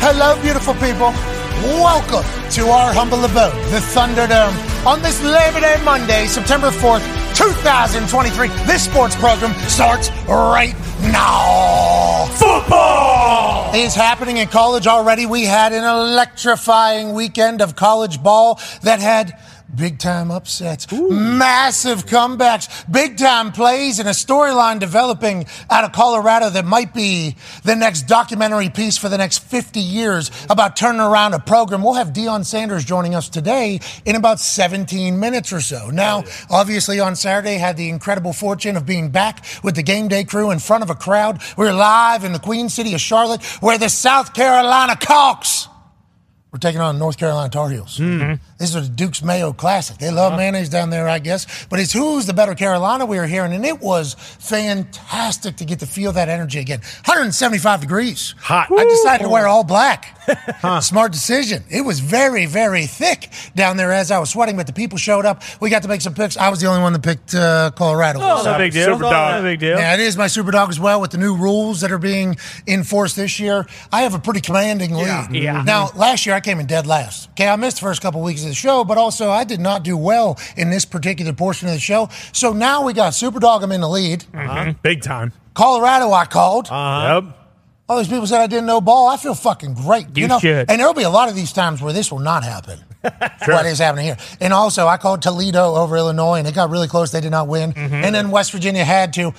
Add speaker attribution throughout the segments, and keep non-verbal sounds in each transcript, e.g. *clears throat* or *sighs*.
Speaker 1: Hello, beautiful people. Welcome to our humble abode, the Thunderdome. On this Labor Day Monday, September 4th, 2023, this sports program starts right now. Football is happening in college already. We had an electrifying weekend of college ball that had big time upsets, massive comebacks, big time plays, and a storyline developing out of Colorado that might be the next documentary piece for the next 50 years about turning around a program. We'll have Deion Sanders joining us today in about 17 minutes or so. Now, obviously, on Saturday, had the incredible fortune of being back with the game day crew in front of a crowd. We were live in the Queen City of Charlotte, where the South Carolina Cox. We're taking on North Carolina Tar Heels.
Speaker 2: Hmm. Mm-hmm.
Speaker 1: This is the Duke's Mayo Classic. They love mayonnaise down there, I guess. But it's who's the better Carolina we were hearing, and it was fantastic to get to feel that energy again. 175 degrees.
Speaker 2: Hot.
Speaker 1: I decided to wear all
Speaker 2: *laughs*
Speaker 1: black. Smart decision. It was very, very thick down there as I was sweating, but the people showed up. We got to make some picks. I was the only one that picked uh, Colorado.
Speaker 2: Oh, no big deal.
Speaker 3: Super dog.
Speaker 2: No big deal.
Speaker 1: Yeah, it is my super dog as well with the new rules that are being enforced this year. I have a pretty commanding lead.
Speaker 2: Yeah.
Speaker 1: Now, last year I came in dead last. Okay, I missed the first couple weeks of the show, but also I did not do well in this particular portion of the show. So now we got super dog. I'm in the lead.
Speaker 3: Mm-hmm.
Speaker 2: Uh-huh. Big time.
Speaker 1: Colorado, I called.
Speaker 2: Uh-huh.
Speaker 1: All these people said I didn't know ball. I feel fucking great. You,
Speaker 2: You
Speaker 1: know,
Speaker 2: should.
Speaker 1: and there'll be a lot of these times where this will
Speaker 3: *laughs*
Speaker 1: not happen. What is happening here? And also, I called Toledo over Illinois, and it got really close. They did not win,
Speaker 3: Mm-hmm.
Speaker 1: and then West Virginia had to.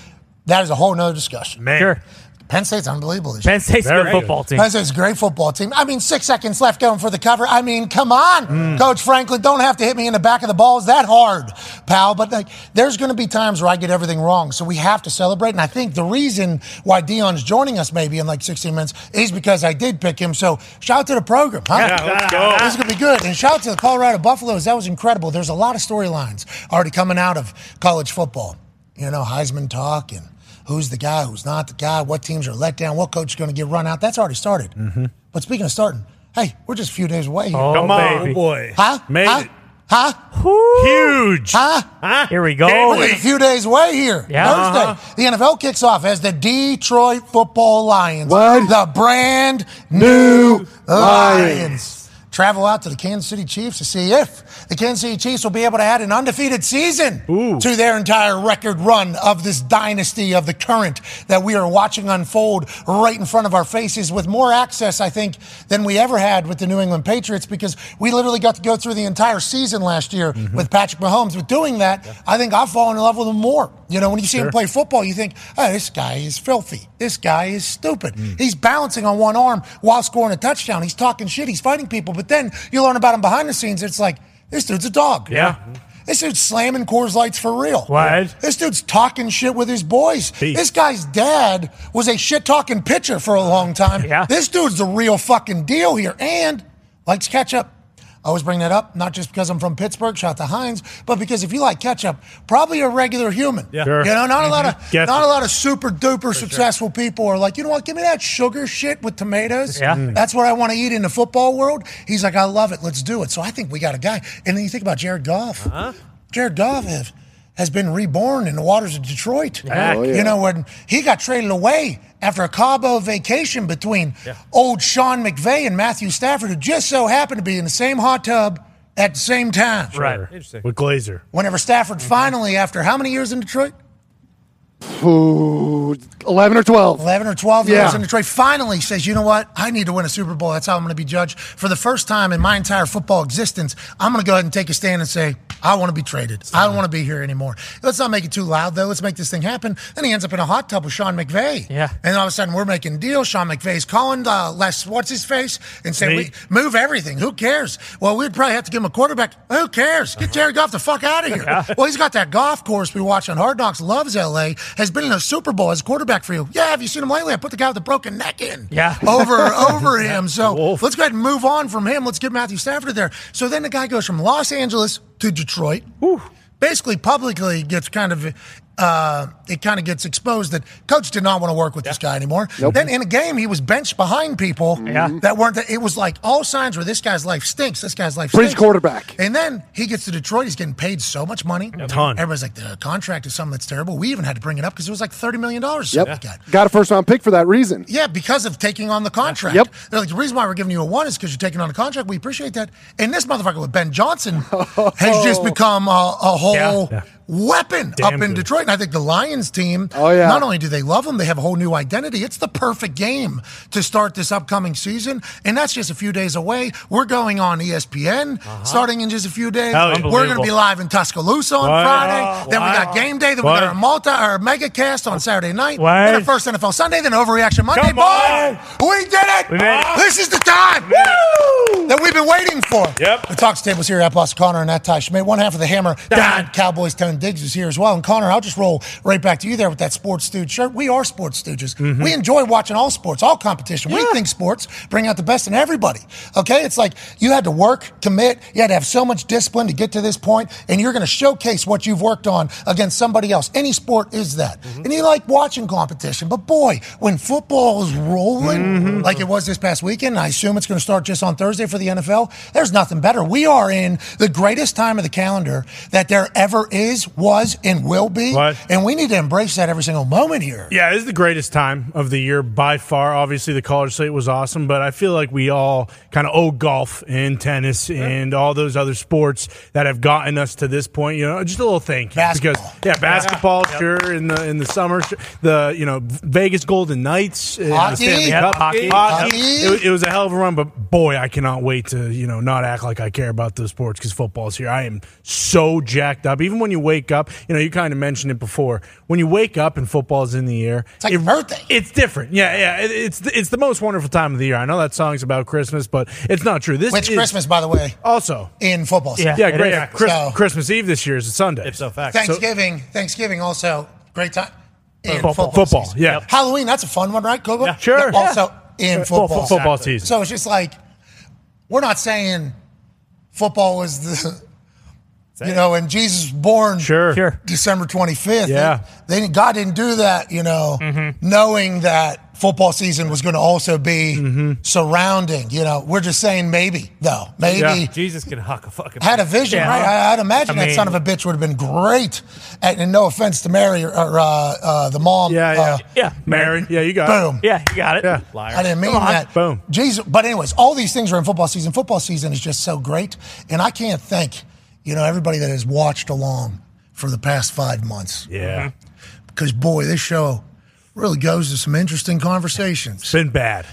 Speaker 1: That is a whole nother discussion.
Speaker 2: Man.
Speaker 3: Sure.
Speaker 1: Penn State's unbelievable. This year.
Speaker 3: Penn State's a
Speaker 2: Very
Speaker 3: good
Speaker 2: good.
Speaker 3: football team.
Speaker 1: Penn State's a great football team. I mean, six seconds left going for the cover. I mean, come on,
Speaker 2: Mm.
Speaker 1: Coach Franklin, don't have to hit me in the back of the balls that hard, pal. But like, there's going to be times where I get everything wrong, so we have to celebrate. And I think the reason why Dion's joining us maybe in like 16 minutes is because I did pick him. So shout out to the program, huh?
Speaker 2: Yeah, let's go.
Speaker 1: This is going to be good. And shout out to the Colorado Buffaloes. That was incredible. There's a lot of storylines already coming out of college football. You know, Heisman talk and who's the guy, who's not the guy, what teams are let down, what coach is going to get run out. That's already started. But speaking of starting, hey, we're just a few days away. Here.
Speaker 3: Oh,
Speaker 2: Come on,
Speaker 3: baby.
Speaker 2: boy.
Speaker 1: Huh?
Speaker 2: Made
Speaker 1: huh?
Speaker 2: it.
Speaker 1: Huh?
Speaker 2: Huge.
Speaker 1: Huh?
Speaker 2: Huh?
Speaker 3: Here we go.
Speaker 2: Can't
Speaker 1: We're just
Speaker 2: wait.
Speaker 1: a few days away here.
Speaker 3: Yeah.
Speaker 1: Thursday, the NFL kicks off as the Detroit Football Lions,
Speaker 4: What?
Speaker 1: the brand new Lions, travel out to the Kansas City Chiefs to see if the Kansas City Chiefs will be able to add an undefeated season to their entire record run of this dynasty of the current that we are watching unfold right in front of our faces with more access, I think, than we ever had with the New England Patriots because we literally got to go through the entire season last year with Patrick Mahomes. With doing that, I think I've fallen in love with him more. You know, when you see him play football, you think, oh, this guy is filthy. This guy is stupid. He's balancing on one arm while scoring a touchdown. He's talking shit. He's fighting people. But then you learn about him behind the scenes. It's like, this dude's a dog.
Speaker 2: Yeah.
Speaker 1: This dude's slamming Coors Lights for real.
Speaker 2: What?
Speaker 1: This dude's talking shit with his boys.
Speaker 2: Peace.
Speaker 1: This guy's dad was a shit talking pitcher for a long time.
Speaker 3: Yeah.
Speaker 1: This dude's the real fucking deal here and likes ketchup. I always bring that up, not just because I'm from Pittsburgh, shout out to Heinz, but because if you like ketchup, probably a regular human.
Speaker 2: Yeah. Sure. Mm-hmm.
Speaker 1: You know, not a lot of
Speaker 2: Gets
Speaker 1: not
Speaker 2: it.
Speaker 1: a lot of super duper successful people are like, you know what, give me that sugar shit with tomatoes.
Speaker 3: Yeah. Mm.
Speaker 1: That's what I want to eat in the football world. He's like, I love it. Let's do it. So I think we got a guy. And then you think about Jared Goff.
Speaker 3: Uh-huh.
Speaker 1: Jared Goff has, has been reborn in the waters of Detroit.
Speaker 4: Oh, yeah.
Speaker 1: You know, when he got traded away after a Cabo vacation between old Sean McVay and Matthew Stafford, who just so happened to be in the same hot tub at the same time.
Speaker 3: Right. Mm-hmm.
Speaker 2: Interesting. With Glazer.
Speaker 1: Whenever Stafford finally, after how many years in Detroit?
Speaker 4: Ooh, 11 or 12.
Speaker 1: 11 or 12 years
Speaker 4: Yeah.
Speaker 1: in Detroit, finally says, you know what? I need to win a Super Bowl. That's how I'm going to be judged. For the first time in my entire football existence, I'm going to go ahead and take a stand and say, I want to be traded. I don't want to be here anymore. Let's not make it too loud, though. Let's make this thing happen. Then he ends up in a hot tub with Sean McVay.
Speaker 3: Yeah.
Speaker 1: And all of a sudden, we're making deals. Sean McVay's calling uh, Les, what's his face, and saying, we
Speaker 2: Me.
Speaker 1: move everything. Who cares? Well, we'd probably have to give him a quarterback. Who cares? Get Jared Goff the fuck out of here. Well, he's got that golf course we watch on Hard Knocks, loves LA, has been in a Super Bowl as a quarterback for you. Yeah, have you seen him lately? I put the guy with the broken neck in.
Speaker 3: Yeah.
Speaker 1: *laughs*
Speaker 3: *laughs*
Speaker 1: Over over him. So let's go ahead and move on from him. Let's get Matthew Stafford there. So then the guy goes from Los Angeles to Detroit. Basically, publicly gets kind of uh, it kind of gets exposed that coach did not want to work with this guy anymore. Then in a game, he was benched behind people
Speaker 3: Mm-hmm.
Speaker 1: that weren't. The, it was like all signs were this guy's life stinks. This guy's life
Speaker 3: Fringe
Speaker 1: stinks.
Speaker 3: quarterback.
Speaker 1: And then he gets to Detroit. He's getting paid so much money. A
Speaker 2: ton.
Speaker 1: Everybody's like, the contract is something that's terrible. We even had to bring it up because it was like $30 million. or something
Speaker 3: Yep.
Speaker 1: Like that.
Speaker 3: Got a first round pick for that reason.
Speaker 1: Yeah, because of taking on the contract.
Speaker 3: Yep.
Speaker 1: They're like, the reason why we're giving you a one is because you're taking on a contract. We appreciate that. And this motherfucker with Ben Johnson
Speaker 2: *laughs*
Speaker 1: has just become a, a whole
Speaker 2: Oh. Yeah. Yeah.
Speaker 1: weapon
Speaker 2: Damn
Speaker 1: up in
Speaker 2: good.
Speaker 1: Detroit. And I think the Lions team,
Speaker 3: Oh, yeah.
Speaker 1: not only do they love him, they have a whole new identity. It's the perfect game to start this upcoming season. And that's just a few days away. We're going on E ESPN starting in just a few days.
Speaker 2: Uh-huh. Hell yeah.
Speaker 1: We're going to be
Speaker 2: Unbelievable.
Speaker 1: live in Tuscaloosa on
Speaker 2: Wow.
Speaker 1: Friday. Then we got
Speaker 2: Wow.
Speaker 1: game day. Then
Speaker 2: What?
Speaker 1: we got our multi or mega cast on Saturday night.
Speaker 2: What?
Speaker 1: Then our first NFL Sunday. Then overreaction Monday. Hey,
Speaker 2: Come on.
Speaker 1: boys, we did it.
Speaker 2: We made it.
Speaker 1: This is the time that we've been waiting for.
Speaker 2: Yep.
Speaker 1: The Talks Table's here at Boston Connor and at Ty Schmidt. One half of the Hammer, Don Cowboys Town Diggs is here as well. And Connor, I'll just roll right back to you there with that sports stooge shirt. We are sports stooges.
Speaker 2: Mm-hmm.
Speaker 1: Mm-hmm. We enjoy watching all sports, all competition. We think sports bring out the best in everybody. Okay? It's like you had to work, commit, you had to have so much discipline to get to this point, and you're going to showcase what you've worked on against somebody else. Any sport is that. And you like watching competition, but boy, when football is rolling like it was this past weekend, and I assume it's going to start just on Thursday for the NFL, there's nothing better. We are in the greatest time of the calendar that there ever is, was, and will be.
Speaker 2: Right.
Speaker 1: And we need to embrace that every single moment here.
Speaker 2: Yeah, this is the greatest time of the year by far. Obviously, the college slate was awesome, but I feel like we all kind of owe golf and tennis and all those other sports that have gotten us to this point. You know, just a little thank you
Speaker 1: Basketball.
Speaker 2: because yeah, basketball sure in the in the summer, sure, the you know Vegas Golden Knights, uh, the
Speaker 1: Hockey.
Speaker 2: Stanley Cup,
Speaker 1: Hockey.
Speaker 2: hockey.
Speaker 1: Hockey.
Speaker 2: It, was- it was a hell of a run, but boy, I cannot wait to you know not act like I care about those sports because football's here. I am so jacked up. Even when you wake up, you know you kind of mentioned it before. When you wake up and football's in the air,
Speaker 1: It's like your birthday.
Speaker 2: It's different. Yeah, yeah. It, it's the- it's the most wonderful time of the year. I know that song's about Christmas, but it's not true. This
Speaker 1: Which
Speaker 2: is
Speaker 1: Christmas, by the way,
Speaker 2: also.
Speaker 1: in football. season.
Speaker 2: Yeah,
Speaker 4: It
Speaker 2: great.
Speaker 4: is.
Speaker 2: yeah, Chris-
Speaker 1: So-
Speaker 2: Christmas Eve this year is a Sunday.
Speaker 4: If so, fact.
Speaker 1: Thanksgiving, Thanksgiving also great time in
Speaker 2: Football.
Speaker 1: football.
Speaker 2: Football,
Speaker 1: season.
Speaker 2: yeah.
Speaker 1: Halloween, that's a fun one, right, Kobo?
Speaker 2: Yeah, sure.
Speaker 1: Also in football.
Speaker 2: Football, football season.
Speaker 1: So it's just like we're not saying football was the you know, and Jesus was born
Speaker 2: Sure. Sure.
Speaker 1: December twenty fifth.
Speaker 2: Yeah. Mm-hmm.
Speaker 1: They, didn't- God didn't do that, you know, knowing that football season was gonna also be
Speaker 2: Mm-hmm.
Speaker 1: surrounding, you know. We're just saying maybe though. Maybe
Speaker 2: Yeah.
Speaker 4: Jesus can huck a fucking.
Speaker 1: had a vision, right? I, I'd imagine
Speaker 4: I
Speaker 1: that son of a bitch would have been great. And, and no offense to Mary or, or uh, uh, the mom.
Speaker 2: yeah, yeah,
Speaker 1: uh,
Speaker 4: yeah.
Speaker 2: Mary. Yeah, you got it.
Speaker 1: Boom.
Speaker 4: yeah, you got it.
Speaker 2: Yeah.
Speaker 4: Liar.
Speaker 1: I didn't mean
Speaker 2: Come on.
Speaker 1: that.
Speaker 2: Boom.
Speaker 1: Jesus. But anyways, all these things are in football season. Football season is just so great, and I can't thank you know everybody that has watched along for the past five months
Speaker 2: Yeah,
Speaker 1: because boy, this show really goes to some interesting conversations.
Speaker 2: been bad,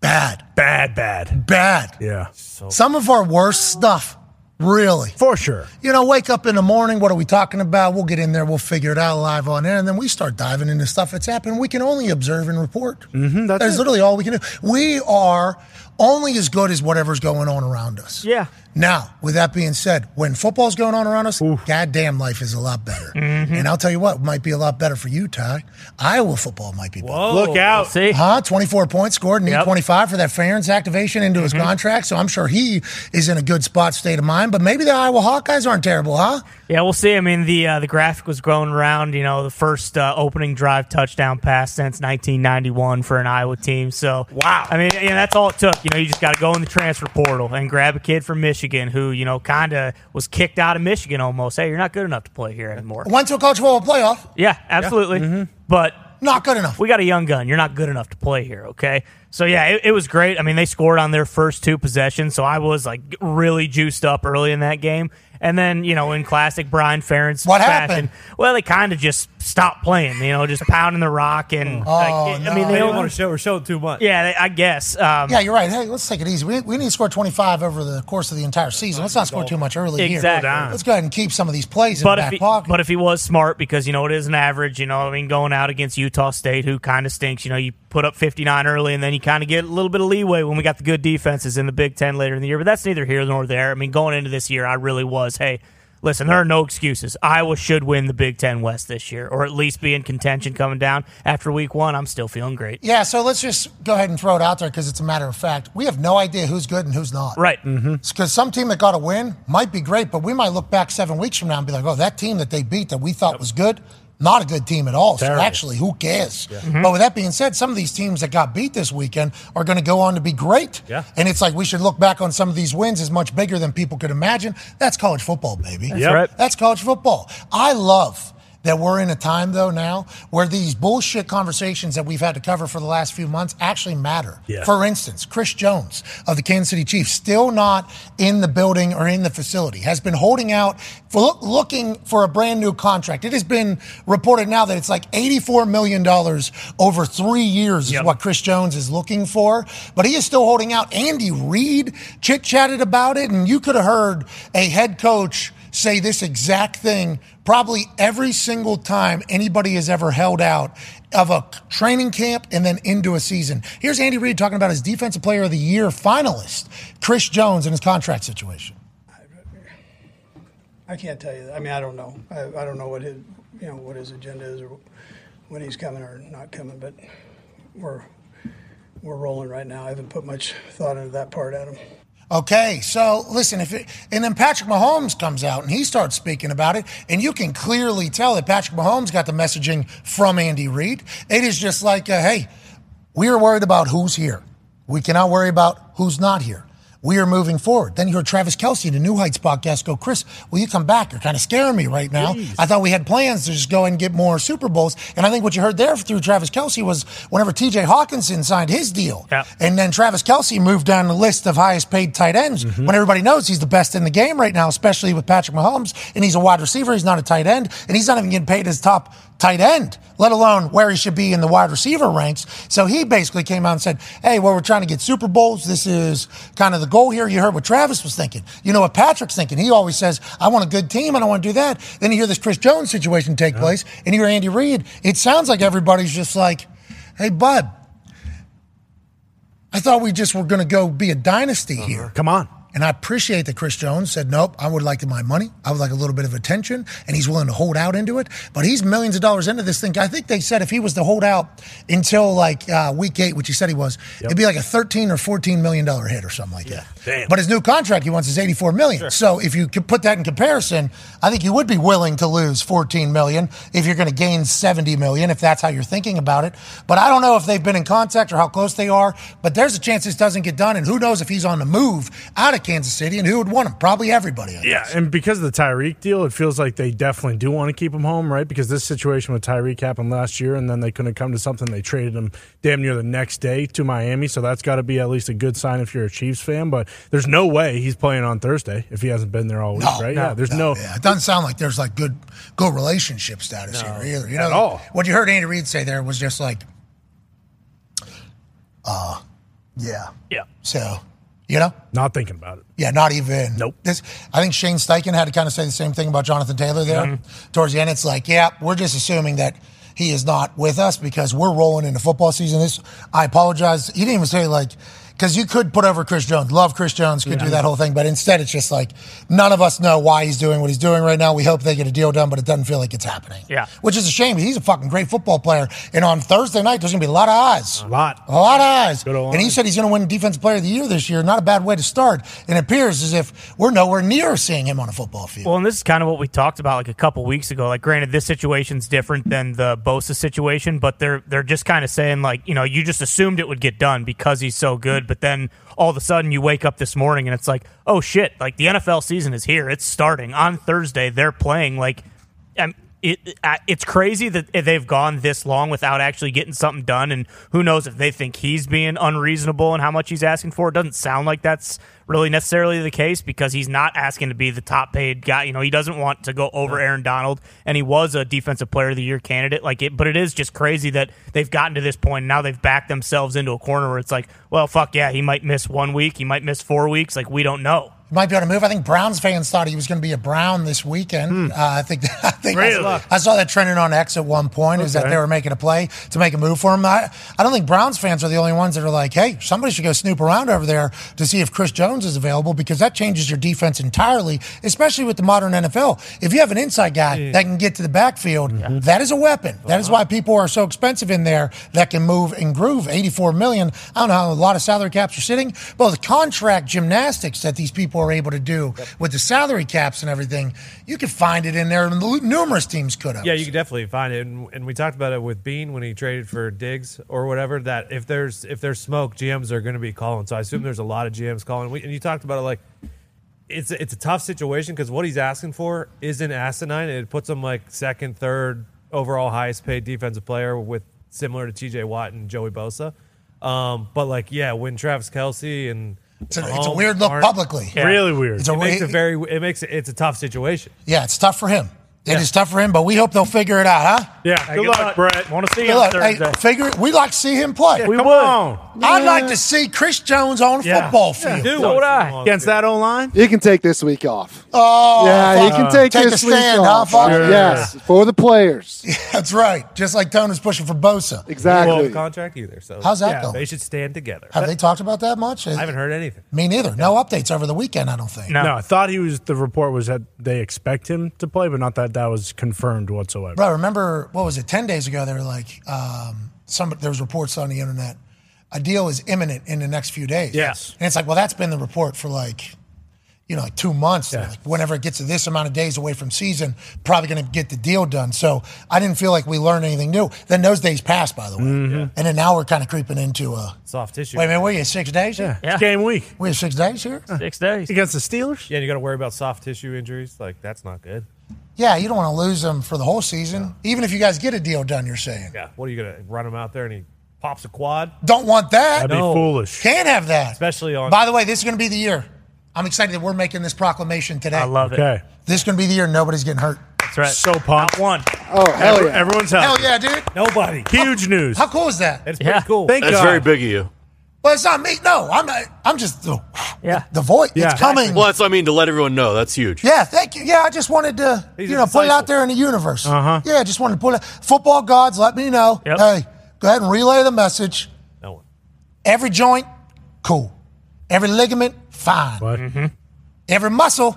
Speaker 1: Bad,
Speaker 2: bad, bad.
Speaker 1: bad.
Speaker 2: Yeah,
Speaker 1: Some of our worst stuff. Really.
Speaker 2: for sure.
Speaker 1: you know, wake up in the morning. What are we talking about? We'll get in there. We'll figure it out live on air, and then we start diving into stuff that's happening. We can only observe and report. Mm-hmm,
Speaker 2: that's it.
Speaker 1: literally all we can do. We are only as good as whatever's going on around us.
Speaker 4: Yeah.
Speaker 1: Now, with that being said, when football's going on around us, goddamn life is a lot better.
Speaker 4: Mm-hmm.
Speaker 1: And I'll tell you what, might be a lot better for you, Ty. Iowa football might be better.
Speaker 4: Oh,
Speaker 2: Look out.
Speaker 4: See,
Speaker 1: Huh? 24 points scored, need
Speaker 4: Yep. Mm-hmm.
Speaker 1: 25 for that Ferentz activation into his contract. So I'm sure he is in a good spot, state of mind. But maybe the Iowa Hawkeyes aren't terrible, huh?
Speaker 4: yeah, we'll see. I mean, the uh, the graphic was going around. You know, the first uh, opening drive touchdown pass since 1991 for an Iowa team. So
Speaker 2: Wow.
Speaker 4: I mean, yeah, that's all it took. You know, you just got to go in the transfer portal and grab a kid from Michigan who you know kind of was kicked out of Michigan almost. Hey, you're not good enough to play here anymore.
Speaker 1: Went to a college football playoff, Mm-hmm.
Speaker 4: Yeah, absolutely. But
Speaker 1: not good enough.
Speaker 4: we got a young gun. You're not good enough to play here, okay? So yeah, it, it was great. I mean, they scored on their first two possessions, so I was like really juiced up early in that game. And then you know, in classic Brian Ferentz
Speaker 1: What
Speaker 4: fashion,
Speaker 1: happened?
Speaker 4: well, they kind of just stopped playing. You know, just pounding the rock and like, it- I mean,
Speaker 1: Oh,
Speaker 4: they
Speaker 1: no. They didn't
Speaker 4: don't
Speaker 1: wanna
Speaker 4: want to show or show too much. Yeah, they, I guess. Um,
Speaker 1: Yeah, you're right. Hey, let's take it easy. We, we need to score 25 over the course of the entire season. Let's not score too much early
Speaker 4: Exactly.
Speaker 1: here. Let's go ahead and keep some of these plays in
Speaker 4: But
Speaker 1: the
Speaker 4: if,
Speaker 1: back
Speaker 4: he,
Speaker 1: pocket.
Speaker 4: but if he was smart, because you know it is an average, you know, I mean, going out against Utah State, who kind of stinks, you know, you put up 59 early, and then you kind of get a little bit of leeway when we got the good defenses in the Big Ten later in the year. But that's neither here nor there. I mean, going into this year, I really was, hey, listen, there are no excuses. Iowa should win the Big Ten West this year, or at least be in contention coming down after Week One. I'm still feeling great.
Speaker 1: yeah, so let's just go ahead and throw it out there because it's a matter of fact. We have no idea who's good and who's not.
Speaker 4: Right.
Speaker 2: Mm-hmm.
Speaker 1: Because some team that got a win might be great, but we might look back seven weeks from now and be like, oh, that team that they beat that we thought was good, not a good team at all.
Speaker 2: Terrible.
Speaker 1: So actually, who cares? But with that being said, some of these teams that got beat this weekend are going to go on to be great.
Speaker 2: Yeah.
Speaker 1: And it's like we should look back on some of these wins as much bigger than people could imagine. That's college football, baby.
Speaker 2: That's Yep. right.
Speaker 1: That's college football. I love that we're in a time though now where these bullshit conversations that we've had to cover for the last few months actually matter.
Speaker 2: Yeah.
Speaker 1: For instance, Chris Jones of the Kansas City Chiefs still not in the building or in the facility has been holding out for look- looking for a brand new contract. It has been reported now that it's like 84 million dollars over 3 years is
Speaker 2: Yep.
Speaker 1: what Chris Jones is looking for, but he is still holding out. Andy Reid chit chatted about it, and you could have heard a head coach say this exact thing probably every single time anybody has ever held out of a training camp and then into a season. Here's Andy Reid talking about his Defensive Player of the Year finalist, Chris Jones, and his contract situation.
Speaker 3: I can't tell you. That. I mean, I don't know. I, I don't know what his, you know, what his agenda is, or when he's coming or not coming. But we're we're rolling right now. I haven't put much thought into that part, Adam.
Speaker 1: Okay, so listen, if it, and then Patrick Mahomes comes out and he starts speaking about it, and you can clearly tell that Patrick Mahomes got the messaging from Andy Reid. It is just like, uh, hey, we are worried about who's here. We cannot worry about who's not here. We are moving forward. Then you heard Travis Kelsey, the New Heights podcast, go, Chris, will you come back? You're kind of scaring me right now. I thought we had plans to just go and get more Super Bowls. And I think what you heard there through Travis Kelsey was whenever TJ Hawkinson signed his deal,
Speaker 4: Yeah.
Speaker 1: and then Travis Kelsey moved down the list of highest paid tight ends when everybody knows he's the best in the game right now, especially with Patrick Mahomes. And he's a wide receiver. He's not a tight end. And he's not even getting paid as top tight end, let alone where he should be in the wide receiver ranks. So he basically came out and said, Hey, well, we're trying to get Super Bowls. This is kind of the goal here. You heard what Travis was thinking. You know what Patrick's thinking. He always says, I want a good team. I don't want to do that. Then you hear this Chris Jones situation take place. And you hear Andy Reid. It sounds like everybody's just like, Hey, bud. I thought we just were going to go be a dynasty here.
Speaker 2: Uh-huh. Come on.
Speaker 1: And I appreciate that Chris Jones said, nope, I would like my money. I would like a little bit of attention. And he's willing to hold out into it. But he's millions of dollars into this thing. I think they said if he was to hold out until like uh, week eight, which he said he was, it'd be like a 13 or $14 million hit or something like that.
Speaker 2: Damn.
Speaker 1: But his new contract he wants is $84 million. So if you could put that in comparison, I think you would be willing to lose $14 million if you're going to gain $70 million, if that's how you're thinking about it. But I don't know if they've been in contact or how close they are. But there's a chance this doesn't get done. And who knows if he's on the move out of Kansas City and who would want him? Probably everybody. I
Speaker 2: Yeah,
Speaker 1: guess.
Speaker 2: and because of the Tyreek deal, it feels like they definitely do want to keep him home, right? Because this situation with Tyreek happened last year, and then they couldn't come to something. They traded him damn near the next day to Miami, so that's got to be at least a good sign if you're a Chiefs fan. But there's no way he's playing on Thursday if he hasn't been there all week,
Speaker 1: No,
Speaker 2: right? yeah, there's no.
Speaker 1: Yeah, it doesn't sound like there's like good good relationship status here either. You know,
Speaker 2: at all.
Speaker 1: what you heard Andy Reid say there was just like, uh, yeah,
Speaker 4: Yeah.
Speaker 1: So, you know,
Speaker 2: Not thinking about it.
Speaker 1: yeah, not even.
Speaker 2: Nope.
Speaker 1: This, I think Shane Steichen had to kind of say the same thing about Jonathan Taylor there towards the end. It's like, yeah, we're just assuming that he is not with us because we're rolling into football season. This, I apologize. He didn't even say like. Because you could put over Chris Jones, love Chris Jones, could do that whole thing, but instead it's just like none of us know why he's doing what he's doing right now. We hope they get a deal done, but it doesn't feel like it's happening.
Speaker 4: Yeah.
Speaker 1: which is a shame. He's a fucking great football player, and on Thursday night there's gonna be a lot of eyes.
Speaker 2: A lot.
Speaker 1: A lot of eyes.
Speaker 2: Good old
Speaker 1: And he
Speaker 2: line.
Speaker 1: said he's going to win Defensive Player of the Year this year. Not a bad way to start. And it appears as if we're nowhere near seeing him on a football field.
Speaker 4: Well, and this is kind of what we talked about like a couple weeks ago. Like, granted, this situation's different than the Bosa situation, but they're they're just kind of saying like, you know, you just assumed it would get done because he's so good, but then all of a sudden you wake up this morning and it's like, oh shit, like the NFL season is here. It's starting on Thursday. They're playing like, um, it, I- it's crazy that they've gone this long without actually getting something done, and who knows if they think he's being unreasonable and how much he's asking for. It doesn't sound like that's really necessarily the case because he's not asking to be the top paid guy. You know, he doesn't want to go over Aaron Donald, and he was a defensive player of the year candidate. Like it, but it is just crazy that they've gotten to this point and now they've backed themselves into a corner where it's like, well, fuck yeah, he might miss one week, he might miss four weeks. Like we don't know.
Speaker 1: He might be on a move. I think Browns fans thought he was going to be a Brown this weekend. Uh, I think *laughs* I think I,
Speaker 2: Hmm. Really?
Speaker 1: saw, I saw that trending on X at one point is that
Speaker 2: Okay.
Speaker 1: they were making a play to make a move for him. I, I don't think Browns fans are the only ones that are like, hey, somebody should go snoop around over there to see if Chris Jones is available because that changes your defense entirely, especially with the modern NFL. If you have an inside guy that can get to the backfield, that is a weapon. That is why people are so expensive in there that can move and groove. 84 million. I don't know how a lot of salary caps are sitting, but the contract gymnastics that these people are were able to do with the salary caps and everything. You could find it in there, and the- numerous teams could have.
Speaker 5: Yeah, you can definitely find it, and, and we talked about it with Bean when he traded for Diggs or whatever. That if there's if there's smoke, GMs are going to be calling. So I assume there's a lot of GMs calling. We, and you talked about it like it's it's a tough situation because what he's asking for isn't asinine. It puts him like second, third overall highest paid defensive player with similar to T.J. Watt and Joey Bosa. Um, but like, yeah, when Travis Kelsey and
Speaker 1: It's a, it's a weird look publicly.
Speaker 2: Really weird.
Speaker 1: It's a
Speaker 5: It makes
Speaker 1: wa-
Speaker 5: it very. It makes it. It's a tough situation.
Speaker 1: Yeah, it's tough for him. It
Speaker 5: Yeah.
Speaker 1: is tough for him, but we hope they'll figure it out, huh?
Speaker 2: yeah. Good luck, Brett.
Speaker 4: Want to see
Speaker 1: Hey,
Speaker 4: him
Speaker 1: look, hey,
Speaker 4: Thursday.
Speaker 1: figure it. We like to see him play.
Speaker 4: we
Speaker 2: Come
Speaker 4: would.
Speaker 2: on.
Speaker 1: I'd like to see Chris Jones on a
Speaker 2: Yeah.
Speaker 1: football field.
Speaker 5: Dude,
Speaker 4: So would I.
Speaker 2: Against that O line?
Speaker 6: He can take this week off.
Speaker 1: Oh,
Speaker 6: yeah, he
Speaker 1: fuck.
Speaker 6: can take,
Speaker 1: Take a
Speaker 6: this week
Speaker 1: stand,
Speaker 6: off.
Speaker 1: huh, fuck?
Speaker 6: Yes, for the players.
Speaker 1: *laughs* That's right. Just like Tone was pushing for Bosa.
Speaker 6: Exactly.
Speaker 5: contract either. So
Speaker 1: How's that
Speaker 5: yeah,
Speaker 1: going?
Speaker 5: They should stand together.
Speaker 1: Have they talked about that much?
Speaker 5: I haven't heard anything.
Speaker 1: Me neither. No updates over the weekend, I don't think.
Speaker 4: No.
Speaker 2: No, I thought he was. The report was that they expect him to play, but not that that was confirmed whatsoever.
Speaker 1: Bro, remember what was it? Ten days ago, they were like, um, some there was reports on the internet. A deal is imminent in the next few days.
Speaker 2: Yes.
Speaker 1: and it's like, well, that's been the report for like, you know, like two months. Like, whenever it gets to this amount of days away from season, probably going to get the deal done. So I didn't feel like we learned anything new. Then those days passed, by the way,
Speaker 2: Mm-hmm.
Speaker 1: and then now we're kind of creeping into a.
Speaker 5: Soft tissue.
Speaker 1: Wait a minute, what are you six days? Here?
Speaker 4: Yeah.
Speaker 2: It's game week
Speaker 1: We have six days here.
Speaker 4: Six days.
Speaker 2: against the Steelers.
Speaker 5: Yeah, you got to worry about soft tissue injuries. Like that's not good.
Speaker 1: Yeah, you don't want to lose them for the whole season, even if you guys get a deal done. You're saying
Speaker 5: Yeah. What are you gonna run him out there and he pops a quad?
Speaker 1: don't want that.
Speaker 2: That'd be
Speaker 5: No.
Speaker 2: foolish.
Speaker 1: Can't have that.
Speaker 5: Especially on.
Speaker 1: By the way, this is going to be the year. I'm excited that we're making this proclamation today.
Speaker 4: I love it.
Speaker 2: Okay,
Speaker 1: this is going to be the year nobody's getting hurt.
Speaker 4: That's right.
Speaker 2: so
Speaker 4: Not
Speaker 2: pumped.
Speaker 4: one.
Speaker 6: Oh, hell yeah.
Speaker 2: Everyone's
Speaker 1: Hell
Speaker 2: healthy.
Speaker 1: yeah, dude.
Speaker 5: nobody.
Speaker 2: Huge news.
Speaker 1: How cool is that?
Speaker 5: It's
Speaker 4: Yeah.
Speaker 5: pretty cool.
Speaker 2: Thank
Speaker 7: That's
Speaker 2: God.
Speaker 7: very big of you.
Speaker 1: Well, it's not me. No, I'm not. I'm just oh. the,
Speaker 4: Yeah.
Speaker 1: the voice.
Speaker 2: Yeah.
Speaker 1: It's coming.
Speaker 7: Well, that's what I mean to let everyone know. That's huge.
Speaker 1: Yeah, thank you. Yeah, I just wanted to,
Speaker 5: He's
Speaker 1: you
Speaker 5: a
Speaker 1: know, put it
Speaker 5: disciple.
Speaker 1: out there in the universe.
Speaker 2: Uh-huh.
Speaker 1: Yeah, I just wanted to put it. Football gods, let me know.
Speaker 4: Yep.
Speaker 1: Hey, go ahead and relay the message.
Speaker 5: No one.
Speaker 1: Every joint, cool. Every ligament, fine.
Speaker 2: What?
Speaker 1: Every muscle,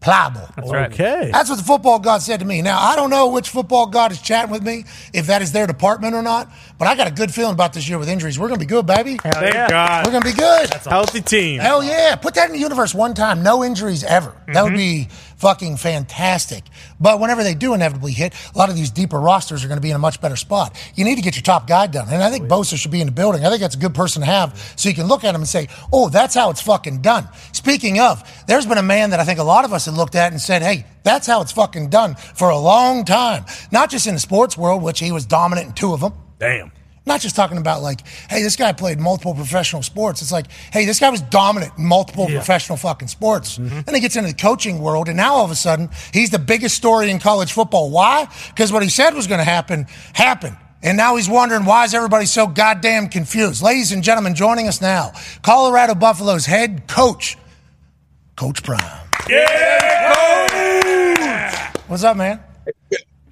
Speaker 1: pliable.
Speaker 4: That's right.
Speaker 2: Okay.
Speaker 1: That's what the football god said to me. Now, I don't know which football god is chatting with me, if that is their department or not, but I got a good feeling about this year with injuries. We're going to be good, baby. We're
Speaker 2: Thank
Speaker 4: yeah.
Speaker 2: God.
Speaker 1: going to be good.
Speaker 2: Healthy team.
Speaker 1: Hell yeah. Put that in the universe one time. No injuries ever. That would be fucking fantastic. But whenever they do inevitably hit, a lot of these deeper rosters are going to be in a much better spot. You need to get your top guy done. And I think Bosa should be in the building. I think that's a good person to have so you can look at him and say, oh, that's how it's fucking done. Speaking of, there's been a man that I think a lot of us have looked at and said, hey, that's how it's fucking done for a long time. Not just in the sports world, which he was dominant in two of them
Speaker 2: Damn.
Speaker 1: not just talking about like, hey, this guy played multiple professional sports. It's like, hey, this guy was dominant in multiple professional fucking sports. Then he gets into the coaching world, and now all of a sudden, he's the biggest story in college football. Why? Because what he said was going to happen happened. And now he's wondering why is everybody so goddamn confused? Ladies and gentlemen, joining us now, Colorado Buffalo's head coach, Coach Prime. What's up, man?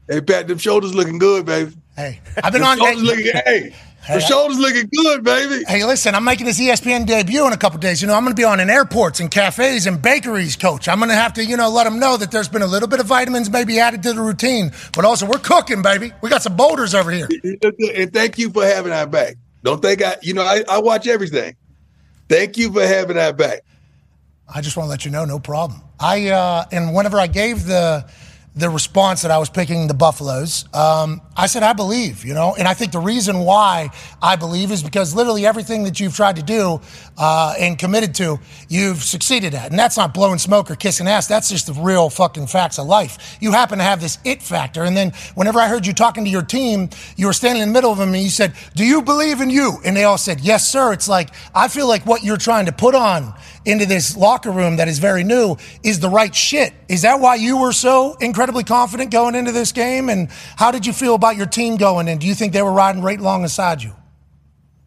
Speaker 8: Hey, Pat, them shoulders looking good, baby.
Speaker 1: Hey, I've been on.
Speaker 8: Shoulders looking, hey, the shoulders looking good, baby.
Speaker 1: Hey, listen, I'm making this E ESPN debut in a couple days. You know, I'm going to be on in airports and cafes and bakeries, coach. I'm going to have to, you know, let them know that there's been a little bit of vitamins maybe added to the routine, but also we're cooking, baby. We got some boulders over here.
Speaker 8: *laughs* And thank you for having our back. Don't think I, you know, I, I watch everything. Thank you for having our back.
Speaker 1: I just want to let you know, no problem. I uh, and whenever I gave the the response that I was picking the Buffaloes, um, I said I believe, you know, and I think the reason why I believe is because literally everything that you've tried to do uh, and committed to, you've succeeded at, and that's not blowing smoke or kissing ass. That's just the real fucking facts of life. You happen to have this it factor, and then whenever I heard you talking to your team, you were standing in the middle of them, and you said, "Do you believe in you?" And they all said, "Yes, sir." It's like I feel like what you're trying to put on into this locker room that is very new is the right shit. Is that why you were so incredibly confident going into this game? And how did you feel about your team going in? Do you think they were riding right alongside you?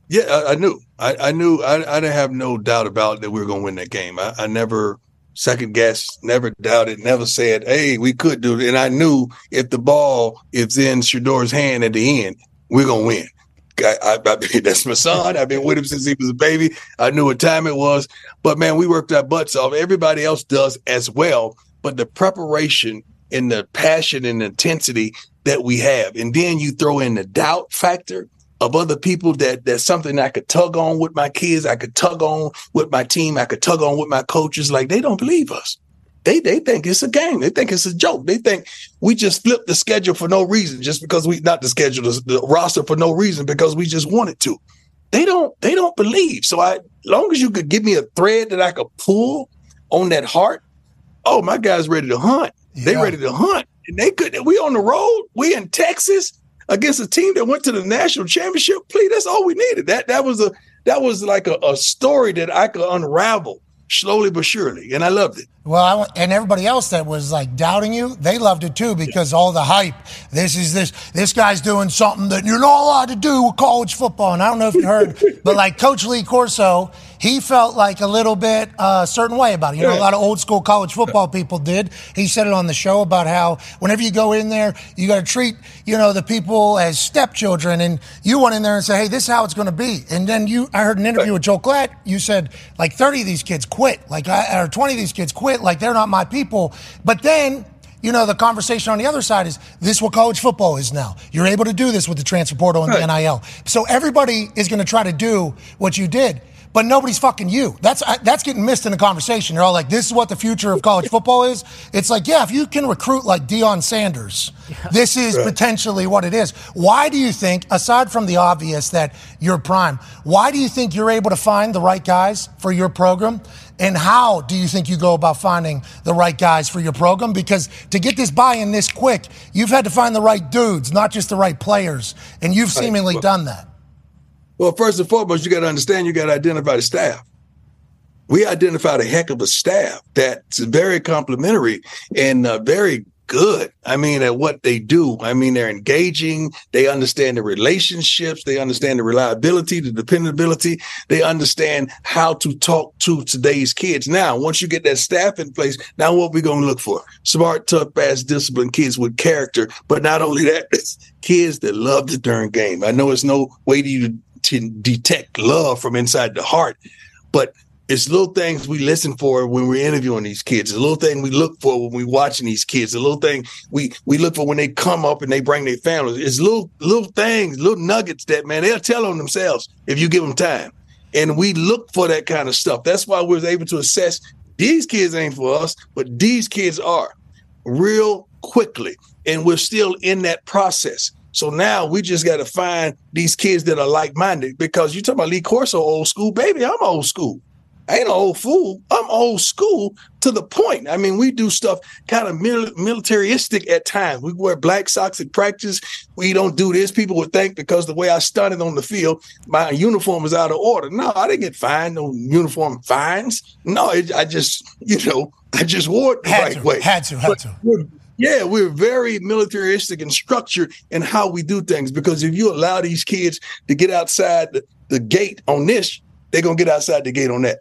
Speaker 8: Yeah, I, I knew. I, I knew. I, I didn't have no doubt about that we were going to win that game. I, I never second guessed, never doubted, never said, "Hey, we could do it." And I knew if the ball is in Shador's hand at the end, we're gonna win. I, I, *laughs* I, that's my son. I've been with him since he was a baby. I knew what time it was. But man, we worked our butts off. Everybody else does as well. But the preparation and the passion and intensity that we have, and then you throw in the doubt factor of other people that that's something I could tug on with my kids, I could tug on with my team, I could tug on with my coaches. Like they don't believe us. They they think it's a game. They think it's a joke. They think we just flipped the schedule for no reason, just because we not the schedule, the, the roster for no reason because we just wanted to. They don't they don't believe. So I long as you could give me a thread that I could pull on that heart, oh my guys ready to hunt. They
Speaker 1: Yeah.
Speaker 8: ready to hunt. And they could we on the road, we in Texas against a team that went to the national championship. Please, that's all we needed. That that was a that was like a, a story that I could unravel slowly but surely. And I loved it.
Speaker 1: Well, I, want- and everybody else that was like doubting you, they loved it too because all the hype. This is this this guy's doing something that you're not allowed to do with college football. And I don't know if you heard, *laughs* but like Coach Lee Corso, he felt like a little bit a certain way about it. You know, a lot of old school college football people did. He said it on the show about how whenever you go in there, you got to treat you know the people as stepchildren, and you went in there and say, hey, this is how it's going to be. And then you, I heard an interview with Joe Glatt. You said like 30 of these kids quit, like I, or 20 of these kids quit, like they're not my people. But then, you know, the conversation on the other side is this is what college football is now. You're able to do this with the transfer portal and the NIL. So everybody is going to try to do what you did. But nobody's fucking you. That's I, that's getting missed in the conversation. You're all like, "This is what the future of college football is." It's like, yeah, if you can recruit like Deion Sanders, this is potentially what it is. Why do you think, aside from the obvious that you're prime, why do you think you're able to find the right guys for your program? And how do you think you go about finding the right guys for your program? Because to get this buy in this quick, you've had to find the right dudes, not just the right players. And you've
Speaker 8: Right.
Speaker 1: seemingly
Speaker 8: Well-
Speaker 1: done that.
Speaker 8: Well, first and foremost, you got to understand you got to identify the staff. We identified a heck of a staff that's very complimentary and uh, very good. I mean, at what they do. I mean, they're engaging. They understand the relationships. They understand the reliability, the dependability. They understand how to talk to today's kids. Now, once you get that staff in place, now what we going to look for? Smart, tough, fast, disciplined kids with character. But not only that, *laughs* kids that love the darn game. I know it's no way to you to detect love from inside the heart. But it's little things we listen for when we're interviewing these kids. It's a little thing we look for when we're watching these kids. A little thing we we look for when they come up and they bring their families. It's little little things, little nuggets that man they'll tell on themselves if you give them time. And we look for that kind of stuff. That's why we was able to assess these kids ain't for us, but these kids are real quickly. And we're still in that process. So now we just got to find these kids that are like minded because you talking about Lee Corso, old school, baby. I'm old school. I ain't an old fool. I'm old school to the point. I mean, we do stuff kind of mil- militaristic at times. We wear black socks at practice. We don't do this. People would think because the way I stunted on the field, my uniform is out of order. No, I didn't get fined. No uniform fines. No, it, I just, you know, I just wore it the
Speaker 1: Had
Speaker 8: right
Speaker 1: to,
Speaker 8: way.
Speaker 1: had to, had
Speaker 8: But
Speaker 1: to.
Speaker 8: we're- yeah, we're very militaristic and structured in how we do things because if you allow these kids to get outside the, the gate on this, they're going to get outside the gate on that.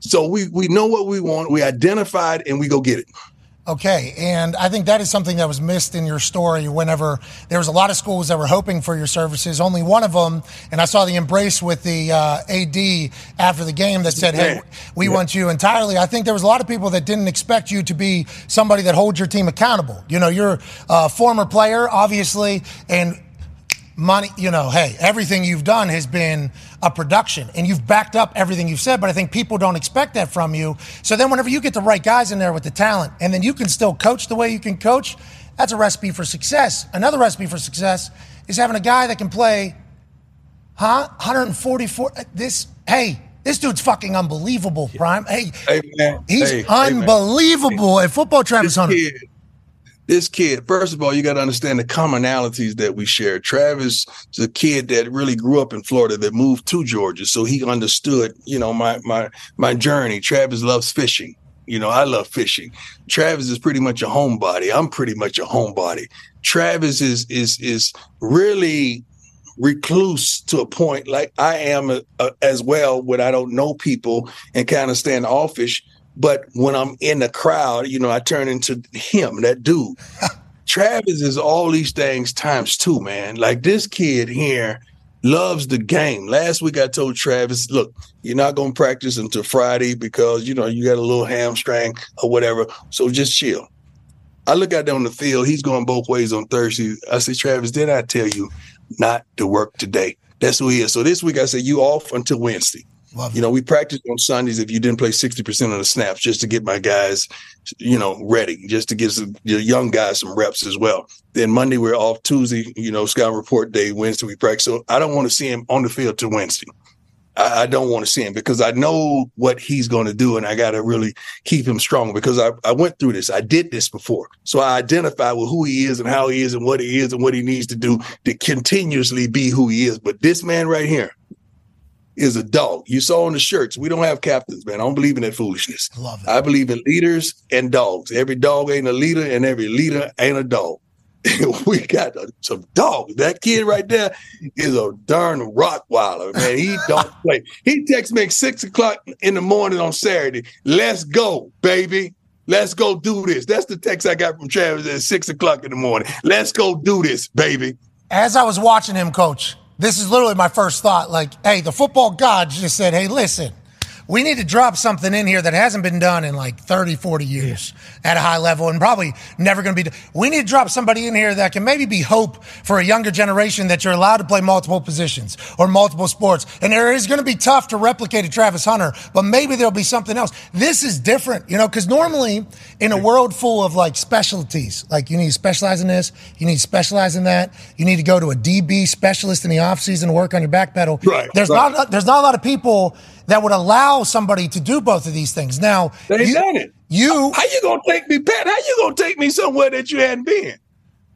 Speaker 8: So we we know what we want, we identified, and we go get it.
Speaker 1: Okay, and I think that is something that was missed in your story. Whenever there was a lot of schools that were hoping for your services, only one of them, and I saw the embrace with the uh, AD after the game that said, "Hey, we want you entirely." I think there was a lot of people that didn't expect you to be somebody that holds your team accountable. You know, you're a former player, obviously, and money, you know, hey, everything you've done has been a production and you've backed up everything you've said, but I think people don't expect that from you. So then whenever you get the right guys in there with the talent and then you can still coach the way you can coach, that's a recipe for success. Another recipe for success is having a guy that can play huh? 144 uh, this hey, this dude's fucking unbelievable, Prime. Hey,
Speaker 8: Hey, man.
Speaker 1: he's
Speaker 8: Hey, hey, man.
Speaker 1: unbelievable at football Travis Hunter.
Speaker 8: This kid, this kid, first of all, you got to understand the commonalities that we share. Travis is a kid that really grew up in Florida that moved to Georgia, so he understood, you know, my my my journey. Travis loves fishing. You know, I love fishing. Travis is pretty much a homebody. I'm pretty much a homebody. Travis is is is really recluse to a point like I am uh, uh, as well when I don't know people and kind of stand offish. But when I'm in the crowd, you know, I turn into him, that dude. Travis is all these things times two, man. Like this kid here loves the game. Last week I told Travis, look, you're not going to practice until Friday because, you know, you got a little hamstring or whatever. So just chill. I look out there on the field. He's going both ways on Thursday. I say, Travis, did I tell you not to work today. That's who he is. So this week I said you off until Wednesday.
Speaker 1: Love
Speaker 8: you know, we practiced on Sundays if you didn't play 60% of the snaps just to get my guys, you know, ready, just to give some, the young guys some reps as well. Then Monday we're off Tuesday, you know, scout report day, Wednesday we practice. So I don't want to see him on the field till Wednesday. I, I don't want to see him because I know what he's going to do, and I got to really keep him strong because I, I went through this. I did this before. So I identify with who he is and how he is and what he is and what he needs to do to continuously be who he is. But this man right here is a dog. You saw on the shirts, we don't have captains, man. I don't believe in that foolishness.
Speaker 1: Love it.
Speaker 8: I believe in leaders and dogs. Every dog ain't a leader, and every leader ain't a dog. *laughs* we got a, some dogs. That kid right there is a darn Rottweiler, man. He don't play. He texts me at six o'clock in the morning on Saturday. Let's go, baby. Let's go do this. That's the text I got from Travis at six o'clock in the morning. Let's go do this, baby.
Speaker 1: as I was watching him, coach, this is literally my first thought. Like, hey, the football god just said, hey, listen, we need to drop something in here that hasn't been done in like 30, 40 years at a high level and probably never going to be done. We need to drop somebody in here that can maybe be hope for a younger generation that you're allowed to play multiple positions or multiple sports. And it is going to be tough to replicate a Travis Hunter, but maybe there'll be something else. This is different, you know, because normally in a world full of like specialties, like you need to specialize in this, you need to specialize in that, you need to go to a DB specialist in the offseason to work on your back pedal.
Speaker 8: Right,
Speaker 1: There's
Speaker 8: right.
Speaker 1: not there's not a lot of people that would allow somebody to do both of these things. Now
Speaker 8: They
Speaker 1: you,
Speaker 8: done it.
Speaker 1: You
Speaker 8: How you gonna take me, Pat? How you gonna take me somewhere that you hadn't been?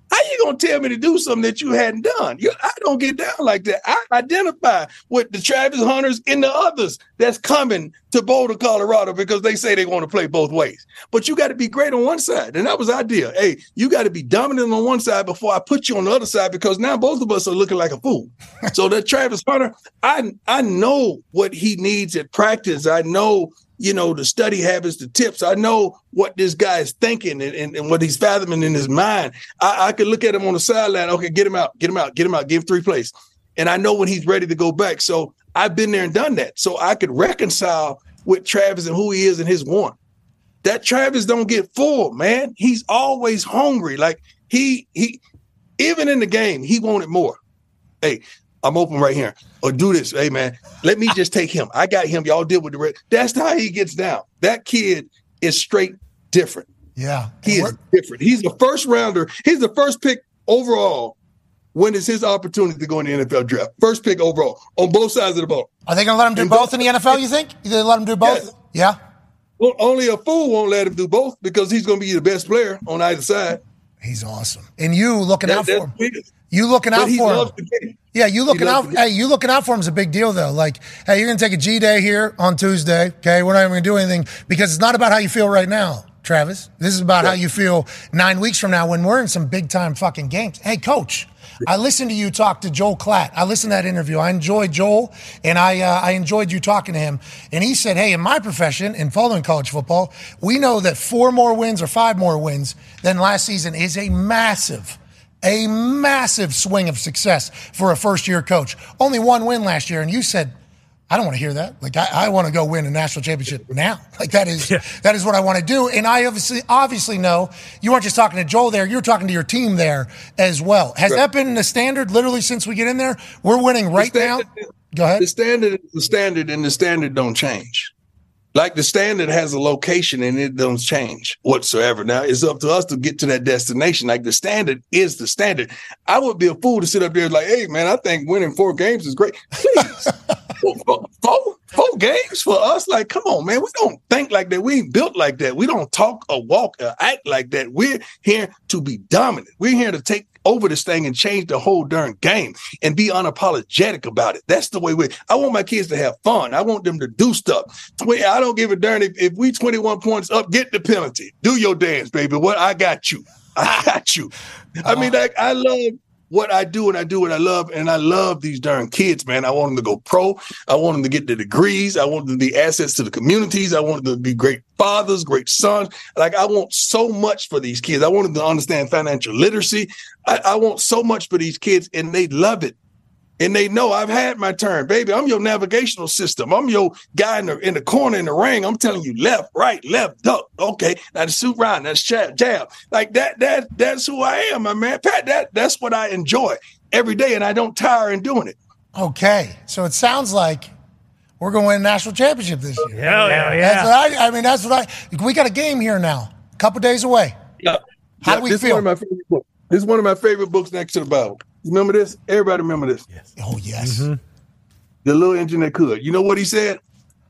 Speaker 8: How you gonna tell me to do something that you hadn't done? You, I don't get down like that. I identify with the Travis Hunters and the others that's coming to Boulder, Colorado, because they say they want to play both ways. But you got to be great on one side, and that was our deal. Hey, you got to be dominant on one side before I put you on the other side, because now both of us are looking like a fool. so that Travis Hunter, I I know what he needs at practice. I know you know, the study habits, the tips. I know what this guy is thinking and, and, and what he's fathoming in his mind. I, I could look at him on the sideline. Okay, get him out, get him out, get him out, give three plays. And I know when he's ready to go back. So I've been there and done that. So I could reconcile with Travis and who he is and his want that Travis don't get full, man. He's always hungry. Like he he even in the game, he wanted more. Hey, I'm open right here. Or do this. Hey man, let me just take him. I got him. Y'all deal with the rest. That's how he gets down. That kid is straight different.
Speaker 1: yeah.
Speaker 8: He is different. He's the first rounder. He's the first pick overall when it's his opportunity to go in the NFL draft. First pick overall on both sides of the ball.
Speaker 1: Are they going to let him do
Speaker 8: And
Speaker 1: both in the NFL? You think? You gonna let him do both?
Speaker 8: Yes.
Speaker 1: Yeah.
Speaker 8: Well, only a fool won't let him do both because he's going to be the best player on either side.
Speaker 1: He's awesome. And you looking
Speaker 8: That-
Speaker 1: out for
Speaker 8: that's
Speaker 1: him.
Speaker 8: what it is.
Speaker 1: You looking
Speaker 8: But
Speaker 1: out
Speaker 8: he
Speaker 1: for him.
Speaker 8: loves the game.
Speaker 1: Yeah, you looking
Speaker 8: loves
Speaker 1: out.
Speaker 8: the
Speaker 1: Hey, you looking out for him is a big deal, though. Like, hey, you're gonna take a G day here on Tuesday. Okay, we're not even gonna do anything because it's not about how you feel right now, Travis. This is about how you feel nine weeks from now when we're in some big time fucking games. Hey, coach. I listened to you talk to Joel Klatt. I listened to that interview. I enjoyed Joel, and I uh, I enjoyed you talking to him. And he said, "Hey, in my profession, in following college football, we know that four more wins or five more wins than last season is a massive a massive swing of success for a first year coach. Only one win last year, and you said, I don't want to hear that. Like I, I want to go win a national championship now. *laughs* Like that is that is what I want to do. And I obviously obviously know you weren't just talking to Joel there, you're talking to your team there as well. Has that been the standard literally since we get in there? We're winning right now.
Speaker 8: standard is-
Speaker 1: Go ahead.
Speaker 8: The standard is the standard, and the standard don't change. Like the standard has a location and it doesn't change whatsoever. Now it's up to us to get to that destination. Like the standard is the standard. I would be a fool to sit up there like, hey man, I think winning four games is great. Please. four, four- four- four games for us? Like, come on, man. We don't think like that. We ain't built like that. We don't talk or walk or act like that. We're here to be dominant. We're here to take over this thing and change the whole darn game and be unapologetic about it. That's the way we. I want my kids to have fun. I want them to do stuff. Twen- I don't give a darn if, if we 21 points up, get the penalty. Do your dance, baby. What I got you. I got you. I mean, like I love what I do and I do what I love, and I love these darn kids, man. I want them to go pro. I want them to get the degrees. I want them to be assets to the communities. I want them to be great fathers, great sons. Like I want so much for these kids. I want them to understand financial literacy. I, I want so much for these kids, and they love it and they know I've had my turn, baby. I'm your navigational system. I'm your guy in the in the corner in the ring. I'm telling you, left, right, left, duck. Okay, now the suit round, that's jab, jab. Like that, that, that's who I am, my man. Pat, that that's what I enjoy. every day, and I don't tire in doing it.
Speaker 1: Okay, so it sounds like we're going to win a national championship this year.
Speaker 5: Hell yeah.
Speaker 1: That's what I, I mean, that's what I. We got a game here now, a couple days away.
Speaker 8: Yeah.
Speaker 1: How do we
Speaker 8: this
Speaker 1: feel?
Speaker 8: Is one of my favorite books. This is one of my favorite books next to the Bible. You remember this? Everybody remember this.
Speaker 1: Oh yes,
Speaker 8: Mm-hmm. The little engine that could. You know what he said?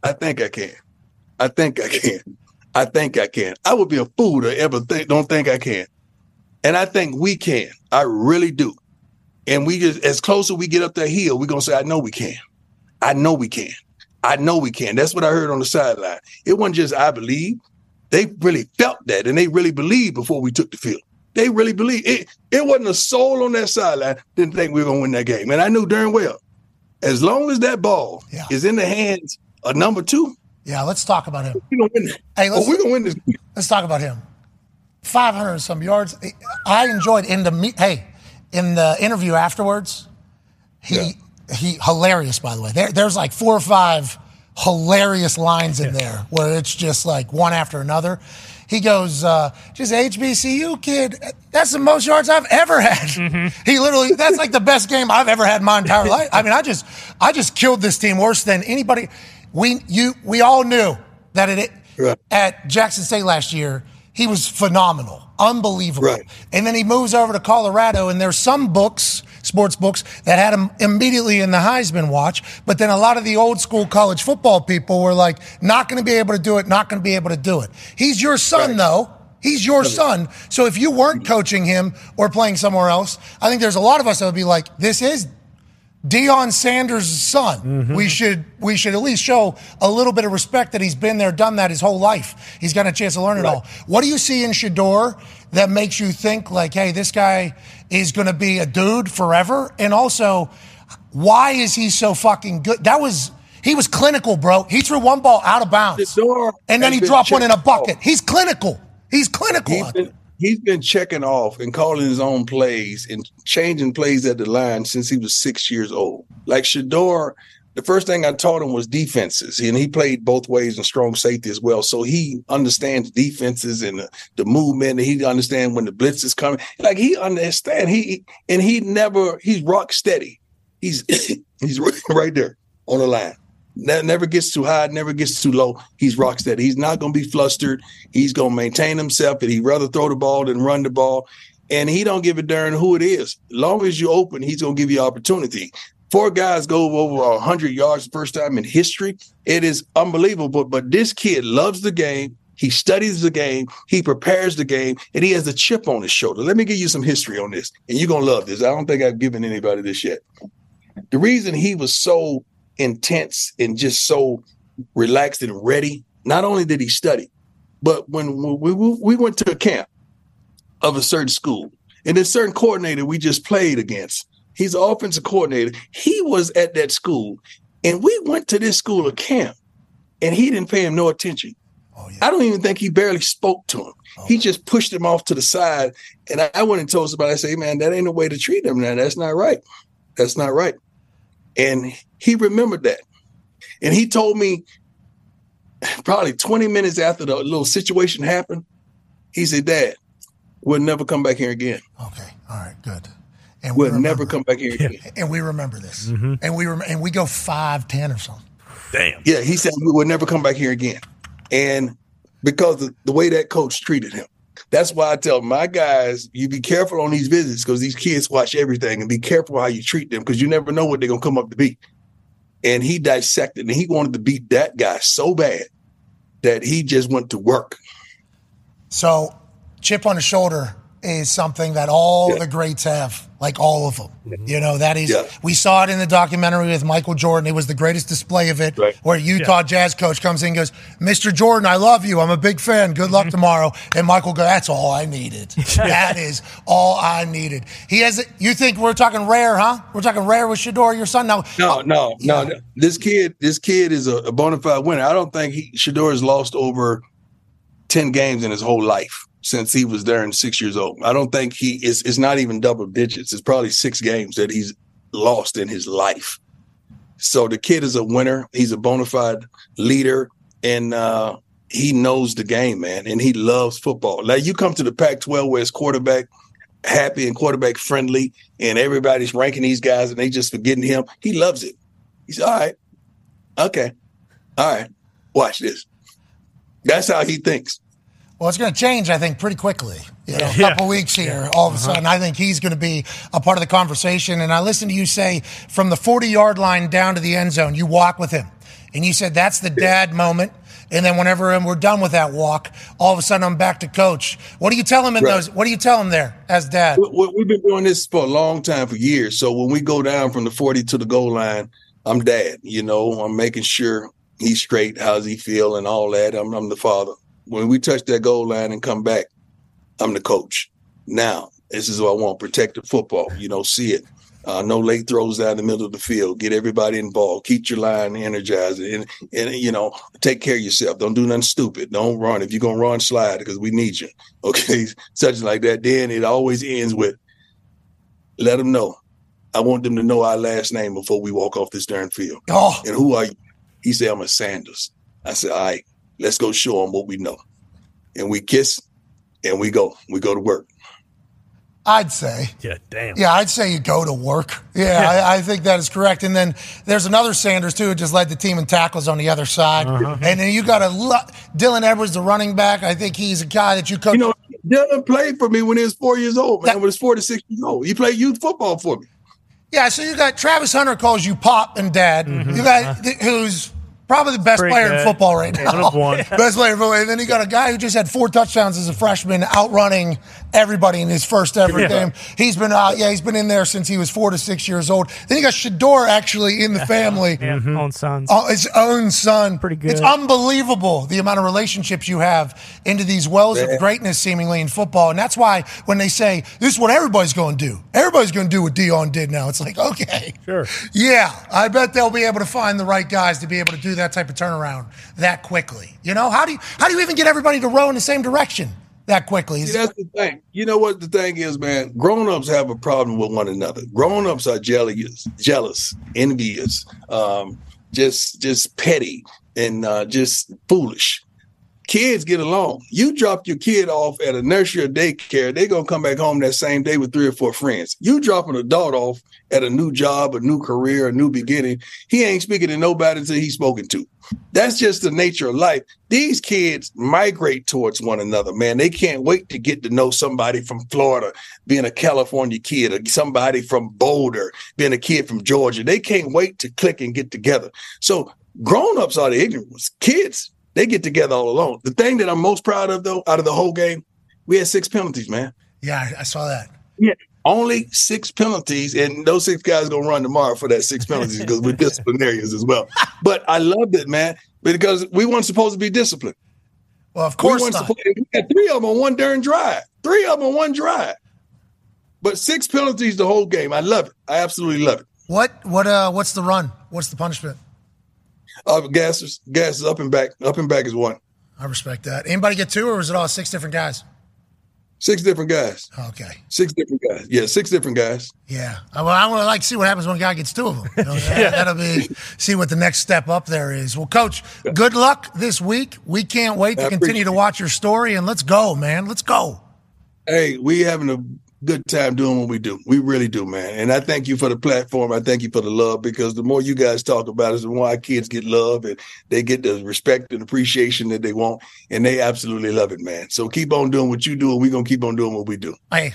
Speaker 8: I think I can. I think I can. I think I can. I would be a fool to ever think don't think I can. And I think we can. I really do. And we just as closer we get up that hill, we're gonna say, I know we can. I know we can. I know we can. That's what I heard on the sideline. It wasn't just I believe. They really felt that and they really believed before we took the field. They really believed it. It wasn't a soul on that sideline didn't think we were gonna win that game. And I knew darn well, as long as that ball
Speaker 1: Yeah.
Speaker 8: is in the hands of number two,
Speaker 1: yeah. Let's talk about him.
Speaker 8: we're gonna win that.
Speaker 1: Hey,
Speaker 8: oh,
Speaker 1: let's-
Speaker 8: we're gonna win this.
Speaker 1: Let's talk about him. Five hundred and some yards. I enjoyed in the meet. Hey, in the interview afterwards, he he hilarious. By the way, there, there's like four or five hilarious lines in there where it's just like one after another. He goes, uh, just HBCU kid. That's the most yards I've ever had. He literally, that's like the best game I've ever had in my entire life. I mean, I just, I just killed this team worse than anybody. We, you, we all knew that it
Speaker 8: Right.
Speaker 1: at Jackson State last year. He was phenomenal, unbelievable.
Speaker 8: Right.
Speaker 1: And then he moves over to Colorado, and there's some books, sports books, that had him immediately in the Heisman watch. But then a lot of the old school college football people were like, not going to be able to do it, not going to be able to do it. He's your son, though. He's your son. So if you weren't coaching him or playing somewhere else, I think there's a lot of us that would be like, this is Deion Sanders' son.
Speaker 8: Mm-hmm.
Speaker 1: We should we should at least show a little bit of respect that he's been there, done that his whole life. He's got a chance to learn it all. What do you see in Shador that makes you think like, hey, this guy is going to be a dude forever? And also, why is he so fucking good? That was he was clinical, bro. He threw one ball out of bounds,
Speaker 8: Shador
Speaker 1: and then
Speaker 8: has
Speaker 1: he
Speaker 8: been
Speaker 1: dropped one in a
Speaker 8: checked
Speaker 1: bucket.
Speaker 8: off.
Speaker 1: He's clinical. He's clinical.
Speaker 8: He's
Speaker 1: out
Speaker 8: been,
Speaker 1: there.
Speaker 8: he's been checking off and calling his own plays and changing plays at the line since he was six years old. Like Shador, the first thing I taught him was defenses, and he played both ways and strong safety as well. So he understands defenses and the, the movement, and he understands when the blitz is coming. Like he understands. He and he never he's rock steady. He's *coughs* he's *laughs* right there on the line. Ne- Never gets too high, never gets too low. He's rock steady. He's not going to be flustered. He's going to maintain himself, and he'd rather throw the ball than run the ball. And he don't give a darn who it is. Long as you open, he's going to give you opportunity. Four guys go over hundred yards the first time in history. It is unbelievable. But this kid loves the game. He studies the game. He prepares the game, and he has a chip on his shoulder. Let me give you some history on this, and you're gonna love this. I don't think I've given anybody this yet the reason he was so intense and just so relaxed and ready, not only did he study, but when we, we, we went to a camp of a certain school, and this certain coordinator we just played against, he's an offensive coordinator. He was at that school, and we went to this school of camp, and he didn't pay him no attention.
Speaker 1: Oh, yeah. Oh.
Speaker 8: I don't even think he barely spoke to him. He just pushed him off to the side. And I, I went and told somebody, I say, man, that ain't a way to treat him. Now that's not right. That's not right. And he remembered that. And he told me probably 20 minutes after the little situation happened, he said, Dad, we'll never come back here again.
Speaker 1: Okay, all right, good. And we
Speaker 8: We'll never
Speaker 1: remember-
Speaker 8: come back here again.
Speaker 1: And we remember this,
Speaker 8: Mm-hmm.
Speaker 1: and we rem- and we go five ten or something.
Speaker 2: Damn.
Speaker 8: Yeah, he said we would never come back here again, and because of the way that coach treated him, that's why I tell my guys, you be careful on these visits because these kids watch everything, and be careful how you treat them because you never know what they're gonna come up to be. And he dissected, and he wanted to beat that guy so bad that he just went to work.
Speaker 1: So, chip on the shoulder is something that all
Speaker 8: Yeah. Mm-hmm.
Speaker 1: the greats have, like all of them. You know, that is,
Speaker 8: Yeah.
Speaker 1: we saw it in the documentary with Michael Jordan. It was the greatest display of it,
Speaker 8: Right.
Speaker 1: where Utah Jazz coach comes in and goes, Mr. Jordan, I love you. I'm a big fan. Good luck tomorrow. And Michael goes, That's all I needed. that is all I needed. He has, you think we're talking rare, huh? We're talking rare with Shador, your son. Now, uh,
Speaker 8: No, no, no. no. This kid, this kid is a, a bona fide winner. I don't think he Shador has lost over ten games in his whole life since he was there and six years old. I don't think he is. It's not even double digits. It's probably six games that he's lost in his life. So the kid is a winner. He's a bona fide leader, and uh, he knows the game, man. And he loves football. Now you come to the Pac-12 where it's quarterback happy and quarterback friendly, and everybody's ranking these guys and they just forgetting him. He loves it. He's all right. Okay. All right. Watch this. That's how he thinks.
Speaker 1: Well, it's going to change, I think, pretty quickly. You know, a
Speaker 2: Yeah. Uh-huh.
Speaker 1: couple weeks here, all of a sudden, I think he's going to be a part of the conversation. And I listened to you say from the 40 yard line down to the end zone, you walk with him. And you said that's the dad moment. And then whenever we're done with that walk, all of a sudden I'm back to coach. What do you tell him in
Speaker 8: Right.
Speaker 1: those? What do you tell him there as dad?
Speaker 8: We- we- We've been doing this for a long time, for years. So when we go down from the 40 to the goal line, I'm dad. You know, I'm making sure he's straight. How's he feel and all that. I'm, I'm the father. When we touch that goal line and come back, I'm the coach. Now, this is what I want: protected football. You know, see it. Uh, no late throws down the middle of the field. Get everybody involved. Keep your line energized, and and you know, take care of yourself. Don't do nothing stupid. Don't run. If you're gonna run, slide because we need you. *laughs* Okay, such like that. Then it always ends with, let them know. I want them to know our last name before we walk off this darn field.
Speaker 1: Oh,
Speaker 8: And who are you? He said, I'm a Sanders. I said, all right, let's go show them what we know. And we kiss and we go. We go to work.
Speaker 1: I'd say.
Speaker 2: Yeah, damn.
Speaker 1: Yeah, I'd say you go to work. Yeah, I, I think that is correct. And then there's another Sanders too, who just led the team in tackles on the other side. And then you got a lo- Dylan Edwards, the running back. I think he's a guy that you coach.
Speaker 8: You know, Dylan played for me when he was four years old, man.
Speaker 1: That-
Speaker 8: when he was four to six years old. He played youth football for me.
Speaker 1: yeah, so you got Travis Hunter calls you pop and dad. You got th- who's probably the best
Speaker 4: Mm-hmm. Pretty
Speaker 1: player
Speaker 4: good.
Speaker 1: in football right
Speaker 2: One
Speaker 1: now.
Speaker 2: of one.
Speaker 1: *laughs* Best player in football. And then you got a guy who just had four touchdowns as a freshman, outrunning everybody in his first ever
Speaker 2: Yeah.
Speaker 1: game. He's been out. Yeah, he's been in there since he was four to six years old. Then you got Shador actually in the family.
Speaker 4: *laughs* Yeah, own sons.
Speaker 1: Oh, his own son.
Speaker 4: Pretty good.
Speaker 1: It's unbelievable the amount of relationships you have into these wells
Speaker 8: Yeah.
Speaker 1: of greatness, seemingly in football, and that's why when they say this is what everybody's going to do, everybody's going to do what Dion did. Now it's like, okay,
Speaker 2: Sure.
Speaker 1: yeah, I bet they'll be able to find the right guys to be able to do that type of turnaround that quickly. You know, how do you how do you even get everybody to row in the same direction that quickly?
Speaker 8: See, that's the thing. You know what the thing is, man? Grown ups have a problem with one another. Grown ups are jealous, jealous, envious, um, just just petty and uh, just foolish. Kids get along. You drop your kid off at a nursery or daycare, they're gonna come back home that same day with three or four friends. You dropping a dog off at a new job, a new career, a new beginning, he ain't speaking to nobody until he's spoken to. That's just the nature of life. These kids migrate towards one another, man. They can't wait to get to know somebody from Florida, being a California kid, or somebody from Boulder, being a kid from Georgia. They can't wait to click and get together. So grown-ups are the ignorant ones. Kids, they get together all alone. The thing that I'm most proud of, though, out of the whole game, we had six penalties, man.
Speaker 1: yeah, I, I saw that.
Speaker 8: Only six penalties, and those six guys gonna run tomorrow for that six penalties because we're disciplinarians as well. But I loved it, man, because we weren't supposed to be disciplined.
Speaker 1: Well, of course
Speaker 8: we
Speaker 1: not.
Speaker 8: weren't supposed- we had three of them on one darn drive. Three of them on one drive. But six penalties the whole game. I love it. I absolutely love it.
Speaker 1: What what uh what's the run? What's the punishment?
Speaker 8: Uh, gases, gases up and back. Up and back is one.
Speaker 1: I respect that. Anybody get two, or was it all six different guys?
Speaker 8: Six different guys.
Speaker 1: Okay.
Speaker 8: Six different guys. Yeah, six different guys.
Speaker 1: Yeah. I- Well, I would like to see what happens when a guy gets two of them. You know, That'll be see what the next step up there is. Well, coach, good luck this week. We can't wait to
Speaker 8: I
Speaker 1: continue to
Speaker 8: appreciate
Speaker 1: watch your story and let's go, man. Let's go.
Speaker 8: Hey, we having a good time doing what we do. We really do, man. And I thank you for the platform. I thank you for the love because the more you guys talk about us, the more our kids get love and they get the respect and appreciation that they want. And they absolutely love it, man. So keep on doing what you do, and we're gonna keep on doing what we do.
Speaker 1: Hey,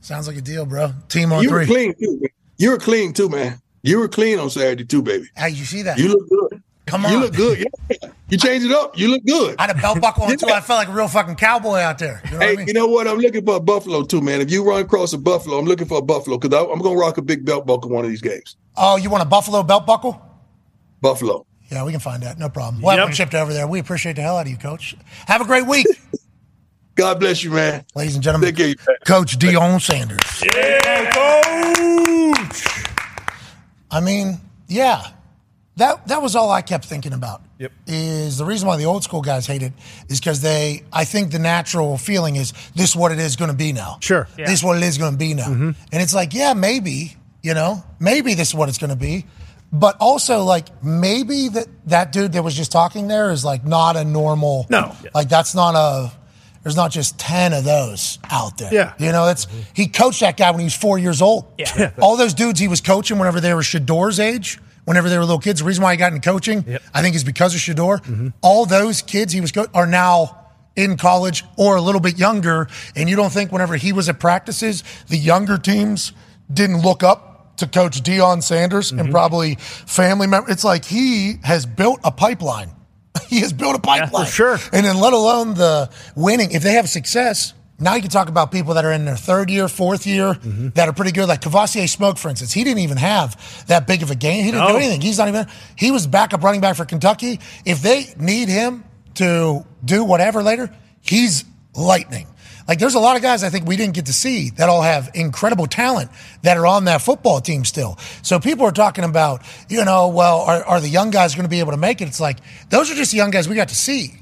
Speaker 1: sounds like a deal, bro. Team on
Speaker 8: you were
Speaker 1: three.
Speaker 8: clean too. Man. You were clean too, man. You were clean on Saturday too, baby.
Speaker 1: Hey, you see that?
Speaker 8: You look good.
Speaker 1: Come
Speaker 8: You
Speaker 1: on.
Speaker 8: look good. Yeah. You changed it up. You look good.
Speaker 1: I had a belt buckle on too.
Speaker 8: Yeah.
Speaker 1: I felt like a real fucking cowboy out there. You know
Speaker 8: Hey,
Speaker 1: what I
Speaker 8: you
Speaker 1: mean?
Speaker 8: know what? I'm looking for a buffalo too, man. If you run across a buffalo, I'm looking for a buffalo because I'm gonna rock a big belt buckle one of these games.
Speaker 1: Oh, you want a Buffalo belt buckle?
Speaker 8: Buffalo.
Speaker 1: Yeah, we can find that. No problem. We'll have
Speaker 2: Yep.
Speaker 1: one shipped over there. We appreciate the hell out of you, coach. Have a great week,
Speaker 8: *laughs* God bless you, man.
Speaker 1: ladies and gentlemen.
Speaker 8: Take care, you man.
Speaker 1: Coach Dion Sanders.
Speaker 2: Yeah, coach.
Speaker 1: I mean, yeah. That that was all I kept thinking about.
Speaker 5: Yep.
Speaker 1: Is the reason why the old school guys hate it is because they I think the natural feeling is this what it is gonna be now.
Speaker 2: Sure.
Speaker 1: This This what it is gonna be now. And it's like, yeah, maybe, you know, maybe this is what it's gonna be. But also like maybe that that dude that was just talking there is like not a normal
Speaker 2: No.
Speaker 1: Like that's not a There's not just 10 of those out there.
Speaker 2: Yeah.
Speaker 1: You know, that's he coached that guy when he was four years old. Yeah. All those dudes he was coaching whenever they were Shador's age, whenever they were little kids. The reason why he got into coaching, I think, is because of Shador. All those kids he was co- are now in college or a little bit younger. And you don't think whenever he was at practices, the younger teams didn't look up to coach Dion Sanders
Speaker 2: Mm-hmm.
Speaker 1: and probably family members. It's like he has built a pipeline. *laughs* he has built a pipeline.
Speaker 2: sure.
Speaker 1: And then let alone the winning, if they have success, now you can talk about people that are in their third year, fourth year,
Speaker 2: Mm-hmm.
Speaker 1: that are pretty good. Like Cavassier Smoke, for instance, he didn't even have that big of a game. He didn't do
Speaker 2: No.
Speaker 1: anything. He's not even. He was backup running back for Kentucky. If they need him to do whatever later, he's lightning. Like there's a lot of guys I think we didn't get to see that all have incredible talent that are on that football team still. So people are talking about, you know, well, are, are the young guys going to be able to make it? It's like those are just the young guys we got to see.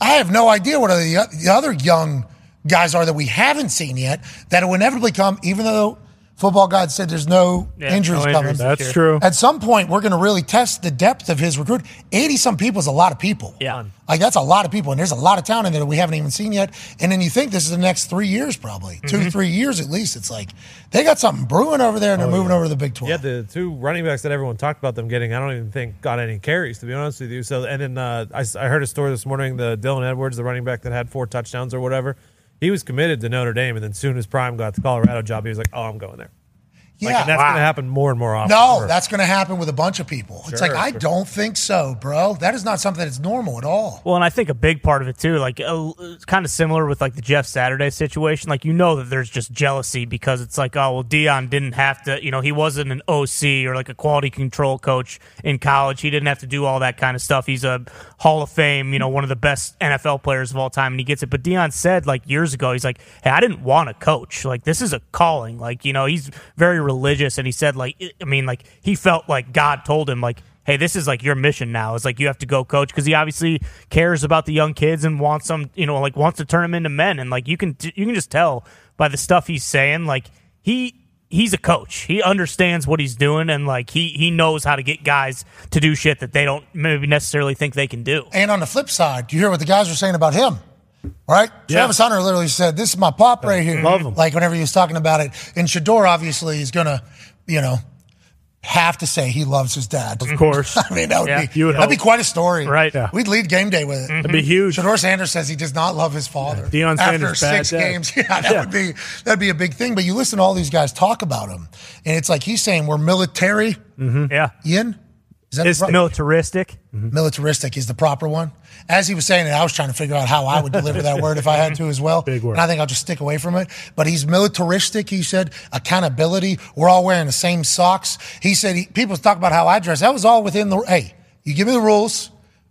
Speaker 1: I have no idea what are the, the other young guys are that we haven't seen yet that will inevitably come, even though football God said there's no
Speaker 4: Yeah,
Speaker 1: injuries
Speaker 4: no injuries
Speaker 1: coming.
Speaker 4: this
Speaker 2: That's
Speaker 4: year.
Speaker 2: true.
Speaker 1: At some point, we're going to really test the depth of his recruit. 80 some people is a lot of people.
Speaker 4: Yeah.
Speaker 1: Like, that's a lot of people. And there's a lot of talent in there that we haven't even seen yet. And then you think this is the next three years, probably
Speaker 4: Mm-hmm.
Speaker 1: two, three years at least. It's like they got something brewing over there
Speaker 2: Oh,
Speaker 1: and they're moving over to the Big 12.
Speaker 5: Yeah, the two running backs that everyone talked about them getting, I don't even think got any carries to be honest with you. So, and then uh, I, s- I heard a story this morning. The Dylan Edwards, the running back that had four touchdowns or whatever, he was committed to Notre Dame, and then soon as Prime got the Colorado job, he was like, "Oh, I'm going there." Like,
Speaker 1: Yeah.
Speaker 5: and that's going to happen more and more often.
Speaker 1: No,
Speaker 5: Sure.
Speaker 1: that's going to happen with a bunch of people. It's like,
Speaker 5: Sure.
Speaker 1: I don't think so, bro. That is not something that's normal at all.
Speaker 4: Well, and I think a big part of it too, like uh, it's kind of similar with like the Jeff Saturday situation. Like you know that there's just jealousy because it's like, oh well, Dion didn't have to, you know, he wasn't an OC or like a quality control coach in college. He didn't have to do all that kind of stuff. He's a Hall of Fame, you know, one of the best NFL players of all time, and he gets it. But Dion said like years ago, he's like, hey, I didn't want to coach. Like this is a calling. Like you know, he's very religious, and he said like, it- I mean, like he felt like God told him like hey, this is like your mission now. It's like you have to go coach because he obviously cares about the young kids and wants them, you know, like wants to turn them into men. And like you can, you can just tell by the stuff he's saying. Like he, he's a coach. He understands what he's doing, and like he, he knows how to get guys to do shit that they don't maybe necessarily think they can do.
Speaker 1: And on the flip side, you hear what the guys were saying about him, right? Travis Hunter literally said, "This is my pop right here." Love him. Like whenever he was talking about it, and Shador obviously is gonna, you know, have to say he loves his dad.
Speaker 2: Of course.
Speaker 1: *laughs* I mean, that would
Speaker 4: Yeah.
Speaker 1: be
Speaker 2: You would
Speaker 1: that'd be
Speaker 2: hope.
Speaker 1: quite a story,
Speaker 4: Right. Yeah.
Speaker 1: We'd lead game day with it. Mm-hmm.
Speaker 2: It'd be huge.
Speaker 1: Shador Sanders says he does not love his father.
Speaker 2: Deion
Speaker 1: After
Speaker 2: Sanders,
Speaker 1: six
Speaker 2: bad dad.
Speaker 1: games, *laughs* yeah, that would be that'd be a big thing. But you listen to all these guys talk about him, and it's like he's saying we're military.
Speaker 4: Yeah,
Speaker 1: Ian, is that the
Speaker 2: Mm-hmm. It's Mm-hmm.
Speaker 1: pro-
Speaker 4: militaristic.
Speaker 1: militaristic is the proper one. As he was saying it, I was trying to figure out how I would deliver that word if I had to as well. Big
Speaker 2: word.
Speaker 1: And I think I'll just stick away from it. But he's militaristic. He said accountability. We're all wearing the same socks. He said he, people talk about how I dress. That was all within the. Hey, you give me the rules.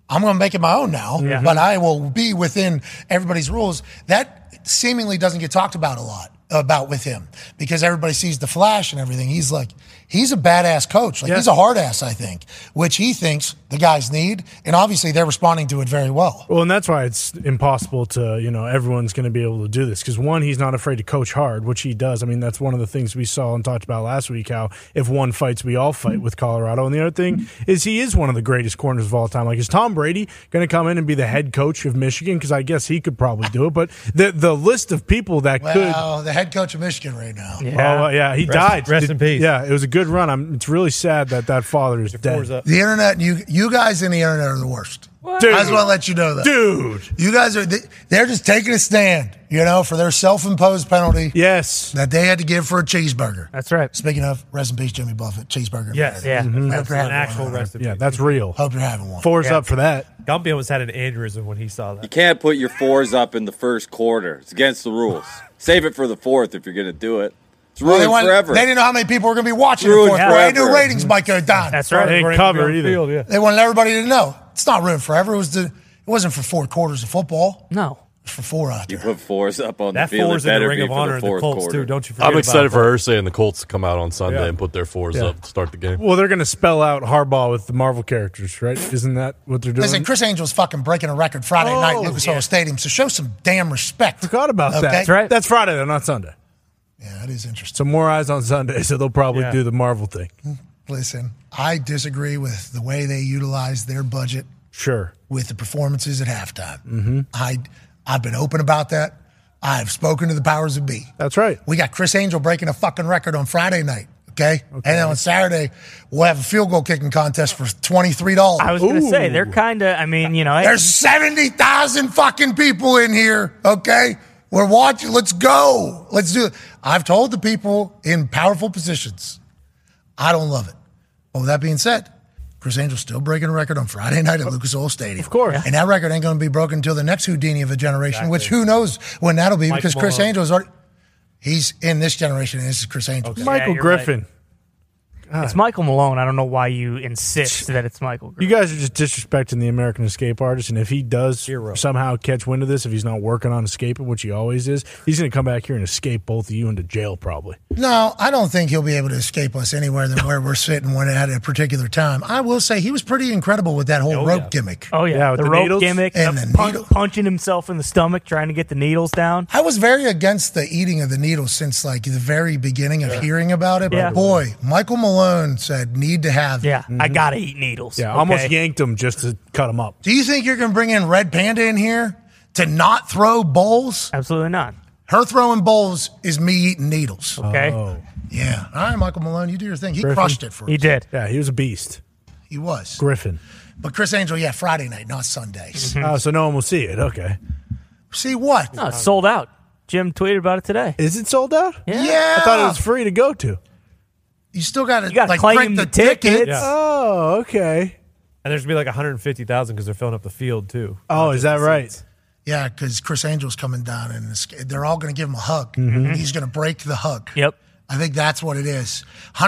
Speaker 1: I'm going to make it my own now, but I will be within everybody's rules. That seemingly doesn't get talked about a lot about with him because everybody sees the flash and everything. He's like, he's a badass coach. Like he's a hard ass, I think, which he thinks the guys need. And obviously they're responding to it very well.
Speaker 2: Well, and that's why it's impossible to, you know, everyone's going to be able to do this because one, he's not afraid to coach hard, which he does. I mean, that's one of the things we saw and talked about last week how if one fights, we all fight with Colorado. And the other thing is he is one of the greatest corners of all time. Like, is Tom Brady going to come in and be the head coach of Michigan? Because I guess he could probably do it. But the, the list of people that could.
Speaker 1: Well, the head coach of Michigan right now.
Speaker 2: Oh, uh, yeah, he
Speaker 5: Rest-
Speaker 2: died.
Speaker 5: rest in peace.
Speaker 2: Yeah, it was a good run. I'm, it's really sad that that father is dead.
Speaker 5: Doors up.
Speaker 1: The internet, you you guys in the internet are the worst.
Speaker 2: Dude.
Speaker 1: I just want to let you know that.
Speaker 2: Dude.
Speaker 1: You guys are, they- they're just taking a stand, you know, for their self imposed penalty
Speaker 2: Yes.
Speaker 1: that they had to give for a cheeseburger.
Speaker 4: That's right.
Speaker 1: Speaking of, rest in peace, Jimmy Buffett, cheeseburger.
Speaker 5: Yes.
Speaker 4: Yeah. Mhm.
Speaker 1: Hope you're
Speaker 5: an
Speaker 1: having
Speaker 5: actual
Speaker 1: one.
Speaker 5: recipe.
Speaker 2: Yeah, that's real.
Speaker 1: Hope you're having one.
Speaker 2: Four's up for that.
Speaker 5: Gumpy almost had an aneurysm when he saw that.
Speaker 9: Can't put your fours up in the first quarter. It's against the rules. Save it for the fourth if you're going to do it. It's
Speaker 1: Well,
Speaker 9: ruined
Speaker 1: they, wanted-
Speaker 9: forever.
Speaker 1: they didn't know how many people were going to be watching
Speaker 9: Ruined
Speaker 1: the fourth quarter. They knew
Speaker 9: forever.
Speaker 1: ratings might go down.
Speaker 4: That's right.
Speaker 2: They didn't cover either.
Speaker 5: Field, yeah.
Speaker 1: They wanted everybody to know. It's not ruined forever. It was the, it wasn't for four quarters of football. It
Speaker 4: No.
Speaker 1: was for four uh, out
Speaker 9: you
Speaker 1: there.
Speaker 9: put fours up on
Speaker 5: That
Speaker 9: the field.
Speaker 5: four's
Speaker 9: it
Speaker 5: in the
Speaker 9: better
Speaker 5: Ring
Speaker 9: be
Speaker 5: of
Speaker 9: for
Speaker 5: Honor
Speaker 9: the
Speaker 5: and the
Speaker 9: fourth
Speaker 5: Colts
Speaker 9: quarter.
Speaker 5: too. Don't you? Forget
Speaker 7: I'm excited
Speaker 5: about
Speaker 7: for
Speaker 5: that.
Speaker 7: her saying the Colts to come out on Sunday
Speaker 5: Yeah.
Speaker 7: and put their fours
Speaker 5: Yeah.
Speaker 7: up to start the game.
Speaker 2: Well, they're going to spell out Harbaugh with the Marvel characters, right? Isn't that what they're doing?
Speaker 1: Listen, Chris Angel's fucking breaking a record Friday night
Speaker 2: Oh,
Speaker 1: at Lucas Oil Stadium, so show some damn respect.
Speaker 2: Forgot about that.
Speaker 1: That's
Speaker 4: right.
Speaker 2: That's Friday, though, not Sunday.
Speaker 1: Yeah, that is interesting.
Speaker 2: So more eyes on Sunday, *laughs* so they'll probably
Speaker 5: Yeah.
Speaker 2: do the Marvel thing.
Speaker 1: Listen, I disagree with the way they utilize their budget
Speaker 2: Sure. Mm-hmm.
Speaker 1: with the performances at halftime. I I've been open about that. I've spoken to the powers that be.
Speaker 2: That's right.
Speaker 1: We got Chris Angel breaking a fucking record on Friday night. Okay. And then on Saturday, we'll have a field goal kicking contest for $23.
Speaker 4: I was going to say, they're kind of, I mean, you know, hey,
Speaker 1: oh, There's 70,000 fucking people in here, okay? We're watching. Let's go. Let's do it. I've told the people in powerful positions, I don't love it. But with that being said, Chris Angel's still breaking a record on Friday night at Lucas Oil Stadium. Of
Speaker 2: course.
Speaker 1: And that record ain't going to be broken until the next Houdini of a generation, which who knows when that'll be
Speaker 5: Mike
Speaker 1: because Chris
Speaker 5: Malone.
Speaker 1: Angel is already. He's in this generation, and this is Chris Angel.
Speaker 2: Michael
Speaker 4: you're right.
Speaker 2: Griffin.
Speaker 4: it's Michael Malone. I don't know why you insist that it's Michael Griffin.
Speaker 2: You guys are just disrespecting the American escape artist, and if he does somehow catch wind of this, if he's not working on escaping, which he always is, he's going to come back here and escape both of you into jail, probably.
Speaker 1: No, I don't think he'll be able to escape us anywhere than where we're sitting when at a particular time. I will say he was pretty incredible with that whole rope gimmick.
Speaker 4: Oh yeah,
Speaker 2: Yeah, with
Speaker 4: the,
Speaker 2: the
Speaker 4: rope
Speaker 2: needles
Speaker 4: gimmick,
Speaker 1: and
Speaker 4: the
Speaker 1: the
Speaker 4: pun-
Speaker 1: needle.
Speaker 4: punching himself in the stomach, trying to get the needles down.
Speaker 1: I was very against the eating of the needle since like the very beginning of hearing about it. But
Speaker 4: Yeah.
Speaker 1: boy, Michael Malone said need to have. it." Mm-hmm.
Speaker 4: Yeah, I gotta eat needles.
Speaker 2: Mm-hmm. Yeah, almost
Speaker 4: okay?
Speaker 2: yanked him just to cut him up.
Speaker 1: Do you think you're gonna bring in Red Panda in here to not throw bowls?
Speaker 4: Absolutely not.
Speaker 1: Her throwing bowls is me eating needles.
Speaker 4: Okay,
Speaker 2: Oh.
Speaker 1: Yeah. All right, Michael Malone, you do your thing. He crushed it for
Speaker 4: he
Speaker 1: us.
Speaker 4: did.
Speaker 2: Yeah, he was a beast.
Speaker 1: He was.
Speaker 2: Griffin.
Speaker 1: But Chris Angel, yeah, Friday night, not Sundays.
Speaker 2: Oh, so no one will see it. Okay.
Speaker 1: See what?
Speaker 4: Mm-hmm. No, it's sold out. Jim tweeted about it today.
Speaker 2: Is it sold out?
Speaker 4: Yeah.
Speaker 1: Yeah.
Speaker 2: I thought it was free to go to.
Speaker 1: You still got to
Speaker 4: gotta
Speaker 1: like
Speaker 4: claim
Speaker 1: print
Speaker 4: the
Speaker 1: the, tickets.
Speaker 4: tickets.
Speaker 5: Yeah.
Speaker 2: Oh, okay.
Speaker 5: And there's gonna be like 150,000 because they're filling up the field too.
Speaker 2: Oh, is that right?
Speaker 1: Yeah, because Chris Angel's coming down and it's, they're all going to give him a hug.
Speaker 2: Mm-hmm.
Speaker 1: He's going to break the hug.
Speaker 4: Yep.
Speaker 1: I think that's what it is.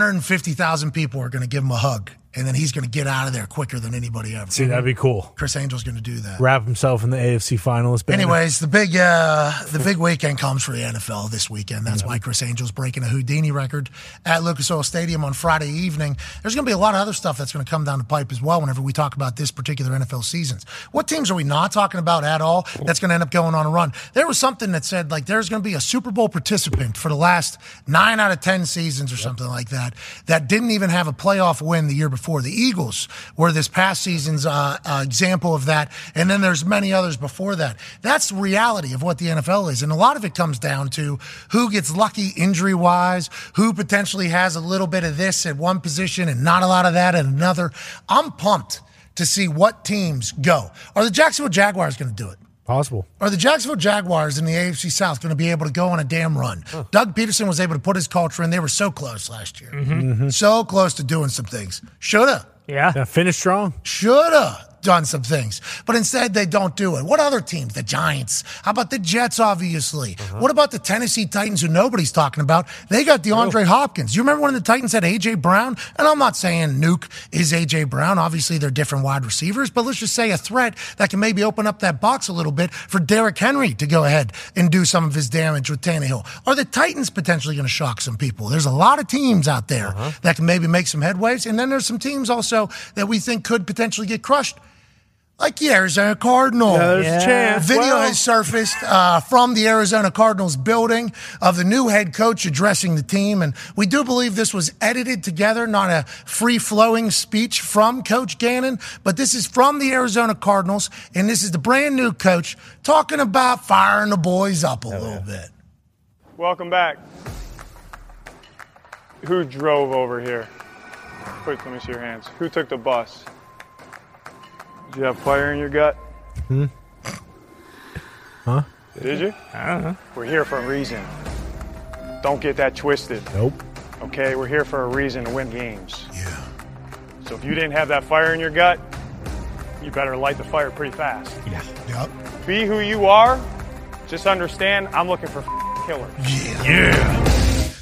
Speaker 1: 150,000 people are going to give him a hug, and then he's going to get out of there quicker than anybody ever.
Speaker 2: See, that'd be cool.
Speaker 1: Chris Angel's going to do that.
Speaker 2: Wrap himself in the AFC finalist. banner.
Speaker 1: Anyways, the big uh, the big weekend comes for the NFL this weekend. That's why Chris Angel's breaking a Houdini record at Lucas Oil Stadium on Friday evening. There's going to be a lot of other stuff that's going to come down the pipe as well. Whenever we talk about this particular NFL seasons, what teams are we not talking about at all? That's going to end up going on a run. There was something that said like there's going to be a Super Bowl participant for the last nine out of ten seasons or something like that that didn't even have a playoff win the year before. The Eagles were this past season's uh, uh, example of that, and then there's many others before that. That's the reality of what the NFL is, and a lot of it comes down to who gets lucky injury wise, who potentially has a little bit of this at one position and not a lot of that at another. I'm pumped to see what teams go. Are the Jacksonville Jaguars going to do it?
Speaker 2: Possible.
Speaker 1: Are the Jacksonville Jaguars in the AFC South going to be able to go on a damn run? Doug Peterson was able to put his culture in. They were so close last year. So close to doing some things. Shoulda,
Speaker 4: Yeah.
Speaker 2: Yeah, finish strong.
Speaker 1: shoulda done some things. But instead, they don't do it. What other teams? The Giants. How about the Jets, obviously? What about the Tennessee Titans, who nobody's talking about? They got DeAndre Hopkins. You remember when the Titans had A.J. Brown? And I'm not saying Nuke is A.J. Brown. Obviously, they're different wide receivers, but let's just say a threat that can maybe open up that box a little bit for Derrick Henry to go ahead and do some of his damage with Tannehill. Are the Titans potentially going to shock some people? There's a lot of teams out there that can maybe make some headways. And then there's some teams also that we think could potentially get crushed. Like the Arizona Cardinals.
Speaker 2: there's a chance.
Speaker 1: Video
Speaker 2: Well-
Speaker 1: has surfaced uh, from the Arizona Cardinals building of the new head coach addressing the team. And we do believe this was edited together, not a free flowing speech from Coach Gannon, but this is from the Arizona Cardinals. And this is the brand new coach talking about firing the boys up a little bit.
Speaker 10: Welcome back. Who drove over here? Quick, let me see your hands. Who took the bus? Did you have fire in your gut? Hmm. Huh? Did you? I don't know. We're here for a reason. Don't get that twisted.
Speaker 2: Nope.
Speaker 10: Okay, we're here for a reason to win games.
Speaker 1: Yeah.
Speaker 10: So if you didn't have that fire in your gut, you better light the fire pretty fast.
Speaker 1: Yep.
Speaker 10: Be who you are. Just understand, I'm looking for killers.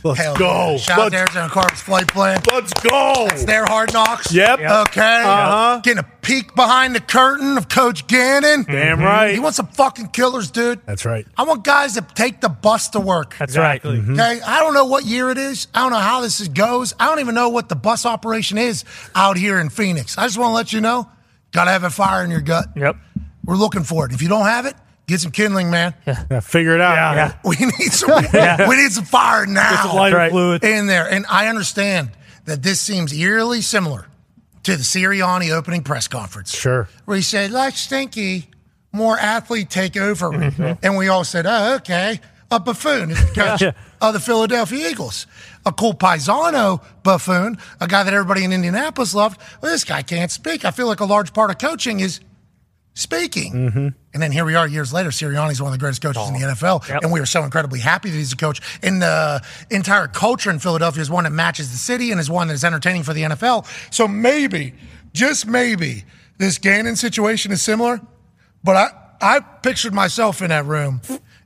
Speaker 2: Let's
Speaker 1: Hell
Speaker 2: go.
Speaker 1: yeah. Shout out
Speaker 2: Let's,
Speaker 1: to Arizona Cardinals flight plan.
Speaker 2: let's go.
Speaker 1: Their hard knocks.
Speaker 2: Yep.
Speaker 1: Okay.
Speaker 2: Uh-huh.
Speaker 1: Getting a peek behind the curtain of Coach Gannon.
Speaker 2: Damn right.
Speaker 1: He wants some fucking killers, dude.
Speaker 2: That's right.
Speaker 1: I want guys that take the bus to work.
Speaker 4: That's right.
Speaker 1: Okay, I don't know what year it is. I don't know how this is- goes. I don't even know what the bus operation is out here in Phoenix. I just want to let you know, gotta have a fire in your gut.
Speaker 4: Yep.
Speaker 1: We're looking for it. If you don't have it, get some kindling, man.
Speaker 2: Yeah, figure it out.
Speaker 4: Yeah.
Speaker 1: *laughs* We need some.
Speaker 5: *laughs*
Speaker 1: We need some fire now.
Speaker 5: some lighter Right. fluid.
Speaker 1: in there. And I understand that this seems eerily similar to the Sirianni opening press conference,
Speaker 2: Sure.
Speaker 1: where he said, "Like stinky, more athlete take over.
Speaker 5: Mm-hmm.
Speaker 1: And we all said, oh, okay. A buffoon is the
Speaker 5: *laughs*
Speaker 1: coach of the Philadelphia Eagles. A cool Paisano buffoon, a guy that everybody in Indianapolis loved. Well, this guy can't speak. I feel like a large part of coaching is speaking. Mm-hmm. And then here we are years later. Sirianni's one of the greatest coaches in the NFL, and we are so incredibly happy that he's a coach. And the entire culture in Philadelphia is one that matches the city and is one that is entertaining for the NFL. So maybe, just maybe, this Gannon situation is similar. But I, I pictured myself in that room,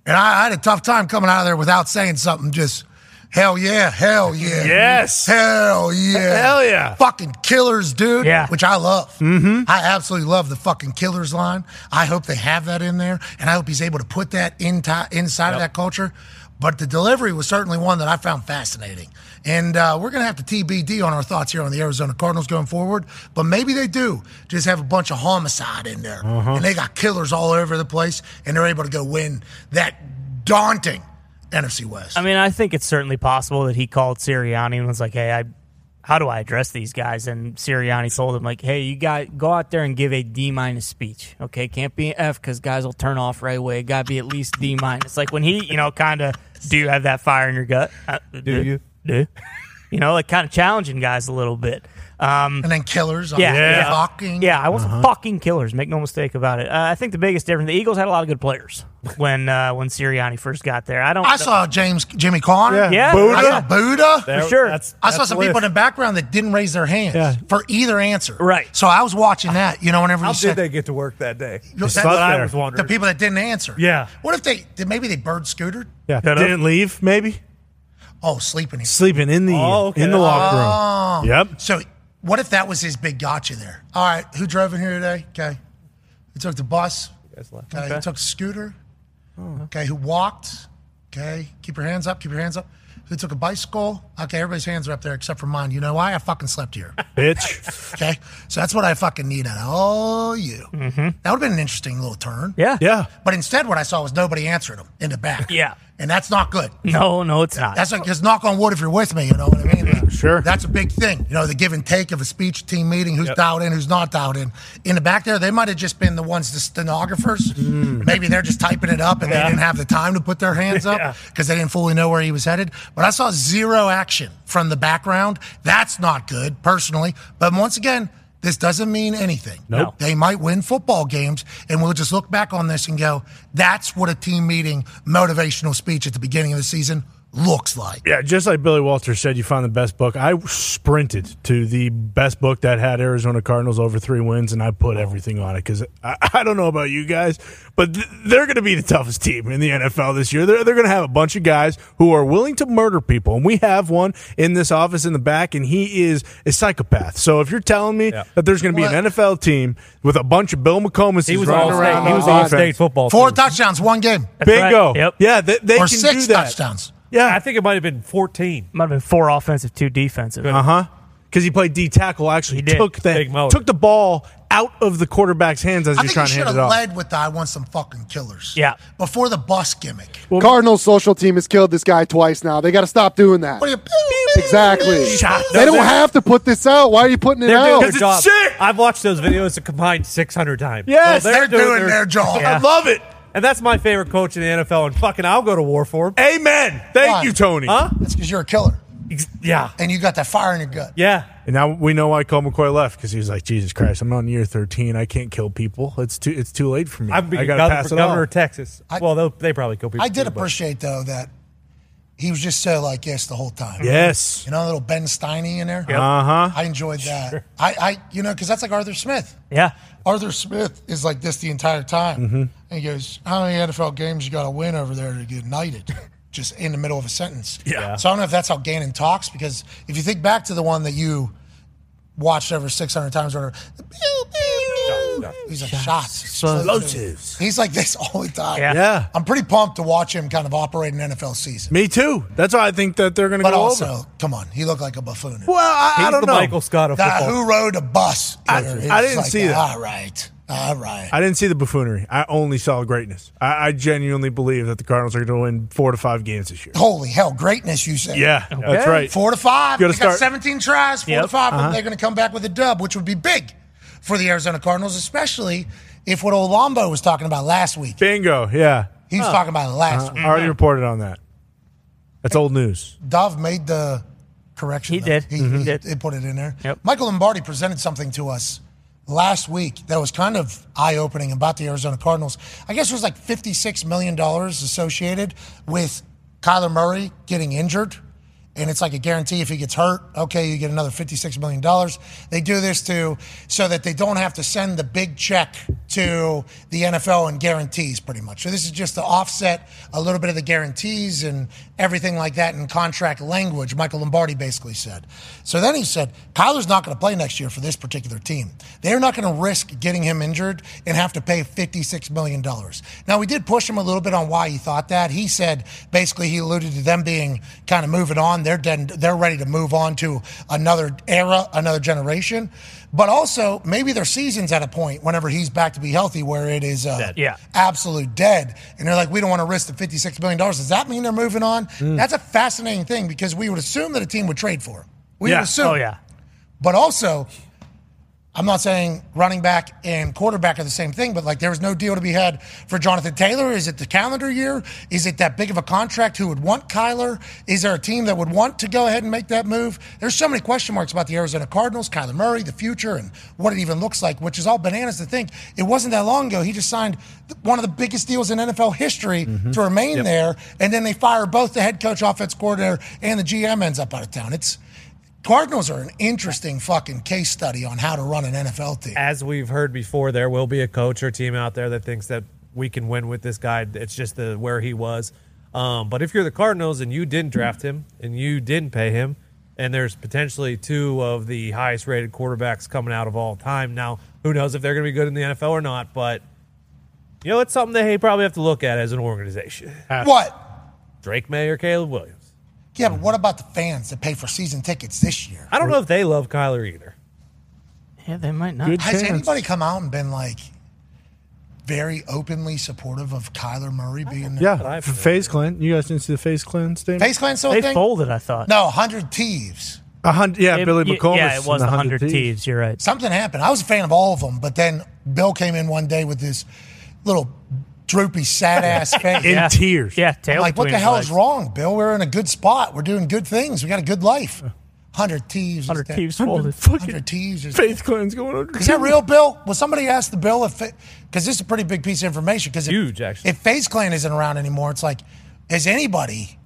Speaker 1: and I, I had a tough time coming out of there without saying something. Just hell yeah, hell yeah,
Speaker 2: Yes.
Speaker 1: hell yeah,
Speaker 2: Hell yeah.
Speaker 1: fucking killers, dude.
Speaker 2: Yeah.
Speaker 1: Which I love. Mm-hmm. I absolutely love the fucking killers line. I hope they have that in there, and I hope he's able to put that in inside of that culture. But the delivery was certainly one that I found fascinating. And uh, we're going to have to TBD on our thoughts here on the Arizona Cardinals going forward. But maybe they do just have a bunch of homicide in there.
Speaker 2: Uh-huh.
Speaker 4: Uh-huh.
Speaker 1: And they got killers all over the place, and they're able to go win that daunting NFC West.
Speaker 4: I mean, I think it's certainly possible that he called Sirianni and was like, "Hey, I, how do I address these guys?" And Sirianni told him, "Like, hey, you got go out there and give a D minus speech. Okay, can't be an F because guys will turn off right away. Got to be at least D minus. Like when he, you know, kind of do you have that fire in your gut? Uh, do
Speaker 5: you?
Speaker 4: do? You know, like kind of challenging guys a little bit. Um,
Speaker 1: and then killers.
Speaker 4: yeah, yeah.
Speaker 1: Fucking.
Speaker 4: Yeah, I
Speaker 5: Uh-huh.
Speaker 4: wasn't fucking killers. Make no mistake about it. Uh, I think the biggest difference: the Eagles had a lot of good players when uh, when Sirianni first got there. I don't.
Speaker 1: I saw James Jimmy Connor.
Speaker 4: Yeah.
Speaker 1: I
Speaker 4: Buddha.
Speaker 1: saw Buddha.
Speaker 5: There-
Speaker 4: sure.
Speaker 1: I saw
Speaker 5: that's
Speaker 1: some
Speaker 5: the
Speaker 1: people in
Speaker 5: list.
Speaker 1: the background that didn't raise their hands
Speaker 5: Yeah.
Speaker 1: for either answer.
Speaker 4: Right.
Speaker 1: So I was watching that. You know, whenever
Speaker 5: How
Speaker 1: you said
Speaker 5: did they get to work
Speaker 1: *laughs*
Speaker 5: that day?
Speaker 1: That's
Speaker 5: That's
Speaker 1: what
Speaker 5: what
Speaker 2: there.
Speaker 5: I was
Speaker 1: the
Speaker 5: wondering.
Speaker 1: people that didn't answer.
Speaker 5: Yeah.
Speaker 1: What if they did? Maybe they bird scootered.
Speaker 2: Yeah,
Speaker 4: Cut up.
Speaker 2: didn't leave. Maybe
Speaker 1: Oh, sleeping here.
Speaker 2: sleeping in the
Speaker 5: Oh, okay. Oh.
Speaker 2: in the locker room. Yep.
Speaker 1: Ah. So what if that was his big gotcha there? All right, who drove in here today? Okay. Who took the bus? Okay. Who took the scooter?
Speaker 4: Oh.
Speaker 1: Okay. Who walked? Okay. Keep your hands up. Keep your hands up. Who took a bicycle? Okay, everybody's hands are up there except for mine. You know why? I fucking slept
Speaker 4: *laughs*
Speaker 1: here.
Speaker 5: *laughs*
Speaker 2: Bitch.
Speaker 1: Okay. So that's what I fucking need out of all you. That would have been an interesting little turn.
Speaker 4: Mm-hmm. Yeah.
Speaker 2: Yeah.
Speaker 1: But instead, what I saw was nobody answering him in the back.
Speaker 4: Yeah.
Speaker 1: And that's not good.
Speaker 4: No, no, it's not.
Speaker 1: That's like, just knock on wood if you're with me. You know what I mean?
Speaker 2: sure.
Speaker 1: That's a big thing. You know, the give and take of a speech team meeting, who's dialed in, who's not dialed in. In the back there, they might have just been the ones, the stenographers.
Speaker 6: Mm-hmm.
Speaker 1: *laughs* Maybe they're just typing it up and they didn't have the time to put their hands up because they didn't fully know where he was headed. But I saw zero action from the background. That's not good, personally. But once again, this doesn't mean anything.
Speaker 4: Nope.
Speaker 1: They might win football games, and we'll just look back on this and go, that's what a team meeting motivational speech at the beginning of the season looks like.
Speaker 2: Yeah, just like Billy Walter said, you found the best book. I sprinted to the best book that had Arizona Cardinals over three wins, and I
Speaker 5: Oh.
Speaker 2: put everything on it because I, I don't know about you guys, but th- they're going to be the toughest team in the NFL this year. They're, they're going to have a bunch of guys who are willing to murder people, and we have one in this office in the back, and he is a psychopath. So if you're telling me that there's going to be an
Speaker 1: What?
Speaker 2: NFL team with a bunch of Bill McComas
Speaker 5: He was all
Speaker 2: running around,
Speaker 5: state. He was
Speaker 2: on
Speaker 5: all
Speaker 2: offense,
Speaker 5: state football.
Speaker 1: Four
Speaker 5: too.
Speaker 1: touchdowns, one game,
Speaker 4: right.
Speaker 2: Bingo.
Speaker 4: Yep.
Speaker 2: Yeah, they, they
Speaker 1: or
Speaker 2: can
Speaker 1: six
Speaker 2: do that.
Speaker 1: touchdowns.
Speaker 2: Yeah,
Speaker 5: I think it might have been fourteen. Uh-huh.
Speaker 4: Might have been four offensive, two defensive.
Speaker 2: Uh huh. Because he played D tackle, actually
Speaker 4: did.
Speaker 2: took
Speaker 5: Big
Speaker 2: the
Speaker 5: mode.
Speaker 2: took the ball out of the quarterback's hands as
Speaker 1: I
Speaker 2: you're
Speaker 1: think
Speaker 2: trying
Speaker 1: he
Speaker 2: to
Speaker 1: should
Speaker 2: hand it
Speaker 1: have
Speaker 2: off.
Speaker 1: led with the "I want some fucking killers."
Speaker 4: Yeah.
Speaker 1: before the bus gimmick.
Speaker 6: Cardinals social team has killed this guy twice now. They got to stop doing that.
Speaker 1: What are you?
Speaker 6: Exactly.
Speaker 2: Shot.
Speaker 6: They don't have to put this out. Why are you putting it
Speaker 5: *laughs* They're doing
Speaker 6: out?
Speaker 5: their
Speaker 2: it's
Speaker 5: job.
Speaker 2: sick.
Speaker 5: I've watched those videos a combined six hundred times.
Speaker 2: Yes,
Speaker 5: So
Speaker 1: They're doing their job.
Speaker 2: I love it.
Speaker 5: And that's my favorite coach in the NFL. And fucking, I'll go to war for him.
Speaker 2: Amen. Thank
Speaker 1: Why?
Speaker 2: you, Tony.
Speaker 5: Huh?
Speaker 1: That's because you're a killer
Speaker 5: Ex- Yeah,
Speaker 1: and you got that fire in your gut.
Speaker 5: yeah.
Speaker 2: And now we know why Cole McCoy left because he was like, Jesus Christ, I'm on year 13. I can't kill people. It's too it's too late for me.
Speaker 5: I'm being
Speaker 2: I gotta
Speaker 5: governor,
Speaker 2: pass it
Speaker 5: governor
Speaker 2: on.
Speaker 5: of Texas. well, they'll- they probably go people.
Speaker 1: I did
Speaker 5: too, but-
Speaker 1: appreciate though that he was just so like yes the whole time.
Speaker 2: Yes.
Speaker 1: you know, a little Ben Steiny in there.
Speaker 2: Uh huh.
Speaker 1: I enjoyed that. I, I, you know, because that's like Arthur Smith.
Speaker 4: Yeah.
Speaker 1: Arthur Smith is like this the entire time. And he goes, How many NFL games you got to win over there to get knighted? Just in the middle of a sentence.
Speaker 2: Yeah.
Speaker 1: So I don't know if that's how Gannon talks because if you think back to the one that you watched over 600 times or whatever, the pew, pew, pew. he's like, Shots, explosives. He's like this *laughs* all the time.
Speaker 4: Yeah.
Speaker 2: Yeah.
Speaker 1: I'm pretty pumped to watch him kind of operate an NFL season.
Speaker 2: Me too. That's why I think that they're going to
Speaker 1: But
Speaker 2: go
Speaker 1: also,
Speaker 2: over.
Speaker 1: come on, he looked like a buffoon.
Speaker 2: Well, I,
Speaker 5: He's
Speaker 2: I don't
Speaker 5: the
Speaker 2: know.
Speaker 5: Michael Scott of
Speaker 1: Guy
Speaker 5: football.
Speaker 1: who rode a bus.
Speaker 2: I-
Speaker 1: Twitter.
Speaker 2: I
Speaker 1: It's
Speaker 2: didn't see that.
Speaker 1: All right. All right.
Speaker 2: I didn't see the buffoonery. I only saw greatness. I, I genuinely believe that the Cardinals are going to win four to five games this year.
Speaker 1: Holy hell, greatness, you said.
Speaker 2: Yeah, that's
Speaker 4: Okay.
Speaker 2: right.
Speaker 1: Four to five.
Speaker 2: Gotta
Speaker 1: They got
Speaker 2: start-
Speaker 1: 17 tries, four
Speaker 4: Yep.
Speaker 2: Uh-huh.
Speaker 1: to 5 of them. They're going to come back with a dub, which would be big for the Arizona Cardinals, especially if what Olombo was talking about last week,
Speaker 2: Bingo. Yeah.
Speaker 1: he was talking about it last
Speaker 2: Uh,
Speaker 1: week.
Speaker 2: I already reported on that. That's old news.
Speaker 1: Dov made the correction.
Speaker 2: He
Speaker 1: though.
Speaker 2: did.
Speaker 1: He,
Speaker 2: Mhm.
Speaker 1: he,
Speaker 2: He did.
Speaker 1: he put it in there.
Speaker 2: Yep.
Speaker 1: Michael Lombardi presented something to us last week that was kind of eye opening about the Arizona Cardinals. I guess it was like $56 million associated with Kyler Murray getting injured. And it's like a guarantee if he gets hurt, okay, you get another $56 million. They do this to so that they don't have to send the big check to the NFL and guarantees pretty much. So this is just to offset a little bit of the guarantees and everything like that in contract language, Michael Lombardi basically said. So then he said, Kyler's not going to play next year for this particular team. They're not going to risk getting him injured and have to pay $56 million. Now, we did push him a little bit on why he thought that. He said basically he alluded to them being kind of moving on. They're, dead, they're ready to move on to another era, another generation. But also, maybe their season's at a point whenever he's back to be healthy where it is uh,
Speaker 4: Yeah.
Speaker 1: absolute dead. And they're like, we don't want to risk the $56 million. Does that mean they're moving on? That's a fascinating thing because we would assume that a team would trade for him. We
Speaker 4: Yeah.
Speaker 1: would assume.
Speaker 4: Oh, yeah.
Speaker 1: But also, I'm not saying running back and quarterback are the same thing, but like there was no deal to be had for Jonathan Taylor. Is it the calendar year? Is it that big of a contract? Who would want Kyler? Is there a team that would want to go ahead and make that move? There's so many question marks about the Arizona Cardinals, Kyler Murray, the future, and what it even looks like, which is all bananas to think. It wasn't that long ago. He just signed th- one of the biggest deals in NFL history
Speaker 4: Mm-hmm.
Speaker 1: to remain
Speaker 11: Yep.
Speaker 1: there, and then they fire both the head coach, offense coordinator, and the GM ends up out of town. It's Cardinals are an interesting fucking case study on how to run an NFL team.
Speaker 5: As we've heard before, there will be a coach or team out there that thinks that we can win with this guy. It's just the where he was. Um, but if you're the Cardinals and you didn't draft him and you didn't pay him, and there's potentially two of the highest rated quarterbacks coming out of all time now, who knows if they're going to be good in the NFL or not? But you know, it's something they probably have to look at as an organization.
Speaker 1: What?
Speaker 5: Drake May or Caleb Williams?
Speaker 1: Yeah, but what about the fans that pay for season tickets this year?
Speaker 5: I don't know if they love Kyler either.
Speaker 4: Yeah, they might not.
Speaker 1: Has anybody come out and been like very openly supportive of Kyler Murray being there?
Speaker 2: Yeah. F- Phase cleanse. You guys didn't see the phase cleanse statement?
Speaker 1: Face clan still a thing?
Speaker 4: I thought.
Speaker 1: No, 100 Thieves.
Speaker 2: A hundred. Yeah, Billy McComas. and
Speaker 4: You're right.
Speaker 1: Something happened. I was a fan of all of them, but then Bill came in one day with this little droopy,
Speaker 4: *laughs*
Speaker 1: sad ass face.
Speaker 2: In tears.
Speaker 4: Yeah,
Speaker 1: I'm like, what the hell is wrong, Bill? We're in a good spot. We're doing good things. We got a good life. 100 Thieves. 100
Speaker 4: Thieves folded.
Speaker 1: 100 Thieves. is-
Speaker 2: Faith cleanse going on.
Speaker 1: Is that real, Bill? Will somebody ask the Bill if because this is a pretty big piece of information? Because
Speaker 5: huge, actually.
Speaker 1: If Face Clan isn't around anymore, it's like, is anybody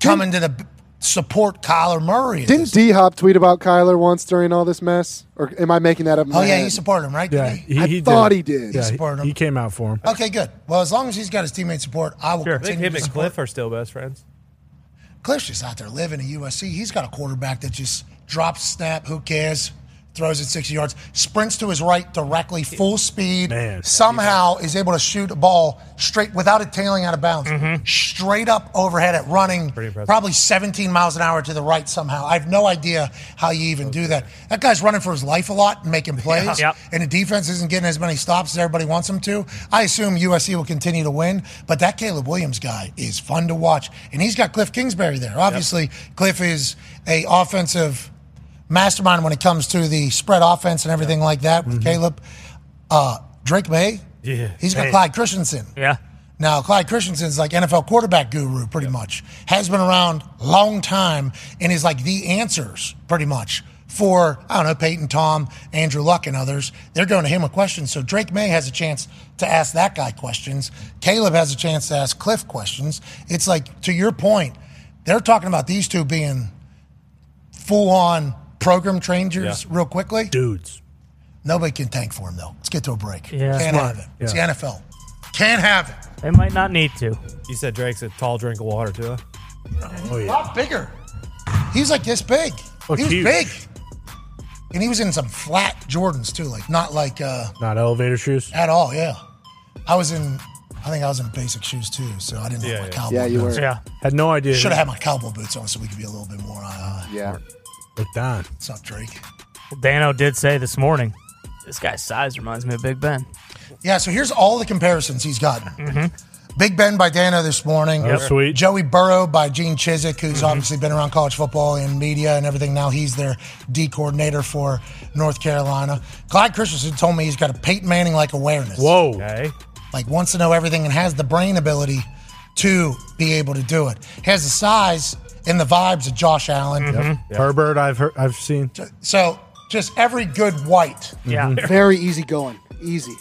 Speaker 1: coming to the support Kyler Murray? in
Speaker 6: Didn't
Speaker 1: this?
Speaker 6: D Hop tweet about Kyler once during all this mess? Or am I making that up? in
Speaker 1: oh
Speaker 6: my
Speaker 1: yeah,
Speaker 6: head?
Speaker 1: you supported him, right?
Speaker 2: Yeah,
Speaker 1: Didn't
Speaker 2: he,
Speaker 6: I
Speaker 2: he
Speaker 6: thought
Speaker 2: did.
Speaker 6: he did.
Speaker 2: Yeah,
Speaker 6: He
Speaker 1: supported
Speaker 2: he, he came out for him.
Speaker 1: he? Okay, good. Well, as long as he's got his teammate support, I will
Speaker 5: I think
Speaker 1: continue
Speaker 5: him
Speaker 1: to
Speaker 5: and
Speaker 1: support.
Speaker 5: Cliff are still best friends.
Speaker 1: Cliff's just out there living at USC. He's got a quarterback that just drops snap. Who cares? Throws it 60 yards, sprints to his right directly, full speed.
Speaker 2: Man.
Speaker 1: somehow is able to shoot a ball straight without it tailing out of bounds,
Speaker 2: Mm-hmm.
Speaker 1: straight up overhead at running,
Speaker 5: impressive.
Speaker 1: probably 17 miles an hour to the right somehow. I have no idea how you
Speaker 2: Oh,
Speaker 1: even do that. That guy's running for his life a lot and making plays,
Speaker 4: Yep.
Speaker 1: and the defense isn't getting as many stops as everybody wants them to. I assume USC will continue to win, but that Caleb Williams guy is fun to watch, and he's got Cliff Kingsbury there. Obviously, Cliff is a offensive mastermind when it comes to the spread offense and everything like that with Caleb. Uh, Drake May,
Speaker 5: Yeah.
Speaker 1: he's got Clyde Christensen.
Speaker 4: Yeah.
Speaker 1: Now, Clyde Christensen's like NFL quarterback guru, pretty much. Has been around long time and is like the answers, pretty much, for, I don't know, Peyton, Tom, Andrew Luck, and others. They're going to him with questions. So Drake May has a chance to ask that guy questions. Caleb has a chance to ask Cliff questions. It's like, to your point, they're talking about these two being full on program changers real quickly.
Speaker 2: Dudes.
Speaker 1: Nobody can tank for him, though. Let's get to a break.
Speaker 4: Yeah.
Speaker 1: Can't
Speaker 4: Smart.
Speaker 1: have it. It's the
Speaker 2: Yeah.
Speaker 1: NFL. Can't have it.
Speaker 4: They might not need to.
Speaker 5: You said Drake's a tall drink of water too. huh?
Speaker 2: Oh
Speaker 1: A
Speaker 2: yeah.
Speaker 1: lot bigger. He was like this big.
Speaker 2: Looked
Speaker 1: he was
Speaker 2: huge.
Speaker 1: big. And he was in some flat Jordans too, like not like uh
Speaker 2: Not elevator shoes.
Speaker 1: at all, yeah. I was in I think I was in basic shoes too, so I didn't
Speaker 5: Yeah,
Speaker 1: have my
Speaker 5: yeah.
Speaker 1: cowboy
Speaker 6: Yeah, you
Speaker 1: boots.
Speaker 6: were.
Speaker 4: Yeah.
Speaker 2: Had no idea.
Speaker 1: Should have had my cowboy boots on so we could be a little bit more uh
Speaker 6: Yeah.
Speaker 2: Looked on.
Speaker 1: what's up, Drake?
Speaker 4: Well, Dano did say this morning, this guy's size reminds me of Big Ben.
Speaker 1: Yeah, so here's all the comparisons he's gotten. Big Ben by Dano this morning.
Speaker 2: Oh, Mm-hmm. Yep. sweet. Mm-hmm.
Speaker 1: Joey Burrow by Gene Chiswick, who's obviously been around college football and media and everything. Now he's their D coordinator for North Carolina. Clyde Christensen told me he's got a Peyton Manning like awareness.
Speaker 2: Whoa.
Speaker 1: Like wants to know everything and has the brain ability to be able to do it. He has the size and the vibes of Josh Allen.
Speaker 2: Mm-hmm. Herbert, I've heard, I've seen.
Speaker 1: So just every good white.
Speaker 6: Yeah. Very easy going. Easy.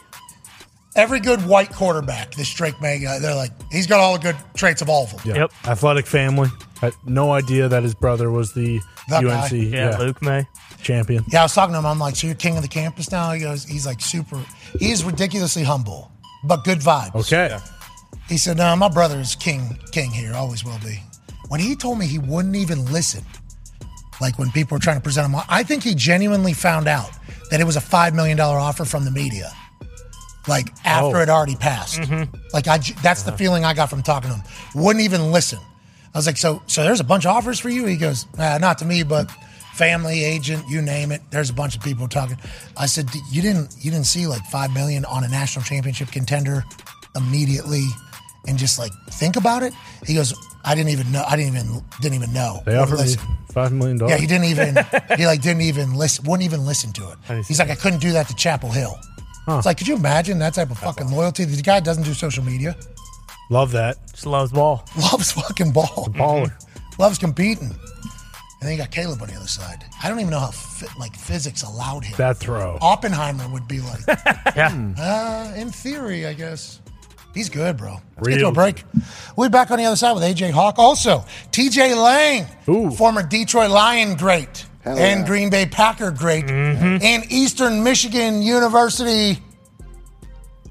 Speaker 1: Every good white quarterback, this Drake May guy, they're like, he's got all the good traits of all of them.
Speaker 2: Yep. Athletic family. Had no idea that his brother was the
Speaker 1: That guy.
Speaker 2: UNC
Speaker 1: Yeah, Luke
Speaker 2: May champion.
Speaker 1: Yeah, I was talking to him. I'm like, so you're king of the campus now? He goes, he's like super. He is ridiculously humble, but good vibes.
Speaker 2: Okay.
Speaker 1: He said, no, my brother is king, king here, always will be. When he told me he wouldn't even listen, like when people were trying to present him, I think he genuinely found out that it was a $5 million offer from the media, like after
Speaker 11: Oh.
Speaker 1: it already passed. Like, I, j- that's the feeling I got from talking to him. Wouldn't even listen. I was like, so, so there's a bunch of offers for you? He goes, nah, not to me, but family agent, you name it. There's a bunch of people talking. I said, "D- you didn't, you didn't see like 5 million on a national championship contender immediately and just like think about it. He goes, I didn't even know. I didn't even didn't even know.
Speaker 2: They offered me
Speaker 1: Listen.
Speaker 2: five million dollars.
Speaker 1: Yeah, he didn't even he like didn't even listen wouldn't even listen to it. He's like, I couldn't do that to Chapel Hill. It's like, could you imagine that type of fucking loyalty? The guy doesn't do social media.
Speaker 2: Love that.
Speaker 4: Just loves ball.
Speaker 1: *laughs* Loves fucking ball.
Speaker 2: Baller.
Speaker 1: *laughs* Loves competing. And then you got Caleb on the other side. I don't even know how fi- like physics allowed him. *laughs*
Speaker 2: That throw.
Speaker 1: Oppenheimer would be like,
Speaker 2: Yeah.
Speaker 1: uh, in theory, I guess. He's good, bro. Let's get
Speaker 2: Real
Speaker 1: to a break. We'll be back on the other side with AJ Hawk. Also, TJ Lang, former Detroit Lion great
Speaker 6: Hell
Speaker 1: and
Speaker 6: yeah.
Speaker 1: Green Bay Packer great, and Eastern Michigan University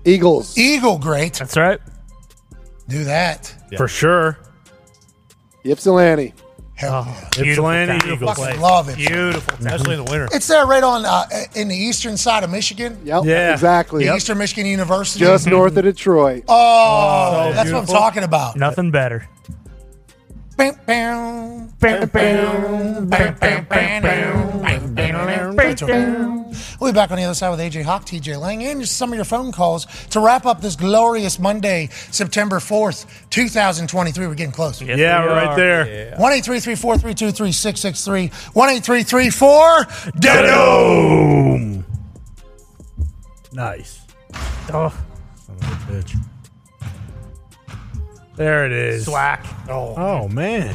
Speaker 6: Eagles.
Speaker 1: Eagle great.
Speaker 4: That's right.
Speaker 1: Do that.
Speaker 2: For sure.
Speaker 6: Ypsilanti.
Speaker 1: Hell
Speaker 2: Ypsilanti
Speaker 1: Oh, town.
Speaker 2: Eagles.
Speaker 1: Fucking love it.
Speaker 4: Beautiful.
Speaker 5: Especially in the winter.
Speaker 1: It's there right on uh, in the eastern side of Michigan.
Speaker 6: Yep. Yeah. Exactly.
Speaker 1: The Eastern Michigan University.
Speaker 6: Just north of Detroit.
Speaker 1: Oh,
Speaker 6: Oh,
Speaker 1: that's what
Speaker 6: beautiful.
Speaker 1: I'm talking about.
Speaker 4: Nothing better.
Speaker 1: Bam, bam, bam, bam, bam, bam, bam, bam, bam, bam, bam. We'll be back on the other side with AJ Hawk, TJ Lang, and just some of your phone calls to wrap up this glorious Monday, September 4th, 2023. We're getting close.
Speaker 2: Yeah, we we're right are. there.
Speaker 1: One eight three three four three two three six six three. One eight three three four.
Speaker 2: Doom. Nice.
Speaker 4: Oh.
Speaker 2: Son of a bitch. There it is.
Speaker 4: Slack.
Speaker 2: Oh. man.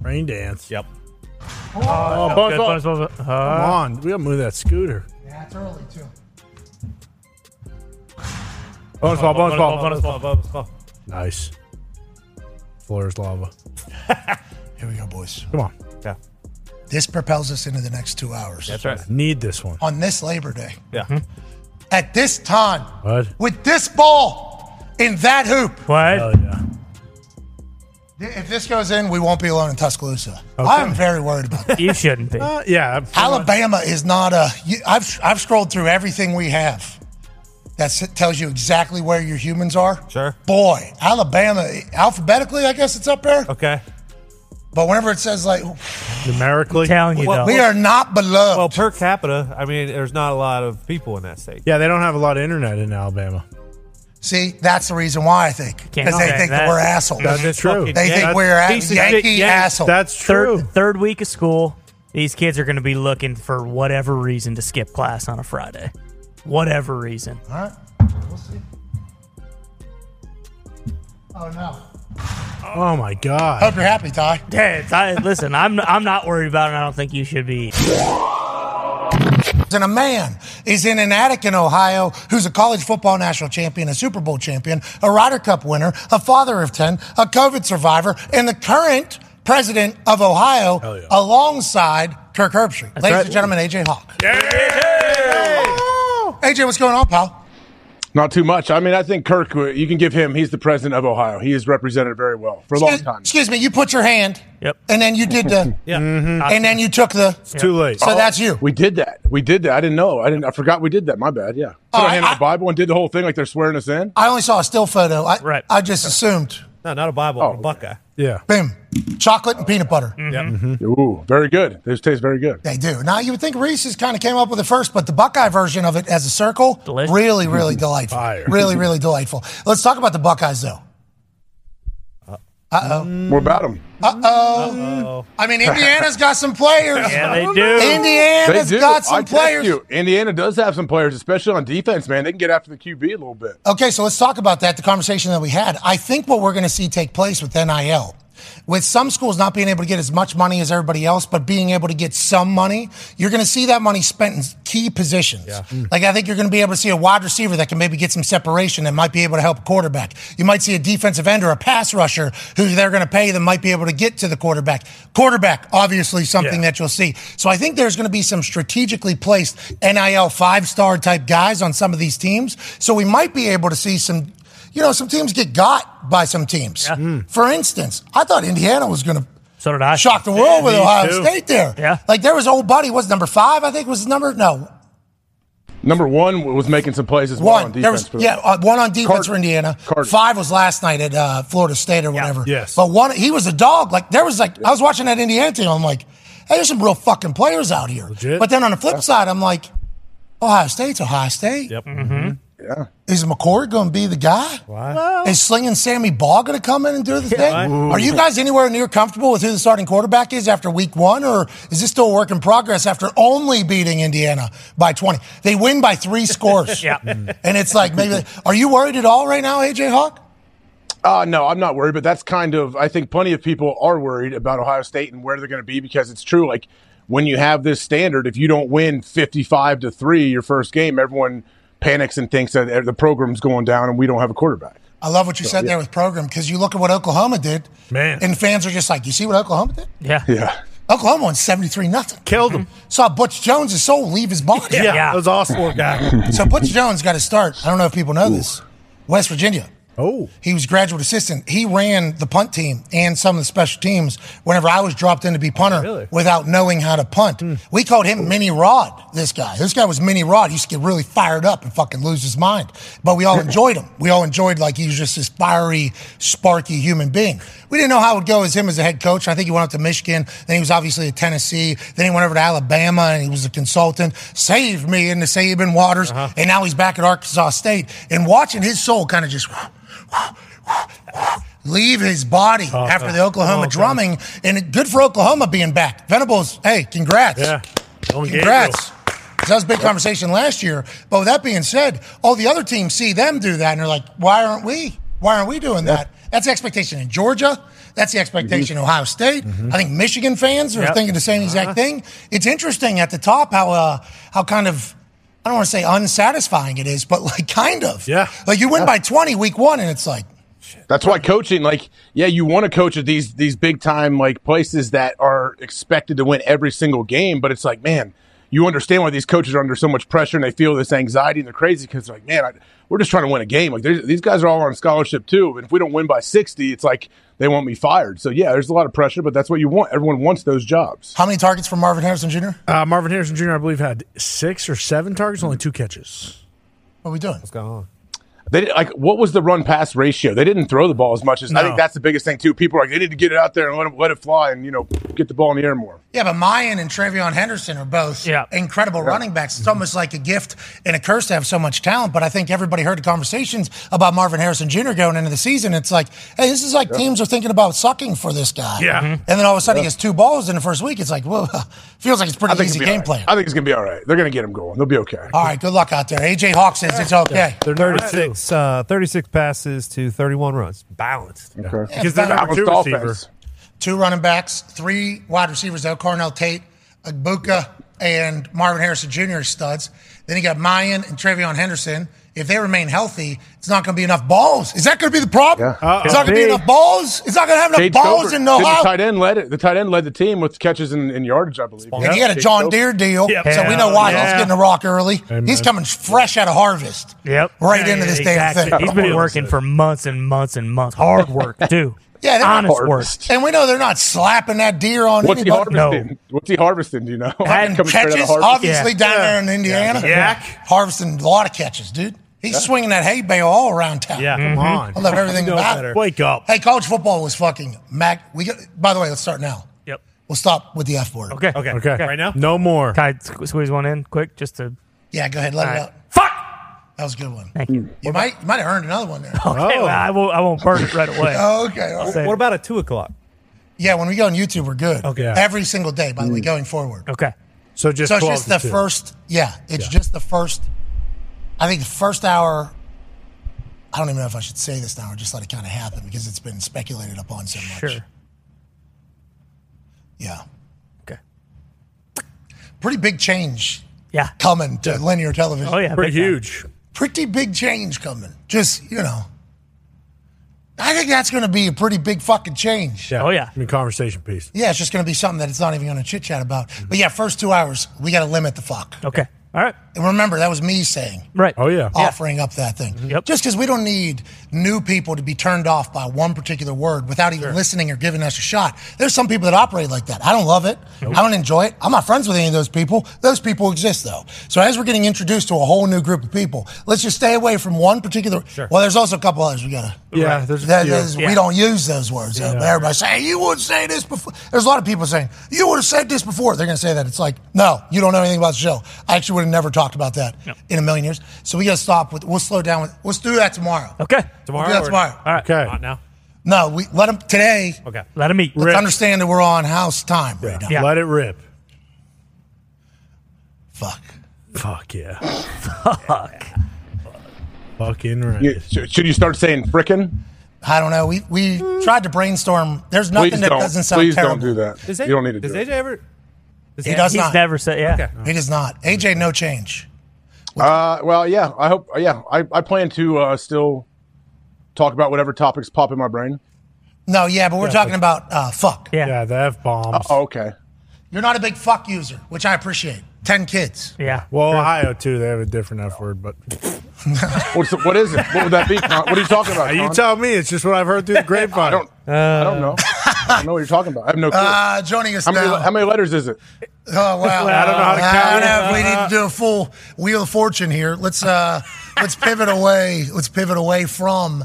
Speaker 2: Rain dance. Yep.
Speaker 4: Oh,
Speaker 2: Oh,
Speaker 4: bonus,
Speaker 2: bonus,
Speaker 4: bonus,
Speaker 2: bonus,
Speaker 4: bonus.
Speaker 2: Come
Speaker 4: Uh,
Speaker 2: on, we gotta move that scooter.
Speaker 1: Yeah, it's early too.
Speaker 2: Bonus ball, bonus ball,
Speaker 5: bonus ball, bonus ball.
Speaker 2: Nice. Floor is lava.
Speaker 1: Here we go, boys.
Speaker 2: Come on. Yeah.
Speaker 1: This propels us into the next two hours.
Speaker 2: Need this one.
Speaker 1: On this Labor Day.
Speaker 5: Yeah.
Speaker 2: Hmm?
Speaker 1: At this time,
Speaker 2: What?
Speaker 1: with this ball in that hoop.
Speaker 4: What?
Speaker 2: yeah.
Speaker 1: If this goes in, we won't be alone in Tuscaloosa.
Speaker 2: Okay.
Speaker 1: I'm very worried about that.
Speaker 4: You shouldn't be.
Speaker 2: *laughs* Uh, yeah. I'm-
Speaker 1: Alabama is not a. you- I've I've scrolled through everything we have. That s- tells you exactly where your humans are. Sure. Boy, Alabama alphabetically, I guess it's up there.
Speaker 5: Okay.
Speaker 1: But whenever it says like
Speaker 2: Numerically.
Speaker 1: we are not beloved.
Speaker 5: Well, per capita, I mean, there's not a lot of people in that state.
Speaker 2: Yeah, they don't have a lot of internet in Alabama.
Speaker 1: See, that's the reason why I think
Speaker 2: Can't
Speaker 1: because they
Speaker 2: say
Speaker 1: think that,
Speaker 2: that.
Speaker 1: we're assholes.
Speaker 2: That's That's true. fucking
Speaker 1: They
Speaker 2: gay.
Speaker 1: think we're a-
Speaker 2: Piece of
Speaker 1: Yankee
Speaker 2: shit, yeah.
Speaker 1: assholes.
Speaker 2: That's true.
Speaker 4: Third, third week of school, these kids are going to be looking for whatever reason to skip class on a Friday. Whatever reason.
Speaker 1: All right, we'll see. Oh no!
Speaker 2: Oh my god.
Speaker 1: Hope you're happy, Ty.
Speaker 4: Hey, I, listen, I'm I'm not worried about it. and I don't think you should be.
Speaker 1: And a man is in an attic in Ohio who's a college football national champion, a Super Bowl champion, a Ryder Cup winner, a father of 10, a COVID survivor, and the current president of Ohio alongside Kirk Herbstreit. Ladies
Speaker 12: right.
Speaker 1: and gentlemen, AJ Hawk. AJ, what's going on, pal?
Speaker 12: Not too much. I mean, I think Kirk, uh, you can give him, he's the president of Ohio. He is represented very well for a long
Speaker 1: Excuse,
Speaker 12: time.
Speaker 1: excuse me, you put your hand.
Speaker 4: Yep.
Speaker 1: And then you did
Speaker 12: *laughs*
Speaker 1: the. And then you took the. It's
Speaker 12: too late.
Speaker 1: So that's you.
Speaker 12: Oh, We did that. We did that. I didn't know. I didn't. I forgot we did that. My bad. Yeah. Put
Speaker 1: Oh,
Speaker 12: our
Speaker 1: I-
Speaker 12: hand on the Bible and did the whole thing like they're swearing us in.
Speaker 1: I only saw a still photo. I, right. I just assumed.
Speaker 12: Oh.
Speaker 5: No, not a Bible, a Buckeye.
Speaker 2: Yeah.
Speaker 1: Boom. Chocolate and peanut butter.
Speaker 12: Mm-hmm. Ooh, very good. Those taste very good.
Speaker 1: They do. Now you would think Reese's kind of came up with it first, but the Buckeye version of it as a circle, really,
Speaker 12: *laughs*
Speaker 1: really delightful. Really, really delightful. Let's talk about the Buckeyes though. Uh oh.
Speaker 12: Mm. What about them?
Speaker 1: Uh oh. I
Speaker 12: *laughs*
Speaker 1: mean, Indiana's got some players.
Speaker 12: Yeah,
Speaker 4: they
Speaker 12: do.
Speaker 1: Indiana's
Speaker 12: They do.
Speaker 1: got some
Speaker 12: I tell
Speaker 1: players.
Speaker 12: you, Indiana does have some players, especially on defense. Man, they can get after the QB a little bit.
Speaker 1: Okay, so let's talk about that, the conversation that we had. I think what we're going to see take place with NIL, with some schools not being able to get as much money as everybody else, but being able to get some money, you're going to see that money spent in key positions.
Speaker 6: Mm. *laughs*
Speaker 1: Like, I think you're going to be able to see a wide receiver that can maybe get some separation and might be able to help a quarterback. You might see a defensive end or a pass rusher who they're going to pay that might be able to get to the quarterback. Quarterback, obviously, something that you'll see. So I think there's going to be some strategically placed NIL five star type guys on some of these teams. So we might be able to see some, you know, some teams get got by some teams. For instance, I thought Indiana was going to.
Speaker 4: Hmm. So did I.
Speaker 1: Shock the world
Speaker 4: Yeah,
Speaker 1: with
Speaker 4: me
Speaker 1: Ohio
Speaker 4: too.
Speaker 1: State there.
Speaker 4: Yeah.
Speaker 1: Like there was old buddy, was number five, I think was his number? No,
Speaker 12: Number one was making some plays as well on
Speaker 1: one.
Speaker 12: defense.
Speaker 1: There was
Speaker 12: for them.
Speaker 1: yeah, uh, one on defense
Speaker 12: Card-
Speaker 1: for Indiana. Five was last night at uh, Florida State or whatever.
Speaker 12: Yes.
Speaker 1: but one he was a dog. Like there was like I was watching that Indiana team. I'm like, hey, there's some real fucking players out here. But then on the flip side, I'm like, Ohio State's Ohio State. Yep.
Speaker 12: Mhm. Yeah.
Speaker 1: Is McCord going to be the guy? Is Slinging Sammy Ball going to come in and do the thing?
Speaker 12: why? Ooh.
Speaker 1: Are you guys anywhere near comfortable with who the starting quarterback is after week one, or is this still a work in progress after only beating Indiana by 20? They win by three scores. *laughs*
Speaker 12: *laughs* Yeah.
Speaker 1: And it's like, maybe, are you worried at all right now, AJ Hawk?
Speaker 12: Uh, no, I'm not worried, but that's kind of, I think plenty of people are worried about Ohio State and where they're going to be because it's true. Like, when you have this standard, if you don't win 55 to 3 your first game, everyone panics and thinks that the program's going down and we don't have a quarterback.
Speaker 1: I love what you said there with program because you look at what Oklahoma did,
Speaker 12: Man.
Speaker 1: and fans are just like, you see what Oklahoma did?
Speaker 4: Yeah.
Speaker 12: Yeah.
Speaker 1: Oklahoma won 73 nothing. Mm-hmm.
Speaker 2: Killed him.
Speaker 1: Saw Butch Jones' soul leave his body.
Speaker 2: Yeah, Yeah. that was awesome. Poor guy.
Speaker 1: so Butch Jones got to start. I don't know if people know this. West Virginia.
Speaker 2: Oh.
Speaker 1: He was graduate assistant. He ran the punt team and some of the special teams whenever I was dropped in to be punter without knowing how to punt. We called him Mini Rod, this guy. This guy was Mini Rod. He used to get really fired up and fucking lose his mind. But we all enjoyed him. We all enjoyed like he was just this fiery, sparky human being. We didn't know how it would go as him as a head coach. I think he went up to Michigan. Then he was obviously at Tennessee. Then he went over to Alabama and he was a consultant. Saved me in the Saban waters. And now he's back at Arkansas State. And watching his soul kind of just leave his body after the Oklahoma
Speaker 2: oh, okay.
Speaker 1: drumming. And it- good for Oklahoma being back. Venables, hey, congrats.
Speaker 2: Yeah. Don't get
Speaker 1: Congrats. That was a big conversation last year. But with that being said, all the other teams see them do that and they're like, why aren't we? Why aren't we doing that? That's the expectation in Georgia. That's the expectation in Ohio State. I think Michigan fans are
Speaker 2: Yep.
Speaker 1: thinking the same exact
Speaker 2: Uh-huh.
Speaker 1: thing. It's interesting at the top how uh, how kind of I don't want to say unsatisfying it is, but like kind of. Yeah. Like you win by 20 week 1 and it's like
Speaker 12: That's why coaching, like, yeah, you want to coach at these these big time like places that are expected to win every single game, but it's like, man, you understand why these coaches are under so much pressure and they feel this anxiety and they're crazy because like, man, I, we're just trying to win a game. Like, there's- these guys are all on scholarship too, and if we don't win by sixty, it's like they want me fired. So yeah, there's a lot of pressure, but that's what you want. Everyone wants those jobs.
Speaker 1: How many targets for Marvin Harrison Jr.?
Speaker 2: Uh, Marvin Harrison Jr., I believe, had six or seven targets, only two catches.
Speaker 1: What are we doing?
Speaker 2: What's going on?
Speaker 12: They did, like what was the run pass ratio? They didn't throw the ball as much as
Speaker 1: No.
Speaker 12: I think that's the biggest thing too. People are like they need to get it out there and let it, let it fly and you know get the ball in the air more.
Speaker 1: Yeah, but Mayan and Travion Henderson are both incredible running backs. It's almost like a gift and a curse to have so much talent. But I think everybody heard the conversations about Marvin Harrison Jr. going into the season. It's like, hey, this is like teams are thinking about sucking for this guy.
Speaker 12: Yeah. Mhm.
Speaker 4: Mm-hmm.
Speaker 1: And then all of a sudden
Speaker 12: Yeah.
Speaker 1: he gets two balls in the first week. It's like, well, *laughs* feels like it's
Speaker 12: I
Speaker 1: pretty
Speaker 12: think
Speaker 1: easy
Speaker 12: it'll be
Speaker 1: game
Speaker 12: all
Speaker 1: plan.
Speaker 12: right. I think it's gonna be all right. They're gonna get him going. They'll be okay.
Speaker 1: All right, good luck out there. AJ Hawk says it's okay.
Speaker 5: They're 36, uh, 36 passes to 31 runs. Balanced.
Speaker 12: Okay.
Speaker 5: Because they're number two
Speaker 12: Balanced
Speaker 5: receiver.
Speaker 12: offense.
Speaker 1: Two running backs, three wide receivers, though. Cornell Tate, Agbuka, and Marvin Harrison Jr. are studs. Then you got Mayan and Trevion Henderson. If they remain healthy, it's not going to be enough balls. Is that going to be the problem?
Speaker 12: Yeah.
Speaker 1: It's not going to be
Speaker 12: Could be.
Speaker 1: enough balls. It's not going to have enough
Speaker 12: Cade
Speaker 1: balls
Speaker 12: Stover
Speaker 1: in
Speaker 12: did The
Speaker 1: Ohio.
Speaker 12: tight end led it. The tight end led the team with catches and, and yardage, I believe.
Speaker 1: And he had a John Deere deal, so we know why he's getting a rock early.
Speaker 12: Amen.
Speaker 1: He's coming fresh out of harvest.
Speaker 4: Yep.
Speaker 1: Right
Speaker 4: Yeah,
Speaker 1: into
Speaker 4: yeah,
Speaker 1: this
Speaker 4: exactly.
Speaker 1: damn thing.
Speaker 4: He's been working for months and months and months. Hard work, too.
Speaker 1: *laughs* Yeah, they're not-
Speaker 4: honest work.
Speaker 1: And we know they're not slapping that deer on
Speaker 12: What's he
Speaker 1: anybody.
Speaker 12: harvesting? What's he harvesting? Do you know?
Speaker 1: Having
Speaker 12: *laughs* Coming straight out of
Speaker 1: catches,
Speaker 12: harvest.
Speaker 1: obviously down there in Indiana.
Speaker 12: Yeah.
Speaker 1: Harvesting a lot of catches, dude. He's swinging that hay bale all around town. Mm-hmm.
Speaker 2: Yeah, come Mhm. on.
Speaker 1: I love everything
Speaker 2: You know
Speaker 1: about
Speaker 2: better.
Speaker 1: it.
Speaker 2: Wake up.
Speaker 1: Hey, college football was fucking mag. We got, by the way, let's start now.
Speaker 4: Yep.
Speaker 1: We'll stop with the F word.
Speaker 4: Okay. Okay. Okay. Right
Speaker 2: now? No more.
Speaker 4: Can I squ- squeeze one in quick just to.
Speaker 1: Yeah, go ahead. Let
Speaker 4: All
Speaker 1: it
Speaker 4: right.
Speaker 1: out. Fuck! That was a good one.
Speaker 4: Thank you.
Speaker 1: You might, you might have earned another one there.
Speaker 4: Okay, well, I, won't, I won't burn it right away.
Speaker 1: *laughs* okay. all right.
Speaker 5: What about at two o'clock?
Speaker 1: Yeah, when we go on YouTube, we're good.
Speaker 5: Okay.
Speaker 1: Every single day, by the way, going forward.
Speaker 4: Okay.
Speaker 2: So just
Speaker 1: so it's
Speaker 2: 12
Speaker 1: just
Speaker 2: to
Speaker 1: the
Speaker 2: two.
Speaker 1: first. Yeah, it's just the first. I think the first hour. I don't even know if I should say this now or just let it kind of happen because it's been speculated upon so much.
Speaker 4: Sure.
Speaker 1: Yeah.
Speaker 4: Okay.
Speaker 1: Pretty big change.
Speaker 4: Yeah.
Speaker 1: Coming to linear television.
Speaker 4: Oh, yeah, Pretty big time.
Speaker 2: huge.
Speaker 1: Pretty big change coming. Just you know. I think that's going to be a pretty big fucking change.
Speaker 2: Yeah.
Speaker 4: Oh, yeah.
Speaker 2: I mean, conversation piece.
Speaker 1: Yeah, it's just going to be something that it's not even going to chit chat about. But yeah, first two hours, we got to limit the fuck.
Speaker 4: Okay. All right.
Speaker 1: And remember, that was me saying,
Speaker 4: Right.
Speaker 2: Oh, yeah.
Speaker 1: offering up that thing. Just because we don't need new people to be turned off by one particular word without even listening or giving us a shot. There's some people that operate like that. I don't love it. I don't enjoy it. I'm not friends with any of those people. Those people exist, though. So as we're getting introduced to a whole new group of people, let's just stay away from one particular. Sure. Well, there's also a couple others we got to.
Speaker 2: Yeah, there's a few.
Speaker 1: We don't use those words. though, But everybody say, hey, you would say this before. There's a lot of people saying, you would have said this before. They're going to say that. It's like, no, you don't know anything about the show. I actually would have never talked about that in a million years. So we got to stop with, we'll slow down with, let's do that tomorrow.
Speaker 4: Okay.
Speaker 1: Tomorrow We'll do that or- tomorrow.
Speaker 4: All right.
Speaker 2: Okay.
Speaker 5: Not now.
Speaker 1: No, we let them today.
Speaker 5: Okay.
Speaker 4: Let him eat.
Speaker 1: Let's understand that we're on house time right now.
Speaker 4: Yeah.
Speaker 2: Let it rip.
Speaker 1: Fuck.
Speaker 2: Fuck yeah. Fuck. Fucking right.
Speaker 12: You- should should you start saying frickin'?
Speaker 1: I don't know. We, we tried to brainstorm. There's nothing
Speaker 12: Please
Speaker 1: that
Speaker 12: don't.
Speaker 1: doesn't sound
Speaker 12: Please
Speaker 1: terrible.
Speaker 12: don't do that.
Speaker 5: Does
Speaker 12: you
Speaker 5: A-
Speaker 12: don't need to
Speaker 5: Does
Speaker 12: do
Speaker 5: AJ
Speaker 12: it.
Speaker 5: ever? Does
Speaker 1: He does
Speaker 4: He's
Speaker 1: not.
Speaker 4: never said, yeah.
Speaker 5: Okay.
Speaker 1: He does not. AJ, no change.
Speaker 12: Uh, well, yeah. I hope. Yeah, I, I plan to uh, still talk about whatever topics pop in my brain.
Speaker 1: No, yeah, but we're talking about uh, fuck.
Speaker 4: Yeah.
Speaker 2: Yeah, the F bombs.
Speaker 12: Oh, okay.
Speaker 1: You're not a big fuck user, which I appreciate. 10 kids.
Speaker 4: Yeah.
Speaker 2: Well, Ohio, too, they have a different F word, but.
Speaker 12: What's *laughs* what is it? What would that be? Con? What are you talking about?
Speaker 2: you
Speaker 12: Con?
Speaker 2: tell me. It's just what I've heard through the grapevine.
Speaker 12: *laughs* I don't. I don't know. I don't know what you're talking about. I have
Speaker 1: *laughs*
Speaker 12: no clue.
Speaker 1: Uh, joining us
Speaker 12: how, many,
Speaker 1: now.
Speaker 12: how many letters is it?
Speaker 1: Oh wow!
Speaker 2: I don't know how to
Speaker 1: I don't
Speaker 2: count.
Speaker 1: know if we need to do a full wheel of fortune here. Let's uh, *laughs* let's pivot away. Let's pivot away from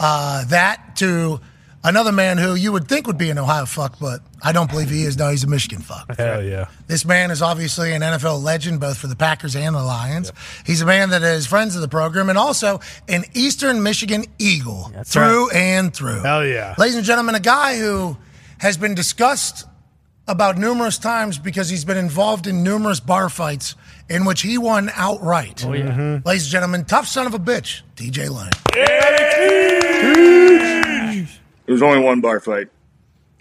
Speaker 1: uh, that to another man who you would think would be an Ohio fuck, but I don't believe he is. No, he's a Michigan fuck.
Speaker 2: Hell yeah.
Speaker 1: This man is obviously an NFL legend, both for the Packers and the Lions. He's a man that is friends of the program and also an Eastern Michigan Eagle through and through.
Speaker 2: Hell yeah.
Speaker 1: Ladies and gentlemen, a guy who has been discussed about numerous times because he's been involved in numerous bar fights in which he won outright. Oh, yeah. Ladies and gentlemen, tough son of a bitch, DJ Lane.
Speaker 11: There's only one bar fight.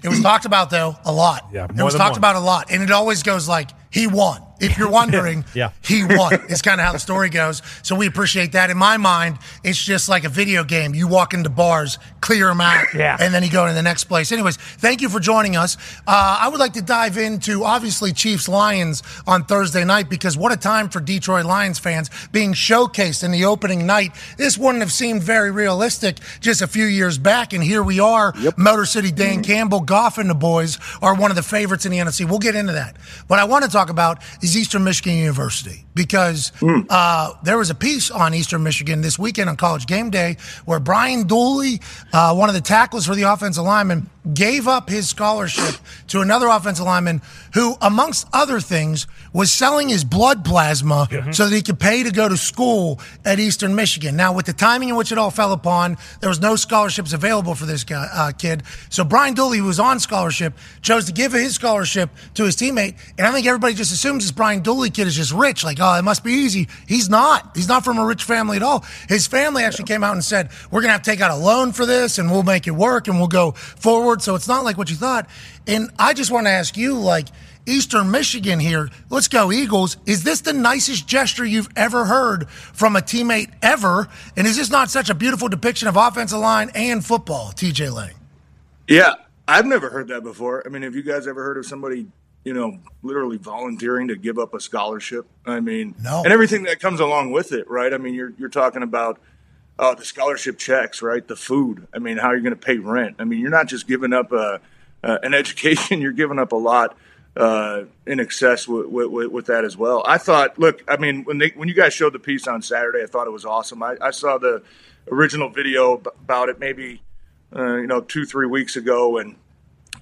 Speaker 1: It was talked about though a lot.
Speaker 2: Yeah,
Speaker 1: it
Speaker 2: more
Speaker 1: was
Speaker 2: than
Speaker 1: talked
Speaker 2: one.
Speaker 1: about a lot, and it always goes like he won. If
Speaker 2: *laughs*
Speaker 1: you're wondering,
Speaker 2: Yeah.
Speaker 1: he won. It's kind of how the story goes. So we appreciate that. In my mind, it's just like a video game. You walk into bars, clear them out,
Speaker 4: Yeah.
Speaker 1: and then you go to the next place. Anyways, thank you for joining us. Uh, I would like to dive into obviously Chiefs Lions on Thursday night because what a time for Detroit Lions fans being showcased in the opening night. This wouldn't have seemed very realistic just a few years back, and here we are. Motor City Dan Campbell, Goff, and the boys are one of the favorites in the NFC. We'll get into that. What I want to talk about is Eastern Michigan University because uh, there was a piece on Eastern Michigan this weekend on College Game Day where Brian Dooley, uh, one of the tackles for the offensive lineman, gave up his scholarship to another offensive lineman who, amongst other things, was selling his blood plasma so that he could pay to go to school at Eastern Michigan. Now, with the timing in which it all fell upon, there was no scholarships available for this guy, uh, kid. So Brian Dooley, who was on scholarship, chose to give his scholarship to his teammate. And I think everybody just assumes this Brian Dooley kid is just rich. Like, oh, it must be easy. He's not. He's not from a rich family at all. His family actually came out and said, we're going to have to take out a loan for this and we'll make it work and we'll go forward. So it's not like what you thought. And I just want to ask you, like, Eastern Michigan here. Let's go, Eagles. Is this the nicest gesture you've ever heard from a teammate ever? And is this not such a beautiful depiction of offensive line and football, TJ Lang?
Speaker 11: Yeah, I've never heard that before. I mean, have you guys ever heard of somebody, you know, literally volunteering to give up a scholarship? I mean,
Speaker 1: No.
Speaker 11: and everything that comes along with it, right? I mean, you're you're talking about uh, the scholarship checks, right? The food. I uh, *laughs* mean, how you're going to pay rent. I mean, you're not just giving up a, uh, an education; you're giving up a lot uh, in excess with, with, with that as well. I thought, look, I mean, when they when you guys showed the piece on Saturday, I thought it was awesome. I, I saw the original video ab- about it maybe uh, you know two three weeks ago, and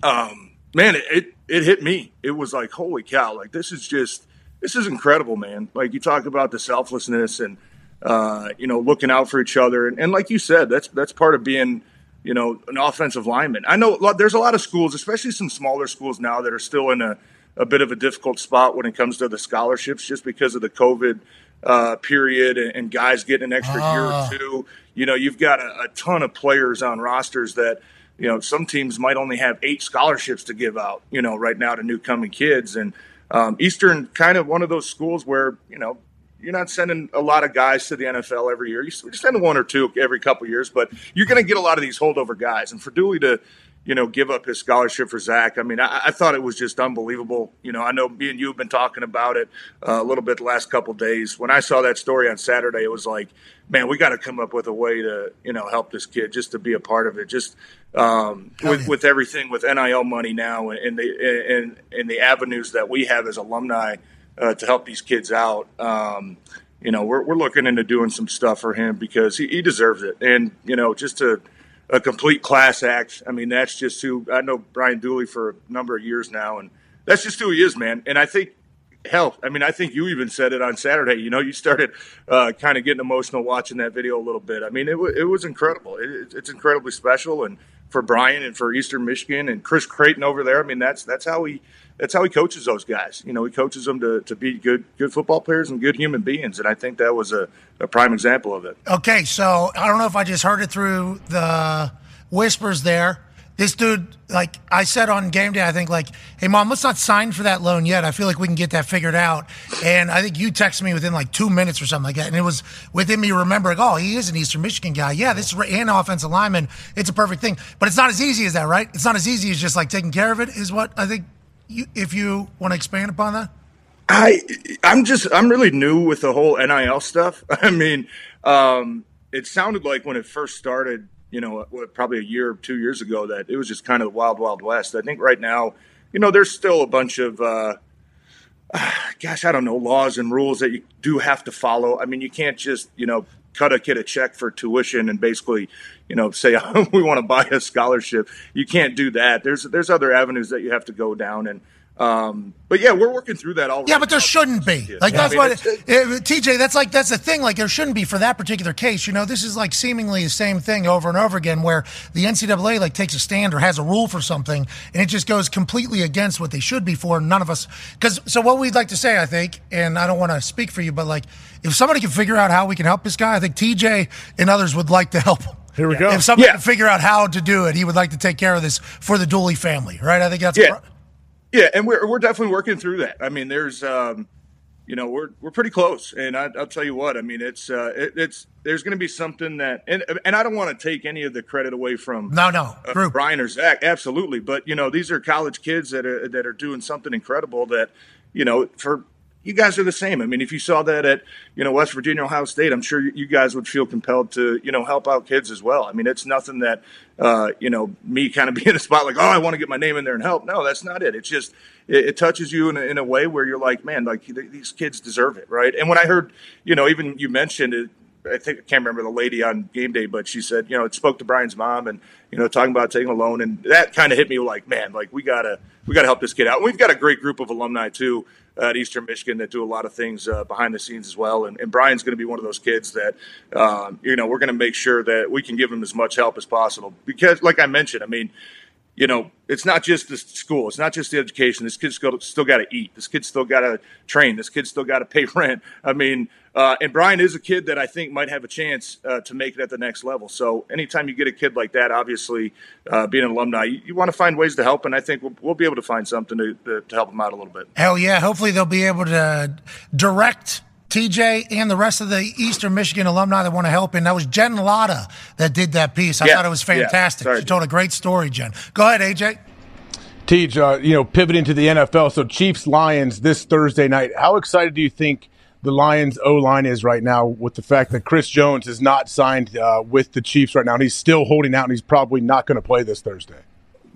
Speaker 11: um, man, it, it it hit me. It was like, holy cow! Like this is just this is incredible, man. Like you talk about the selflessness and uh, you know looking out for each other, and, and like you said, that's that's part of being you know, an offensive lineman. I know a lot- there's a lot of schools, especially some smaller schools now, that are still in a, a bit of a difficult spot when it comes to the scholarships just because of the COVID uh, period and, and guys getting an extra year
Speaker 13: Ah.
Speaker 11: or two. You know, you've got a, a ton of players on rosters that, you know, some teams might only have eight scholarships to give out, you know, right now to new coming kids. And um, Eastern kind of one of those schools where, you know, you're not sending a lot of guys to the NFL every year. You s- you send one or two every couple years, but you're going to get a lot of these holdover guys. And for Dooley to, you know, give up his scholarship for Zach, I mean, I, I thought it was just unbelievable. You know, I know me and you have been talking about it uh, a little bit the last couple days. When I saw that story on Saturday, it was like, man, we got to come up with a way to, you know, help this kid just to be a part of it. Just um, with, with everything with NIL money now and, and the and, and the avenues that we have as alumni uh, to help these kids out. Um, you know, we're, we're looking into doing some stuff for him because he, he deserves it. And, you know, just a, a complete class act. I mean, that's just who I know Brian Dooley for a number of years now. And that's just who he is, man. And I think, hell, I mean, I think you even said it on Saturday. You know, you started uh, kind of getting emotional watching that video a little bit. I mean, it, wa it was incredible. It- It, it's incredibly special. And for Brian and for Eastern Michigan and Chris Creighton over there, I mean, that's, that's how he, that's how he coaches those guys. You know, he coaches them to, to be good good football players and good human beings. And I think that was a, a prime example of it.
Speaker 1: Okay, so I don't know if I just heard it through the whispers there. This dude, like I said on game day, I think like, hey mom, let's not sign for that loan yet. I feel like we can get that figured out. And I think you texted me within like two minutes or something like that, and it was within me remembering, oh, he is an Eastern Michigan guy. Yeah, this is re- and offensive lineman. It's a perfect thing. But it's not as easy as that, right? It's not as easy as just like taking care of it. Is what I think. You, if you want to expand upon that.
Speaker 11: I I'm just I'm really new with the whole NIL stuff. *laughs* I mean, um, it sounded like when it first started, you know, uh, what, probably a year or two years ago, that it was just kind of the wild wild west. I think right now, you know, there's still a bunch of uh, *sighs* gosh, I don't know, laws and rules that you do have to follow. I mean, you can't just, you know, cut a kid a check for tuition and basically, you know, say *laughs* "Oh, we want to buy a scholarship. You can't do that. There's there's other avenues that you have to go down and um but yeah, we're working through that all
Speaker 1: Yeah, but there shouldn't be. Like
Speaker 11: Yeah.
Speaker 1: that's
Speaker 11: I mean,
Speaker 1: what
Speaker 11: it's-
Speaker 1: eh, TJ. That's like that's the thing. Like there shouldn't be for that particular case. You know, this is like seemingly the same thing over and over again, where the NCAA like takes a stand or has a rule for something, and it just goes completely against what they should be for. and None of us, because so what we'd like to say, I think, and I don't want to speak for you, but like if somebody can figure out how we can help this guy, I think TJ and others would like to help. him.
Speaker 2: Here we go.
Speaker 1: If somebody can figure out how to do it, he would like to take care of this for the Dooley family, right? I think that's
Speaker 11: Yeah. Yeah, and we're we're definitely working through that. I mean, there's um, you know, we're we're pretty close, and I, I'll tell you what. I mean, it's uh, it, it's there's going to be something that, and and I don't want to take any of the credit away from
Speaker 1: No, no,
Speaker 11: uh, Brian or Zach, absolutely. But you know, these are college kids that are that are doing something incredible. That you know, for you guys are the same. I mean, if you saw that at you know West Virginia, Ohio State, I'm sure you- you guys would feel compelled to you know help out kids as well. I mean, it's nothing that uh, you know me kind of *laughs* being in a spot like, oh, I want to get my name in there and help. No, that's not it. It's just it, it touches you in a, in a way where you're like, man, like th- these kids deserve it, right? And when I heard, you know, even you mentioned it, I think I can't remember the lady on game day, but she said, you know, it spoke to Brian's mom and, you know, talking about taking a loan. And that kind of hit me like, man, like we gotta, we gotta help this kid out. And we've got a great group of alumni too at Eastern Michigan that do a lot of things uh, behind the scenes as well. And, and Brian's going to be one of those kids that, um, you know, we're going to make sure that we can give him as much help as possible because like I mentioned, I mean, you know, it's not just the school. It's not just the education. This kid's still, still got to eat. This kid's still got to train. This kid's still got to pay *laughs* rent. I mean, uh, and Brian is a kid that I think might have a chance uh, to make it at the next level. So anytime you get a kid like that, obviously, uh, being an alumni, you, you want to find ways to help. And I think we'll, we'll be able to find something to, to, to help him out a little bit.
Speaker 1: Hell yeah. Hopefully they'll be able to direct TJ and the rest of the Eastern Michigan alumni that want to help. And that was Jen Latta that did that piece. I
Speaker 12: Yeah,
Speaker 1: thought it was
Speaker 12: yeah.
Speaker 1: fantastic. she told a great story, Jen. Go ahead, AJ.
Speaker 12: Teach, uh, you know, pivoting to the NFL. So Chiefs Lions this Thursday night. How excited do you think the Lions O line is right now with the fact that Chris Jones is not signed uh, with the Chiefs right now, and he's still holding out, and he's probably not going to play this Thursday.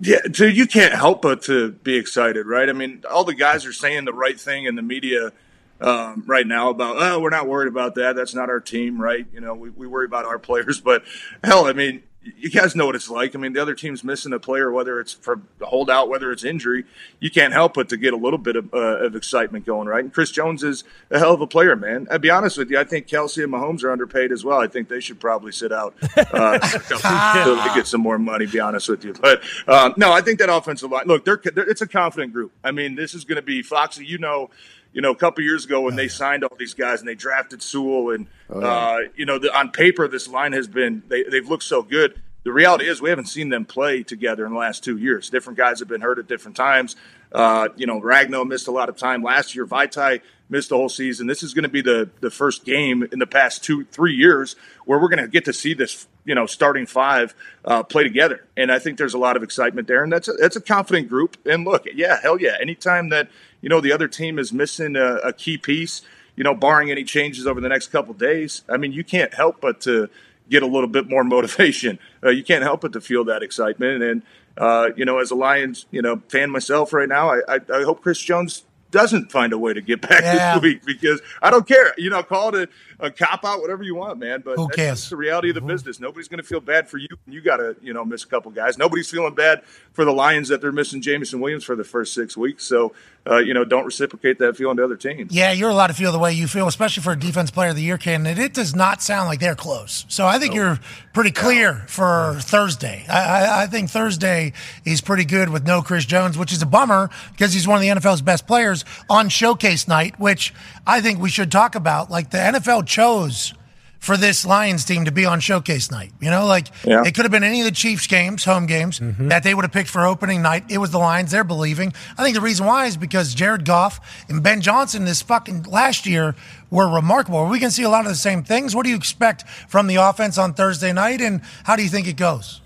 Speaker 11: Yeah, dude, you can't help but to be excited, right? I mean, all the guys are saying the right thing in the media um, right now about, oh, we're not worried about that. That's not our team, right? You know, we, we worry about our players. *laughs* But hell, I mean, you guys know what it's like. I mean, the other team's missing a player, whether it's for a holdout, whether it's injury. You can't help but to get a little bit of, uh, of excitement going, right? And Chris Jones is a hell of a player, man. I'll be honest with you. I think Kelsey and Mahomes are underpaid as well. I think they should probably sit out uh, *laughs* to to get some more money. Be honest with you, *laughs* but um, no, I think that offensive line. Look, they're, they're it's a confident group. I mean, this is going to be Foxy. You know, you know, a couple years ago when they signed all these guys and they drafted Sewell and uh, you know, the, on paper this line has been they, they've looked so good. The reality is we haven't seen them play together in the last two years. Different guys have been hurt at different times. Uh, you know, Ragno missed a lot of time last year. Vitae missed the whole season. This is going to be the the first game in the past two three years where we're going to get to see this you know starting five uh, play together. And I think there's a lot of excitement there. And that's a, that's a confident group. And look, yeah, hell yeah. Anytime that you know the other team is missing a, a key piece, you know, barring any changes over the next couple days, I mean, you can't help but to get a little bit more *laughs* motivation. Uh, you can't help but to feel that excitement. And uh, you know, as a Lions, you know, fan myself right now, I, I, I hope Chris Jones doesn't find a way to get *laughs* back
Speaker 1: Yeah.
Speaker 11: this week because I don't care. You know, call it a, a cop out, whatever you want, man. But
Speaker 1: Who
Speaker 11: that's
Speaker 1: cares? Mm-hmm.
Speaker 11: just the reality of the business. Nobody's going to feel bad for you. You got to, you know, miss a couple guys. Nobody's feeling bad for the Lions that they're missing Jamison Williams for the first six weeks. So, uh, you know, don't reciprocate that feeling to other teams.
Speaker 1: Yeah, you're allowed to feel the way you feel, especially for a defense player of the year candidate. It does not sound like they're close. So I think you're pretty clear for Thursday. I, I, I think Thursday is pretty good with no Chris Jones, which is a bummer because he's one of the NFL's best players on showcase night, which I think we should talk about. Like the NFL chose for this Lions team to be on showcase night. You know, like
Speaker 13: Yeah.
Speaker 1: it could have been any of the Chiefs games, home games
Speaker 11: Mm-hmm.
Speaker 1: that they would have picked for opening night. It was the Lions. They're believing. I think the reason why is because Jared Goff and Ben Johnson this fucking last year were remarkable. Are we going to see a lot of the same things? What do you expect from the offense on Thursday night, and how do you think it goes?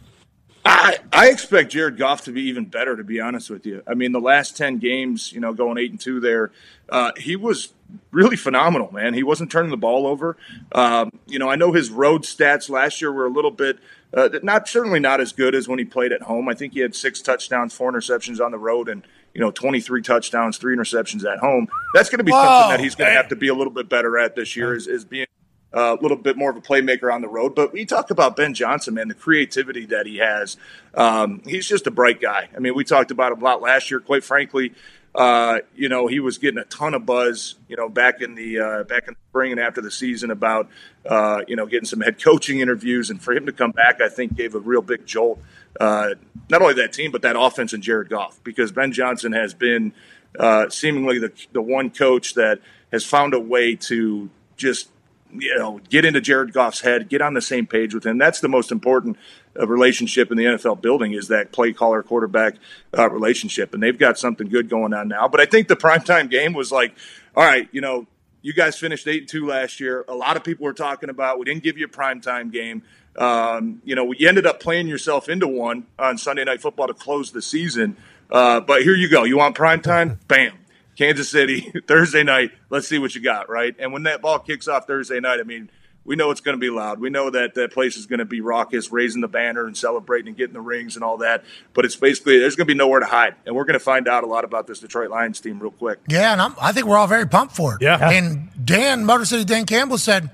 Speaker 11: I, I expect Jared Goff to be even better, to be honest with you. I mean, the last 10 games, you know, going 8 and 2 there, uh, he was really phenomenal, man. He wasn't turning the ball over. Um, you know, I know his road stats last year were a little bit, uh, not certainly not as good as when he played at home. I think he had six touchdowns, four interceptions on the road, and, you know, 23 touchdowns, three interceptions at home. That's going to be
Speaker 1: Whoa,
Speaker 11: something that he's going to have to be a little bit better at this year, is, is being a little bit more of a playmaker on the road. But we talk about Ben Johnson, man, the creativity that he has. Um, he's just a bright guy. I mean, we talked about him a lot last year. Quite frankly, uh, you know, he was getting a ton of buzz, you know, back in the uh, back in the spring and after the season about uh, you know getting some head coaching interviews, and for him to come back, I think gave a real big jolt. Uh, not only that team, but that offense and Jared Goff, because Ben Johnson has been uh, seemingly the the one coach that has found a way to just you know, get into Jared Goff's head, get on the same page with him. That's the most important uh, relationship in the NFL building is that play caller quarterback uh, relationship, and they've got something good going on now. But I think the primetime game was like, all right, you know, you guys finished eight and two last year. A lot of people were talking about we didn't give you a primetime game. Um, you know, you ended up playing yourself into one on Sunday Night Football to close the season. Uh, but here you go. You want primetime? Bam. Kansas City *laughs* Thursday night. Let's see what you got, right? And when that ball kicks off Thursday night, I mean, we know it's going to be loud. We know that that place is going to be raucous, raising the banner and celebrating and getting the rings and all that. But it's basically there's going to be nowhere to hide, and we're going to find out a lot about this Detroit Lions team real quick.
Speaker 1: Yeah, and I'm, I think we're all very pumped for it.
Speaker 11: Yeah.
Speaker 1: And Dan, Motor City Dan Campbell said,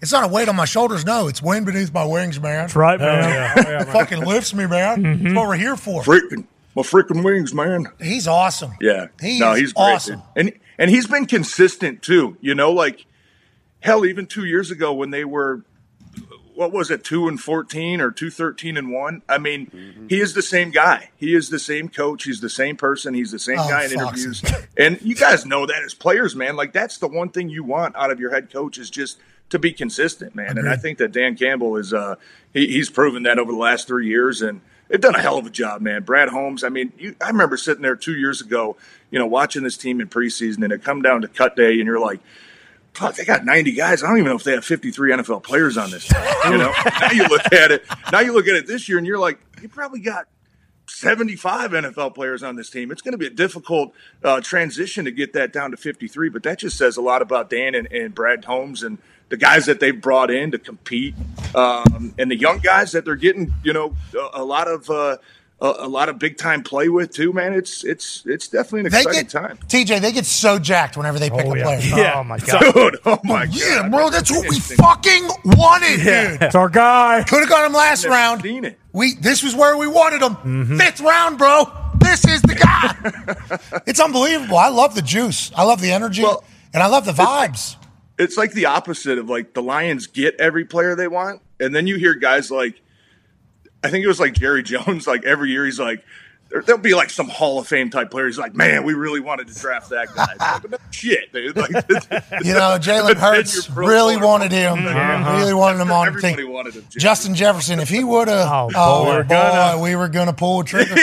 Speaker 1: it's not a weight on my shoulders. No, it's wind beneath my wings, man. That's
Speaker 4: right, man. Oh, yeah. Oh, yeah,
Speaker 1: *laughs* it
Speaker 4: man.
Speaker 1: fucking lifts me, man. That's what we're here for.
Speaker 11: Freaking Mm-hmm. my freaking wings, man.
Speaker 1: He's awesome.
Speaker 11: Yeah,
Speaker 1: He
Speaker 11: no,
Speaker 1: is
Speaker 11: he's great,
Speaker 1: awesome.
Speaker 11: dude. and and he's been consistent too. You know, like hell, even two years ago when they were what was it, two and fourteen or two thirteen and one? I mean, he is the same guy. He is the same coach. He's the same person. He's the same
Speaker 1: Oh,
Speaker 11: guy in
Speaker 1: Foxy.
Speaker 11: interviews. and you guys know that as players, man. Like that's the one thing you want out of your head coach is just to be consistent, man. And I
Speaker 1: Agreed.
Speaker 11: think that Dan Campbell is uh he, he's proven that over the last three years and they've done a hell of a job, man. Brad Holmes, I mean, you, I remember sitting there two years ago, you know, watching this team in preseason and it come down to cut day and you're like Fuck, they got 90 guys. I don't even know if they have 53 NFL players on this. team, You know, *laughs* now you look at it. Now you look at it this year, and you're like, you probably got 75 NFL players on this team. It's going to be a difficult uh, transition to get that down to 53, but that just says a lot about Dan and, and Brad Holmes and the guys that they've brought in to compete um, and the young guys that they're getting, you know, a, a lot of. Uh, a, a lot of big time play with too, man. It's it's it's definitely an
Speaker 1: They
Speaker 11: exciting
Speaker 1: get
Speaker 11: time.
Speaker 1: TJ. They get so jacked whenever they pick a player.
Speaker 11: Oh, *laughs* Yeah. Dude, oh my god.
Speaker 1: Yeah, bro, that's what we fucking wanted,
Speaker 11: Yeah.
Speaker 1: dude.
Speaker 11: It's
Speaker 2: our guy.
Speaker 1: Could have got him last
Speaker 11: Never
Speaker 1: round.
Speaker 11: seen it.
Speaker 1: We this was where we wanted him.
Speaker 11: Mm-hmm.
Speaker 1: Fifth round, bro. This is the guy.
Speaker 11: *laughs*
Speaker 1: it's unbelievable. I love the juice. I love the energy, and I love the vibes.
Speaker 11: It's like the opposite of like the Lions get every player they want, and then you hear guys like, I think it was like Jerry Jones. Like every year, he's like, there, there'll be like some Hall of Fame type player. He's like, man, we really wanted to draft that
Speaker 1: *laughs*
Speaker 11: guy. It's like, "No shit, dude. Like,
Speaker 1: You
Speaker 11: *laughs*
Speaker 1: know, Jalen Hurts really wanted him.
Speaker 11: Uh-huh.
Speaker 1: Really wanted him on the
Speaker 11: Everybody
Speaker 1: team.
Speaker 11: wanted him, Jalen.
Speaker 1: Justin Jefferson, if he would have, oh,
Speaker 11: boy. We're
Speaker 1: boy,
Speaker 11: gonna-
Speaker 1: we were gonna pull a trigger.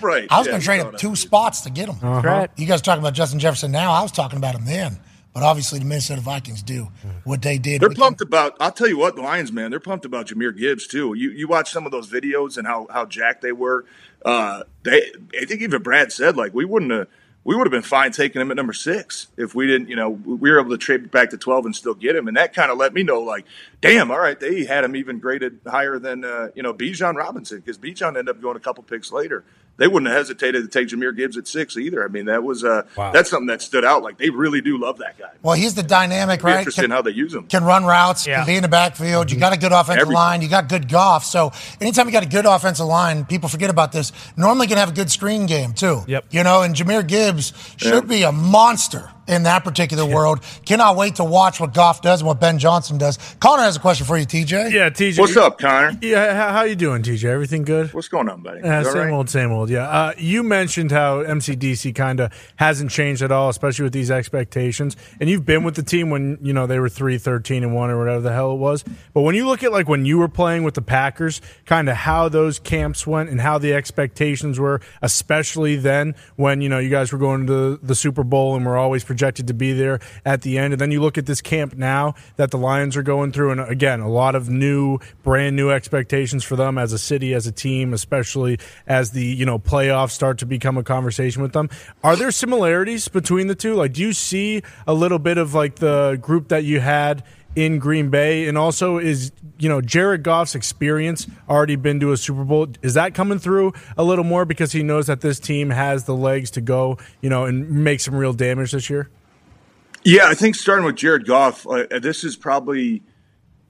Speaker 11: right.
Speaker 1: I
Speaker 11: *laughs*
Speaker 1: was
Speaker 11: Yeah, you
Speaker 1: going to trade
Speaker 11: know
Speaker 1: him
Speaker 11: what I
Speaker 1: two spots to get him.
Speaker 11: Uh-huh. Right.
Speaker 1: You guys talking about Justin Jefferson now? I was talking about him then, but obviously the Minnesota Vikings do what they did.
Speaker 11: Hmm. They're pumped about. I'll tell you what, the Lions, man, they're pumped about Jameer Gibbs too. You you watch some of those videos and how how jacked they were. Uh, they I think even Brad said like we wouldn't have we would have been fine taking him at number six if we didn't you know we were able to trade back to twelve and still get him and that kind of let me know like damn all right they had him even graded higher than uh, you know Bijan Robinson because Bijan ended up going a couple picks later. They wouldn't have hesitated to take Jameer Gibbs at six either. I mean, that was uh, that's something that stood out. Like they really do love that guy.
Speaker 1: Well, he's the dynamic,
Speaker 11: It'd be
Speaker 1: right?
Speaker 11: Interesting
Speaker 1: Can,
Speaker 11: how they use him.
Speaker 1: can run routes,
Speaker 11: Yeah.
Speaker 1: can be in the backfield. You got a good offensive
Speaker 11: Everything.
Speaker 1: line. You got good golf. So anytime you got a good offensive line, people forget about this. Normally, can have a good screen game too. Yep. You know, and Jameer Gibbs should be a monster in that particular world. Cannot wait to watch what Goff does and what Ben Johnson does. Connor has a question for you, TJ.
Speaker 2: Yeah, TJ.
Speaker 1: What's
Speaker 11: up, Connor?
Speaker 2: Yeah, how, how you doing, TJ? Everything good?
Speaker 11: What's going on, buddy?
Speaker 2: Uh,
Speaker 11: You all
Speaker 2: same
Speaker 11: right?
Speaker 2: old, same old. Yeah. Uh, you mentioned how MCDC kind of hasn't changed at all, especially with these expectations. And you've been with the team when you know they were three, thirteen, and one, or whatever the hell it was. But when you look at like when you were playing with the Packers, kind of how those camps went and how the expectations were, especially then when you know you guys were going to the Super Bowl and were always projected to be there at the end. And then you look at this camp now that the Lions are going through, and again, a lot of new, brand new expectations for them as a city, as a team, especially as the you know playoffs start to become a conversation with them. Are there similarities between the two? Like, do you see a little bit of like the group that you had? In Green Bay, and also is you know Jared Goff's experience already been to a Super Bowl? Is that coming through a little more because he knows that this team has the legs to go, you know, and make some real damage this year?
Speaker 11: Yeah, I think starting with Jared Goff, uh, this is probably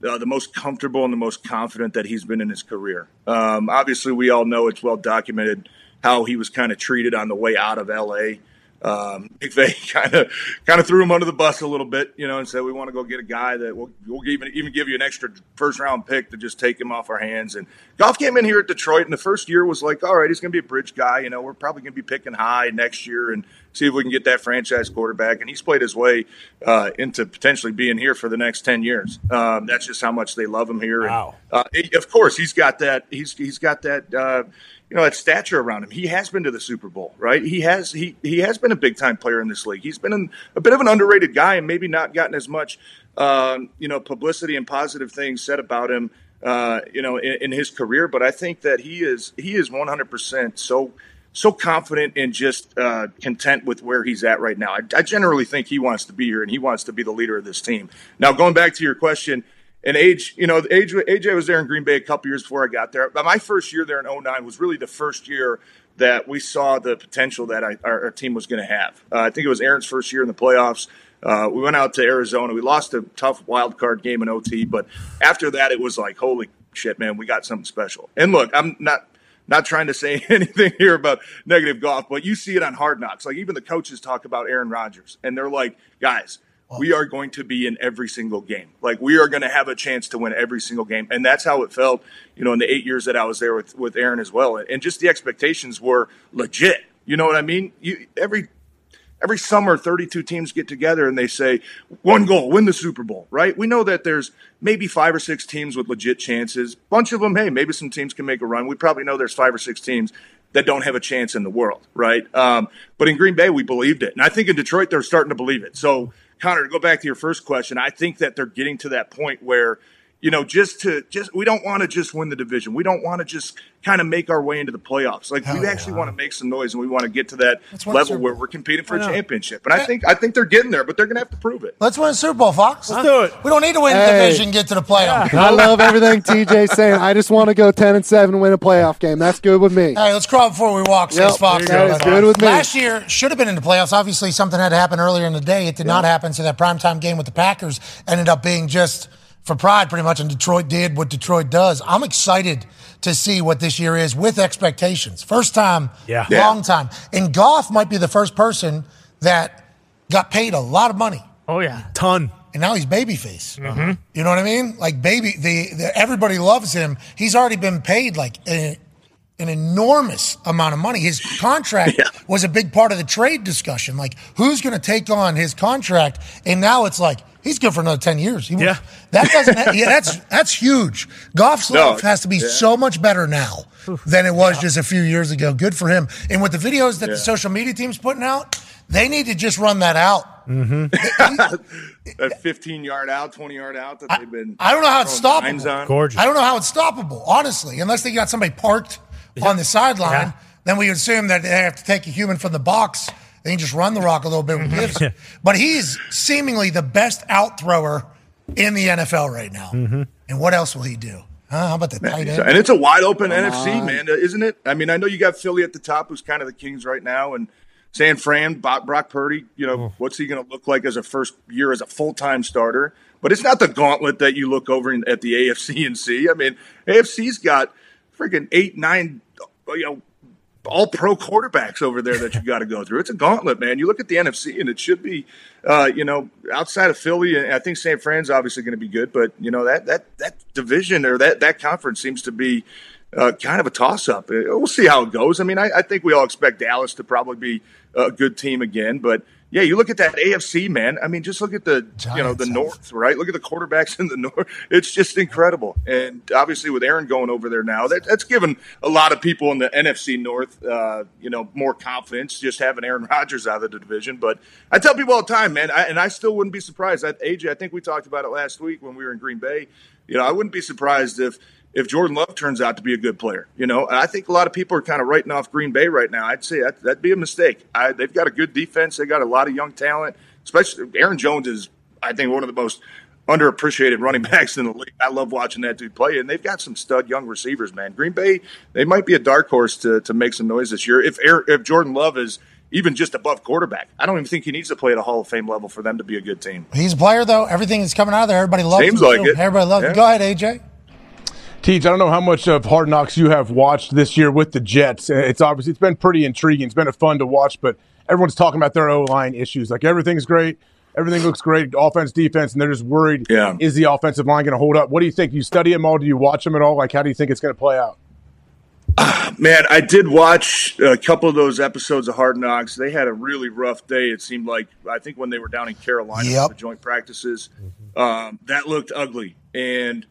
Speaker 11: uh, the most comfortable and the most confident that he's been in his career. Um, obviously, we all know it's well documented how he was kind of treated on the way out of LA. Um, *laughs* McVay kind of kind of threw him under the bus a little bit, you know, and said we want to go get a guy that will we'll even even give you an extra first round pick to just take him off our hands. And Goff came in here at Detroit, and the first year was like, all right, he's going to be a bridge guy. You know, we're probably going to be picking high next year and see if we can get that franchise quarterback. And he's played his way uh, into potentially being here for the next ten years. Um, that's just how much they love him here. And,
Speaker 13: Wow.
Speaker 11: uh, he- of course, he's got that. He's he's got that. Uh, you know that stature around him. He has been to the Super Bowl, right? He has he he has been a big time player in this league. He's been an, a bit of an underrated guy, and maybe not gotten as much um, you know publicity and positive things said about him. Uh, you know in, in his career, but I think that he is he is one hundred percent so so confident and just uh, content with where he's at right now. I, I generally think he wants to be here and he wants to be the leader of this team. Now, going back to your question, and age, you know, age, AJ was there in Green Bay a couple years before I got there. But my first year there in 09 was really the first year that we saw the potential that I, our, our team was going to have. Uh, I think it was Aaron's first year in the playoffs. Uh, we went out to Arizona. We lost a tough wild card game in OT, but after that, it was like, holy shit, man, we got something special. And look, I'm not not trying to say *laughs* anything here about negative golf, but you see it on Hard Knocks. Like even the coaches talk about Aaron Rodgers, and they're like, guys, we are going to be in every single game. Like we are going to have a chance to win every single game, and that's how it felt. You know, in the eight years that I was there with with Aaron as well, and just the expectations were legit. You know what I mean? You every every summer 32 teams get together and they say one goal win the super bowl right we know that there's maybe five or six teams with legit chances bunch of them hey maybe some teams can make a run we probably know there's five or six teams that don't have a chance in the world right um, but in green bay we believed it and i think in detroit they're starting to believe it so connor to go back to your first question i think that they're getting to that point where you know, just to just we don't want to just win the division. We don't want to just kind of make our way into the playoffs. Like we actually want to make some noise and we want to get to that
Speaker 1: That's what
Speaker 11: level
Speaker 1: Super-
Speaker 11: where we're competing for
Speaker 1: I
Speaker 11: a
Speaker 1: know.
Speaker 11: championship. And I think I think they're getting there, but they're going to have to prove it.
Speaker 1: Let's win the Super Bowl, Fox.
Speaker 11: Let's do it.
Speaker 1: We don't need to win the
Speaker 6: Hey.
Speaker 1: division, get to the playoff.
Speaker 6: I love everything TJ's saying. I just want to go ten and seven, win a playoff game. That's good with me.
Speaker 1: Hey, let's crawl before we walk, says
Speaker 6: Yep,
Speaker 1: Fox.
Speaker 6: there you go. That is good with me.
Speaker 1: Last year should have been in the playoffs. Obviously, something had to happen earlier in the day. It did not happen, so that primetime game with the Packers ended up being just for pride, pretty much, and Detroit did what Detroit does. I'm excited to see what this year is with expectations. First time,
Speaker 2: Yeah. Yeah.
Speaker 1: long time. And Goff might be the first person that got paid a lot of money.
Speaker 4: Oh, yeah. Mm-hmm.
Speaker 2: Ton.
Speaker 1: And now he's babyface. You know what I mean? Like baby, the, the everybody loves him. He's already been paid like a, an enormous amount of money. His contract was a big part of the trade discussion. Like who's going to take on his contract? And now it's like he's good for another ten years. He, yeah, that doesn't. ha- yeah, that's that's huge. Goff's
Speaker 13: No,
Speaker 1: life has to be
Speaker 13: yeah.
Speaker 1: so much better now than it was just a few years ago. Good for him. And with the videos that the
Speaker 11: Yeah.
Speaker 1: social media team's putting out, they need to just run that out.
Speaker 2: Mm-hmm.
Speaker 11: That 15 yard out, 20 yard out that they've been.
Speaker 1: I don't know how it's
Speaker 11: throwing dimes
Speaker 1: stoppable.
Speaker 11: on.
Speaker 1: I don't know how it's stoppable, honestly, unless they got somebody parked on the sideline. Then we assume that they have to take a human from the box. They can just run the rock a little bit with gifts. But he's seemingly the best out thrower in the NFL right now. And what else will he do? Huh? How about the tight end?
Speaker 11: So- and it's a wide open
Speaker 1: Come
Speaker 11: NFC,
Speaker 1: on.
Speaker 11: man, isn't it? I mean, I know you got Philly at the top, who's kind of the Kings right now, and San Fran, Bo- Brock Purdy. You know, what's he going to look like as a first year as a full time starter? But it's not the gauntlet that you look over in, at the AFC and see. I mean, AFC's got freaking eight, nine, uh, you know, all pro quarterbacks over there that you got to go through. It's a gauntlet, man. You look at the NFC, and it should be, uh, you know, outside of Philly, and I think San Fran's obviously going to be good, but you know that that that division or that that conference seems to be uh, kind of a toss up. We'll see how it goes. I mean, I, I think we all expect Dallas to probably be a good team again, but. Yeah, you look at that AFC, man. I mean, just look at the you know the North, right? Look at the quarterbacks in the North. It's just incredible. And obviously, with Aaron going over there now, that, that's given a lot of people in the NFC North, uh, you know, more confidence just having Aaron *laughs* Rodgers out of the division. But I tell people all the time, man, I, and I still wouldn't be surprised. I, AJ, I think we talked about it last week when we were in Green Bay. You know, I wouldn't be surprised if if Jordan Love turns out to be a good player. You know, And I think a lot of people are kind of writing off Green Bay right now. I'd say that, that'd be a mistake. I, they've got a good defense. They got a lot of young talent. Especially Aaron Jones is, I think, one of the most underappreciated running *laughs* backs in the league. I love watching that dude play, and they've got some stud young receivers. Man, Green Bay, they might be a dark horse to to make some noise this year if Aaron, if Jordan Love is. Even just above quarterback, I don't even think he needs to play at a Hall of Fame level for them to be a good team.
Speaker 1: He's a player, though. Everything that's coming out of there, everybody loves
Speaker 11: Seems
Speaker 1: him.
Speaker 11: like
Speaker 1: too.
Speaker 11: it.
Speaker 1: Everybody loves him. Go ahead, AJ.
Speaker 12: Teach, I don't know how much of Hard Knocks you have watched this year with the Jets. Uh, It's obviously it's been pretty intriguing. It's been fun to watch, but everyone's talking about their O line issues. Like everything's great, everything looks great, offense, defense, and they're just worried.
Speaker 11: Yeah.
Speaker 12: is the offensive line going to hold up? What do you think? Do you study them all? Do you watch them at all? Like, how do you think it's going to play out?
Speaker 11: Man, I did watch a couple of those episodes of Hard Knocks. They had a really rough day. It seemed like I think when they were down in Carolina
Speaker 1: Yep.
Speaker 11: for joint practices, um, that looked ugly. And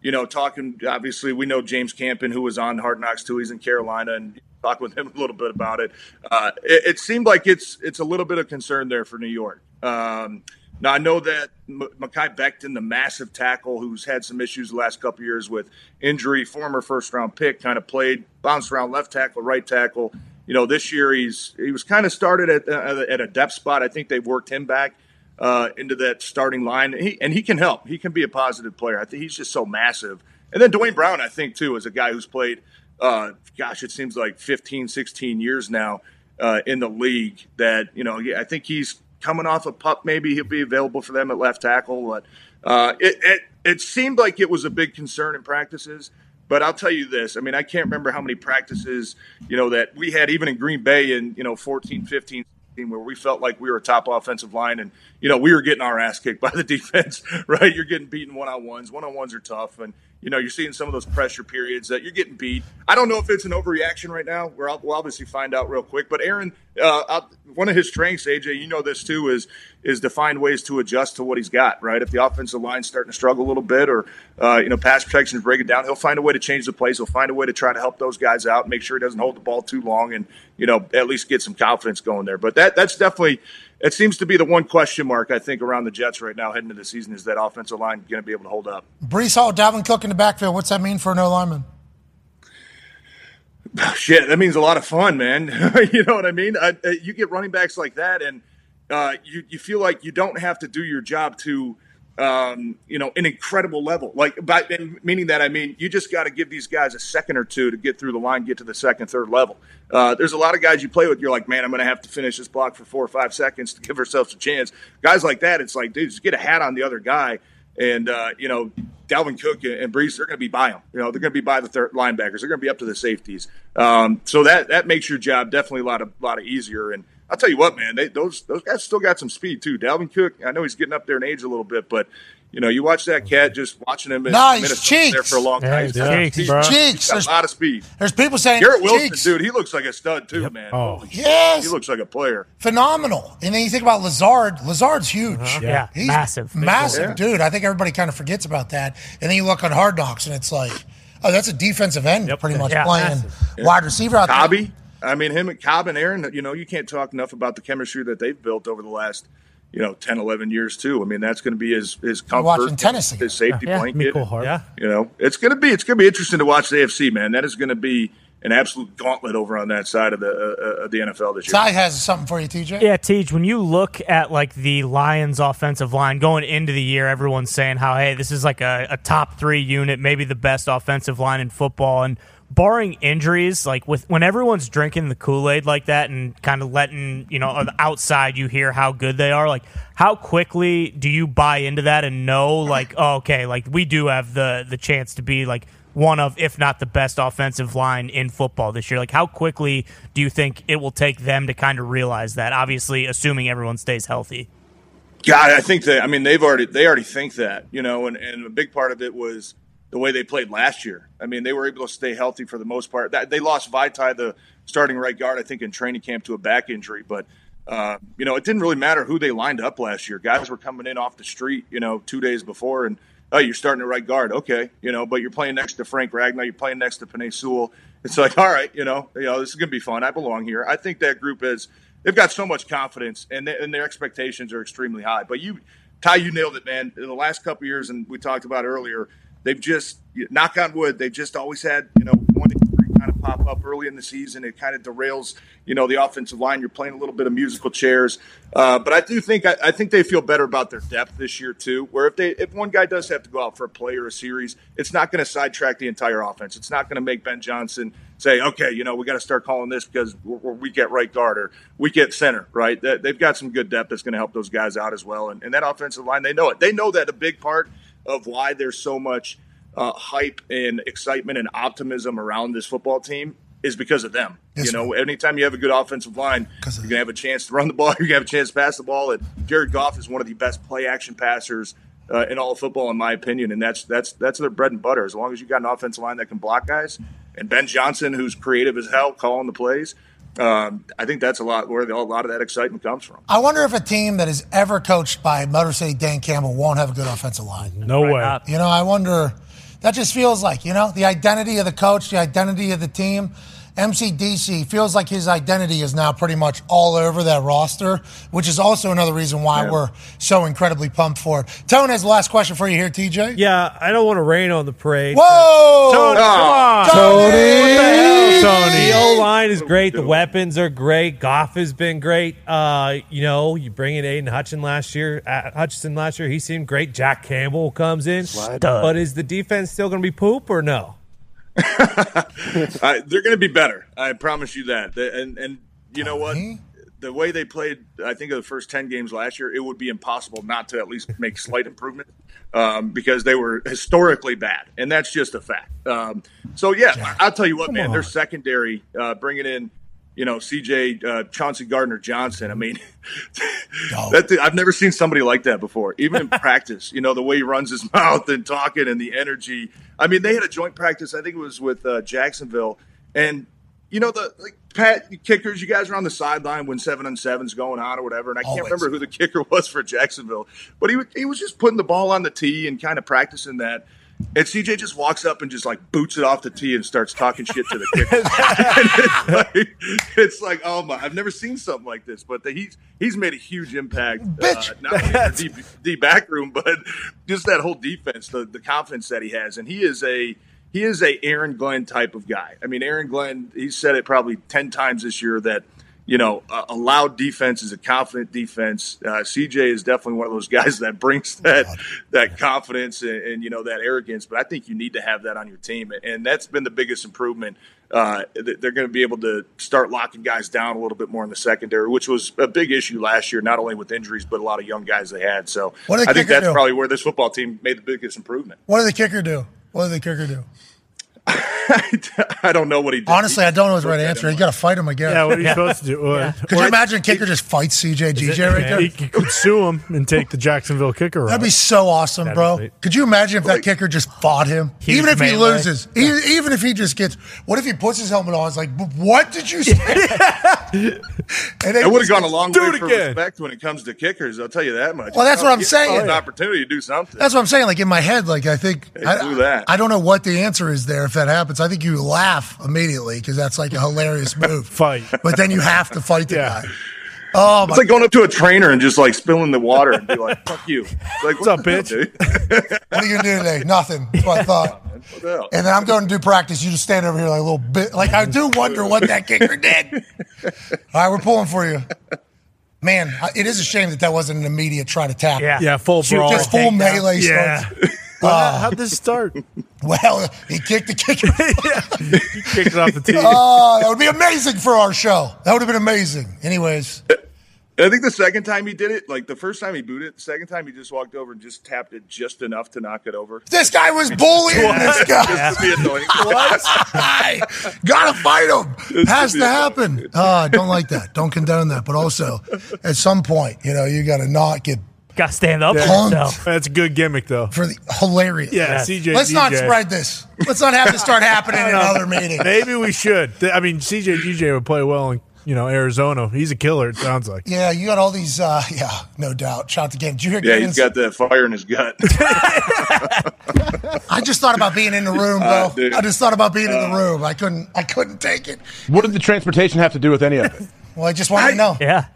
Speaker 11: you know, talking obviously, we know James Campen, who was on Hard Knocks too. He's in Carolina, and talk with him a little bit about it. Uh, it, it seemed like it's it's a little bit of concern there for New York. Um, now I know that M- Makai Becton, the massive tackle who's had some issues the last couple years with injury, former first round pick, kind of played bounced around left tackle, right tackle. You know, this year he's he was kind of started at uh, at a depth spot. I think they worked him back uh, into that starting line. He, and he can help. He can be a positive player. I think he's just so massive. And then Dwayne Brown, I think, too, is a guy who's played, uh, gosh, it seems like 15, 16 years now uh, in the league. That, you know, yeah, I think he's coming off a pup. Maybe he'll be available for them at left tackle. But uh, it, it, it seemed like it was a big concern in practices. But I'll tell you this. I mean, I can't remember how many practices, you know, that we had even in Green Bay in, you know, 14, 15, team where we felt like we were a top offensive line and you know we were getting our ass kicked by the *laughs* defense right you're getting beaten one-on-ones one-on-ones are tough and you know you're seeing some of those pressure periods that you're getting beat i don't know if it's an overreaction right now we're, we'll obviously find out real quick but aaron uh, out- one of his strengths aj you know this too is is to find ways to adjust to what he's got right if the offensive line's starting to struggle a little bit or uh, you know pass protection is breaking down he'll find a way to change the plays he'll find a way to try to help those guys out make sure he doesn't hold the ball too long and you know, at least get some confidence going there. But that that's definitely it seems to be the one question mark I think around the Jets right now heading into the season is that offensive line going to be able to hold up.
Speaker 1: Brees Hall, Dalvin Cook in the backfield. What's that mean for no lineman?
Speaker 11: Oh, Shit, that means a lot of fun, man. *laughs* you know what I mean? I, I- you get running backs like that, and uh, you you feel like you don't have to do your job to, um, you know, an incredible level. Like, by and meaning that, I mean you just got to give these guys a second or two to get through the line, get to the second, third level. Uh, there's a lot of guys you play with. You're like, man, I'm going to have to finish this block for four or five seconds to give ourselves a chance. Guys like that, it's like, dude, just get a hat on the other guy. And uh, you know, Dalvin Cook and and Brees, they're going to be by them. You know, they're going to be by the third linebackers. They're going to be up to the safeties. Um, so that that makes your job definitely a lot of lot of easier. And I'll tell you what, man, they, those those guys still got some speed too. Dalvin Cook, I know he's getting up there in age a little bit, but you know, you watch that cat just watching him in
Speaker 1: Nah, he's
Speaker 11: Minnesota there
Speaker 1: cheeks.
Speaker 11: for a long
Speaker 1: Yeah,
Speaker 11: time.
Speaker 1: he's
Speaker 11: got
Speaker 1: cheeks,
Speaker 11: speed.
Speaker 1: bro.
Speaker 11: He's
Speaker 1: Cheeks.
Speaker 11: got
Speaker 1: There's-
Speaker 11: a lot of speed.
Speaker 1: There's people saying
Speaker 11: Garrett Wilson,
Speaker 1: cheeks.
Speaker 11: dude, he looks like a stud too, man. Oh,
Speaker 1: Yes.
Speaker 11: he looks like a player.
Speaker 1: phenomenal. And then you think about Lazard. Lazard's huge.
Speaker 4: Yeah.
Speaker 1: he's
Speaker 4: Massive. Big
Speaker 1: massive
Speaker 4: boy.
Speaker 1: dude. I think everybody kind of forgets about that. And then you look on Hard Knocks, and it's like, oh, that's a defensive end, pretty much
Speaker 11: Yeah,
Speaker 1: playing
Speaker 11: massive. Yeah.
Speaker 1: wide receiver out there.
Speaker 11: Cobby. I mean, him and Cobb and Aaron, you know, you can't talk enough about the chemistry that they've built over the last, you know, 10, 11 years, too. I mean, that's going to be his, his comfort.
Speaker 1: watching tennis
Speaker 11: His safety
Speaker 1: Yeah,
Speaker 11: blanket.
Speaker 1: Mecole Hart.
Speaker 5: Yeah.
Speaker 11: You know, it's going to be, it's going to be interesting to watch the AFC, man. That is going to be an absolute gauntlet over on that side of the, uh, uh, of the NFL this year.
Speaker 1: Ty has something for you, TJ.
Speaker 4: Yeah, Teej, when you look at like the Lions offensive line going into the year, everyone's saying how, hey, this is like a, a top three unit, maybe the best offensive line in football. And barring injuries, like with when everyone's drinking the Kool-Aid like that and kind of letting, you know, on the outside you hear how good they are, like how quickly do you buy into that and know like, oh, okay, like we do have the the chance to be like one of, if not the best offensive line in football this year. Like, how quickly do you think it will take them to kind of realize that? Obviously, assuming everyone stays healthy.
Speaker 11: God, I think that. I mean, they've already they already think that, you know, and and a big part of it was the way they played last year. I mean, they were able to stay healthy for the most part. That, they lost Vitae, the starting right guard, I think, in training camp to a back injury, but. Uh, you know, it didn't really matter who they lined up last year. Guys were coming in off the street, you know, two days before, and oh, you're starting at right guard, okay, you know, but you're playing next to Frank Ragnar, you're playing next to Panay Sewell. It's like, all right, you know, you know, this is gonna be fun. I belong here. I think that group is they've got so much confidence and, th- and their expectations are extremely high. But you, Ty, you nailed it, man. In the last couple years, and we talked about earlier, they've just knock on wood, they've just always had you know one injury kind of pop up early in the season. It kind of derails you know the offensive line. You're playing a little bit of musical chairs, uh, but I do think I, I think they feel better about their depth this year too. Where if they if one guy does have to go out for a play or a series, it's not going to sidetrack the entire offense. It's not going to make Ben Johnson say, okay, you know, we got to start calling this because we're, we're weak at right guard or weak at center, right? That, they've got some good depth that's going to help those guys out as well. And, and that offensive line, they know it. They know that a big part of why there's so much uh, hype and excitement and optimism around this football team is because of them. you know, anytime you have a good offensive line, you're going to have a chance to run the ball. *laughs* You're going to have a chance to pass the ball. And Jared Goff is one of the best play action passers uh, in all of football, in my opinion, and that's that's that's their bread and butter. As long as you got an offensive line that can block guys, and Ben Johnson, who's creative as hell, calling the plays, um, I think that's a lot where the, a lot of that excitement comes from.
Speaker 1: I wonder if a team that is ever coached by Motor City Dan Campbell won't have a good offensive line.
Speaker 2: No way.
Speaker 1: You know, I wonder. That just feels like you know the identity of the coach, the identity of the team. MCDC feels like his identity is now pretty much all over that roster, which is also another reason why
Speaker 5: Yeah.
Speaker 1: we're so incredibly pumped for it. Tone has the last question for you here, TJ.
Speaker 5: Yeah, I don't want to rain on the parade.
Speaker 1: Whoa! Ah.
Speaker 5: Tony, come on.
Speaker 1: Tony!
Speaker 5: What the hell, Tony? The O line is great. The weapons are great. Goff has been great. Uh, you know, you bring in Aiden Hutchin last year, uh, Hutchinson last year. He seemed great. Jack Campbell comes in.
Speaker 11: Stud.
Speaker 5: But is the defense still going to be poop or no?
Speaker 11: *laughs* I, they're going to be better. I promise you that. They- And and you know what? The way they played, I think of the first ten games last year, it would be impossible not to at least
Speaker 13: *laughs*
Speaker 11: make slight improvement um, because they were historically bad, and that's just a fact. Um, so yeah, I- I'll tell you what,
Speaker 13: Come
Speaker 11: man,
Speaker 13: on.
Speaker 11: their secondary uh, bringing in. You know, CJ uh, Chauncey Gardner Johnson. I mean, that thing- I've never seen somebody like that before, even in practice. You know, the way he runs his *laughs* mouth and talking and the energy. I mean, they had a joint practice, I think it was with uh, Jacksonville. And, you know, the like, Pat kickers, you guys are on the sideline when seven on seven's going on or whatever. And I can't
Speaker 13: Always.
Speaker 11: remember *laughs* who the kicker was for Jacksonville, but he, wa- he was just putting the ball on the tee and kind of practicing that. And CJ just walks up and just like boots it off the tee and starts talking shit to the kicker. *laughs* it's, like, *laughs* it's like, oh my! I've never seen something like this. But the, he's he's made a huge impact,
Speaker 1: Bitch.
Speaker 11: Uh, not only in the deep, deep back room, but just that whole defense, the the confidence that he has, and he is a he is a Aaron Glenn type of guy. I mean, Aaron Glenn, he said it probably ten times this year that you know, a, a loud defense is a confident defense. Uh, CJ is definitely one of those guys that brings that that confidence and, and you know that arrogance. But I think you need to have that on your team, and that's been the biggest improvement. Uh, th- they're going to be able to start locking guys down a little bit more in the secondary, which was a big issue last year, not only with injuries but a lot of young guys they had. So
Speaker 1: What did the
Speaker 11: I think
Speaker 1: kicker
Speaker 11: that's
Speaker 1: do?
Speaker 11: probably where this football team made the biggest improvement. *laughs*
Speaker 1: What did the kicker do? What did the kicker do?
Speaker 11: I don't know what he did.
Speaker 1: Honestly, I don't know his right
Speaker 11: Look at
Speaker 1: answer. You got to fight him again. *laughs*
Speaker 2: Yeah, what are you supposed to do? Well,
Speaker 1: Could you imagine a kicker just fights CJ GJ right there?
Speaker 2: You could sue him and take the Jacksonville kicker.
Speaker 1: That'd be
Speaker 2: route.
Speaker 1: so awesome,
Speaker 2: That'd be
Speaker 1: bro.
Speaker 2: sweet.
Speaker 1: Could you imagine if that kicker just fought him?
Speaker 2: Huge
Speaker 1: Even if he
Speaker 2: melee.
Speaker 1: loses, e- even if he just gets, what if he puts his helmet on? It's like, "But what did
Speaker 2: *laughs*
Speaker 1: you say? and
Speaker 11: It would have gone a long
Speaker 1: along.
Speaker 11: way for respect when it comes to kickers. I'll tell you that much.
Speaker 1: Well, that's what I'm
Speaker 11: Give
Speaker 1: saying.
Speaker 11: someone An opportunity to do something.
Speaker 1: That's what I'm saying. Like in my head, like I think
Speaker 11: do
Speaker 1: I,
Speaker 11: that.
Speaker 1: I don't know what the answer is there if that happens. I think you laugh immediately because that's like a
Speaker 2: *laughs*
Speaker 1: hilarious move.
Speaker 2: fight,
Speaker 1: but then you have to fight the guy. Oh my!
Speaker 11: It's like going up to a trainer and just like spilling the water and be like, "Fuck you!" It's like, what's up, bitch?
Speaker 1: what are you gonna do today? Nothing. That's what I thought. And then I'm going to do practice. You just stand over here like a little bit. Like I do wonder what that kicker did. All right, we're pulling for you. Man, I- it is a shame that that wasn't an immediate try to tackle.
Speaker 2: Yeah. Yeah, full brawl.
Speaker 1: Just full
Speaker 2: Takedown.
Speaker 1: melee.
Speaker 2: Yeah.
Speaker 1: Starts.
Speaker 2: Well,
Speaker 1: Oh.
Speaker 2: how- how'd this start?
Speaker 1: Well, he kicked the
Speaker 2: *laughs*
Speaker 1: kicker.
Speaker 2: He kicked it off the tee.
Speaker 1: oh, that would be amazing for our show. That would have been amazing. Anyways,
Speaker 11: I think the second time he did it, like the first time he booted it, the second time he just walked over and just tapped it just enough to knock it over.
Speaker 1: this guy was
Speaker 11: *laughs*
Speaker 1: bullying this guy.
Speaker 11: Just to be annoying.
Speaker 1: What? I *laughs* gotta fight him. Has to happen. Ah, I don't like that. Don't condone that. But also, at some point, you know, you *laughs* gotta not get
Speaker 4: Got to stand up for
Speaker 1: Punked.
Speaker 4: yourself.
Speaker 2: That's a good gimmick, though.
Speaker 1: For the hilarious.
Speaker 2: Yeah, CJ.
Speaker 1: Let's not
Speaker 2: DJ. *laughs*
Speaker 1: spread this. Let's not have this start happening in other meetings.
Speaker 2: Maybe we should. Th- I mean, CJ DJ would play well in you know Arizona. He's a killer. It sounds like.
Speaker 1: Yeah, you got all these. Uh, yeah, no doubt. Shout out to game. Did you hear?
Speaker 11: Yeah,
Speaker 1: Gideon's-
Speaker 11: he's got that fire in his gut.
Speaker 1: I just thought about being in the room,
Speaker 11: Uh,
Speaker 1: bro.
Speaker 11: dude. Uh.
Speaker 1: I just thought about being in the room. I couldn't. I couldn't take it.
Speaker 12: What did the transportation have to do with any of it?
Speaker 1: Well, I just wanted to know.
Speaker 4: Yeah.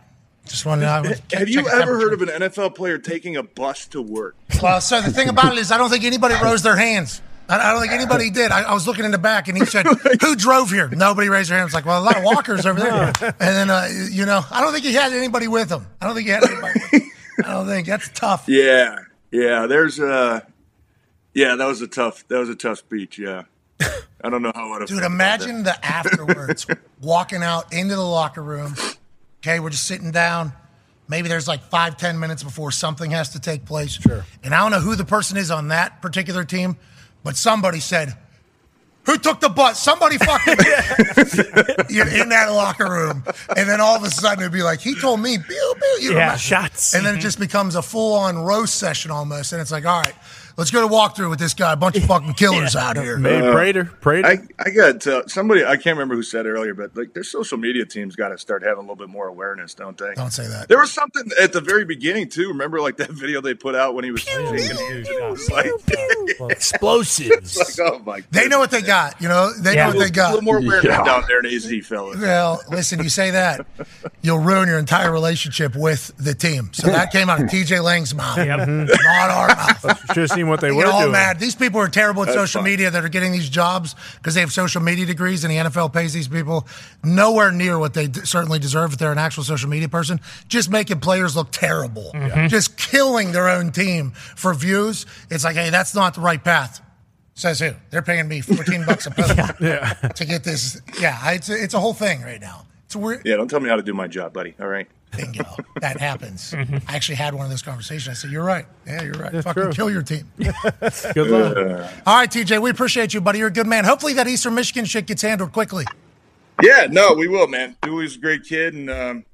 Speaker 1: Just wanted to know.
Speaker 11: Have you ever heard of an NFL player taking a bus to work?
Speaker 1: Well, so the thing about it is, I don't think anybody rose their hands. I I don't think anybody did. I, I was looking in the back, and he said, "Who drove here?" Nobody raised their hands. Like, well, a lot of walkers over there. And then, uh, you know, I don't think he had anybody with him. I don't think he had anybody. With him. I don't think that's tough.
Speaker 11: Yeah, yeah. There's a, yeah. That was a tough. That was a tough speech. Yeah, I don't know how I would have.
Speaker 1: Dude,
Speaker 11: felt about
Speaker 1: imagine the afterwards walking out into the locker room. Okay, we're just sitting down. Maybe there's like five, ten minutes before something has to take place. Sure. And I don't know who the person is on that particular team, but somebody said, Who took the butt? Somebody
Speaker 4: *laughs*
Speaker 1: fucking *laughs* You're in that locker room. And then all of a sudden it'd be like, he told me, pew, pew, you know,
Speaker 4: Yeah,
Speaker 1: imagine.
Speaker 4: shots.
Speaker 1: And then it just becomes a full on roast session almost. And it's like, all right, let's go to walkthrough with this guy, a bunch of
Speaker 4: *laughs*
Speaker 1: fucking killers out here.
Speaker 2: Maybe Prater. Prater.
Speaker 11: Uh, I, I got to, somebody. I can't remember who said earlier, but like their social media team's got to start having a little bit more awareness, don't they?
Speaker 1: Don't say that.
Speaker 11: There was something at the very beginning too. Remember, like that *laughs* video they put out when he was shaking his hand? It was like *laughs* oh
Speaker 2: explosives.
Speaker 11: It's like, oh my!
Speaker 1: They know what they got. You know, they know what they
Speaker 11: A
Speaker 1: got.
Speaker 11: little more awareness down there in AZ, fellas.
Speaker 1: Well, listen, you say that, you'll ruin your entire relationship with the team. So that came out of TJ Lang's mouth,
Speaker 2: Yep.
Speaker 1: not our mouth.
Speaker 2: Should have seen what they
Speaker 1: They
Speaker 2: were
Speaker 1: get all
Speaker 2: doing.
Speaker 1: mad. These people are terrible at
Speaker 2: That's
Speaker 1: social
Speaker 2: fine.
Speaker 1: media that are getting these jobs because they have social media degrees, and the NFL pays these people nowhere near what they d- certainly deserve if they're an actual social media person. Just making players look terrible,
Speaker 2: Mm-hmm.
Speaker 1: just killing their own team for views. It's like, hey, that's not the right path. Says who? They're paying me fourteen
Speaker 2: *laughs*
Speaker 1: bucks a post to get this. Yeah, I- it's a, it's a whole thing right now. It's weird.
Speaker 11: Yeah, don't tell me how to do my job, buddy. All right.
Speaker 1: That happens. I actually had one of those conversations. I said, "You're right. Yeah, you're right.
Speaker 2: Mm-hmm. That's
Speaker 1: Fucking
Speaker 2: true.
Speaker 1: kill your team."
Speaker 2: Good luck.
Speaker 11: Uh,
Speaker 1: All right, TJ, we appreciate you, buddy. You're a good man. Hopefully that Eastern Michigan shit gets handled quickly.
Speaker 11: Yeah, no, we will, man. Dewey's a great kid, and um,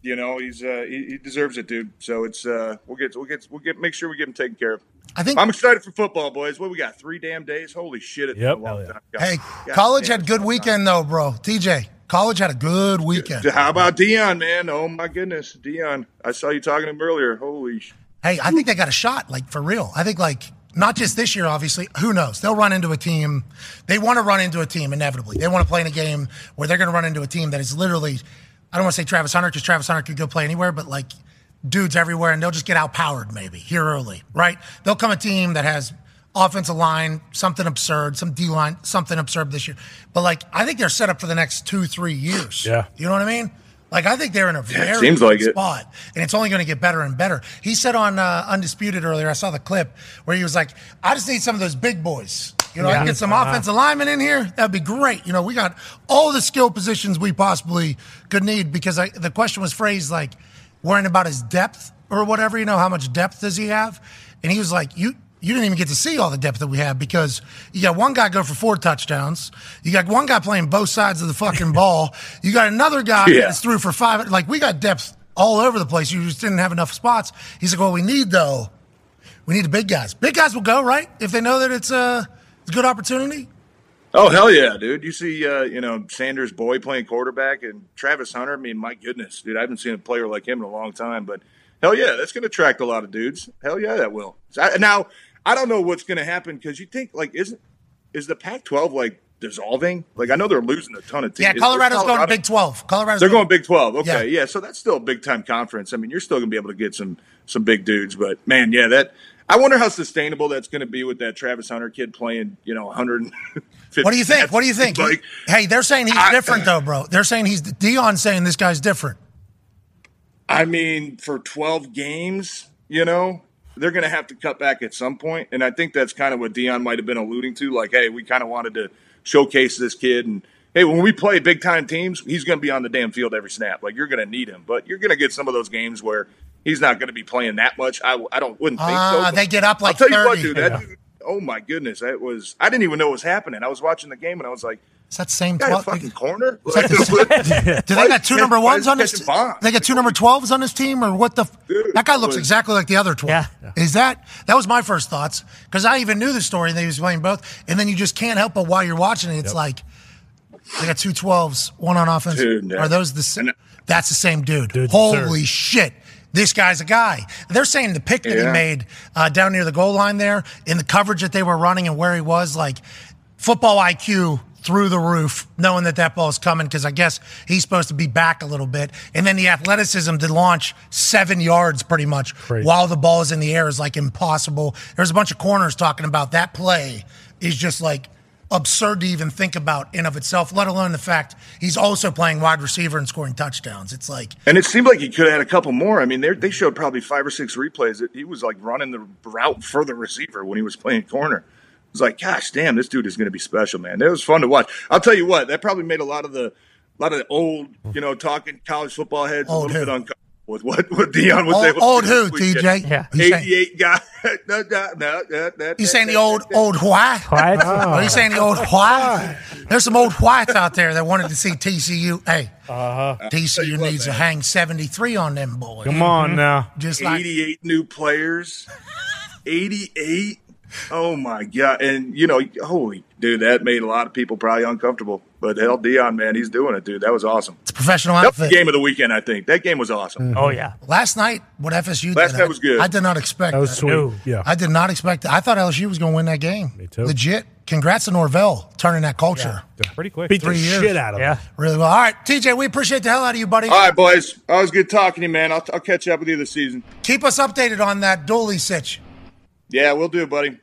Speaker 11: you know he's uh, he, he deserves it, dude. So it's uh, we'll get we'll get we'll get make sure we get him taken care of.
Speaker 1: I think-
Speaker 11: I'm excited for football, boys. What we got? Three damn days. Holy shit! It's
Speaker 2: Yep.
Speaker 11: been a long time. God-
Speaker 1: Hey,
Speaker 11: God
Speaker 1: college
Speaker 11: damn
Speaker 1: had good weekend though, bro. TJ, college had a good weekend.
Speaker 11: it. How about Dion, man? Oh my goodness, Dion! I saw you talking to him earlier. Holy. sh-
Speaker 1: Hey, I think they got a shot, like for real. I think like not just this year, obviously. Who knows? They'll run into a team. They want to run into a team inevitably. They want to play in a game where they're going to run into a team that is literally, I don't want to say Travis Hunter because Travis Hunter could go play anywhere, but like dudes everywhere, and they'll just get outpowered maybe here early, right? They'll come a team that has offensive line, something absurd, some D line, something absurd this year. But like, I think they're set up for the next two, three years.
Speaker 2: Yeah.
Speaker 1: You know what I mean? Like I think they're in a very
Speaker 2: it seems like
Speaker 1: good
Speaker 2: it.
Speaker 1: spot, and it's only going to get better and better. He said on uh, Undisputed earlier, I saw the clip where he was like, "I just need some of those big boys. You know, I
Speaker 13: Yeah.
Speaker 1: can get some
Speaker 13: Uh-huh.
Speaker 1: offensive linemen in here. That'd be great. You know, we got all the skill positions we possibly could need because I, the question was phrased like worrying about his depth or whatever. You know, how much depth does he have? And he was like, "You." You didn't even get to see all the depth that we have because you got one guy go for four touchdowns. You got one guy playing both sides of the fucking ball. You got another guy
Speaker 11: Yeah.
Speaker 1: that's through for five. Like we got depth all over the place. You just didn't have enough spots. He's like, well, we need though. We need the big guys. Big guys will go right if they know that it's a, it's a good opportunity.
Speaker 11: Oh hell yeah, dude! You see, uh, you know Sanders' boy playing quarterback and Travis Hunter. I mean, my goodness, dude! I haven't seen a player like him in a long time. But hell yeah, that's going to attract a lot of dudes. Hell yeah, that will. So I- now I don't know what's going to happen because you think like isn't is the Pac-12 like dissolving? Like I know they're losing a ton of teams.
Speaker 1: Yeah, Colorado's
Speaker 11: Is
Speaker 1: going
Speaker 11: Colorado-
Speaker 1: to Big Twelve. Colorado's
Speaker 11: They're going Big Twelve.
Speaker 1: Yeah.
Speaker 11: Okay, yeah. So that's still a big time conference. I mean, you're still going to be able to get some some big dudes. But man, yeah, that I wonder how sustainable that's going to be with that Travis Hunter kid playing. You know, *laughs* 100.
Speaker 1: What do you think? What do you think?
Speaker 11: Like,
Speaker 1: hey, they're saying he's different though, bro. They're saying he's Dion's saying this guy's different.
Speaker 11: I mean, for 12 games, you know, they're going to have to cut back at some point. And I think that's kind of what Dion might have been alluding to. Like, hey, we kind of wanted to showcase this kid. And hey, when we play big time teams, he's going to be on the damn field every snap. Like, you're going to need him. But you're going to get some of those games where he's not going to be playing that much. I, I don't wouldn't think so.
Speaker 1: Ah,
Speaker 11: But
Speaker 1: they get up like
Speaker 11: I'll tell you what,
Speaker 1: 30.
Speaker 11: dude. That dude oh, my goodness. That was, I didn't even know what was happening. I was watching the game and I was like,
Speaker 1: Is that the same
Speaker 11: guy in a
Speaker 1: twelve?
Speaker 11: fucking corner?
Speaker 1: Is
Speaker 11: *laughs*
Speaker 1: that the- Do they got two number ones on this? They got two number twelves on this team, or what the? f- that guy looks
Speaker 11: was-
Speaker 1: exactly like the other twelve. Is that that was my first thoughts because I even knew the story and they was playing both, and then you just can't help but while you're watching it, it's
Speaker 11: Yep.
Speaker 1: like they got two 12s, one on offense.
Speaker 11: Dude, no.
Speaker 1: Are those the same? That's the same dude. Holy shit. This guy's a guy. They're saying the pick that he
Speaker 11: Yeah.
Speaker 1: made uh, down near the goal line there, in the coverage that they were running and where he was, like football IQ through the roof, knowing that that ball's coming because I guess he's supposed to be back a little bit. And then the athleticism to launch seven yards pretty much while the ball is in the air is like impossible. There's a bunch of corners talking about that play is just like absurd to even think about in of itself, let alone the fact he's also playing wide receiver and scoring touchdowns. It's like
Speaker 11: And it seemed like he could have had a couple more. I mean, they they showed probably five or six replays. that He was like running the route for the receiver when he was playing corner. It was like, gosh, damn, this dude is going to be special, man. It was fun to watch. I'll tell you what, that probably made a lot of the a lot of the old, you know, talking college football heads a little bit uncomfortable with what what Dion was
Speaker 1: Old-
Speaker 11: able
Speaker 1: old
Speaker 11: to do.
Speaker 1: who, TJ? Yeah. He's saying-
Speaker 11: eighty-eight guy. *laughs* no, no, no, no, no,
Speaker 1: You saying the old old why?
Speaker 11: What?
Speaker 1: *laughs* Are you saying the old why? There's some old whites out there that wanted to see TCU. Hey,
Speaker 11: Uh-huh.
Speaker 1: TCU needs to hang 73 on them boys. Mm-hmm.
Speaker 2: Come on now.
Speaker 1: Just like
Speaker 11: 88 new players. 88. Oh my god! And you know, holy dude, that made a lot of people probably uncomfortable. But hell, Dion, man, he's doing it, dude. That was awesome. It's
Speaker 1: professional
Speaker 11: that was
Speaker 1: outfit.
Speaker 11: the game of the weekend, I think. That game was awesome.
Speaker 4: Oh yeah.
Speaker 1: Last night, what FSU
Speaker 11: Last
Speaker 1: did,
Speaker 11: night
Speaker 1: I-
Speaker 11: was good.
Speaker 1: I did not expect
Speaker 11: That was sweet. No.
Speaker 2: Yeah.
Speaker 1: I did not expect that. I thought LSU was going to win that game. Me too. Legit. Congrats to Norvell turning that culture.
Speaker 5: Pretty quick.
Speaker 1: Beat the shit out of Yeah. Really well. All right, TJ, we appreciate the hell out of you, buddy.
Speaker 11: All right, boys. Always good talking to you, man. I'll, I'll catch up with you this season.
Speaker 1: Keep us updated on that Dooley sitch.
Speaker 11: Yeah, we'll do, buddy.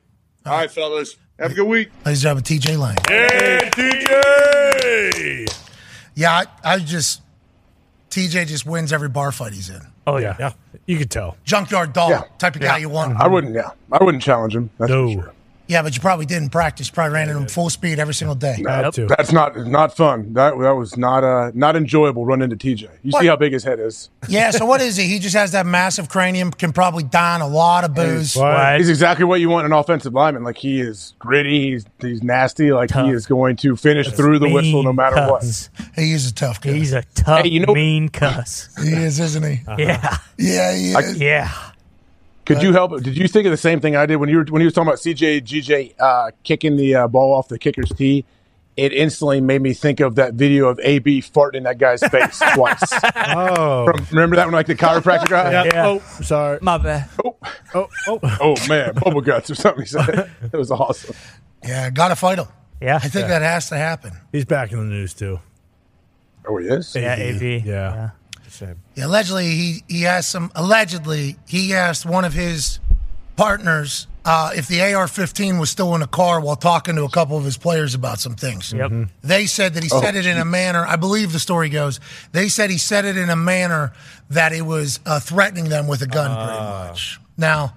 Speaker 11: All right, fellas. Have a good week.
Speaker 1: Ladies and gentlemen, TJ Lang.
Speaker 11: Hey,
Speaker 2: DJ.
Speaker 1: Yeah, I, I just, TJ just wins every bar fight he's in.
Speaker 2: Oh yeah. yeah. You could tell.
Speaker 1: Junkyard dog type of guy you want.
Speaker 12: I wouldn't. Yeah, I wouldn't challenge him. That's no,
Speaker 1: Yeah, but you probably didn't practice. You probably ran at him full speed every single day.
Speaker 12: that's not not fun. That that was not uh not enjoyable. Run into TJ. You
Speaker 1: What?
Speaker 12: see how big his head is.
Speaker 1: yeah, so what is he? He just has that massive cranium, can probably don a lot of booze.
Speaker 12: He's exactly what you want in an offensive lineman. Like he is gritty. He's he's nasty. Like he is going to finish through the whistle no matter what.
Speaker 1: He is a tough guy.
Speaker 4: He's a tough,
Speaker 12: Hey, you know-
Speaker 4: mean cuss.
Speaker 1: He is, isn't he?
Speaker 4: Yeah.
Speaker 1: Yeah, he
Speaker 12: I-
Speaker 1: is.
Speaker 4: yeah.
Speaker 12: Could you help? Did you think of the same thing I did when you were when he was talking about CJ GJ uh, kicking the uh, ball off the kicker's tee? it instantly made me think of that video of AB farting in that guy's
Speaker 1: *laughs*
Speaker 12: face twice.
Speaker 2: Oh.
Speaker 12: From- remember that one, like the chiropractor guy?
Speaker 2: Yeah. Oh, sorry.
Speaker 4: My bad.
Speaker 12: Oh, oh, oh. oh man, bubble guts or something. He
Speaker 2: *laughs*
Speaker 12: said. It was awesome.
Speaker 1: Yeah, got to fight him.
Speaker 4: Yeah.
Speaker 1: I think that has to happen.
Speaker 2: He's back in the news too.
Speaker 12: Oh, he is.
Speaker 4: Yeah, AB.
Speaker 2: Yeah.
Speaker 1: Yeah, allegedly, he, he asked some. Allegedly, he asked one of his partners uh, if the AR-15 was still in a car while talking to a couple of his players about some things.
Speaker 4: Yep. Mhm.
Speaker 1: They said that he
Speaker 4: Oh,
Speaker 1: said it in a
Speaker 4: geez.
Speaker 1: manner. I believe the story goes. They said he said it in a manner that it was uh, threatening them with a gun. pretty much. Now,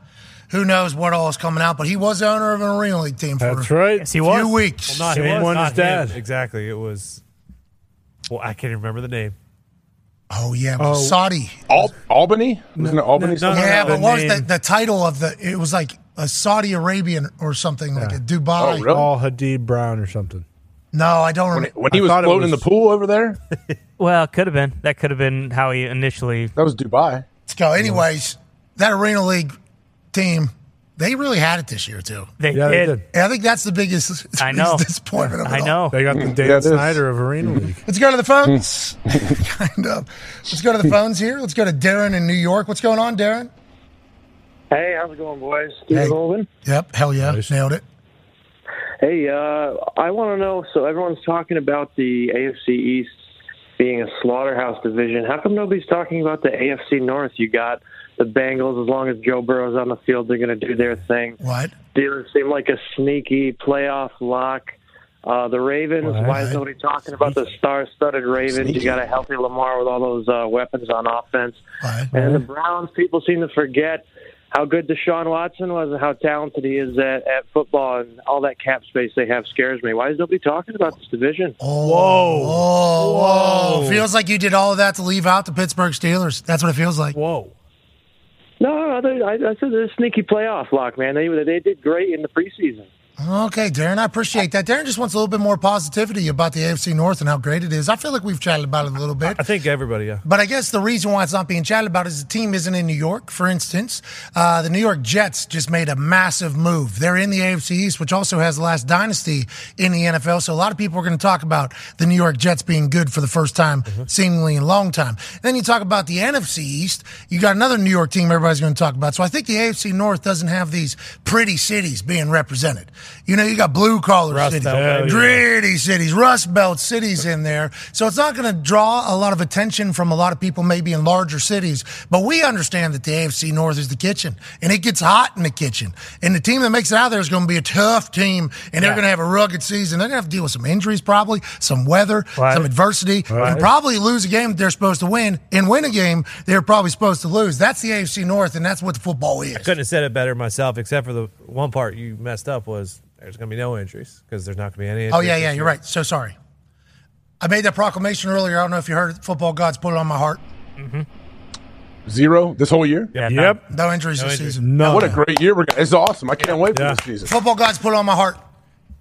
Speaker 1: who knows what all is coming out? But he was the owner of an arena league team for
Speaker 2: That's right.
Speaker 1: a few weeks.
Speaker 5: Well, not, it was not him. Exactly. It was. Well, I can't remember the name.
Speaker 1: Oh yeah, it was Saudi.
Speaker 12: Al- Albany? Wasn't it Albany? something?
Speaker 1: yeah, but what was the, the title of the? It was like a Saudi Arabian or something like a
Speaker 12: Oh,
Speaker 1: Dubai.
Speaker 2: Al Hadid Brown or something.
Speaker 1: No, I don't remember.
Speaker 12: pool over there.
Speaker 4: well, could have been. That could have been how he initially. That
Speaker 12: was Dubai.
Speaker 1: Let's go. Anyways, that Arena League team, they really had it this year too.
Speaker 4: They Yeah, they did. did.
Speaker 1: And I think that's the biggest *laughs*
Speaker 4: I know.
Speaker 1: disappointment of it all.
Speaker 2: They got the
Speaker 1: Mm,
Speaker 2: Dave
Speaker 1: yeah, it is.
Speaker 2: Snyder of Arena League.
Speaker 1: Let's go to the phones.
Speaker 12: Hmm. *laughs*
Speaker 1: *laughs* kind of. Let's go to the phones here. Let's go to Darren in New York. What's going on, Darren?
Speaker 13: Hey, how's it going, boys? Steve
Speaker 1: Hey.
Speaker 13: Golden.
Speaker 1: Yep. Hell yeah. Nailed it.
Speaker 13: Hey, uh, I want to know. So everyone's talking about the AFC East being a slaughterhouse division. How come nobody's talking about the AFC North? You got the Bengals. As long as Joe Burrow's on the field, they're going to do their thing.
Speaker 1: What?
Speaker 13: Steelers seem like a sneaky playoff lock. Uh, the Ravens. Why is nobody talking about the star-studded Ravens? You got a healthy Lamar with all those uh, weapons on offense, and the
Speaker 1: Mm-hmm.
Speaker 13: Browns. People seem to forget how good Deshaun Watson was and how talented he is at, at football and all that cap space they have scares me. Why is nobody talking about this division?
Speaker 1: Oh, Whoa. Whoa. Feels like you did all of that to leave out the Pittsburgh Steelers. That's what it feels like.
Speaker 2: Whoa.
Speaker 13: No, they- I, I said they're a sneaky playoff lock, man. They they did great in the preseason.
Speaker 1: Okay, Darren, I appreciate that. Darren just wants a little bit more positivity about the AFC North and how great it is. I feel like we've chatted about it a little bit.
Speaker 5: I think everybody. Yeah.
Speaker 1: But I guess the reason why it's not being chatted about is the team isn't in New York. For instance, uh, the New York Jets just made a massive move. They're in the AFC East, which also has the last dynasty in the NFL. So a lot of people are going to talk about the New York Jets being good for the first time, seemingly in a long time. Then you talk about the NFC East. You got another New York team everybody's going to talk about. So I think the AFC North doesn't have these pretty cities being represented. You know, you got blue collar
Speaker 2: Rust
Speaker 1: cities,
Speaker 2: Belt, baby.
Speaker 1: gritty City cities, Rust Belt cities in there. So it's not going to draw a lot of attention from a lot of people, maybe in larger cities. But we understand that the AFC North is the kitchen, and it gets hot in the kitchen. And the team that makes it out of there is going to be a tough team, and they're
Speaker 2: Yeah.
Speaker 1: going to have a rugged season. They're going to have to deal with some injuries, probably some weather, some adversity,
Speaker 2: Right.
Speaker 1: and probably lose a game that they're supposed to win, and win a game they're probably supposed to lose. That's the AFC North, and that's what the football is.
Speaker 5: I couldn't have said it better myself, except for the one part you messed up was there's going to be no injuries because there's not going to be any. Injuries
Speaker 1: Oh yeah, yeah,
Speaker 5: this
Speaker 1: you're
Speaker 5: year.
Speaker 1: right. So sorry. I made that proclamation earlier. I don't know if you heard it. Football gods put it on my heart.
Speaker 12: Zero this whole year.
Speaker 1: Yep. No injuries this season.
Speaker 12: No. What a great year! We're gonna, it's awesome. I can't wait for
Speaker 2: Yeah.
Speaker 12: this season.
Speaker 1: Football gods put it on my heart.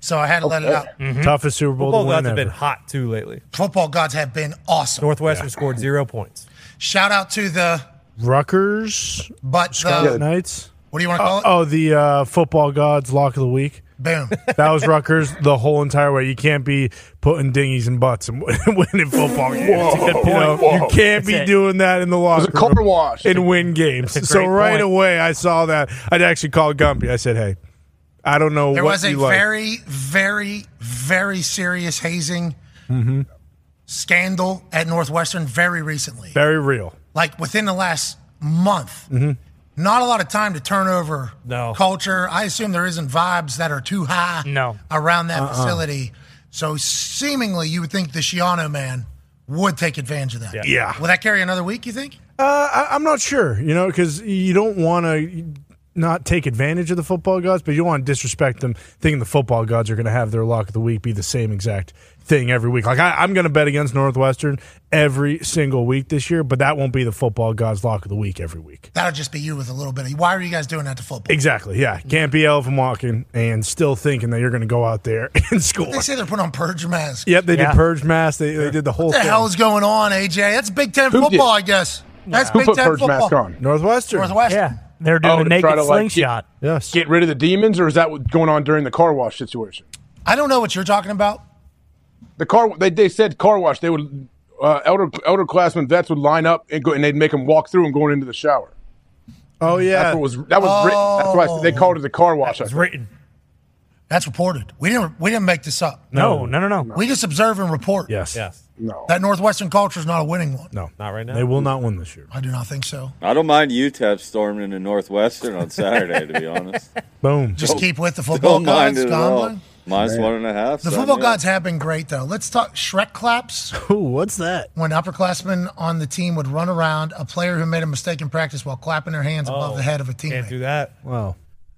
Speaker 1: So I had to let it
Speaker 12: Okay.
Speaker 1: out.
Speaker 2: Mm-hmm. Toughest Super Bowl
Speaker 5: Football
Speaker 2: to win
Speaker 5: gods have
Speaker 2: ever.
Speaker 5: been hot too lately.
Speaker 1: Football gods have been awesome.
Speaker 5: Northwestern scored zero points.
Speaker 1: Shout out to the
Speaker 2: Rutgers,
Speaker 1: but
Speaker 2: Scarlet
Speaker 1: the,
Speaker 2: Knights.
Speaker 1: What do you want to call it?
Speaker 2: Oh, the uh, football gods lock of the week.
Speaker 1: Boom.
Speaker 2: *laughs* That was Rutgers the whole entire way. You can't be putting dinghies in butts and *laughs* winning football games.
Speaker 12: Whoa.
Speaker 2: you, know,
Speaker 12: Whoa.
Speaker 2: you can't be
Speaker 12: That's it.
Speaker 2: doing that in the
Speaker 12: was
Speaker 2: locker
Speaker 12: a car
Speaker 2: room
Speaker 12: wash.
Speaker 2: and win games.
Speaker 12: That's a
Speaker 2: So
Speaker 12: great
Speaker 2: right
Speaker 12: point.
Speaker 2: away, I saw that. I'd actually called Gumpy. I said, "Hey, I don't know
Speaker 1: There
Speaker 2: what
Speaker 1: was a
Speaker 2: you like."
Speaker 1: very, very, very serious hazing
Speaker 12: Mm-hmm.
Speaker 2: Mhm.
Speaker 1: scandal at Northwestern very recently.
Speaker 2: very real.
Speaker 1: Like within the last month.
Speaker 2: hmm
Speaker 1: Not a lot of time to turn over
Speaker 2: No.
Speaker 1: culture. I assume there isn't vibes that are too high
Speaker 4: No.
Speaker 1: around that
Speaker 4: Uh-uh.
Speaker 1: facility. So seemingly, you would think the Shiano man would take advantage of that.
Speaker 2: Yeah. Yeah.
Speaker 1: Will that carry another week? You think?
Speaker 2: Uh, I, I'm not sure, you know, because you don't want to not take advantage of the football gods, but you don't want to disrespect them, thinking the football gods are going to have their lock of the week be the same exact thing every week. Like I, I'm going to bet against Northwestern every single week this year, but that won't be the football gods' lock of the week every week.
Speaker 1: That'll just be you with a little bit of. Why are you guys doing that to football?
Speaker 2: Exactly. Yeah, can't be elephant walking and still thinking that you're going to go out there *laughs* and score.
Speaker 1: They say they're putting on purge masks.
Speaker 2: Yep, they did purge mass. They, they did the whole
Speaker 1: What the
Speaker 2: thing.
Speaker 1: hell is going on, AJ? That's Big Ten
Speaker 2: Who did?
Speaker 1: football, I guess. That's Big Ten football.
Speaker 2: Northwestern.
Speaker 1: Northwestern.
Speaker 2: Yeah.
Speaker 4: They're
Speaker 1: doing
Speaker 12: oh,
Speaker 1: the
Speaker 12: to
Speaker 1: naked
Speaker 12: try to, like,
Speaker 1: slingshot.
Speaker 12: Get,
Speaker 2: yes.
Speaker 12: Get rid of the demons, or is that what going on during the car wash situation?
Speaker 1: I don't know what you're talking about.
Speaker 12: The car they they said car wash. They would uh, elder elder classmen vets would line up and go and they'd make them walk through and going into the shower.
Speaker 2: Oh yeah,
Speaker 12: That's what was that was written. That's why I said they called it the car wash. That's
Speaker 5: written.
Speaker 1: That's reported. We didn't. We didn't make this up.
Speaker 4: No, no, no, no.
Speaker 1: We just observe and report.
Speaker 2: Yes.
Speaker 5: Yes.
Speaker 12: No.
Speaker 1: That Northwestern culture is not a winning one.
Speaker 2: No,
Speaker 5: not right now.
Speaker 2: They will not win this year.
Speaker 1: I do not think so.
Speaker 9: I don't mind UTEP storming the Northwestern on Saturday, to be honest.
Speaker 2: Boom.
Speaker 1: Just
Speaker 9: Don't-
Speaker 1: keep with the
Speaker 9: *laughs*
Speaker 1: football
Speaker 9: don't mind
Speaker 1: gods,
Speaker 9: it at all.
Speaker 1: Goblin.
Speaker 9: Minus
Speaker 1: Man.
Speaker 9: one and a half.
Speaker 1: The
Speaker 9: son,
Speaker 1: football
Speaker 9: yeah.
Speaker 1: gods have been great though. Let's talk Shrek claps.
Speaker 2: *laughs* Ooh, what's that?
Speaker 1: When upperclassmen on the team would run around a player who made a mistake in practice while clapping their hands above the head of a teammate.
Speaker 5: Oh, Can't do that.
Speaker 2: Wow.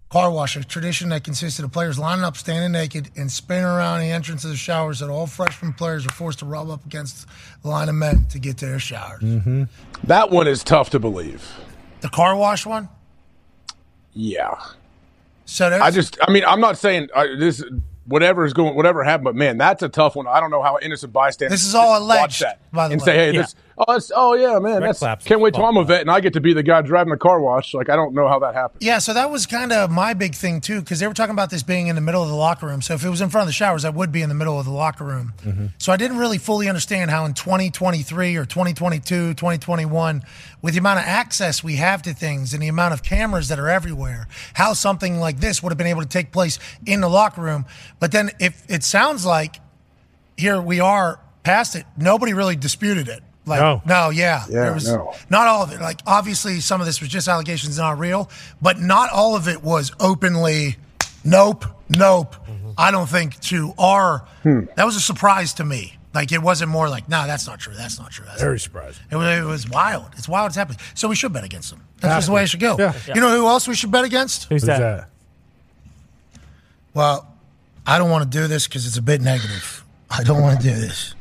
Speaker 1: Car wash, a tradition that consisted of players lining up, standing naked, and spinning around the entrance of the showers that all freshman players are forced to rub up against the line of men to get to their shower.
Speaker 12: Mm-hmm. That one is tough to believe.
Speaker 1: The car wash one?
Speaker 12: Yeah.
Speaker 1: So there's-
Speaker 12: I just, I mean, I'm not saying uh, this. Whatever is going, whatever happened, but man, that's a tough one. I don't know how innocent bystanders.
Speaker 1: This is all alleged,
Speaker 12: watch that
Speaker 1: by the
Speaker 12: and
Speaker 1: way.
Speaker 12: say, hey,
Speaker 1: Yeah.
Speaker 12: this. Oh, that's, oh yeah, man. That's,
Speaker 1: claps
Speaker 12: can't wait till I'm a vet and I get to be the guy driving the car wash. Like I don't know how that happened.
Speaker 1: Yeah, so that was kind of my big thing too, because they were talking about this being in the middle of the locker room. So if it was in front of the showers, that would be in the middle of the locker room. So I didn't really fully understand how in 2023 or 2022, 2021, with the amount of access we have to things and the amount of cameras that are everywhere, how something like this would have been able to take place in the locker room. But then if it sounds like here we are past it, nobody really disputed it. Like
Speaker 2: No.
Speaker 1: no, yeah,
Speaker 2: Yeah,
Speaker 1: There was
Speaker 2: no.
Speaker 1: not all of it. Like obviously some of this was just allegations not real, but not all of it was openly nope, nope. I don't think to our
Speaker 12: Hmm.
Speaker 1: that was a surprise to me. Like it wasn't more like, nah, that's not true. That's not true. That's
Speaker 2: Very
Speaker 1: not true."
Speaker 2: surprising.
Speaker 1: It was, it was wild. It's wild. It's happening. So we should bet against them. That's just the
Speaker 2: Absolutely.
Speaker 1: way it should go.
Speaker 2: Yeah.
Speaker 1: You know who else we should bet against?
Speaker 2: Who's that? that?
Speaker 1: Well, I don't want to do this because it's a bit negative. I don't want to do this.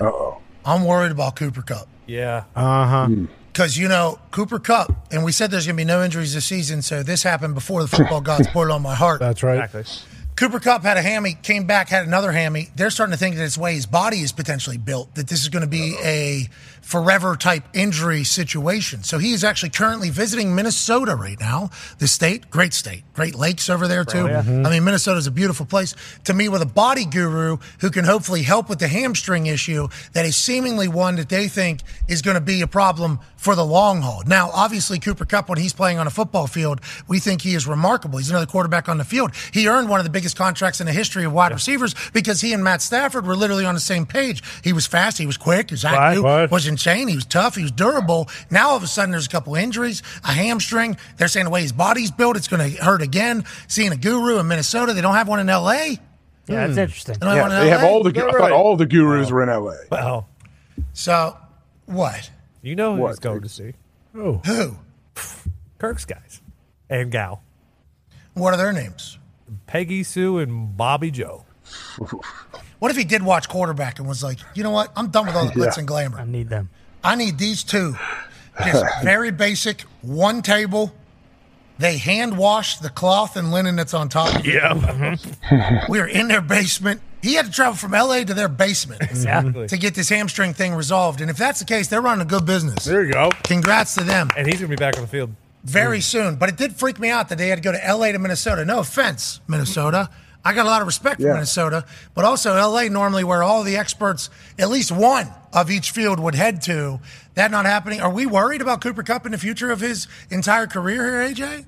Speaker 12: Uh
Speaker 5: Mm-hmm.
Speaker 12: oh.
Speaker 1: I'm worried about Cooper Cup
Speaker 5: Yeah.
Speaker 2: Uh huh.
Speaker 1: because you know Cooper Cup, and we said there's going to be no injuries this season. So this happened before the
Speaker 2: *laughs*
Speaker 1: football gods poured on my heart.
Speaker 2: That's right.
Speaker 1: Cooper Cup had a hammy, came back, had another hammy. They're starting to think that it's the way his body is potentially built, that this is going to be a forever type injury situation. So he is actually currently visiting Minnesota right now, the state, great state, great lakes over there too.
Speaker 2: Oh, yeah. Mhm.
Speaker 1: I mean, Minnesota is a beautiful place to meet with a body guru who can hopefully help with the hamstring issue that is seemingly one that they think is going to be a problem for the long haul. Now, obviously, Cooper Cup, when he's playing on a football field, we think he is remarkable. He's another quarterback on the field. He earned one of the biggest contracts in the history of wide receivers because he and Matt Stafford were literally on the same page. He was fast, he was quick, his
Speaker 2: Right,
Speaker 1: IQ
Speaker 2: right.
Speaker 1: was insane, he was tough, he was durable. Now, all of a sudden, there's a couple injuries, a hamstring. They're saying the way his body's built, it's going to hurt again. Seeing a guru in Minnesota, they don't have one in LA.
Speaker 4: Yeah,
Speaker 1: Hmm.
Speaker 4: that's interesting.
Speaker 1: They don't have one in
Speaker 12: Hmm. they have
Speaker 1: LA.
Speaker 12: all the. I thought all the gurus were in L.A.
Speaker 5: Wow.
Speaker 1: So, what?
Speaker 5: You know who
Speaker 1: What?
Speaker 5: he's going to see?
Speaker 2: Who?
Speaker 1: Who?
Speaker 5: Kirk's guys and gal.
Speaker 1: What are their names?
Speaker 5: Peggy Sue and
Speaker 4: *laughs*
Speaker 5: Bobby Joe.
Speaker 1: What if he did watch quarterback and was like, you know what? I'm done with all the glitz
Speaker 5: Yeah.
Speaker 1: and glamour. I
Speaker 4: need them.
Speaker 1: I need these two.
Speaker 12: *laughs*
Speaker 1: Just very basic, one table. They hand wash the cloth and linen that's on top. of it.
Speaker 4: Mm-hmm.
Speaker 1: we were in their basement. He had to travel from LA to their basement
Speaker 5: Exactly.
Speaker 1: to get this hamstring thing resolved. And if that's the case, they're running a good business.
Speaker 2: There you go.
Speaker 1: Congrats to them.
Speaker 5: And he's going to be back on the field.
Speaker 1: very soon. But it did freak me out that they had to go to LA to Minnesota. No offense, Minnesota. I got a lot of respect for
Speaker 5: Yeah.
Speaker 1: Minnesota, but also LA normally where all the experts, at least one of each field would head to. That not happening. Are we worried about Cooper Cup in the future of his entire career here, AJ?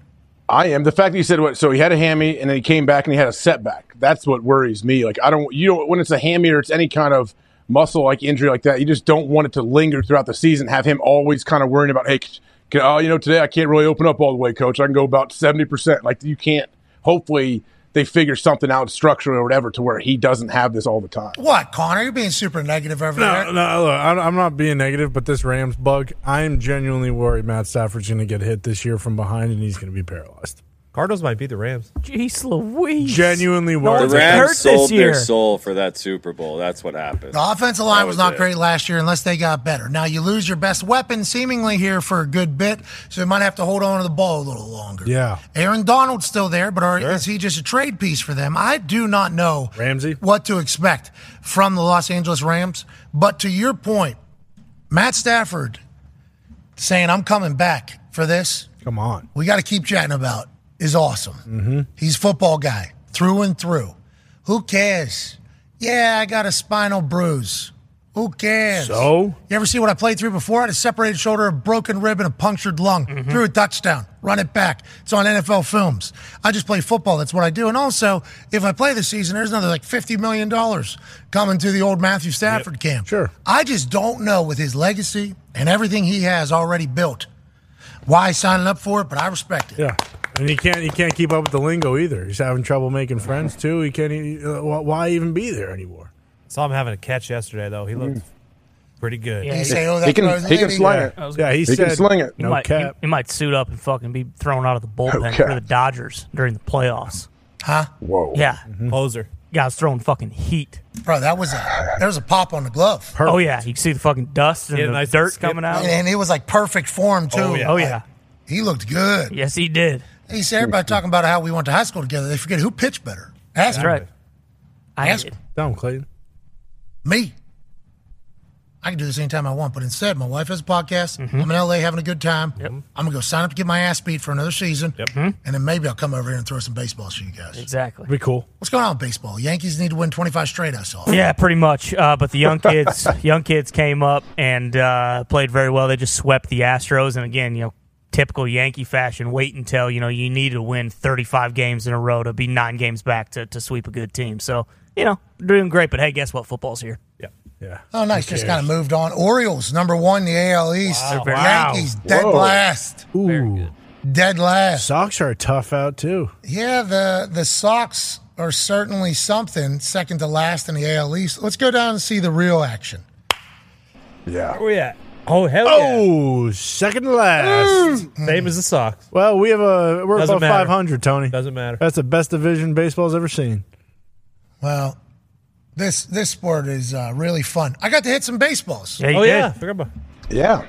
Speaker 12: I am the fact that you said what. So he had a hammy, and then he came back and he had a setback. That's what worries me. Like I don't, you know, when it's a hammy or it's any kind of muscle like injury like that, you just don't want it to linger throughout the season. Have him always kind of worrying about, hey, c- can, oh, you know, today I can't really open up all the way, coach. I can go about seventy percent. Like you can't. Hopefully, they figure something out structurally or whatever to where he doesn't have this all the time.
Speaker 1: What, Connor? You're being super negative over there.
Speaker 2: No, no, look, I- I'm not being negative, but this Rams bug, I am genuinely worried Matt Stafford's going to get hit this year from behind and he's going to be paralyzed.
Speaker 5: Cardinals might beat the Rams.
Speaker 4: Jeez Louise.
Speaker 2: Genuinely
Speaker 4: No
Speaker 2: worried.
Speaker 4: one's
Speaker 9: the Rams
Speaker 4: hurt
Speaker 9: sold
Speaker 4: this
Speaker 9: their
Speaker 4: year.
Speaker 9: soul for that Super Bowl. That's what happened.
Speaker 1: The offensive line
Speaker 9: That
Speaker 1: was not
Speaker 9: it.
Speaker 1: great last year unless they got better. Now you lose your best weapon seemingly here for a good bit, so you might have to hold on to the ball a little longer.
Speaker 2: Yeah.
Speaker 1: Aaron Donald's still there, but are, is he just a trade piece for them? I do not know
Speaker 2: Ramsey.
Speaker 1: what to expect from the Los Angeles Rams. But to your point, Matt Stafford saying, I'm coming back for this,
Speaker 2: Come on.
Speaker 1: we got to keep chatting about is awesome.
Speaker 2: Mm-hmm.
Speaker 1: He's a football guy through and through. Who cares? Yeah, I got a spinal bruise. Who cares?
Speaker 2: So?
Speaker 1: You ever see what I played through before? I had a separated shoulder, a broken rib, and a punctured lung.
Speaker 2: Mm-hmm.
Speaker 1: Threw a touchdown. Run it back. It's on NFL films. I just play football. That's what I do. And also, if I play this season, there's another like $50 million coming to the old Matthew Stafford camp. Sure. I just don't know with his legacy and everything he has already built why he's signing up for it, but I respect it.
Speaker 2: Yeah. And he can't he can't keep up with the lingo either. He's having trouble making friends too. He can't. e- Uh, wh- why even be there anymore?
Speaker 5: Saw him having a catch yesterday though. He looked pretty good.
Speaker 4: Yeah, He he- say, "Oh, that He can- throws he can handy." sling it. I was gonna-
Speaker 5: Yeah,
Speaker 4: He
Speaker 5: he,
Speaker 4: can
Speaker 5: said
Speaker 4: sling it.
Speaker 5: No
Speaker 4: he might, he-
Speaker 5: cap.
Speaker 4: He, might suit up and fucking be thrown out of the bullpen
Speaker 5: cap.
Speaker 4: for the Dodgers during the playoffs.
Speaker 1: Huh?
Speaker 4: Whoa. Yeah.
Speaker 5: Poser.
Speaker 4: Guy's throwing fucking heat.
Speaker 1: Bro, that was a, there was a pop on the glove.
Speaker 4: Oh, yeah. You can see the fucking dust and
Speaker 1: Yeah,
Speaker 4: the
Speaker 1: nice
Speaker 4: dirt
Speaker 1: skip.
Speaker 4: coming out.
Speaker 1: And- and it was like perfect form, too.
Speaker 4: Oh, yeah.
Speaker 1: Like, he looked good.
Speaker 4: Yes, he did.
Speaker 1: He said everybody talking about how we went to high school together. They forget who pitched better.
Speaker 4: That's
Speaker 1: Ask him.
Speaker 4: right. I
Speaker 1: Ask
Speaker 4: did.
Speaker 1: him.
Speaker 2: Down, Clayton.
Speaker 1: Me. I can do this anytime I want, but instead, my wife has a podcast.
Speaker 4: Mm-hmm.
Speaker 1: I'm in LA having a good time. I'm gonna go sign up to get my ass beat for another season, and then maybe I'll come over here and throw some baseballs for you guys.
Speaker 4: Mm-hmm. Exactly.
Speaker 2: Be cool.
Speaker 1: What's going on with baseball? Yankees need to win 25 straight. I saw.
Speaker 4: Yeah, pretty much. Uh, but the young
Speaker 6: *laughs*
Speaker 4: kids, young kids came up and uh, played very well. They just swept the Astros, and again, you know, typical Yankee fashion. Wait until you know you need to win 35 games in a row to be nine games back to, to sweep a good team. So you know, doing great. But hey, guess what? Football's here.
Speaker 5: Yeah,
Speaker 2: yeah.
Speaker 1: Oh, nice. Just kind of moved on. Orioles number one, in the AL East.
Speaker 4: Wow. Wow.
Speaker 1: Yankees dead
Speaker 2: Whoa.
Speaker 1: last.
Speaker 2: Ooh.
Speaker 1: Dead last.
Speaker 2: Socks are tough out too.
Speaker 1: Yeah, the the Sox are certainly something. Second to last in the AL East. Let's go down and see the real action.
Speaker 12: Yeah.
Speaker 5: Where we at? Oh hell Mm.
Speaker 2: oh, second to last.
Speaker 5: Same as the Sox.
Speaker 2: Well, we have a we're
Speaker 5: Doesn't
Speaker 2: above
Speaker 5: matter.
Speaker 2: 500, Tony.
Speaker 5: Doesn't matter.
Speaker 2: That's the best division baseball's ever seen.
Speaker 1: Well, this this sport is uh, really fun. I got to hit some baseballs.
Speaker 12: Yeah, you Oh, did. yeah.
Speaker 5: Forgot about-
Speaker 12: Yeah.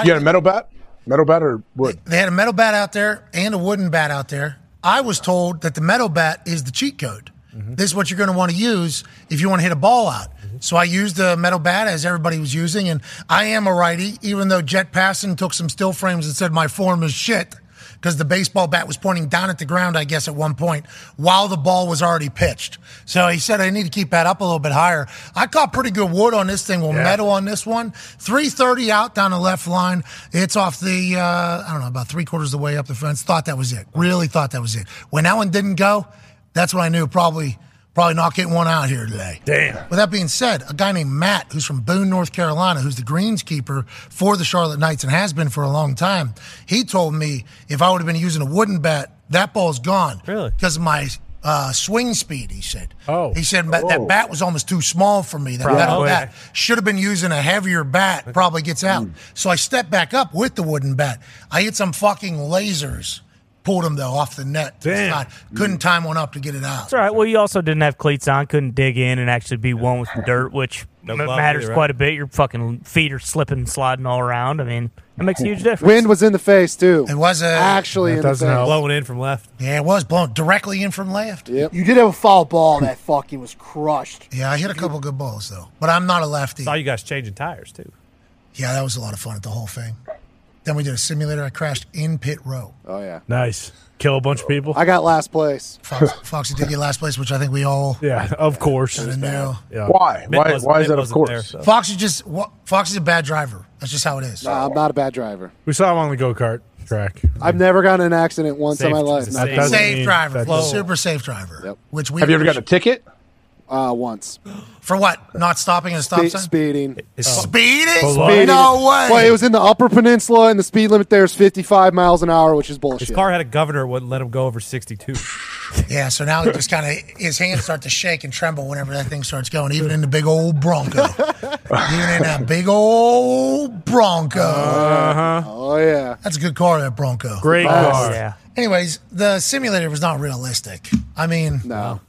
Speaker 12: You got a metal bat? Metal bat or wood?
Speaker 1: They had a metal bat out there and a wooden bat out there. I was told that the metal bat is the cheat code. This is what you're going to want to use if you want to hit a ball out. So I used the metal bat as everybody was using, and I am a righty, even though Jet Passon took some still frames and said my form is shit because the baseball bat was pointing down at the ground, I guess, at one point while the ball was already pitched. So he said I need to keep that up a little bit higher. I caught pretty good wood on this thing. Well,
Speaker 14: Yeah.
Speaker 1: metal on this one, 330 out down the left line. It's off the, uh, I don't know, about three quarters of the way up the fence. Thought that was it. Really thought that was it. When that one didn't go, that's when I knew probably probably not getting one out here today.
Speaker 2: Damn.
Speaker 1: With that being said, a guy named Matt, who's from Boone, North Carolina, who's the greenskeeper for the Charlotte Knights and has been for a long time, he told me if I would have been using a wooden bat, that ball's gone. Really? Because of my uh, swing speed, he said. Oh. He said "But that
Speaker 14: Oh.
Speaker 1: bat was almost too small for me. That
Speaker 14: Probably.
Speaker 1: metal
Speaker 14: Okay.
Speaker 1: bat should have been using a heavier bat, probably gets out. So I stepped back up with the wooden bat. I hit some fucking lasers. Pulled him though off the net. Damn. couldn't time one up to get it out.
Speaker 4: That's all right. Well, you also didn't have cleats on, couldn't dig in and actually be one with the dirt, which
Speaker 5: No
Speaker 4: ma-
Speaker 5: glove
Speaker 4: matters
Speaker 5: either, right?
Speaker 4: quite a bit. Your fucking feet are slipping, and sliding all around. I mean, it makes a huge difference.
Speaker 6: *laughs* Wind was in the face too.
Speaker 1: It was a,
Speaker 6: actually in the face.
Speaker 5: Blowing in from left.
Speaker 1: Yeah, it was blown directly in from left.
Speaker 6: You did have a foul ball that *laughs* fucking was crushed.
Speaker 1: Yeah, I hit a couple good balls though, but I'm not a lefty.
Speaker 5: Saw you guys changing tires too.
Speaker 1: Yeah, that was a lot of fun at the whole thing. Then we did a simulator. I crashed in pit row.
Speaker 6: Oh yeah.
Speaker 2: Nice. Kill a bunch of people.
Speaker 6: I got last place. *laughs*
Speaker 1: Fox, Foxy did get last place, which I think we all
Speaker 2: Yeah, of course.
Speaker 1: kind of knew.
Speaker 2: Yeah.
Speaker 12: Why? Why- why is that of course?
Speaker 1: Foxy just wa- Foxy's a bad driver. That's just how it is.
Speaker 6: Nah, I'm not a bad driver.
Speaker 2: We saw him on the go kart track.
Speaker 6: I've never gotten in an accident once in
Speaker 2: Safe-
Speaker 6: my life.
Speaker 2: safe- That doesn't
Speaker 1: safe
Speaker 2: mean-
Speaker 1: driver,
Speaker 2: that doesn't-
Speaker 1: super safe driver. Which we
Speaker 12: Have you ever gotten a ticket?
Speaker 6: Uh, once.
Speaker 1: for what? Not stopping at a stop
Speaker 6: Spe-
Speaker 1: sign.
Speaker 6: speeding. Oh.
Speaker 1: Speeding?
Speaker 6: Speeding.
Speaker 1: No way.
Speaker 6: Well, it was in the Upper Peninsula, and the speed limit there is 55 miles an hour, which is
Speaker 1: *laughs*
Speaker 5: His
Speaker 6: bullshit.
Speaker 5: car had a governor that wouldn't let him go over sixty-two.
Speaker 1: Yeah, so now he just kind of his hands start to shake and tremble whenever that thing starts going, even in the big old Bronco, even in that big old Bronco.
Speaker 6: Uh-huh. Oh yeah,
Speaker 1: that's a good car, that Bronco.
Speaker 2: Great Nice. car. Yeah.
Speaker 1: Anyways, the simulator was not realistic. I mean, no,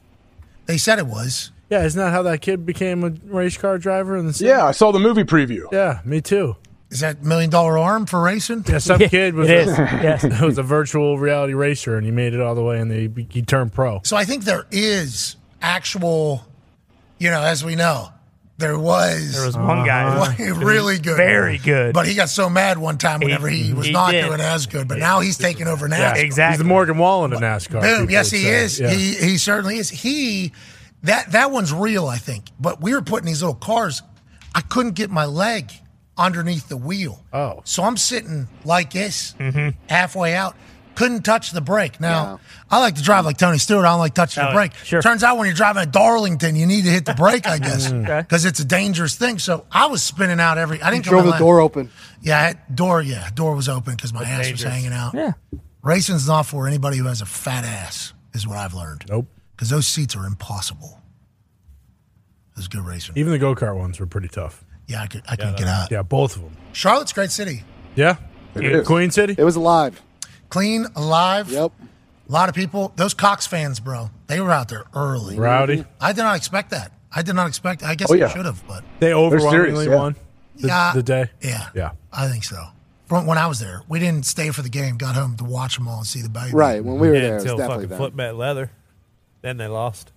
Speaker 1: they said it was.
Speaker 2: Yeah, isn't that how that kid became a race car driver in the city?
Speaker 12: Yeah, I saw the movie preview.
Speaker 2: Yeah, me too.
Speaker 1: Is that million dollar arm for racing?
Speaker 2: *laughs* Yeah, some kid was
Speaker 1: It is.
Speaker 2: a, *laughs* was a virtual reality racer, and he made it all the way, and they, he turned pro.
Speaker 1: So I think there is actual, you know, as we know, there was
Speaker 4: There was one guy
Speaker 1: one-
Speaker 4: who was
Speaker 1: *laughs* really good,
Speaker 4: very good.
Speaker 1: But he got so mad one time whenever he,
Speaker 4: He-
Speaker 1: was
Speaker 4: he
Speaker 1: not
Speaker 4: did.
Speaker 1: doing as good. But now he's taking over now.
Speaker 2: He's the Morgan Wallen of NASCAR.
Speaker 1: Boom.
Speaker 2: people
Speaker 1: Yes,
Speaker 2: would
Speaker 1: he
Speaker 2: say.
Speaker 1: is.
Speaker 2: Yeah.
Speaker 1: He he certainly is. He That that one's real, I think. But we were putting these little cars. I couldn't get my leg underneath the wheel. Oh. So I'm sitting like this,
Speaker 2: Mm-hmm.
Speaker 1: halfway out. Couldn't touch the brake. Now, I like to drive like Tony Stewart. I don't like touching
Speaker 4: Oh,
Speaker 1: the brake. Turns out when you're driving a Darlington, you need to hit the brake,
Speaker 2: *laughs*
Speaker 1: I guess,
Speaker 2: Mm.
Speaker 1: because it's a dangerous thing. So I was spinning out every. I
Speaker 6: You
Speaker 1: didn't. get
Speaker 6: drove
Speaker 1: my
Speaker 6: the
Speaker 1: leg.
Speaker 6: door open.
Speaker 1: Yeah, I had- door. Yeah, door was open because my
Speaker 6: That's
Speaker 1: ass was
Speaker 6: dangerous.
Speaker 1: hanging out.
Speaker 6: Yeah.
Speaker 1: racing's not for anybody who has a fat ass, is what I've learned. Nope, because those seats are impossible. It was good racing.
Speaker 2: Even the go kart ones were pretty tough.
Speaker 1: Yeah, I could. I couldn't get out.
Speaker 2: Yeah, both of them.
Speaker 1: Charlotte's a great city.
Speaker 2: Yeah, Queen City. It
Speaker 6: was alive.
Speaker 1: Clean, alive. Yep. A lot of people. Those Cox fans, bro. They were out there early.
Speaker 2: Rowdy.
Speaker 1: I did not expect that. I did not expect. I guess
Speaker 2: Oh,
Speaker 1: I
Speaker 2: yeah.
Speaker 1: should have, but
Speaker 2: They overwhelmingly won the,
Speaker 1: Yeah.
Speaker 2: the day.
Speaker 1: Yeah.
Speaker 2: Yeah.
Speaker 1: I think so. From when I was there, we didn't stay for the game. Got home to watch them all and see the baby.
Speaker 5: Yeah, until fucking foot met leather, then they lost.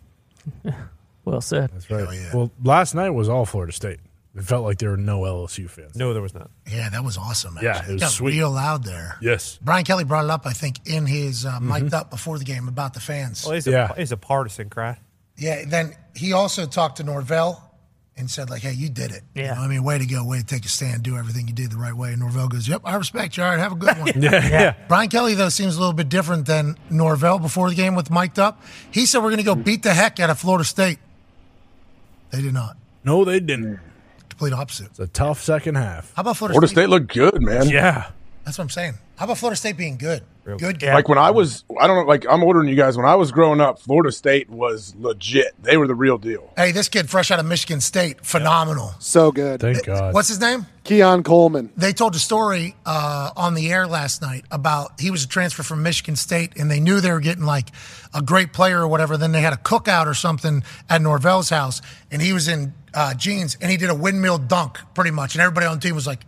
Speaker 4: Well said.
Speaker 2: That's right. Well, last night was all Florida State. It felt like there were no LSU fans.
Speaker 5: No, there was not.
Speaker 1: Yeah, that was awesome. Actually.
Speaker 2: Yeah, it was
Speaker 1: got
Speaker 2: sweet.
Speaker 1: real loud there.
Speaker 2: Yes.
Speaker 1: Brian Kelly brought it up, I think, in his uh,
Speaker 2: Mm-hmm.
Speaker 1: mic'd up before the game about the fans.
Speaker 5: Well, he's a, he's a partisan cry.
Speaker 1: Yeah, then he also talked to Norvell and said, like, hey, you did it. You
Speaker 5: Yeah.
Speaker 1: know, I mean, way to go, way to take a stand, do everything you did the right way. And Norvell goes, yep, I respect you. All right, have a good one.
Speaker 2: *laughs* Yeah. Yeah.
Speaker 1: Brian Kelly, though, seems a little bit different than Norvell before the game with mic'd up. He said, we're going to go
Speaker 2: Mm-hmm.
Speaker 1: beat the heck out of Florida State. They did not.
Speaker 2: No, they didn't.
Speaker 1: Complete opposite. It's
Speaker 2: a tough second half.
Speaker 1: How about Florida,
Speaker 12: Florida State looked good, man.
Speaker 2: Yeah.
Speaker 1: That's what I'm saying. How about Florida State being good? Good game.
Speaker 12: Like when I was, I don't know, like I'm ordering you guys. When I was growing up, Florida State was legit. They were the real deal.
Speaker 1: Hey, this kid fresh out of Michigan State, phenomenal.
Speaker 6: So good.
Speaker 12: Thank God.
Speaker 1: What's his name?
Speaker 6: Keon Coleman.
Speaker 1: They told a story uh, on the air last night about he was a transfer from Michigan State, and they knew they were getting like a great player or whatever. Then they had a cookout or something at Norvell's house, and he was in uh, jeans and he did a windmill dunk pretty much, and everybody on the team was like,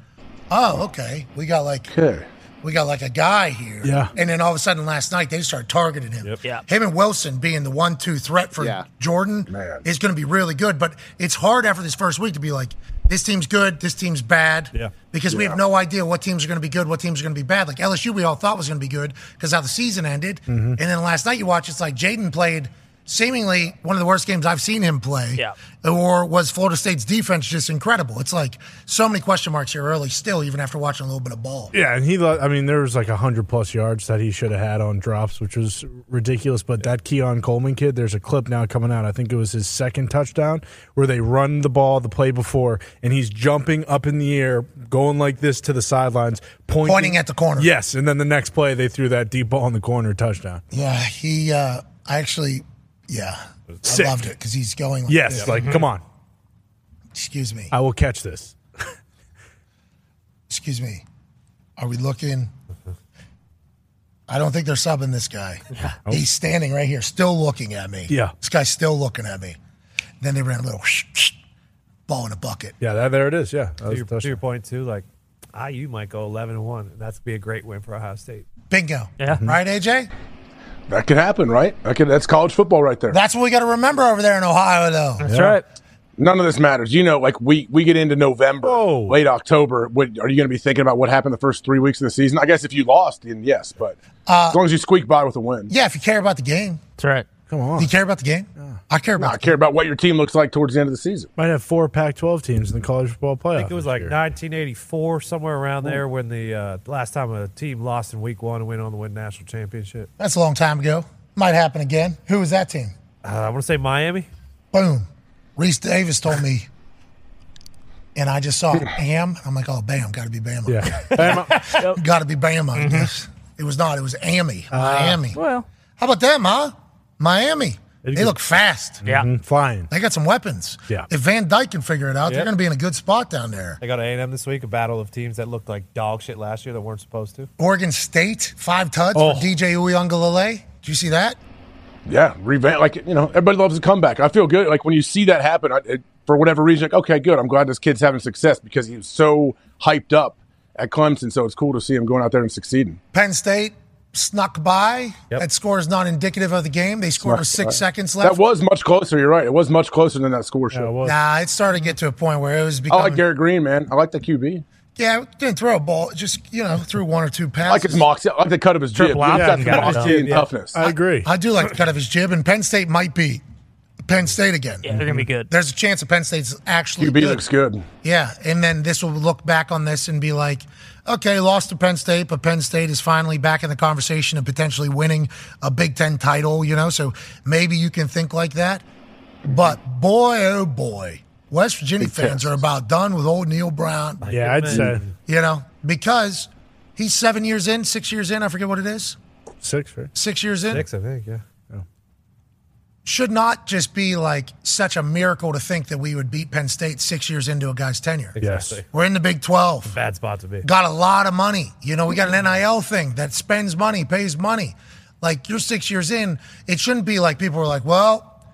Speaker 1: "Oh, okay, we got like
Speaker 12: Okay.
Speaker 1: we got like a guy here."
Speaker 12: Yeah.
Speaker 1: And then all of a sudden last night they just started targeting him. Yeah. Him and Wilson being the one-two threat for Jordan is going to be really good, but it's hard after this first week to be like, "This team's good, this team's bad."
Speaker 5: Yeah.
Speaker 1: because we
Speaker 5: Yeah.
Speaker 1: have no idea what teams are going to be good, what teams are going to be bad. Like LSU, we all thought was going to be good because how the season ended,
Speaker 5: Mhm.
Speaker 1: and then last night you watch, it's like Jaden played seemingly one of the worst games I've seen him play.
Speaker 4: Yeah.
Speaker 1: Or was Florida State's defense just incredible? It's like so many question marks here early, still, even after watching a little bit of ball.
Speaker 2: Yeah, and he. lo- I mean, there was like hundred plus yards that he should have had on drops, which was ridiculous. But that Keon Coleman kid, there's a clip now coming out. I think it was his second touchdown where they run the ball the play before, and he's jumping up in the air, going like this to the sidelines, pointing,
Speaker 1: Pointing at the corner.
Speaker 2: Yes, and then the next play they threw that deep ball in the corner touchdown.
Speaker 1: Yeah, he. Uh, I actually, yeah,
Speaker 2: Sick.
Speaker 1: I loved it because he's going. Like
Speaker 2: yes,
Speaker 1: this.
Speaker 2: like come on,
Speaker 1: Excuse me.
Speaker 2: I will catch this.
Speaker 1: *laughs* Excuse me. Are we looking? I don't think they're subbing this guy. He's standing right here, still looking at me.
Speaker 2: Yeah.
Speaker 1: This guy's still looking at me. Then they ran a little ball in a bucket.
Speaker 2: Yeah, that, there it is. Yeah, that
Speaker 5: To
Speaker 2: was
Speaker 5: your,
Speaker 2: a
Speaker 5: to
Speaker 2: touchdown.
Speaker 5: your point too, like IU Ah, might go eleven and one, and that's be a great win for Ohio State.
Speaker 1: Bingo.
Speaker 5: Yeah.
Speaker 2: Mm-hmm.
Speaker 1: Right, AJ?
Speaker 12: That could happen, right? That could, that's college football right there.
Speaker 1: That's what we got to remember over there in Ohio, though.
Speaker 12: Yeah. None of this matters. You know, like we we get into November, late October. What, are you going to be thinking about what happened the first three weeks of the season? I guess if you lost, then yes, but as long as you squeak by with a win.
Speaker 1: Yeah, if you care about the game.
Speaker 4: That's right.
Speaker 2: Come on.
Speaker 1: Do you care about the game? I care
Speaker 12: about. I care about what your team looks like towards the end of the season.
Speaker 2: Might have four Pac-12 teams in the college football playoff.
Speaker 5: I
Speaker 1: Oh,
Speaker 5: think it was like 1984, somewhere around there, when the uh, last time a team lost in Week One and went on to win national championship.
Speaker 1: That's a long time ago. Might happen again. Who was that team?
Speaker 5: Uh, I want to say Miami.
Speaker 1: Boom. Reese Davis told me, and I just saw Am. I'm like, oh, Bam, got to be Bama. *laughs* Yeah. got to be Bama, I guess. It was not. It was Amy, Miami.
Speaker 4: Well,
Speaker 1: how about them, huh? Miami. They look fast.
Speaker 2: Yeah, flying.
Speaker 1: They got some weapons.
Speaker 5: Yeah.
Speaker 1: If Van Dyke can figure it out, they're
Speaker 5: Yep.
Speaker 1: going to be in a good spot down there.
Speaker 5: They got A&M this week, a battle of teams that looked like dog shit last year that weren't supposed to.
Speaker 1: Oregon State, five tuds
Speaker 12: Oh.
Speaker 1: for DJ Uyunglele. Did you see that?
Speaker 12: Yeah, revamp. Like you know, everybody loves a comeback. I feel good. Like when you see that happen, I, it, for whatever reason, like okay, good. I'm glad this kid's having success because he was so hyped up at Clemson. So it's cool to see him going out there and succeeding.
Speaker 1: Penn State snuck by. That score is not indicative of the game. They scored with six seconds left.
Speaker 12: uh, That was much closer. You're right. It was much closer than that score show.
Speaker 1: Nah, it started to get to a point where it was
Speaker 12: I
Speaker 1: becoming.
Speaker 12: like Garrett Green, man. I like the QB.
Speaker 1: yeah, didn't throw a ball. Just you know, threw one or two
Speaker 12: I
Speaker 1: passes.
Speaker 12: like his moxie. I like the cut of his
Speaker 1: Uh,
Speaker 12: jib. He's got the moxie and toughness.
Speaker 1: I agree. I, do like the cut of his jib, and Penn State might be. Penn State again.
Speaker 4: Yeah, they're gonna be good.
Speaker 1: There's a chance that Penn State's actually
Speaker 12: QB looks good.
Speaker 1: Yeah, and then this will look back on this and be like, okay, lost to Penn State, but Penn State is finally back in the conversation of potentially winning a Big Ten title, you know? So maybe you can think like that. But boy, oh boy, West Virginia
Speaker 2: Big
Speaker 1: fans are about done with old Neil Brown.
Speaker 2: Yeah, I'd say.
Speaker 1: You know, because he's seven years in, six years in, I forget what it is.
Speaker 2: Six, right?
Speaker 1: Six years in?
Speaker 5: Six, I think. Yeah. Oh.
Speaker 1: Should not just be like such a miracle to think that we would beat Penn State six years into a guy's tenure.
Speaker 5: Exactly.
Speaker 1: We're in the Big 12.
Speaker 5: Bad spot to be.
Speaker 1: Got a lot of money. You know, we got an NIL thing that spends money, pays money. Like you're six years in, it shouldn't be like people are like, well,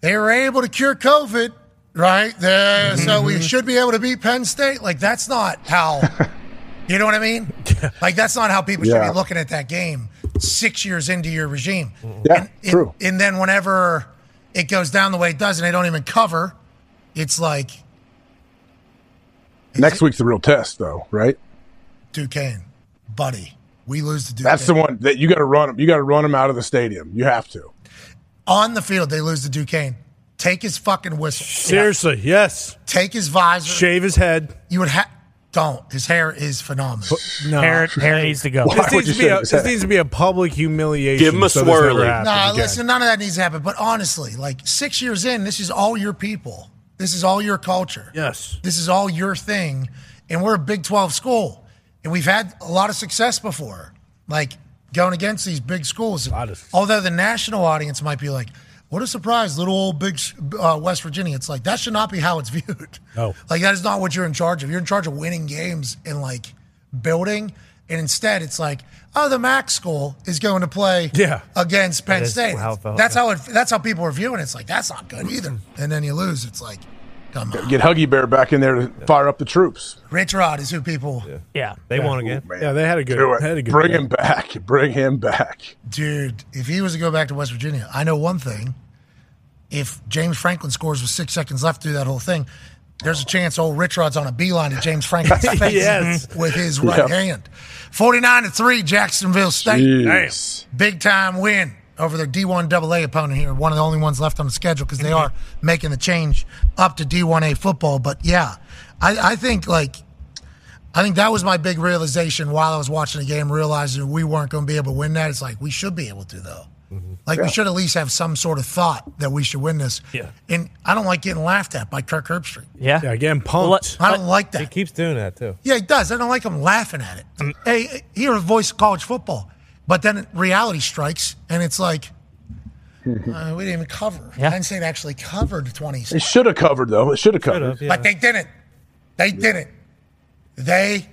Speaker 1: they were able to cure COVID, right? There, So we should be able to beat Penn State. Like that's not how, you know what I mean? Like that's not how people should
Speaker 12: Yeah.
Speaker 1: be looking at that game six years into your regime.
Speaker 12: Yeah, true.
Speaker 1: And then whenever it goes down the way it does and they don't even cover, it's like,
Speaker 12: Next week's the real test, though, right?
Speaker 1: Duquesne, buddy, we lose to Duquesne.
Speaker 12: That's the one that you got to run them. You got to run them out of the stadium. You have to.
Speaker 1: On the field, they lose to Duquesne. Take his fucking whistle.
Speaker 2: Seriously, yes.
Speaker 1: Take his visor.
Speaker 2: Shave his head.
Speaker 1: You would have. Don't. His hair is phenomenal.
Speaker 2: No.
Speaker 4: Hair- hair needs to go. Why
Speaker 2: This
Speaker 4: would
Speaker 2: needs
Speaker 4: you
Speaker 2: to, be
Speaker 4: shave
Speaker 2: a,
Speaker 4: his
Speaker 2: this
Speaker 4: head?
Speaker 2: needs to be a public humiliation.
Speaker 4: Give him a
Speaker 2: so this never
Speaker 4: swirly.
Speaker 2: happens
Speaker 1: Nah,
Speaker 2: again.
Speaker 1: listen, none of that needs to happen. But honestly, like six years in, this is all your people. This is all your culture.
Speaker 2: Yes.
Speaker 1: This is all your thing. And we're a Big 12 school. And we've had a lot of success before, like going against these big schools. Although the national audience might be like, what a surprise, little old big uh, West Virginia. It's like, that should not be how it's *laughs* viewed.
Speaker 2: No.
Speaker 1: Like that is not what you're in charge of. You're in charge of winning games and like building. And instead, it's like, oh, the Mac school is going to play
Speaker 2: Yeah.
Speaker 1: against Penn
Speaker 2: That is
Speaker 1: State.
Speaker 2: how it felt,
Speaker 1: that's
Speaker 2: yeah.
Speaker 1: how it, that's how people are viewing. it. It's like that's not good either. And then you lose. It's like, come on,
Speaker 12: Get Huggy Bear back in there to fire up the troops.
Speaker 1: Rich Rod is who people. Yeah,
Speaker 5: They won again.
Speaker 2: Yeah, they had a good.
Speaker 12: Do it.
Speaker 2: They had a good
Speaker 12: Bring
Speaker 2: game.
Speaker 12: him back. Bring him back.
Speaker 1: dude. If he was to go back to West Virginia, I know one thing. If James Franklin scores with six seconds left through that whole thing, there's a chance old Rich Rod's on a beeline to James
Speaker 2: *laughs*
Speaker 1: Franklin's face
Speaker 2: Yes.
Speaker 1: with
Speaker 2: *laughs*
Speaker 1: his right
Speaker 2: Yep.
Speaker 1: hand. 49 to 3, Jacksonville State.
Speaker 12: Jeez.
Speaker 1: Big time win over their D1AA opponent here. One of the only ones left on the schedule because they are making the change up to D1A football. But yeah, I, I think like I think that was my big realization while I was watching the game, realizing we weren't going to be able to win that. It's like we should be able to though. Like we
Speaker 12: Yeah.
Speaker 1: should at least have some sort of thought that we should win this.
Speaker 5: Yeah.
Speaker 1: And I don't like getting laughed at by Kirk Herbstreit.
Speaker 4: Yeah.
Speaker 2: Yeah, again, pumped.
Speaker 1: I don't like that.
Speaker 5: He keeps doing that too.
Speaker 1: Yeah, he does. I don't like him laughing at it. Hey, hear a voice of college football, but then reality strikes, and it's like uh, we didn't even cover. Penn State actually covered twenty,
Speaker 12: They should have covered though. It should have covered.
Speaker 1: but they didn't. They didn't. They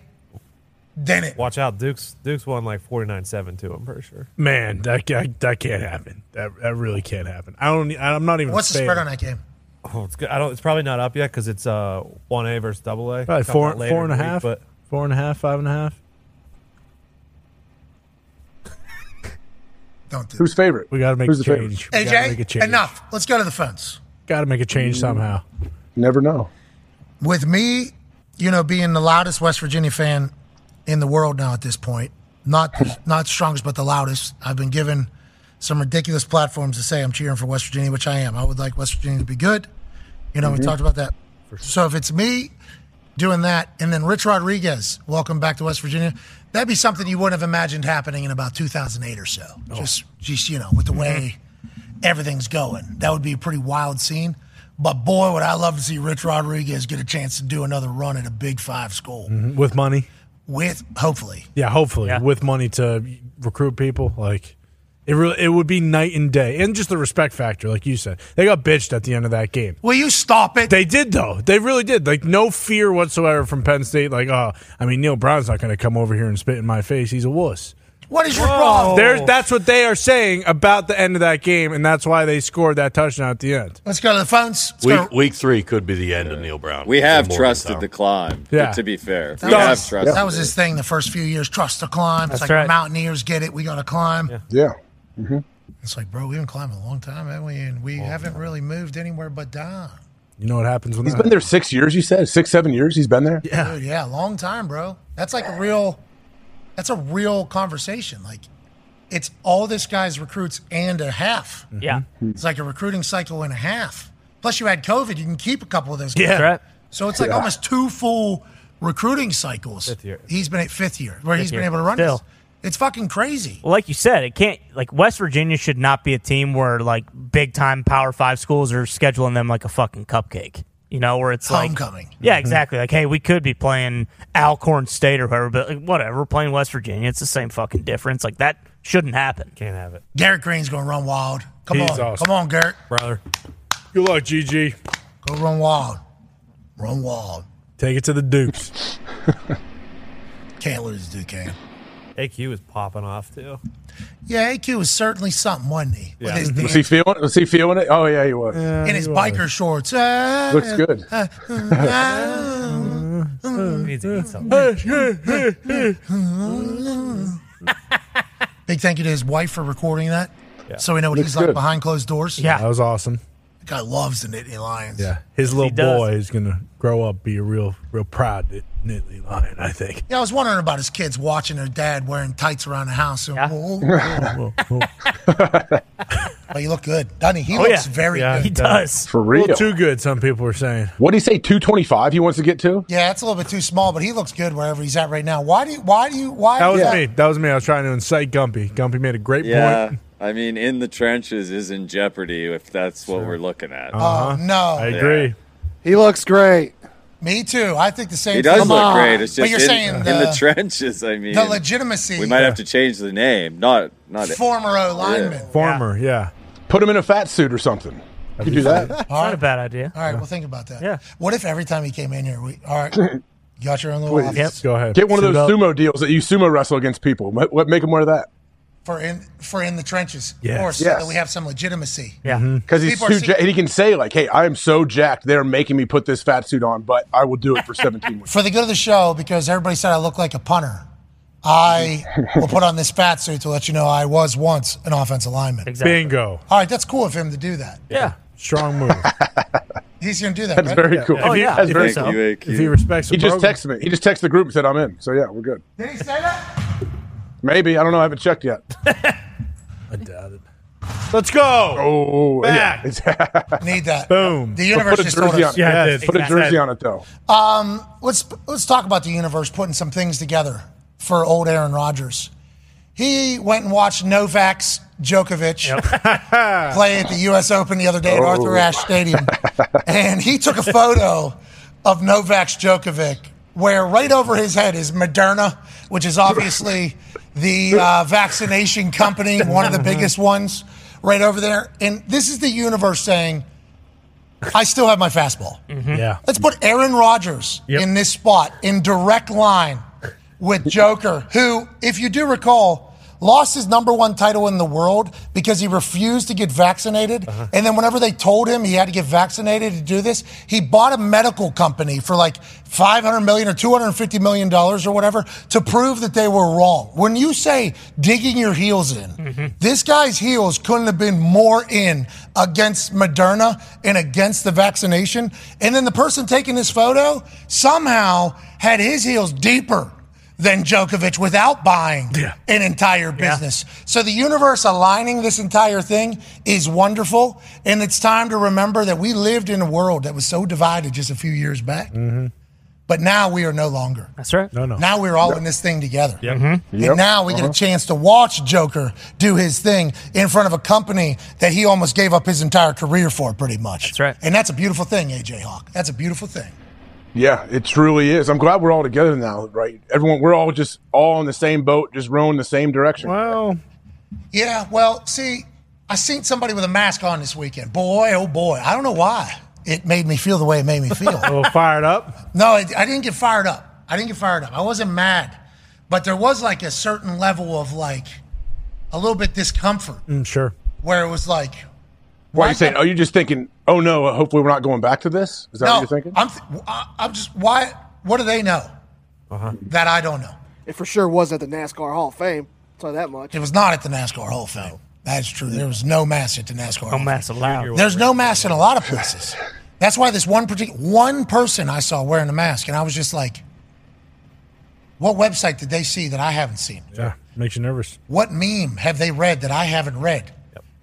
Speaker 1: didn't.
Speaker 5: Watch out, Duke's Duke's won like 49-7 too. I'm pretty sure.
Speaker 2: Man, that that, that can't happen. That, that really can't happen. I don't. I'm not even.
Speaker 1: What's the
Speaker 2: saying-
Speaker 1: spread on that game?
Speaker 5: Oh, it's good. I don't. It's probably not up yet because it's uh one A versus double A.
Speaker 2: Probably
Speaker 5: Coming
Speaker 2: four,
Speaker 5: out later
Speaker 2: four and a
Speaker 5: in the week,
Speaker 2: half, four and a half, five and a half.
Speaker 1: Don't do
Speaker 12: Who's favorite?
Speaker 2: We got to make
Speaker 12: Who's
Speaker 2: a
Speaker 12: the favorite? Hmm.
Speaker 2: change. We gotta make a
Speaker 1: AJ,
Speaker 2: change.
Speaker 1: enough. Let's go to the phones.
Speaker 2: Got to make a change somehow.
Speaker 12: Never know.
Speaker 1: With me, you know, being the loudest West Virginia fan in the world now at this point,
Speaker 2: *laughs*
Speaker 1: not not strongest, but the loudest. I've been given some ridiculous platforms to say I'm cheering for West Virginia, which I am. I would like West Virginia to be good. You know, we
Speaker 2: Mm-hmm.
Speaker 14: Mhm.
Speaker 1: talked about that. So if it's me doing that, and then Rich Rodriguez, welcome back to West Virginia, that'd be something you wouldn't have imagined happening in about 2008 or so. Just, just you know, with the way everything's going, that would be a pretty wild scene. But boy, would I love to see Rich Rodriguez get a chance to do another run at a Big Five school
Speaker 2: Mhm. With money,
Speaker 1: with hopefully.
Speaker 2: yeah, hopefully with money to recruit people. Like it really, it would be night and day, and just the respect factor, like you said. They got bitched at the end of that game.
Speaker 1: Will you stop it?
Speaker 2: They did though. They really did. Like no fear whatsoever from Penn State. Like, oh, I mean, Neil Brown's not going to come over here and spit in my face. He's a wuss.
Speaker 1: What is your problem?
Speaker 2: There's, that's what they are saying about the end of that game, and that's why they scored that touchdown at the end.
Speaker 1: Let's go to the phones. Let's go.
Speaker 7: Week, week three could be the end of Neil Brown.
Speaker 9: We have
Speaker 7: Morgan
Speaker 9: trusted
Speaker 7: Tower.
Speaker 9: the climb.
Speaker 7: Yeah.
Speaker 9: To be fair,
Speaker 1: That
Speaker 9: we have
Speaker 1: was,
Speaker 9: trusted.
Speaker 1: that was
Speaker 9: it.
Speaker 1: his thing the first few years. Trust to climb. It's
Speaker 9: That's
Speaker 1: like
Speaker 9: right.
Speaker 1: mountaineers get it. We got to climb.
Speaker 12: Yeah. Mm-hmm.
Speaker 1: It's like, bro, we've been climbing a long time, haven't we? And we haven't really moved anywhere but down.
Speaker 2: You know what happens when
Speaker 12: he's
Speaker 2: that
Speaker 12: been there six years. You said six, seven years. He's been there.
Speaker 1: Dude, yeah, long time, bro. That's like a real, that's a real conversation. Like, it's all this guy's recruits and a half.
Speaker 4: Yeah.
Speaker 5: Mm-hmm.
Speaker 1: It's like a recruiting cycle and a half. Plus, you had COVID. You can keep a couple of those.
Speaker 4: Yeah.
Speaker 1: Guys.
Speaker 4: That's right.
Speaker 1: So it's like
Speaker 4: Yeah.
Speaker 1: almost two full recruiting cycles.
Speaker 4: Fifth year.
Speaker 1: He's been at fifth year where he he's
Speaker 4: Fifth
Speaker 1: been
Speaker 4: year.
Speaker 1: able to run
Speaker 4: Still.
Speaker 1: this. It's fucking crazy.
Speaker 4: Well, like you said, it can't like West Virginia should not be a team where like big time Power Five schools are scheduling them like a fucking cupcake. You know, where it's like
Speaker 1: Homecoming. Mm-hmm.
Speaker 4: Yeah, exactly. Like, hey, we could be playing Alcorn State or whoever, but like, whatever. We're playing West Virginia. It's the same fucking difference. Like that shouldn't happen. Can't have it.
Speaker 1: Garrett Green's going to run wild. Come
Speaker 4: He's
Speaker 1: on.
Speaker 4: awesome.
Speaker 1: Come on, Garrett.
Speaker 5: brother.
Speaker 2: Good luck, GG.
Speaker 1: Go run wild. Run wild.
Speaker 2: Take it to the Dukes. *laughs*
Speaker 1: Can't lose, Duke. Can.
Speaker 5: AQ is popping off too.
Speaker 1: Yeah, AQ was certainly something, wasn't he? With his
Speaker 12: Was he feeling it? Was he feeling it? Oh yeah, he was.
Speaker 1: in his biker shorts. Ah,
Speaker 12: Looks good.
Speaker 1: ah, ah,
Speaker 5: needs to eat something.
Speaker 1: *laughs* Big thank you to his wife for recording that. So we know what
Speaker 2: Looks
Speaker 1: he's like
Speaker 2: good.
Speaker 1: behind closed doors.
Speaker 2: that was awesome.
Speaker 1: The guy loves the Nittany Lions.
Speaker 2: Yeah, his
Speaker 1: He
Speaker 2: little
Speaker 1: does.
Speaker 2: boy is gonna grow up be a real, real proud Nit- Nittany lion. I think.
Speaker 1: Yeah, I was wondering about his kids watching their dad wearing tights around the house. And, whoa, whoa, whoa.
Speaker 2: *laughs*
Speaker 1: but you look good, Dunny. He
Speaker 2: Oh,
Speaker 1: looks
Speaker 2: yeah.
Speaker 1: very
Speaker 2: Yeah,
Speaker 1: good.
Speaker 2: he does.
Speaker 12: For
Speaker 2: A
Speaker 12: real.
Speaker 2: little too good. Some people were saying.
Speaker 12: What do you say? Two twenty five. He wants to get to.
Speaker 1: Yeah, it's a little bit too small, but he looks good wherever he's at right now. Why do you? Why do you? Why?
Speaker 2: That was
Speaker 1: is
Speaker 2: me. That was me. I was trying to incite Gumpy. Gumpy made a great
Speaker 9: Yeah,
Speaker 2: point.
Speaker 9: I mean, in the trenches is in jeopardy if that's what we're looking at.
Speaker 7: Uh-huh.
Speaker 1: Oh no!
Speaker 9: I agree. Yeah.
Speaker 6: He looks great.
Speaker 1: Me too. I think the same.
Speaker 9: He does
Speaker 1: thing.
Speaker 9: look great. It's
Speaker 1: but
Speaker 9: just
Speaker 1: you're
Speaker 9: in,
Speaker 1: saying
Speaker 9: in
Speaker 1: the,
Speaker 9: the trenches. I mean,
Speaker 1: the legitimacy.
Speaker 9: we might have to change the name. Not not
Speaker 1: Former O lineman.
Speaker 2: Former, yeah.
Speaker 12: Put him in a fat suit or something. You could do that.
Speaker 1: All right.
Speaker 4: Not a bad idea.
Speaker 1: All right, we'll think about that. Yeah. What if every time he came in here, we all right? You got your own little
Speaker 12: Please.
Speaker 1: office
Speaker 2: Go ahead.
Speaker 12: Get one of
Speaker 2: Suit up.
Speaker 12: those sumo deals that you sumo wrestle against people. Ma- What make him wear that?
Speaker 1: for in for in the trenches,
Speaker 12: Yes.
Speaker 1: or so
Speaker 12: Yes.
Speaker 1: that we have some legitimacy.
Speaker 2: Mm-hmm.
Speaker 12: Because he's
Speaker 1: People are
Speaker 12: too
Speaker 1: seeing-
Speaker 12: jacked. He can say like, "Hey, I am so jacked. They're making me put this fat suit on, but I will
Speaker 1: *laughs*
Speaker 12: do it for 17 weeks."
Speaker 1: For the good of the show, because everybody said I look like a punter, I will put on this fat suit to let you know I was once an offensive lineman.
Speaker 2: Bingo.
Speaker 1: All right, that's cool of him to do that.
Speaker 2: Yeah.
Speaker 1: *laughs*
Speaker 2: Strong move.
Speaker 1: He's going to do that.
Speaker 12: That's
Speaker 1: right?
Speaker 12: very cool.
Speaker 2: If he-
Speaker 12: That's
Speaker 2: if
Speaker 12: very
Speaker 2: he-
Speaker 12: cool.
Speaker 2: If he respects, the
Speaker 12: he just
Speaker 2: program.
Speaker 12: texted me. He just texted the group and said, "I'm in." So yeah, we're good.
Speaker 1: Did he say that?
Speaker 12: Maybe I don't know. I haven't
Speaker 2: *laughs*
Speaker 12: checked yet.
Speaker 2: I doubt it. Let's go.
Speaker 12: Oh,
Speaker 2: Back.
Speaker 12: *laughs*
Speaker 1: Need that.
Speaker 2: Boom.
Speaker 1: The universe
Speaker 12: put a
Speaker 1: just told
Speaker 12: jersey
Speaker 1: us.
Speaker 12: on. Yeah, put a jersey on it though.
Speaker 1: Um, let's let's talk about the universe putting some things together for old Aaron Rodgers. He went and watched Novak Djokovic *laughs* play at the U.S. Open the other day at
Speaker 14: Oh.
Speaker 1: Arthur Ashe Stadium, and he took a photo of Novak Djokovic where right over his head is Moderna, which is obviously the uh, vaccination company, one of the biggest ones, right over there. And this is the universe saying, "I still have my fastball."
Speaker 2: Yeah.
Speaker 1: Let's put Aaron Rodgers in this spot in direct line with Joker, who, if you do recall, lost his number one title in the world because he refused to get vaccinated. And then, whenever they told him he had to get vaccinated to do this, he bought a medical company for like 500 million or 250 million dollars or whatever to prove that they were wrong. When you say digging your heels in, this guy's heels couldn't have been more in against Moderna and against the vaccination. And then the person taking this photo somehow had his heels deeper than Djokovic without buying an entire business. So the universe aligning this entire thing is wonderful. And it's time to remember that we lived in a world that was so divided just a few years back. But now we are no longer.
Speaker 4: That's right.
Speaker 2: No, no.
Speaker 1: Now we're all in this thing together.
Speaker 2: Yep.
Speaker 1: And now we get a chance to watch Joker do his thing in front of a company that he almost gave up his entire career for, pretty much. That's right. And that's a beautiful thing, AJ Hawk. That's a beautiful thing.
Speaker 12: Yeah, it truly is. I'm glad we're all together now, right? Everyone, we're all just all in the same boat, just rowing the same direction.
Speaker 2: Wow.
Speaker 1: Yeah, well, see, I seen somebody with a mask on this weekend. Boy, oh boy. I don't know why it made me feel the way it made
Speaker 2: *laughs*
Speaker 1: me feel.
Speaker 2: a little fired up.
Speaker 1: No, I, I didn't get fired up. I didn't get fired up. I wasn't mad, but there was like a certain level of like a little bit discomfort
Speaker 2: Mm, sure.
Speaker 1: where it was like,
Speaker 12: Why are you saying? Are you just thinking? Oh no! Hopefully, we're not going back to this. Is that
Speaker 1: no,
Speaker 12: what you're thinking?
Speaker 1: I'm, th- I- I'm just why? What do they know
Speaker 12: Uh-huh.
Speaker 1: that I don't know?
Speaker 14: It for sure was at the NASCAR Hall of Fame. Tell you that much.
Speaker 1: It was not at the NASCAR Hall of Fame. That's true. There was no mass at the NASCAR. Hall of Fame.
Speaker 4: mass allowed.
Speaker 1: There's no mask in a lot of places. That's why this one particular one person I saw wearing a mask, and I was just like, What website did they see that I haven't seen?
Speaker 2: Yeah, makes you nervous.
Speaker 1: What meme have they read that I haven't read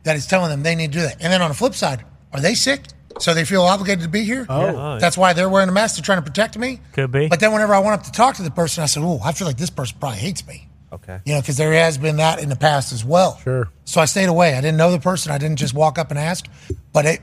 Speaker 1: that is telling them they need to do that? And then on the flip side, are they sick? So they feel obligated to be here?
Speaker 4: Oh. Yeah.
Speaker 1: That's why they're wearing a mask. They're trying to protect me.
Speaker 4: Could be.
Speaker 1: But then whenever I went up to talk to the person, I said, oh, I feel like this person probably hates me.
Speaker 5: Okay.
Speaker 1: You know, because there has been that in the past as well.
Speaker 2: Sure.
Speaker 1: So I stayed away. I didn't know the person. I didn't just walk up and ask. But it,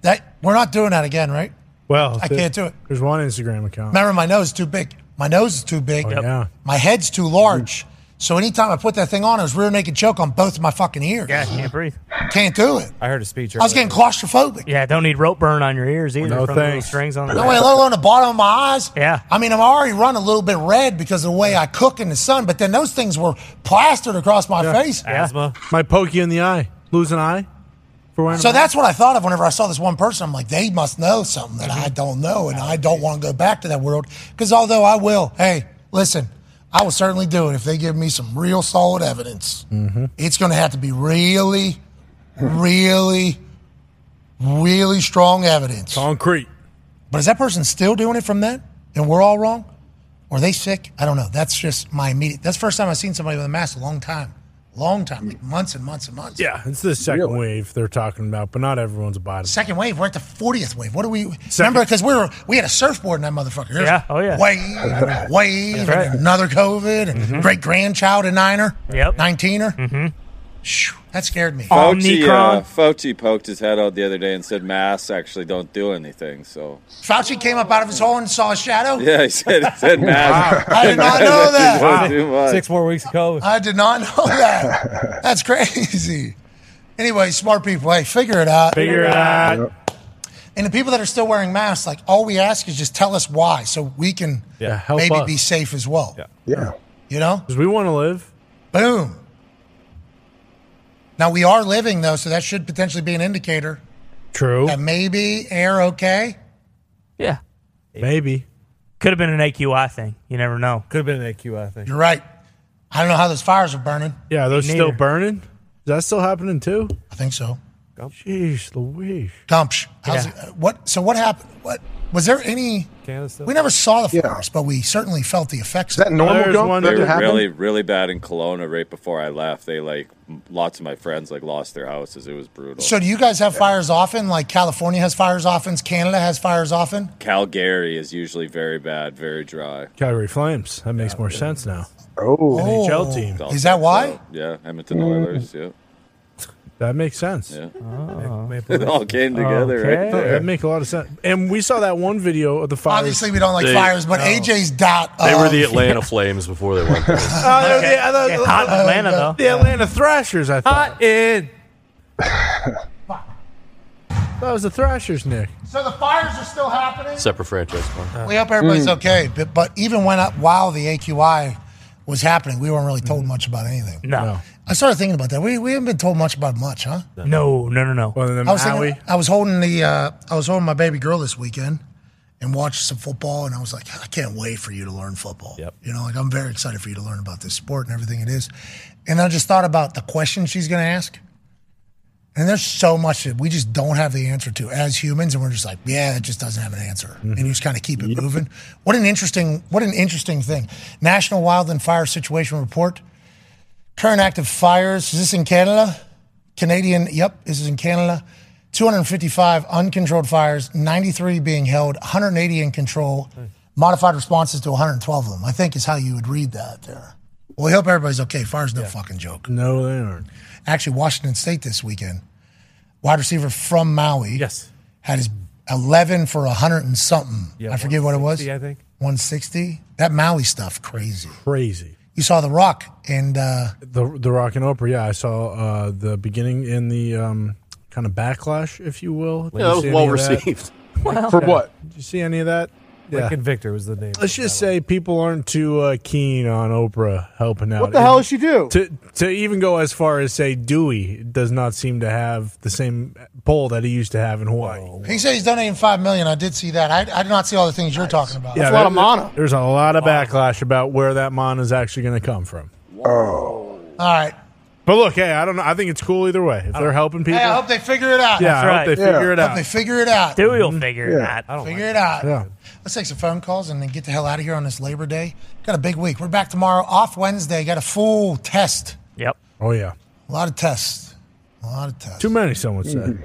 Speaker 1: that we're not doing that again, right?
Speaker 2: Well,
Speaker 1: I can't do it.
Speaker 2: There's one Instagram account.
Speaker 1: Remember, my nose is too big. My nose is too big.
Speaker 2: Oh, Yep. yeah.
Speaker 1: My head's too large. So anytime I put that thing on, it was rear naked choke on both of my fucking ears.
Speaker 4: Yeah, I can't breathe.
Speaker 1: Can't do it.
Speaker 5: I heard a speech.
Speaker 1: I was getting claustrophobic.
Speaker 4: Yeah, don't need rope burn on your ears either.
Speaker 1: No
Speaker 4: from the little
Speaker 1: thanks.
Speaker 4: strings on.
Speaker 1: No
Speaker 4: the
Speaker 1: way, let alone the bottom of my eyes.
Speaker 4: Yeah.
Speaker 1: I mean, I'm already running a little bit red because of the way I cook in the sun, but then those things were plastered across my face.
Speaker 5: Asthma.
Speaker 2: Might poke you in the eye. Lose an eye. For wearing a
Speaker 1: So
Speaker 2: mask.
Speaker 1: that's what I thought of whenever I saw this one person. I'm like, they must know something that I don't know, and I don't want to go back to that world. Because although I will, hey, listen, I will certainly do it if they give me some real solid evidence.
Speaker 9: Mm-hmm.
Speaker 2: Mhm.
Speaker 1: It's going to have to be really, really, really strong evidence.
Speaker 2: Concrete.
Speaker 1: But is that person still doing it from then? And we're all wrong? Or are they sick? I don't know. That's just my immediate. That's the first time I've seen somebody with a mask in a long time. Long time, like months and months and months.
Speaker 2: Yeah, it's the second wave they're talking about, but not everyone's about it.
Speaker 1: Second wave, we're at the fortieth wave. What do we remember? Because we were we had a surfboard in that motherfucker. Here's
Speaker 4: Yeah, oh, yeah.
Speaker 1: wave, wave,
Speaker 4: That's right. Mm-hmm.
Speaker 1: and another COVID, and great grandchild a niner,
Speaker 4: yep,
Speaker 1: nineteener. Mm-hmm. That scared me.
Speaker 9: Fauci, uh, Fauci poked his head out the other day and said masks actually don't do anything. So
Speaker 1: Fauci came up out of his hole and saw a shadow.
Speaker 9: yeah, he said he
Speaker 2: *laughs*
Speaker 9: said masks. *laughs*
Speaker 1: I did not know that.
Speaker 9: Don't do much.
Speaker 5: Six more weeks of COVID.
Speaker 1: I did not know that. That's crazy. Anyway, smart people, hey, figure it out.
Speaker 2: Figure it out.
Speaker 1: And the people that are still wearing masks, like all we ask is just tell us why, so we can
Speaker 2: Yeah, help
Speaker 1: maybe
Speaker 2: us.
Speaker 1: be safe as well.
Speaker 12: Yeah.
Speaker 1: You know?
Speaker 2: Because we want to live.
Speaker 1: Boom. Now we are living though, so that should potentially be an indicator
Speaker 2: True.
Speaker 1: that maybe air okay.
Speaker 4: Yeah.
Speaker 2: Maybe.
Speaker 4: Could have been an AQI thing. You never know.
Speaker 5: Could have been an AQI thing.
Speaker 1: You're right. I don't know how those fires are burning.
Speaker 2: Yeah, are those
Speaker 1: Me
Speaker 2: still
Speaker 1: neither.
Speaker 2: burning? Is that still happening too?
Speaker 1: I think so.
Speaker 2: Jeez Louise.
Speaker 1: Gumpsh. How's
Speaker 2: Yeah.
Speaker 1: it- what? So what happened? What was there any?
Speaker 5: Canada
Speaker 1: We never saw the fires, but we certainly felt the effects. Is that
Speaker 12: normal, There's Gump? one
Speaker 9: They were really, really bad in Kelowna right before I left. They like m- lots of my friends like lost their houses. It was brutal.
Speaker 1: So do you guys have fires often? Like California has fires often. Canada has fires often.
Speaker 9: Calgary is usually very bad, very dry.
Speaker 2: Calgary Flames. That makes more sense now.
Speaker 12: Oh.
Speaker 2: NHL team.
Speaker 9: Celtics,
Speaker 1: Is that why?
Speaker 9: so- yeah, Edmonton
Speaker 2: Mm.
Speaker 9: Oilers. Yeah,
Speaker 2: That makes sense.
Speaker 9: yeah.
Speaker 1: Oh.
Speaker 2: Maple
Speaker 9: It
Speaker 2: *laughs*
Speaker 9: all came together right there.
Speaker 2: That make a lot of sense. And we saw that one video of the fires.
Speaker 1: Obviously, we don't like
Speaker 7: They-
Speaker 1: fires, but AJ's dot. um,
Speaker 7: They
Speaker 1: *laughs*
Speaker 7: were the
Speaker 1: of-
Speaker 7: Atlanta Flames before they went. there.
Speaker 2: Oh, they were the- the- the-
Speaker 4: Hot
Speaker 2: the-
Speaker 4: Atlanta, though.
Speaker 2: The Atlanta Thrashers, I thought.
Speaker 5: Hot in.
Speaker 2: That was the Thrashers, Nick. Uh-huh.
Speaker 1: So the fires are still happening.
Speaker 7: Separate franchise. Mark.
Speaker 1: We hope everybody's okay. But, but even when I, while the AQI was happening, we weren't really
Speaker 2: Hmm.
Speaker 1: told much about anything.
Speaker 4: No.
Speaker 1: I started thinking about that. We, we haven't been told much about much, huh?
Speaker 4: No, Oh, no, no, no.
Speaker 2: Well,
Speaker 1: I was, thinking, I was holding the uh, I was holding my baby girl this weekend and watched some football, and I was like, I can't wait for you to learn football. Yep. You know, like I'm very excited for you to learn about this sport and everything it is. And I just thought about the questions she's going to ask. And there's so much that we just don't have the answer to as humans, and we're just like, yeah, it just doesn't have an answer, and you just kind of keep it moving. What an interesting, what an interesting thing. National Wildland Fire Situation Report. Current active fires. Is this in Canada? Canadian. Yep, this is in Canada. 255 uncontrolled fires, 93 being held, 180 in control. Modified responses to 112 of them. I think is how you would read that there. Well, we hope everybody's okay. Fire's no fucking joke
Speaker 2: No, they aren't.
Speaker 1: actually Washington State this weekend. Wide receiver from Maui.
Speaker 5: Yes.
Speaker 1: Had his 11 for 100 and something.
Speaker 5: Yeah,
Speaker 1: I forget what it was.
Speaker 5: 160, I think.
Speaker 1: 160. That Maui stuff, crazy.
Speaker 2: Crazy.
Speaker 1: You saw The Rock and uh,
Speaker 2: The the Rock and Oprah. Yeah, I saw uh, the beginning and the um, kind of backlash, if you will. Did
Speaker 7: Yeah,
Speaker 2: you
Speaker 7: that was
Speaker 2: see any
Speaker 7: well
Speaker 2: of that? *laughs*
Speaker 7: received.
Speaker 2: Like,
Speaker 12: For
Speaker 2: yeah.
Speaker 12: what?
Speaker 2: Did you see any of that?
Speaker 5: Lincoln Victor was the name.
Speaker 2: Let's just say people aren't too uh, keen on Oprah helping out.
Speaker 14: What the hell does she do?
Speaker 2: To to even go as far as say Dewey does not seem to have the same pull that he used to have in Hawaii.
Speaker 1: he said he's donating 5 million. I did see that. I, I did not see all the things you're talking about.
Speaker 2: there- There's a lot of backlash about where that mana is actually going to come from.
Speaker 1: All right.
Speaker 2: But look, hey, I don't know. I think it's cool either way. If they're helping people,
Speaker 1: Hey, I hope they figure it out.
Speaker 2: Yeah, I hope That's right. they figure it
Speaker 1: Hope
Speaker 2: out.
Speaker 1: they figure it out.
Speaker 4: Dewey will figure it out.
Speaker 1: Figure it out.
Speaker 2: Yeah.
Speaker 1: Let's take some phone calls and then get the hell out of here on this Labor Day. Got a big week. We're back tomorrow, off Wednesday. Got a full test.
Speaker 4: Yep.
Speaker 2: Oh yeah.
Speaker 1: A lot of tests. A lot of tests.
Speaker 2: Too many,
Speaker 1: *laughs*
Speaker 2: someone said.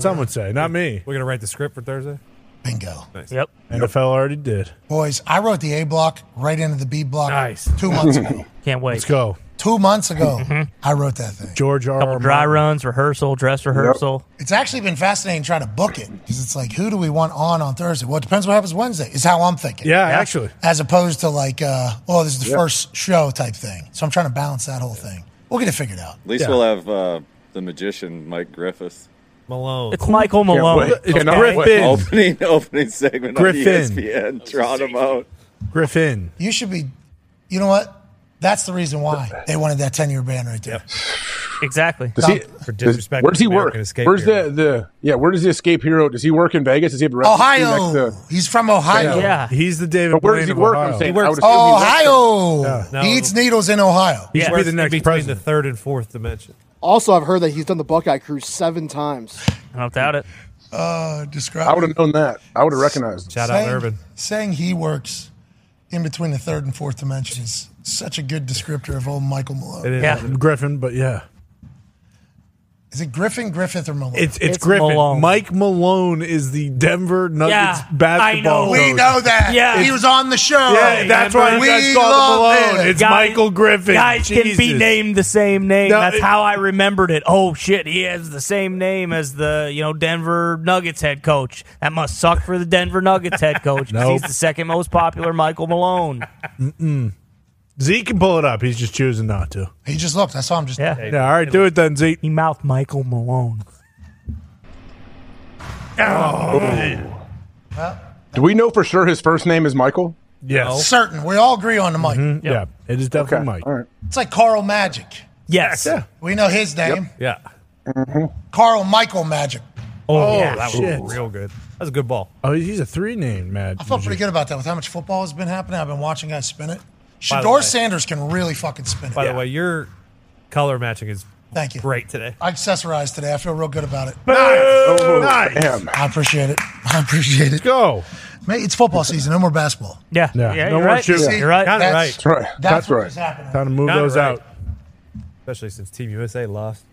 Speaker 2: someone say, not me.
Speaker 5: We're gonna write the script for Thursday.
Speaker 1: Bingo.
Speaker 4: Yep.
Speaker 2: NFL already did.
Speaker 1: Boys, I wrote the A block right into the B block two months ago.
Speaker 4: Can't wait. Mm-hmm.
Speaker 2: Let's go.
Speaker 1: two months ago, I wrote that thing.
Speaker 2: George R.
Speaker 4: Couple dry runs, rehearsal, dress rehearsal.
Speaker 1: It's actually been fascinating trying to book it because it's like, who do we want on on Thursday? Well, it depends what happens Wednesday, is how I'm thinking.
Speaker 2: Yeah, actually.
Speaker 1: As opposed to like, uh, oh, this is the
Speaker 9: Yep.
Speaker 1: first show type thing. So I'm trying to balance that whole thing. We'll get it figured out.
Speaker 9: At least we'll have uh, the magician Mike Griffiths.
Speaker 5: Malone.
Speaker 4: It's Michael Malone.
Speaker 9: Opening opening segment
Speaker 2: Griffin.
Speaker 9: on E ESPN. Toronto out.
Speaker 2: Griffin.
Speaker 1: You should be, you know what? That's the reason why they wanted that 10 year ban right there.
Speaker 4: Exactly.
Speaker 12: Does he,
Speaker 1: For
Speaker 12: does-
Speaker 1: disrespecting
Speaker 12: where does he
Speaker 1: the
Speaker 12: work?
Speaker 1: American escape
Speaker 12: Where's
Speaker 1: hero.
Speaker 12: the, the yeah? Where does the escape hero? Does he work in Vegas? Is he at the residency
Speaker 1: Ohio.
Speaker 12: next to-
Speaker 1: He's from Ohio.
Speaker 4: Yeah.
Speaker 2: He's the David.
Speaker 12: But where
Speaker 2: Blaine
Speaker 12: does he
Speaker 2: of
Speaker 12: work? I'm
Speaker 2: Ohio.
Speaker 12: saying,
Speaker 2: He works-
Speaker 12: I would assume he works there.
Speaker 1: Ohio.
Speaker 12: Yeah. No.
Speaker 1: He eats needles in Ohio.
Speaker 2: He should be the
Speaker 5: In
Speaker 2: next
Speaker 5: between
Speaker 2: president.
Speaker 5: the third and fourth dimension.
Speaker 14: Also, I've heard that he's done the Buckeye Cruise seven times.
Speaker 4: I don't doubt it.
Speaker 1: Uh, describe.
Speaker 12: I would have known that. I would have recognized.
Speaker 1: saying, Saying he works in between the third and fourth dimension is such a good descriptor of old Michael Malone.
Speaker 2: Griffin, but yeah.
Speaker 1: Is it Griffin, Griffith, or Malone?
Speaker 2: It's, it's, Griffin. Mike Malone is the Denver Nuggets
Speaker 1: Yeah,
Speaker 2: basketball.
Speaker 1: We
Speaker 2: coach.
Speaker 1: know that.
Speaker 2: Yeah.
Speaker 1: He was on the show.
Speaker 2: Yeah, that's why you guys call
Speaker 1: love
Speaker 2: it Malone.
Speaker 1: it.
Speaker 2: It's Michael Griffin.
Speaker 4: Guys can be
Speaker 2: Jesus.
Speaker 4: named the same name.
Speaker 2: No,
Speaker 4: That's
Speaker 2: it-
Speaker 4: how I remembered it. Oh shit, he has the same name as the you know Denver Nuggets head coach. That must suck for the Denver Nuggets
Speaker 2: *laughs*
Speaker 4: head coach. 'cause
Speaker 2: Nope.
Speaker 4: He's the second most popular Michael Malone.
Speaker 2: Mm-mm. Zeke can pull it up. He's just choosing not to.
Speaker 1: He just looked. I saw him just.
Speaker 4: Yeah.
Speaker 2: Yeah, all right, do it then, Zeke. He
Speaker 4: mouthed Michael Malone.
Speaker 1: Oh.
Speaker 12: Do we know for sure his first name is Michael?
Speaker 2: Yes. Mm-hmm.
Speaker 1: Certain. We all agree on the mic.
Speaker 2: Yeah, it is definitely Mike.
Speaker 12: All right.
Speaker 1: It's like Carl Magic.
Speaker 4: Yes.
Speaker 1: We know his name.
Speaker 5: Yeah.
Speaker 1: Mm-hmm. Carl Michael Magic.
Speaker 5: Oh,
Speaker 1: Oh,
Speaker 5: that
Speaker 2: shit.
Speaker 5: was real good. That was a good ball.
Speaker 2: Oh, he's a three name mad.
Speaker 1: I felt pretty good about that with how much football has been happening. I've been watching guys spin it.
Speaker 5: By the
Speaker 1: Shador
Speaker 5: way-
Speaker 1: Sanders can really fucking spin it.
Speaker 5: By the way, your color matching is
Speaker 1: Thank you.
Speaker 5: great today.
Speaker 1: I accessorized today. I feel real good about it.
Speaker 2: nice.
Speaker 1: I appreciate it. *laughs* I appreciate it.
Speaker 2: Go.
Speaker 1: Mate, it's football season. No more basketball.
Speaker 4: Yeah.
Speaker 2: Yeah.
Speaker 1: Yeah,
Speaker 2: no
Speaker 1: you're
Speaker 2: more
Speaker 1: right.
Speaker 2: shooting.
Speaker 1: See, You're right. that's-
Speaker 12: That's right.
Speaker 1: that's That's what right. was happening.
Speaker 2: Time to move
Speaker 5: Kinda
Speaker 2: those
Speaker 5: right.
Speaker 2: out.
Speaker 5: Especially since Team USA lost.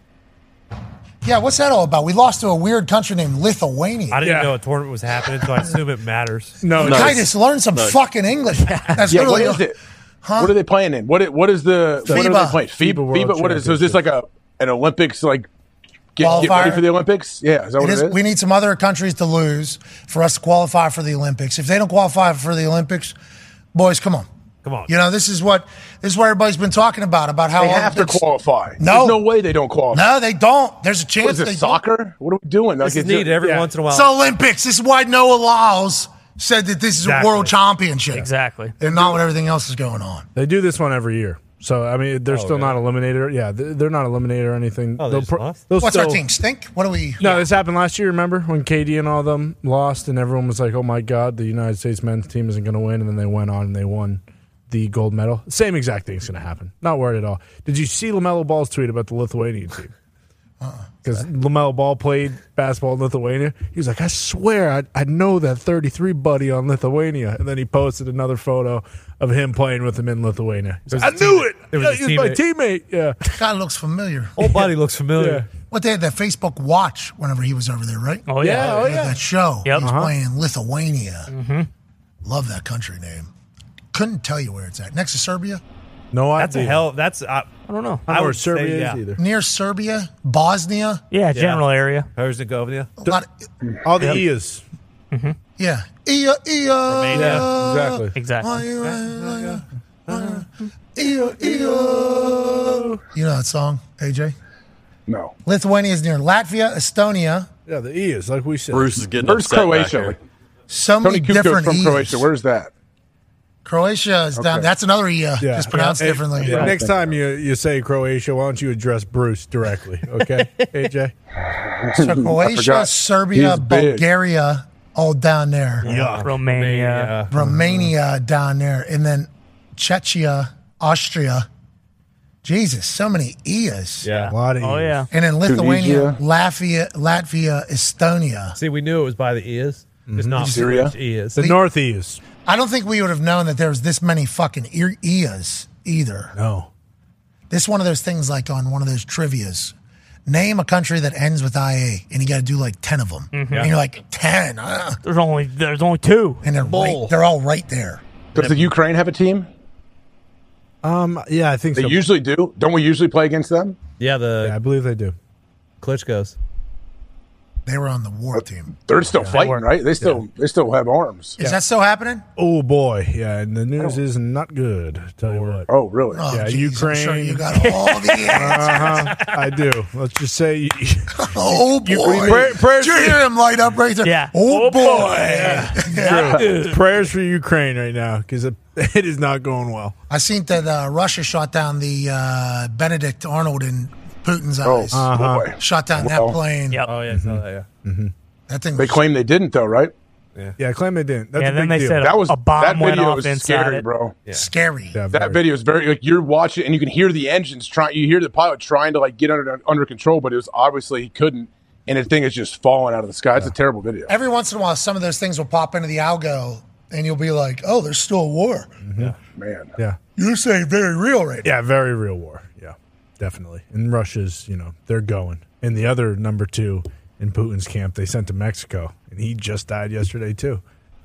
Speaker 1: Yeah, what's that all about? We lost to a weird country named Lithuania.
Speaker 5: I didn't know a tournament was happening, so I assume
Speaker 1: *laughs*
Speaker 5: it matters.
Speaker 2: No,
Speaker 1: Titus, learn some
Speaker 12: No.
Speaker 1: fucking English. That's
Speaker 12: yeah, what
Speaker 1: literally
Speaker 12: is it? What are they playing in? What i- what is the what are
Speaker 1: FIBA.
Speaker 12: they playing?
Speaker 2: FIBA
Speaker 12: FIBA. FIBA.
Speaker 2: World
Speaker 12: what is? So is this like a an Olympics like get, get ready
Speaker 1: Qualifier.
Speaker 12: for the Olympics? Yeah. Is that what
Speaker 1: It is-
Speaker 12: it is?
Speaker 1: We need some other countries to lose for us to qualify for the Olympics. If they don't qualify for the Olympics, boys, come on.
Speaker 5: Come on.
Speaker 1: You know, this is what this is what everybody's been talking about about how
Speaker 12: they have to
Speaker 1: Olympics-
Speaker 12: qualify.
Speaker 1: No.
Speaker 12: There's no way they don't qualify.
Speaker 1: No, they don't. There's a chance
Speaker 12: What is
Speaker 1: they
Speaker 12: it, soccer? What are we doing? Like, it's- yeah.
Speaker 1: It's the Olympics. This is why Noah Lyles said that this is
Speaker 2: Exactly.
Speaker 1: a world championship.
Speaker 4: Exactly.
Speaker 1: And not what everything else is going on.
Speaker 2: They do this one every year. So I mean, they're
Speaker 1: Oh,
Speaker 2: still
Speaker 1: really?
Speaker 2: not eliminated. or- Yeah, th- they're not eliminated or anything.
Speaker 1: Oh, they
Speaker 2: They'll
Speaker 1: just
Speaker 2: pro-
Speaker 1: lost?
Speaker 2: they'll
Speaker 1: What's our
Speaker 2: still-
Speaker 1: team? Stink? What do we?
Speaker 2: No, this happened last year. Remember when KD and all of them lost, and everyone was like, "Oh my God, the United States men's team isn't going to win," and then they went on and they won the gold medal. Same exact thing's going to happen. Not worried at all. Did you see Lamelo Ball's tweet about the Lithuanian team? Because Lamelo Ball played basketball in Lithuania, he was like, "I swear, I, I know that 33 buddy on Lithuania." And then he posted another photo of him playing with him in Lithuania. He's like, I knew it.
Speaker 5: It was
Speaker 2: Yeah,
Speaker 5: his
Speaker 2: he was my
Speaker 5: teammate.
Speaker 2: teammate. Yeah,
Speaker 1: *laughs* God looks familiar.
Speaker 5: Whole body looks familiar.
Speaker 1: What they had that Facebook Watch whenever he was over there, right?
Speaker 5: Oh, yeah. Yeah, oh,
Speaker 1: They had
Speaker 5: yeah.
Speaker 1: That show.
Speaker 5: Yep.
Speaker 1: He was
Speaker 5: Uh-huh. Mm-hmm.
Speaker 1: playing in Lithuania. Love that country name. Couldn't tell you where it's at. Next to Serbia,
Speaker 2: No
Speaker 5: That's a
Speaker 1: idea.
Speaker 5: hell. That's I,
Speaker 4: I don't know.
Speaker 5: I, would Serbia say, yeah.
Speaker 1: Near Serbia, Bosnia.
Speaker 4: Yeah, general area.
Speaker 5: Herzegovina.
Speaker 1: A lot
Speaker 2: all the Ias.
Speaker 1: Yeah. Ia, ia.
Speaker 2: Romania. Exactly. Exactly.
Speaker 1: uh, Ia, ia, ia. You know that song, AJ?
Speaker 12: No.
Speaker 1: Lithuania is near Latvia, Estonia.
Speaker 2: Yeah, the Ias, like we said.
Speaker 7: Bruce is getting
Speaker 12: Where's
Speaker 7: upset back
Speaker 12: Croatia?
Speaker 7: here.
Speaker 1: So many
Speaker 12: Tony Kukoc
Speaker 1: different
Speaker 12: from
Speaker 1: E's.
Speaker 12: Croatia. Where's that?
Speaker 1: Croatia is down.
Speaker 2: Okay.
Speaker 1: That's another Ia.
Speaker 2: Yeah.
Speaker 1: Just pronounced
Speaker 2: Hey,
Speaker 1: differently.
Speaker 2: yeah, Next time you, you say Croatia, why don't you address Bruce directly? Okay, AJ.
Speaker 1: *laughs*
Speaker 2: *laughs*
Speaker 1: So Croatia, Serbia, Bulgaria, all down there.
Speaker 4: Romania.
Speaker 1: Romania down there, and then Chechia, Austria. Jesus, so many E Ias.
Speaker 5: Yeah.
Speaker 2: A lot of E
Speaker 5: Oh,
Speaker 2: Ias.
Speaker 5: yeah.
Speaker 1: And then Lithuania, Latvia, Latvia, Estonia.
Speaker 5: See, we knew it was by the ears.
Speaker 1: Mm-hmm.
Speaker 5: Just not
Speaker 12: Syria?
Speaker 5: which E is.
Speaker 2: The North East.
Speaker 1: I don't think we would have known that there was this many fucking ear- Ias either.
Speaker 2: No.
Speaker 1: This one of those things like on one of those trivias. Name a country that ends with IA, and you got to do like ten of them.
Speaker 5: Mm-hmm.
Speaker 4: Mhm.
Speaker 1: And you're like ten. Uh,
Speaker 4: There's only there's only two,
Speaker 1: and they're right, they're all right there.
Speaker 12: Does the Ukraine have a team?
Speaker 2: Um, yeah, I think
Speaker 12: they
Speaker 2: so.
Speaker 12: usually do. Don't we usually play against them?
Speaker 5: Yeah, the
Speaker 2: I believe they do.
Speaker 5: Klitschko's.
Speaker 1: They were on the war team.
Speaker 12: They're still
Speaker 2: Yeah.
Speaker 12: fighting, right? They still they still have arms.
Speaker 1: Is that still happening?
Speaker 2: Oh boy, yeah, and the news is not good. Tell you what.
Speaker 12: Oh really?
Speaker 1: Oh,
Speaker 2: yeah,
Speaker 1: geez, I'm
Speaker 2: Ukraine.
Speaker 1: sure you got all
Speaker 2: *laughs*
Speaker 1: the answers.
Speaker 2: uh-huh, I do. Let's just say.
Speaker 1: *laughs* Oh boy! *laughs*
Speaker 2: Prayer- prayers
Speaker 1: Did you hear him light up right there?
Speaker 2: Yeah.
Speaker 1: Oh, boy!
Speaker 2: Yeah. Prayers for Ukraine right now because it, *laughs* it is not going well.
Speaker 1: I seen that uh, Russia shot down the uh, Benedict Arnold in Putin's
Speaker 12: Oh,
Speaker 1: eyes.
Speaker 12: uh-huh. boy.
Speaker 1: Shot down
Speaker 12: Well.
Speaker 1: that plane.
Speaker 5: Oh yeah, I saw that, yeah.
Speaker 1: That thing.
Speaker 12: They
Speaker 1: was-
Speaker 12: claim they didn't though, right?
Speaker 5: Yeah.
Speaker 2: Mm-hmm. Yeah, claim they didn't. That's
Speaker 4: Yeah,
Speaker 2: a
Speaker 4: then they
Speaker 2: big deal.
Speaker 4: said
Speaker 12: That was
Speaker 4: a bomb
Speaker 12: that
Speaker 4: went
Speaker 12: video
Speaker 4: off
Speaker 12: is
Speaker 4: inside
Speaker 12: scary,
Speaker 4: it.
Speaker 12: bro.
Speaker 1: scary.
Speaker 2: Yeah,
Speaker 12: That video is very like you're watching and you can hear the engines trying. You hear the pilot trying to like get under under control, but it was obviously he couldn't, and the thing is just falling out of the sky. It's a terrible video.
Speaker 1: Every once in a while, some of those things will pop into the algo, and you'll be like, "Oh, there's still a war."
Speaker 12: Man,
Speaker 2: Mm-hmm. Yeah.
Speaker 1: You're saying very real right
Speaker 2: Yeah, very real war. Yeah, definitely. And Russia's, you know, they're going. And the other number two in Putin's camp, they sent to Mexico, and he just died yesterday too.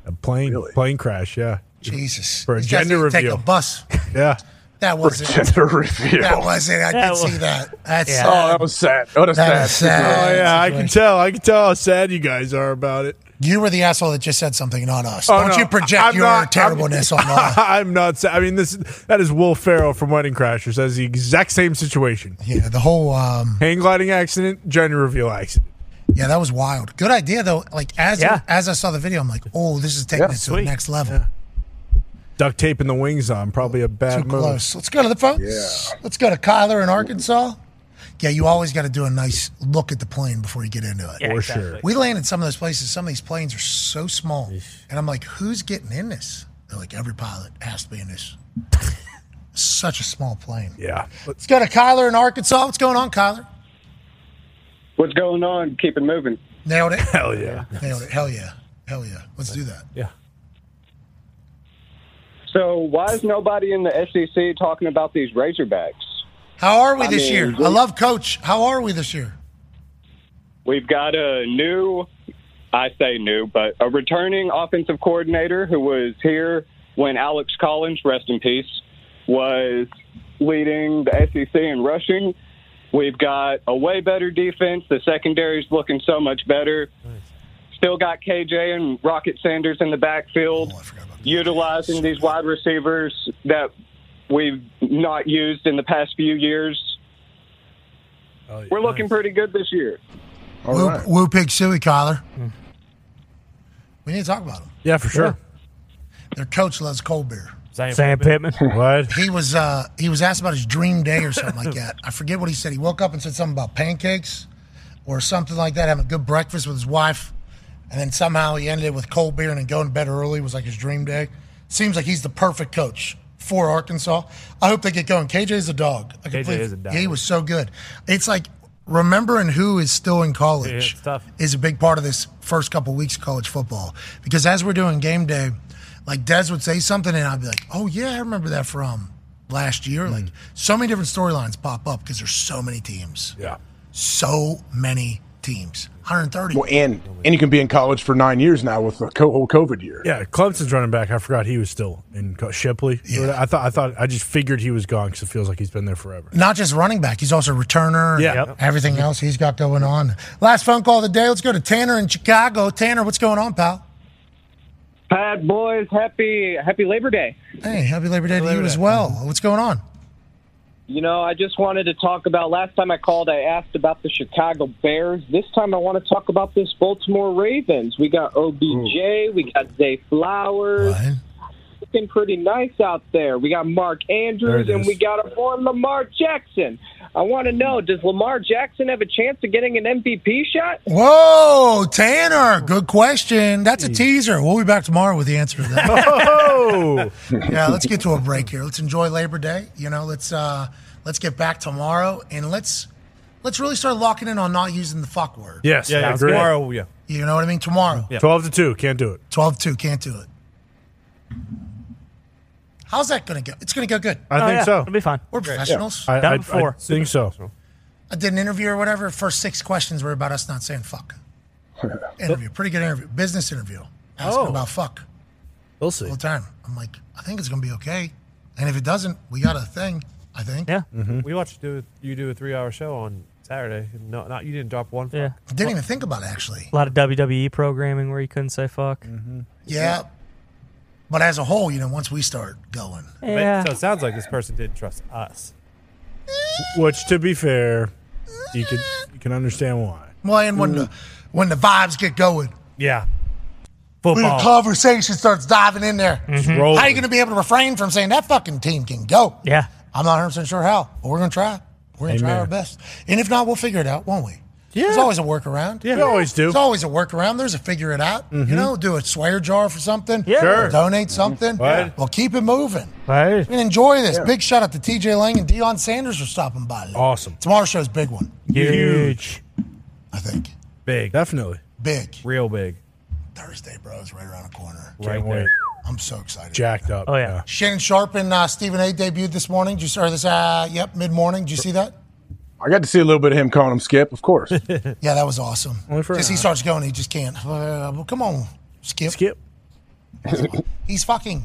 Speaker 2: A plane plane crash. Yeah.
Speaker 1: Jesus.
Speaker 2: For a
Speaker 1: These guys
Speaker 2: gender
Speaker 1: need to
Speaker 2: reveal.
Speaker 1: Take a bus.
Speaker 2: *laughs* yeah.
Speaker 1: That
Speaker 12: *laughs*
Speaker 1: wasn't.
Speaker 12: gender reveal.
Speaker 1: That wasn't. I
Speaker 4: That
Speaker 1: did
Speaker 4: was-
Speaker 1: see that. That's
Speaker 4: Yeah.
Speaker 1: sad.
Speaker 12: Oh, that was sad. What a
Speaker 1: That was
Speaker 12: sad.
Speaker 1: sad.
Speaker 2: Oh yeah, I can tell. I can tell how sad you guys are about it.
Speaker 1: You were the asshole that just said something, not us.
Speaker 2: Oh,
Speaker 1: Don't
Speaker 2: no,
Speaker 1: you project
Speaker 2: I'm
Speaker 1: your
Speaker 2: not-
Speaker 1: terribleness
Speaker 2: *laughs*
Speaker 1: on us.
Speaker 2: I'm not. sa- I mean, this that is Will Ferrell from Wedding Crashers. That's the exact same situation.
Speaker 1: Yeah, the whole um,
Speaker 2: hang gliding accident, gender reveal accident.
Speaker 1: Yeah, that was wild. Good idea though. Like as
Speaker 4: Yeah.
Speaker 1: as I saw the video, I'm like, oh, this is taking
Speaker 2: Yeah,
Speaker 1: it to
Speaker 2: sweet.
Speaker 1: the next level.
Speaker 2: Duct taping the wings on probably a bad
Speaker 1: Too
Speaker 2: move.
Speaker 1: close. Let's go to the phones.
Speaker 2: Yeah.
Speaker 1: Let's go to Kyler in Arkansas. Yeah, you always got to do a nice look at the plane before you get into it.
Speaker 2: Yeah, For exactly. sure.
Speaker 1: We land in some of those places. Some of these planes are so small, and I'm like, who's getting in this? They're like, every pilot has to be in this. Such a small plane.
Speaker 2: Yeah.
Speaker 1: Let's go to Kyler in Arkansas. What's going on, Kyler?
Speaker 15: What's going on? Keep it moving.
Speaker 1: Nailed it.
Speaker 2: Hell yeah.
Speaker 1: Nailed it. Hell yeah. Hell yeah. Let's do that.
Speaker 5: Yeah.
Speaker 15: So why is nobody in the SEC talking about these Razorbacks?
Speaker 1: How are we
Speaker 15: I
Speaker 1: this
Speaker 15: mean,
Speaker 1: year?
Speaker 15: we-
Speaker 1: I love Coach. How are we this year?
Speaker 15: We've got a new, I say new, but a returning offensive coordinator who was here when Alex Collins, rest in peace, was leading the SEC in rushing. We've got a way better defense. The secondary's looking so much better. Still got KJ and Rocket Sanders in the backfield, utilizing these wide receivers that we've not used in the past few years. We're looking pretty good this year.
Speaker 1: Woo, Woo Pig Suey, Kyler. We need to talk about him.
Speaker 2: Yeah, for sure.
Speaker 1: Their coach loves cold beer.
Speaker 4: Sam Pittman.
Speaker 2: *laughs* What?
Speaker 1: He was uh, he was asked about his dream day or something like that. I forget what he said. He woke up and said something about pancakes or something like that, having a good breakfast with his wife, and then somehow he ended it with cold beer and then going to bed early was like his dream day. Seems like he's the perfect coach for Arkansas. I hope they get going. KJ's a dog. I
Speaker 5: KJ
Speaker 1: completely-
Speaker 5: is a dog.
Speaker 1: He was so good. It's like remembering who is still in college
Speaker 5: Yeah, it's tough.
Speaker 1: is a big part of this first couple weeks of college football because as we're doing game day, like Des would say something and I'd be like, "Oh yeah, I remember that from last
Speaker 5: Mm.
Speaker 1: year." Like so many different storylines pop up because there's so many teams.
Speaker 2: Yeah,
Speaker 1: so many teams. 130.
Speaker 12: Well, and and you can be in college for nine years now with the co- whole COVID year.
Speaker 2: Yeah, Clemson's running back. I forgot he was still in co- Shipley. I thought. I thought. I just figured he was gone because it feels like he's been
Speaker 1: *laughs*
Speaker 2: there forever.
Speaker 1: Not just running back, he's also a returner. and
Speaker 2: Yeah. Yep.
Speaker 1: everything else he's got going on. Last phone call of the day. Let's go to Tanner in Chicago. Tanner, what's going on, pal?
Speaker 15: Pat, boys, happy happy Labor Day.
Speaker 1: Hey, happy Labor Day to you as well. What's going on?
Speaker 15: You know, I just wanted to talk about last time I called. I asked about the Chicago Bears. This time, I want to talk about this Baltimore Ravens. We got OBJ, we got Zay Flowers. Looking pretty nice out there. We got Mark Andrews,
Speaker 16: There it
Speaker 15: and
Speaker 16: is.
Speaker 15: we got our boy Lamar Jackson. I want to know: Does Lamar Jackson have a chance of getting an MVP shot?
Speaker 1: Whoa, Tanner. Good question. That's a teaser. We'll be back tomorrow with the answer to
Speaker 2: Oh!
Speaker 1: that. *laughs* yeah, let's get to a break here. Let's enjoy Labor Day. You know, let's uh let's get back tomorrow and let's let's really start locking in on not using the fuck word.
Speaker 2: Yes,
Speaker 5: Yeah,
Speaker 2: I
Speaker 5: yeah,
Speaker 2: agree.
Speaker 5: tomorrow, yeah.
Speaker 1: You know what I mean? Tomorrow.
Speaker 2: Yeah. 12 to 2. Can't do it.
Speaker 1: 12 2. Can't do it. How's that going to go? It's going to go good.
Speaker 5: Oh,
Speaker 2: I think so.
Speaker 1: We're professionals.
Speaker 2: I, I, I think so.
Speaker 1: I did an interview or whatever. First six questions were about us not saying fuck. interview. Pretty good interview. Business interview. Asking
Speaker 2: Oh.
Speaker 1: about fuck.
Speaker 2: We'll see.
Speaker 1: The whole time. I'm like, I think it's going to be okay. And if it doesn't, we got a thing, I think. Yeah.
Speaker 5: We watched you do, you do a three-hour show on Saturday. No, not you didn't drop one.
Speaker 4: Yeah.
Speaker 1: I didn't even think about it, actually.
Speaker 4: A lot of WWE programming where you couldn't say fuck.
Speaker 1: Mm-hmm. Yeah. But as a whole, you know, once we start going.
Speaker 4: Yeah.
Speaker 5: So it sounds like this person didn't trust us.
Speaker 2: Which, to be fair, you could you can understand why.
Speaker 1: Well, and when the when the vibes get going,
Speaker 5: Yeah.
Speaker 1: when the conversation starts diving in there,
Speaker 2: It's
Speaker 1: how
Speaker 2: Mm-hmm. rolling.
Speaker 1: are you going to be able to refrain from saying that fucking team can go?
Speaker 4: Yeah.
Speaker 1: I'm not 100 percent sure how, but we're going to try. We're going to try
Speaker 2: Amen.
Speaker 1: our best, and if not, we'll figure it out, won't we? Yeah. There's always a workaround.
Speaker 2: Yeah. We always do.
Speaker 1: There's always a workaround. There's a figure it out.
Speaker 2: Mhm.
Speaker 1: You know, do a swear jar for something.
Speaker 2: Yeah. Sure. Mm-hmm.
Speaker 1: Donate something.
Speaker 2: Right.
Speaker 1: Well, keep it moving.
Speaker 4: Right.
Speaker 1: And enjoy this.
Speaker 2: Yeah.
Speaker 1: Big shout out to TJ Lang and Deion Sanders for stopping by. today.
Speaker 2: Awesome.
Speaker 1: Tomorrow's show's a big one.
Speaker 2: Huge.
Speaker 1: I think.
Speaker 5: Big.
Speaker 2: Definitely.
Speaker 1: Big.
Speaker 5: Real big.
Speaker 1: Thursday, bro. It's right around the corner.
Speaker 2: Can't wait.
Speaker 1: I'm so excited.
Speaker 2: Jacked up. Oh, yeah.
Speaker 1: Shannon Sharp and uh, Stephen A. debuted this morning. Did you see, or this? Uh, yep, mid morning. Did you see that?
Speaker 12: I got to see a little bit of him calling him Skip,
Speaker 4: *laughs*
Speaker 12: of course. *laughs*
Speaker 1: Yeah, that was awesome. Because he starts going, he just can't. Uh, well, come on, Skip.
Speaker 2: Skip.
Speaker 1: He's fucking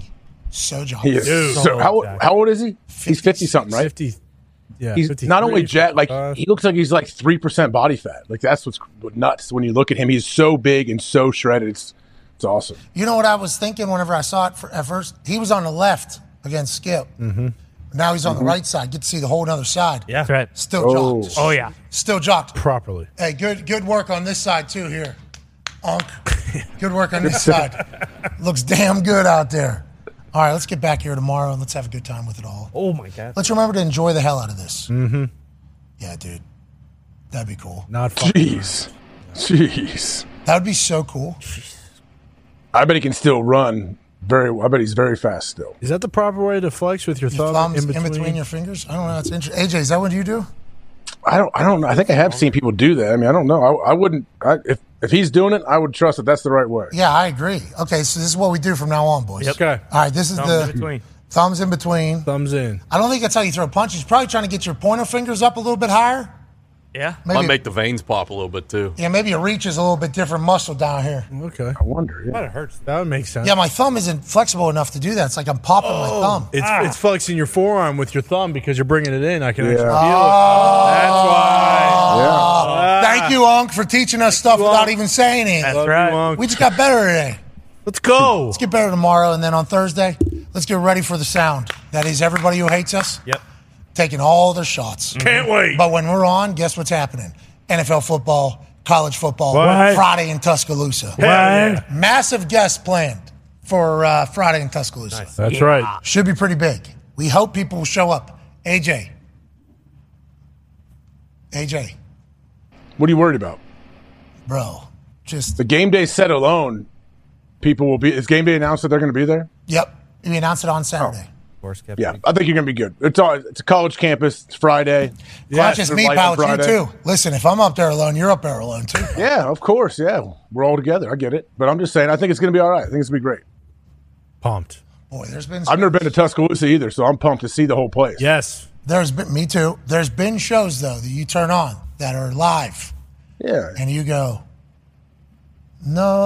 Speaker 1: so jacked.
Speaker 12: He is so, how, how old is he? He's fifty something, right?
Speaker 2: Fifty. Yeah,
Speaker 12: He's not only jet, like he looks like he's like three percent body fat. Like that's what's nuts when you look at him. He's so big and so shredded. It's it's awesome.
Speaker 1: You know what I was thinking whenever I saw it for, at first? He was on the left against Skip.
Speaker 12: Mm-hmm.
Speaker 1: Now he's on
Speaker 12: Mhm.
Speaker 1: the right side. Get to see the whole other side.
Speaker 5: Yeah, that's
Speaker 4: right.
Speaker 1: Still
Speaker 4: Oh.
Speaker 1: jocked.
Speaker 4: Oh, yeah.
Speaker 1: Still jocked.
Speaker 2: Properly.
Speaker 1: Hey, good good work on this side too here. Onk. Good work on this side. Looks damn good out there. All right, let's get back here tomorrow and let's have a good time with it all.
Speaker 5: Oh my god.
Speaker 1: Let's remember to enjoy the hell out of this.
Speaker 2: Mm-hmm.
Speaker 1: Yeah, dude. That'd be cool.
Speaker 2: Not
Speaker 12: Jeez, jeez.
Speaker 1: That would be so cool.
Speaker 12: I bet he can still run very. well. I bet he's very fast still.
Speaker 2: Is that the proper way to flex with your, thumb
Speaker 1: Thumbs
Speaker 2: in between?
Speaker 1: your fingers. I don't know. That's interesting. AJ, is that what you do?
Speaker 12: I don't. I don't. know. I think I have seen people do that. I mean, I don't know. I, I wouldn't. I, if if he's doing it, I would trust that that's the right way.
Speaker 1: Yeah, I agree. Okay, so this is what we do from now on, boys.
Speaker 12: Yep. Okay.
Speaker 1: All right, this is
Speaker 12: Thumbs
Speaker 1: the
Speaker 12: in between.
Speaker 1: thumbs in between.
Speaker 2: Thumbs in.
Speaker 1: I don't think that's how you throw punches. Probably trying to get your pointer fingers up a little bit higher.
Speaker 4: Yeah.
Speaker 1: Maybe-
Speaker 7: Might make the veins pop a little bit too.
Speaker 1: Yeah, maybe your reach is a little bit different muscle down here.
Speaker 2: Okay.
Speaker 12: I wonder. Yeah.
Speaker 5: it hurts.
Speaker 2: That would make sense.
Speaker 1: Yeah, my thumb isn't flexible enough to do that. It's like I'm popping my thumb.
Speaker 2: It's,
Speaker 5: Ah.
Speaker 2: it's flexing your forearm with your thumb because you're bringing it in. I can actually feel Ah.
Speaker 1: Thank you, Onk, for teaching us stuff without even saying it.
Speaker 2: That's Love you, right. Onk.
Speaker 1: We just got better today.
Speaker 2: Let's go. Let's
Speaker 1: get better tomorrow, and then on Thursday, let's get ready for the sound. That is everybody who hates us.
Speaker 5: Yep.
Speaker 1: Taking all their shots.
Speaker 2: Mm-hmm. Can't wait.
Speaker 1: But when we're on, guess what's happening? NFL football, college football,
Speaker 2: What?
Speaker 1: Friday in Tuscaloosa.
Speaker 2: Hell yeah.
Speaker 1: Massive guest planned for uh, Friday in Tuscaloosa.
Speaker 2: That's Yeah. right.
Speaker 1: Should be pretty big. We hope people will show up. AJ. AJ,
Speaker 12: What are you worried about?
Speaker 1: bro. Just
Speaker 12: the game day set alone. People will be. Is game day announced that they're going to be there?
Speaker 1: Yep. We announced it
Speaker 12: Oh.
Speaker 1: on Saturday.
Speaker 5: Worst kept.
Speaker 12: Yeah, I think you're going to be good. It's all. It's a college campus. It's Friday.
Speaker 1: Clutch is
Speaker 12: There's
Speaker 1: me,
Speaker 12: life
Speaker 1: pal.
Speaker 12: on
Speaker 1: It's you
Speaker 12: Friday.
Speaker 1: too. Listen, if I'm up there alone, you're up there alone too.
Speaker 12: Yeah, of course. Yeah, we're all together. I get it, but I'm just saying. I think it's going to be all right. I think it's going to be great.
Speaker 2: Pumped.
Speaker 1: Boy, there's been
Speaker 12: I've never been to Tuscaloosa either, so I'm pumped to see the whole place.
Speaker 2: Yes.
Speaker 1: There's been me too. There's been shows though that you turn on that are live.
Speaker 12: Yeah.
Speaker 1: And you go,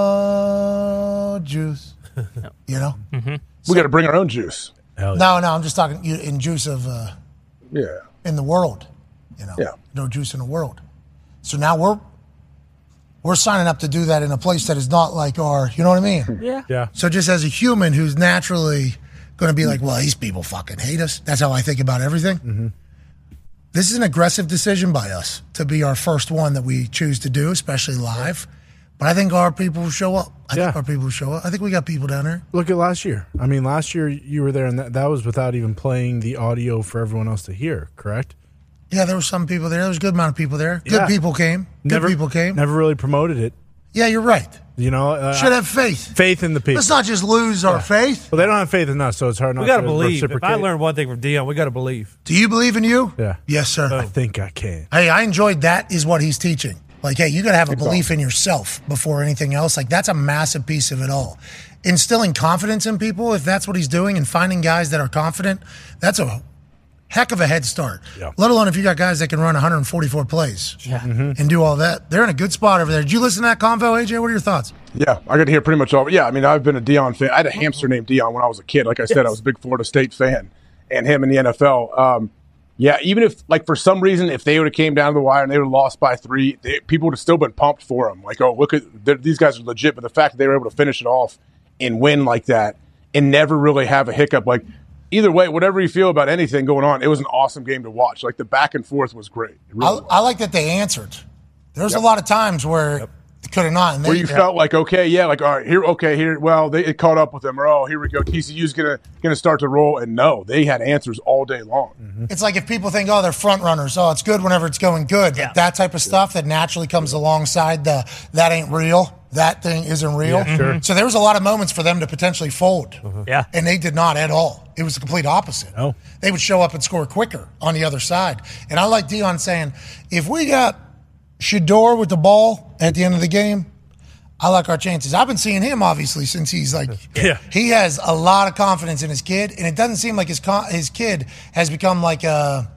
Speaker 1: no juice. You know.
Speaker 12: Mm-hmm. We got to bring our own juice.
Speaker 2: Oh,
Speaker 1: No, no. I'm just talking you, in juice of uh,
Speaker 12: Yeah.
Speaker 1: in the world. You know.
Speaker 12: Yeah.
Speaker 1: No juice in the world. So now we're we're signing up to do that in a place that is not like our. You know what I mean?
Speaker 4: Yeah.
Speaker 2: Yeah.
Speaker 1: So just as a human who's naturally going to be like, well, these people fucking hate us. That's how I think about everything.
Speaker 2: Mm-hmm.
Speaker 1: This is an aggressive decision by us to be our first one that we choose to do, especially live. But I think our people will show up. I think our people will show up. I think we got people down there.
Speaker 2: Look at last year. I mean, last year you were there, and that, that was without even playing the audio for everyone else to hear. Correct?
Speaker 1: Yeah, there were some people there. There was a good amount of people there. Good
Speaker 2: Yeah.
Speaker 1: people came. Good
Speaker 2: Never-
Speaker 1: people came.
Speaker 2: Never really promoted it.
Speaker 1: Yeah, you're right.
Speaker 2: You know, uh,
Speaker 1: Should have faith.
Speaker 2: faith in the people.
Speaker 1: Let's not just lose our
Speaker 2: Yeah.
Speaker 1: faith.
Speaker 2: Well, they don't have faith in us, so it's hard not.
Speaker 5: We gotta
Speaker 2: to
Speaker 5: believe. If
Speaker 2: Reciprocate.
Speaker 5: I learned one thing from Dion, we gotta believe.
Speaker 1: Do you believe in you?
Speaker 2: Yeah.
Speaker 1: Yes, sir.
Speaker 2: Oh. I think I can.
Speaker 1: Hey, I enjoyed that. Is what he's teaching. Like, hey, you got to have a belief in yourself before anything else. Like, that's a massive piece of it all. Instilling confidence in people, if that's what he's doing, and finding guys that are confident, that's a heck of a head start.
Speaker 2: Yeah.
Speaker 1: Let alone if you got guys that can run 144 plays
Speaker 4: yeah.
Speaker 12: Mm-hmm.
Speaker 1: and do all that. They're in a good spot over there. Did you listen to that convo, AJ? What are your thoughts?
Speaker 12: Yeah, I got to hear pretty much all. Yeah, I mean, I've been a Dion fan. I had a hamster named Dion when I was a kid. Like I said, I was a big Florida State fan, and him in the NFL. Um, yeah, even if like for some reason, if they would have came down to the wire and they would have lost by three, they, people would have still been pumped for him. Like, oh, look at they're- these guys are legit. But the fact that they were able to finish it off and win like that and never really have a hiccup, like either way, whatever you feel about anything going on, it was an awesome game to watch. Like the back and forth was great. It really was.
Speaker 1: I like that they answered. There's a lot of times where they could have not. And they,
Speaker 12: where you felt like okay, yeah, like all right, here, okay, here. Well, they it caught up with them, or oh, here we go. TCU's gonna gonna start to roll, and no, they had answers all day long.
Speaker 1: It's like if people think, oh, they're front runners. Oh, it's good whenever it's going good. Like that type of stuff that naturally comes alongside the that ain't real. That thing isn't real.
Speaker 4: Yeah, sure.
Speaker 1: So there was a lot of moments for them to potentially fold,
Speaker 4: Yeah.
Speaker 1: and they did not at all. It was the complete opposite. No. They would show up and score quicker on the other side. And I like Dion saying, if we got Shador with the ball at the end of the game, I like our chances. I've been seeing him obviously since he's like
Speaker 2: Yeah.
Speaker 1: he has a lot of confidence in his kid, and it doesn't seem like his con- his kid has become like a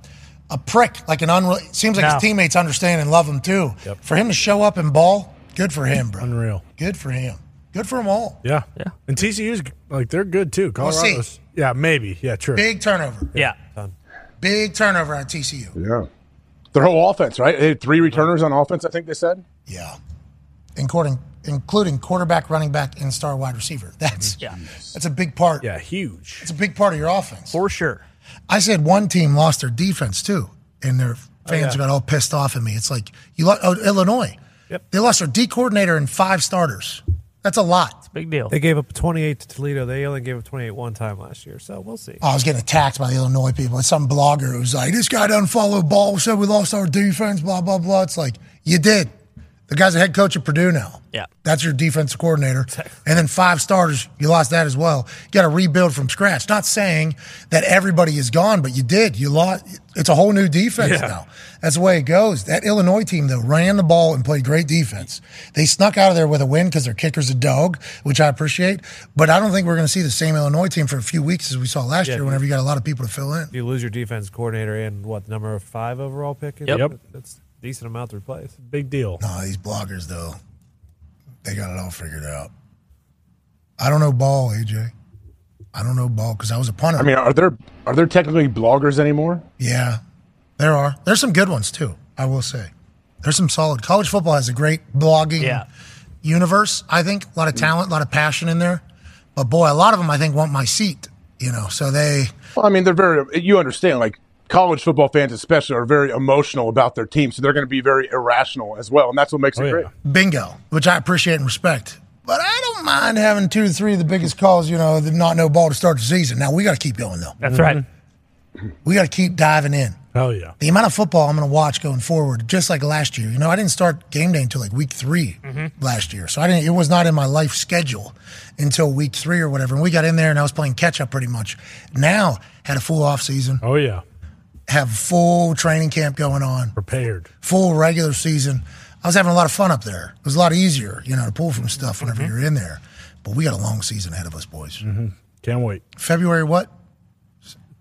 Speaker 1: a prick, like an unreal. Seems like
Speaker 2: No.
Speaker 1: his teammates understand and love him too. For him to show up and ball, good for him, bro.
Speaker 2: Unreal.
Speaker 1: Good for him. Good for them all.
Speaker 2: Yeah. Yeah. And TCU's like they're good too.
Speaker 1: We'll see.
Speaker 2: Colorado's. yeah, maybe. Yeah, true.
Speaker 1: Big turnover.
Speaker 4: Yeah.
Speaker 1: Big turnover on TCU.
Speaker 12: Yeah, their whole offense, right? They had three returners on offense. I think they said.
Speaker 1: Yeah, including including quarterback, running back, and star wide receiver. That's that's a big part.
Speaker 2: Mm-hmm. Yeah, huge.
Speaker 1: It's a big part of your offense
Speaker 4: for sure.
Speaker 1: I said one team lost their defense too, and their fans
Speaker 2: Oh, yeah.
Speaker 1: got all pissed off at me. It's like you lo- oh, Illinois. They lost their D coordinator and five starters. That's a lot.
Speaker 4: Big deal.
Speaker 5: They gave up 28 to Toledo. They only gave up 28 one time last year, so we'll see.
Speaker 1: Oh, I was getting attacked by the Illinois people. It's some blogger who's like, this guy doesn't follow ball, said we lost our defense, blah, blah, blah. It's like, you did. The guy's a head coach at Purdue now.
Speaker 4: Yeah.
Speaker 1: That's your defensive coordinator. And then five starters, you lost that as well. You got to rebuild from scratch. Not saying that everybody is gone, but you did. You lost. It's a whole new defense
Speaker 16: Yeah.
Speaker 1: now. That's the way it goes. That Illinois team, though, ran the ball and played great defense. They snuck out of there with a win because their kicker's a dog, which I appreciate. But I don't think we're going to see the same Illinois team for a few weeks as we saw last
Speaker 5: Yeah.
Speaker 1: year whenever you got a lot of people to fill in.
Speaker 5: You lose your defense coordinator and what number five overall pick? is
Speaker 1: Yep.
Speaker 5: it?
Speaker 1: Yep.
Speaker 5: That's a decent amount to replace.
Speaker 2: Big deal.
Speaker 1: No, these bloggers though, they got it all figured out. I don't know ball, AJ. I don't know ball because I was a punter.
Speaker 12: I mean, are there are there technically bloggers anymore?
Speaker 1: yeah, there are. There's some good ones too. I will say, there's some solid. College football has a great blogging universe. I think a lot of talent, a lot of passion in there. But boy, a lot of them I think want my seat. You know, so they
Speaker 12: Well, I mean, they're very. You understand, like college football fans especially are very emotional about their team, so they're going to be very irrational as well, and that's what makes
Speaker 1: Oh,
Speaker 12: it great.
Speaker 1: bingo, which I appreciate and respect. But I don't mind having two to three of the biggest calls. You know, the not no ball to start the season. Now we got to keep going though. Mm-hmm.
Speaker 4: That's right.
Speaker 1: We got to keep diving in.
Speaker 2: Hell yeah.
Speaker 1: The amount of football I'm going to watch going forward, just like last year. You know, I didn't start game day until like week 3
Speaker 5: Mm-hmm.
Speaker 1: last year, so I didn't. It was not in my life schedule until week three or whatever. And we got in there, and I was playing catch up pretty much. Now had a full off season.
Speaker 2: Oh yeah,
Speaker 1: have full training camp going on,
Speaker 2: prepared,
Speaker 1: full regular season. I was having a lot of fun up there. It was a lot easier, you know, to pull from stuff whenever
Speaker 2: Mm-hmm.
Speaker 1: you're in there. But we got a long season ahead of us, boys.
Speaker 2: Can't wait.
Speaker 1: February what?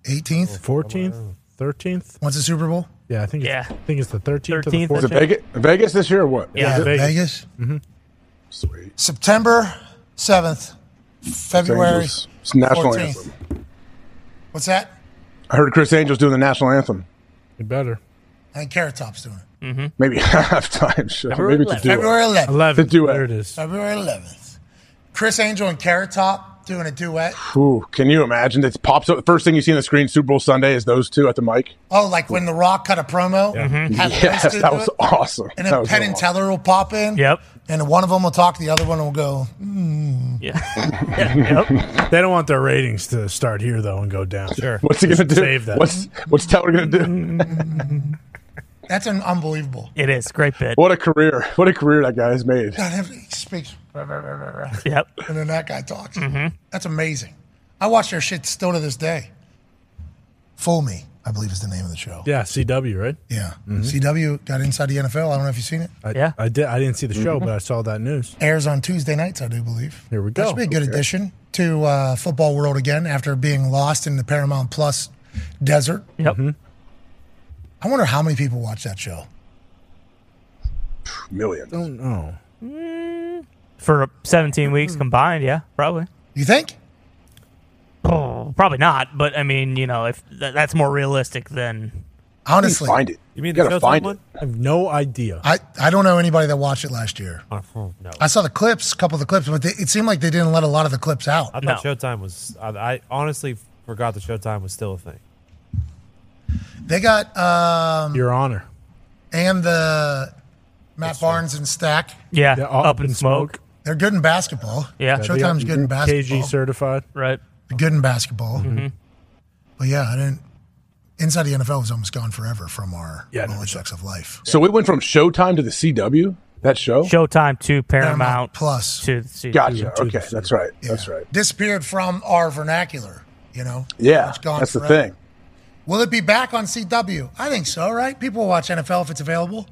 Speaker 1: 18th,
Speaker 2: 14th, 13th.
Speaker 1: When's the Super Bowl?
Speaker 2: Yeah, I think it's, I think it's the 13th. or the
Speaker 1: 13th or
Speaker 2: 14th.
Speaker 1: Is it Vegas-
Speaker 12: Vegas this year or what?
Speaker 1: Yeah, Vegas.
Speaker 2: Mm-hmm.
Speaker 1: September 7th, February
Speaker 12: It's Angel's- it's national
Speaker 1: 14th.
Speaker 12: anthem.
Speaker 1: What's that?
Speaker 12: I heard Chris Angel's doing the national anthem.
Speaker 2: You better.
Speaker 1: I think Carrot Top's doing it.
Speaker 4: Mm-hmm.
Speaker 12: Maybe *laughs* halftime show.
Speaker 1: February
Speaker 12: Maybe it's
Speaker 1: 11th.
Speaker 12: a
Speaker 1: February
Speaker 12: duet.
Speaker 1: 11th.
Speaker 2: 11th.
Speaker 12: It's a duet.
Speaker 2: There it is.
Speaker 1: February 11th. Chris Angel and Carrot Top doing a duet.
Speaker 12: Whew, can you imagine? It pops up. The first thing you see on the screen Super Bowl Sunday is those two at the mic.
Speaker 1: Oh, like when The Rock cut a promo.
Speaker 4: Mm-hmm.
Speaker 12: Mm-hmm.
Speaker 1: Had
Speaker 12: Yes,
Speaker 1: Prince do
Speaker 12: that
Speaker 1: it,
Speaker 12: was awesome.
Speaker 1: And
Speaker 12: That
Speaker 1: then
Speaker 12: was
Speaker 1: Penn and
Speaker 12: awesome.
Speaker 1: Teller will pop in.
Speaker 12: Yep.
Speaker 1: And one of them will talk, the other one will go, hmm.
Speaker 2: *laughs* They don't want their ratings to start here though and go down. Sure.
Speaker 12: What's he going to do?
Speaker 2: Save that.
Speaker 12: What's what's Teller going to do?
Speaker 1: That's an unbelievable.
Speaker 4: It is great bit.
Speaker 12: what a career! What a career that guy has made.
Speaker 1: God, have- he speaks. Yep.
Speaker 4: Yep.
Speaker 1: And then that guy talks. That's amazing. I watch their shit still to this day. *laughs* Fool me. I believe is the name of the show.
Speaker 2: Yeah, CW, right? Mm-hmm.
Speaker 1: Yeah. CW got inside the NFL. I don't know if you've seen it.
Speaker 2: I, yeah. I did. I didn't see the
Speaker 12: Mm-hmm.
Speaker 2: show, but I saw that news.
Speaker 1: Airs on Tuesday nights, I do believe.
Speaker 2: Here we go.
Speaker 1: That should be a good addition to uh, football world again after being lost in the Paramount Plus desert.
Speaker 4: Yep.
Speaker 2: Mm-hmm.
Speaker 1: I wonder how many people watch that show.
Speaker 12: Millions.
Speaker 2: Don't know.
Speaker 4: for 17 weeks combined. Yeah, probably.
Speaker 1: Hmm. You think?
Speaker 4: Oh, probably not. But I mean, you know, if th- that's more realistic than
Speaker 1: Honestly,
Speaker 2: I have no idea. Oh,
Speaker 1: I, I don't know anybody that watched it last year.
Speaker 5: Oh, no.
Speaker 1: I saw the clips, a couple of the clips, but they, it seemed like they didn't let a lot of the clips out.
Speaker 5: I thought Showtime was. I, I honestly forgot that Showtime was still a thing.
Speaker 1: They got um,
Speaker 2: Your Honor.
Speaker 1: and the Matt Barnes and Stack.
Speaker 4: Yeah, Yeah, Up Up in in Smoke.
Speaker 1: They're good in basketball. Showtime's good in basketball.
Speaker 2: KG certified.
Speaker 4: Right.
Speaker 1: Good in basketball.
Speaker 2: Mhm.
Speaker 1: But yeah, I didn't. Inside the NFL was almost gone forever from our Rolodex of life.
Speaker 12: So it went from Showtime to the CW. That show.
Speaker 4: Showtime to
Speaker 1: Paramount Paramount Plus
Speaker 4: to the CW.
Speaker 12: Gotcha. okay, that's right. That's right.
Speaker 1: Disappeared from our vernacular. You know.
Speaker 12: Yeah,
Speaker 1: It's gone
Speaker 12: that's the
Speaker 1: forever.
Speaker 12: thing.
Speaker 1: Will it be back on CW? I think so. Right? People watch NFL if it's available.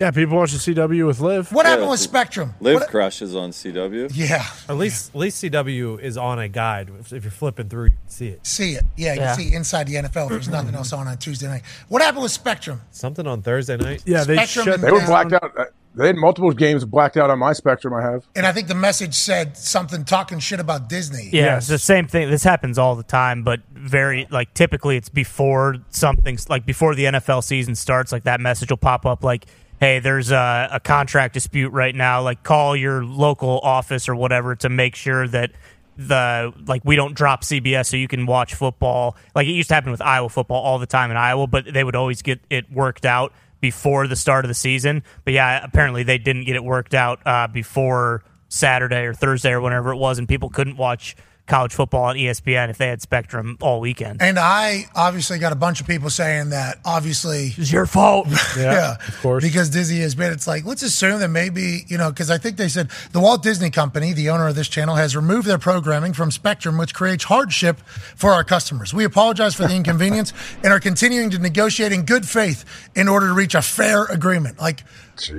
Speaker 2: Yeah, people watch the CW with Liv.
Speaker 1: What
Speaker 9: Yeah,
Speaker 1: happened with
Speaker 9: it's-
Speaker 1: Spectrum?
Speaker 9: Live
Speaker 1: What-
Speaker 9: crushes on CW.
Speaker 1: Yeah.
Speaker 5: At least, at least CW is on a guide. If if you're flipping through, you can see it.
Speaker 1: see it. Yeah, you
Speaker 5: Yeah.
Speaker 1: see inside the NFL. If there's nothing else on on Tuesday night. What happened with Spectrum?
Speaker 5: Something on Thursday night.
Speaker 1: Yeah, they Spectrum shut and
Speaker 12: They were
Speaker 1: down.
Speaker 12: blacked out. Uh, They had multiple games blacked out on my spectrum. I have.
Speaker 1: And I think the message said something talking shit about Disney.
Speaker 4: Yeah, it's the same thing. This happens all the time, but very like typically it's before something like before the NFL season starts. Like that message will pop up like, "Hey, there's a, a contract dispute right now. Like, call your local office or whatever to make sure that the like we don't drop CBS so you can watch football." Like it used to happen with Iowa football all the time in Iowa, but they would always get it worked out before the start of the season. But yeah, apparently they didn't get it worked out uh, before Saturday or Thursday or whenever it was, and people couldn't watch college football on E ESPN if they had Spectrum all weekend.
Speaker 1: And I obviously got a bunch of people saying that obviously
Speaker 4: It's your
Speaker 1: *laughs*
Speaker 4: fault.
Speaker 1: Yeah,
Speaker 2: of course.
Speaker 1: Because Disney has been, it's like, let's assume that maybe, you know, because I think they said the Walt Disney Company, the owner of this channel, has removed their programming from Spectrum, which creates hardship for our customers. We apologize for the
Speaker 2: *laughs*
Speaker 1: inconvenience and are continuing to negotiate in good faith in order to reach a fair agreement. Like,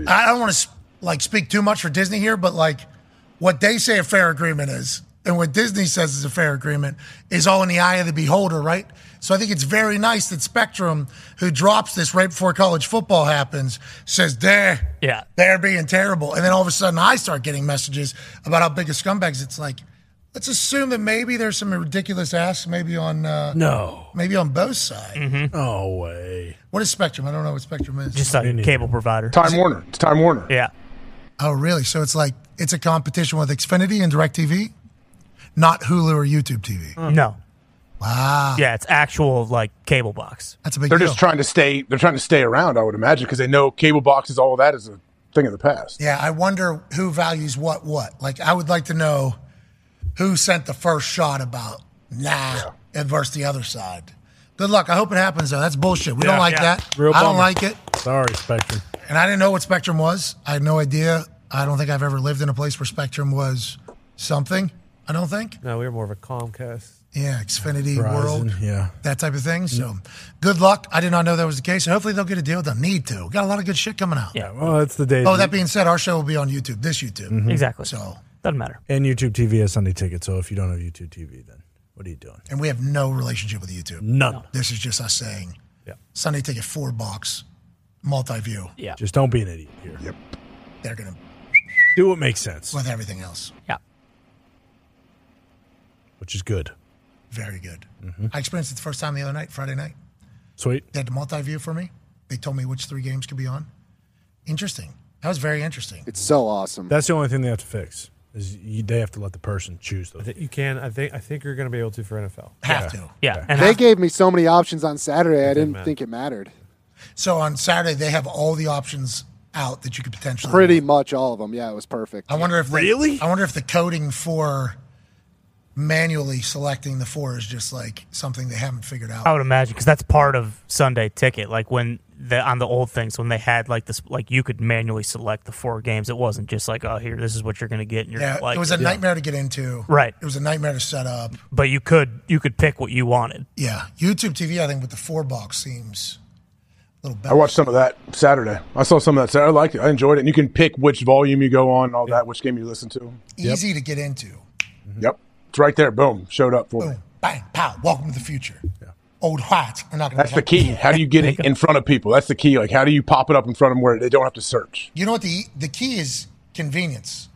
Speaker 1: I don't want to like speak too much for Disney here, but like what they say a fair agreement is and what Disney says is a fair agreement is all in the eye of the beholder, right? So I think it's very nice that Spectrum, who drops this right before college football happens, says they're
Speaker 4: Yeah.
Speaker 1: they're being terrible, and then all of a sudden I start getting messages about how big of scumbags. It's like let's assume that maybe there's some ridiculous ass maybe on uh,
Speaker 2: No.
Speaker 1: maybe on both sides.
Speaker 2: No way.
Speaker 1: What is Spectrum? I don't know what Spectrum is.
Speaker 4: Mm-hmm. Just a cable provider.
Speaker 12: Time Warner. It's Time Warner.
Speaker 4: Yeah.
Speaker 1: Oh, really? So it's like it's a competition with Xfinity and DirecTV, not Hulu or YouTube TV.
Speaker 4: Hmm. No.
Speaker 1: Wow.
Speaker 4: Yeah, it's actual like cable box.
Speaker 1: That's a big
Speaker 12: They're just trying to stay. They're trying to stay around. I would imagine because they know cable boxes. All of that is a thing of the past.
Speaker 1: Yeah, I wonder who values what what. Like I would like to know who sent the first shot about nah and versus the other side. Good luck. I hope it happens though. That's bullshit. We
Speaker 2: Yeah,
Speaker 1: don't like
Speaker 2: yeah.
Speaker 1: that.
Speaker 2: Real
Speaker 1: I don't
Speaker 2: bummer.
Speaker 1: like it.
Speaker 2: Sorry, Spectrum.
Speaker 1: And I didn't know what Spectrum was. I had no idea. I don't think I've ever lived in a place where Spectrum was something. I don't think.
Speaker 5: No, we were more of a Comcast.
Speaker 1: Yeah, Xfinity
Speaker 5: Verizon,
Speaker 1: World.
Speaker 2: yeah.
Speaker 1: That type of thing. So good luck. I did not know that was the case. Hopefully they'll get a deal. They'll need to. Got a lot of good shit coming out.
Speaker 2: Yeah. Well, that's the day.
Speaker 1: Oh, that being said, our show will be on YouTube, this YouTube.
Speaker 2: Mhm. Exactly.
Speaker 1: So
Speaker 4: doesn't matter.
Speaker 2: And YouTube TV has Sunday tickets. So if you don't have YouTube TV, then what are you doing?
Speaker 1: and we have no relationship with YouTube.
Speaker 2: None.
Speaker 1: This is just us saying Sunday ticket four box, multi view.
Speaker 4: Yeah.
Speaker 2: Just don't be an idiot here.
Speaker 12: Yep.
Speaker 1: They're gonna
Speaker 2: do what makes sense
Speaker 1: with everything else.
Speaker 4: Yeah.
Speaker 2: Which is good. Mm-hmm.
Speaker 1: Very good. I experienced it the first time the other night, Friday night.
Speaker 2: Hmm? Sweet.
Speaker 1: They had the multi view for me. They told me which three games could be on. Interesting. That was very interesting.
Speaker 2: It's so awesome. That's the only thing they have to fix is you, they have to let the person choose
Speaker 5: I
Speaker 2: those.
Speaker 5: think you can. I think. I think you're going to be able to for NFL.
Speaker 1: Have
Speaker 2: to.
Speaker 4: Yeah.
Speaker 6: they gave me so many options on Saturday. I didn't
Speaker 1: matter.
Speaker 6: think it mattered.
Speaker 1: So on Saturday they have all the options out that you could potentially
Speaker 6: Pretty much all of them. Yeah, it was perfect.
Speaker 1: I wonder if the, I wonder if the coding for manually selecting the four is just like something they haven't figured out.
Speaker 4: I would imagine because that's part of Sunday Ticket. Like when the on the old things when they had like this like you could manually select the four games. It wasn't just like oh here this is what you're going to get. And you're
Speaker 1: Yeah,
Speaker 4: gonna like
Speaker 1: it was a nightmare to get into.
Speaker 4: Right.
Speaker 1: It was a nightmare to set up.
Speaker 4: But you could you could pick what you wanted.
Speaker 1: Yeah, YouTube TV. I think with the four box seems a little
Speaker 12: I
Speaker 1: better.
Speaker 12: watched some of that Saturday. I saw some of that Saturday. I liked it. I enjoyed it. And you can pick which volume you go on and all that, which game you listen to.
Speaker 1: Easy to get into. Mm-hmm.
Speaker 12: Yep. yep. It's right there. Boom. Showed up for me.
Speaker 1: Bang, pow. Welcome to the future. Old hot. I'm not gonna.
Speaker 12: That's the key. How do you
Speaker 4: *laughs*
Speaker 12: get it in front of people? That's the key. Like, how do you pop it up in front of them where they don't have to search?
Speaker 1: You know what the the key is? Convenience.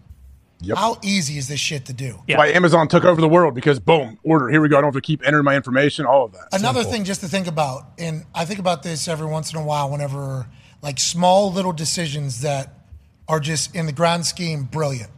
Speaker 12: Yep.
Speaker 1: How easy is this shit to do?
Speaker 12: Why Amazon took over the world because boom, order. Here we go. I don't have to keep entering my information. All of that.
Speaker 1: Another thing just to think about, and I think about this every once in a while whenever like small little decisions that are just in the grand scheme brilliant.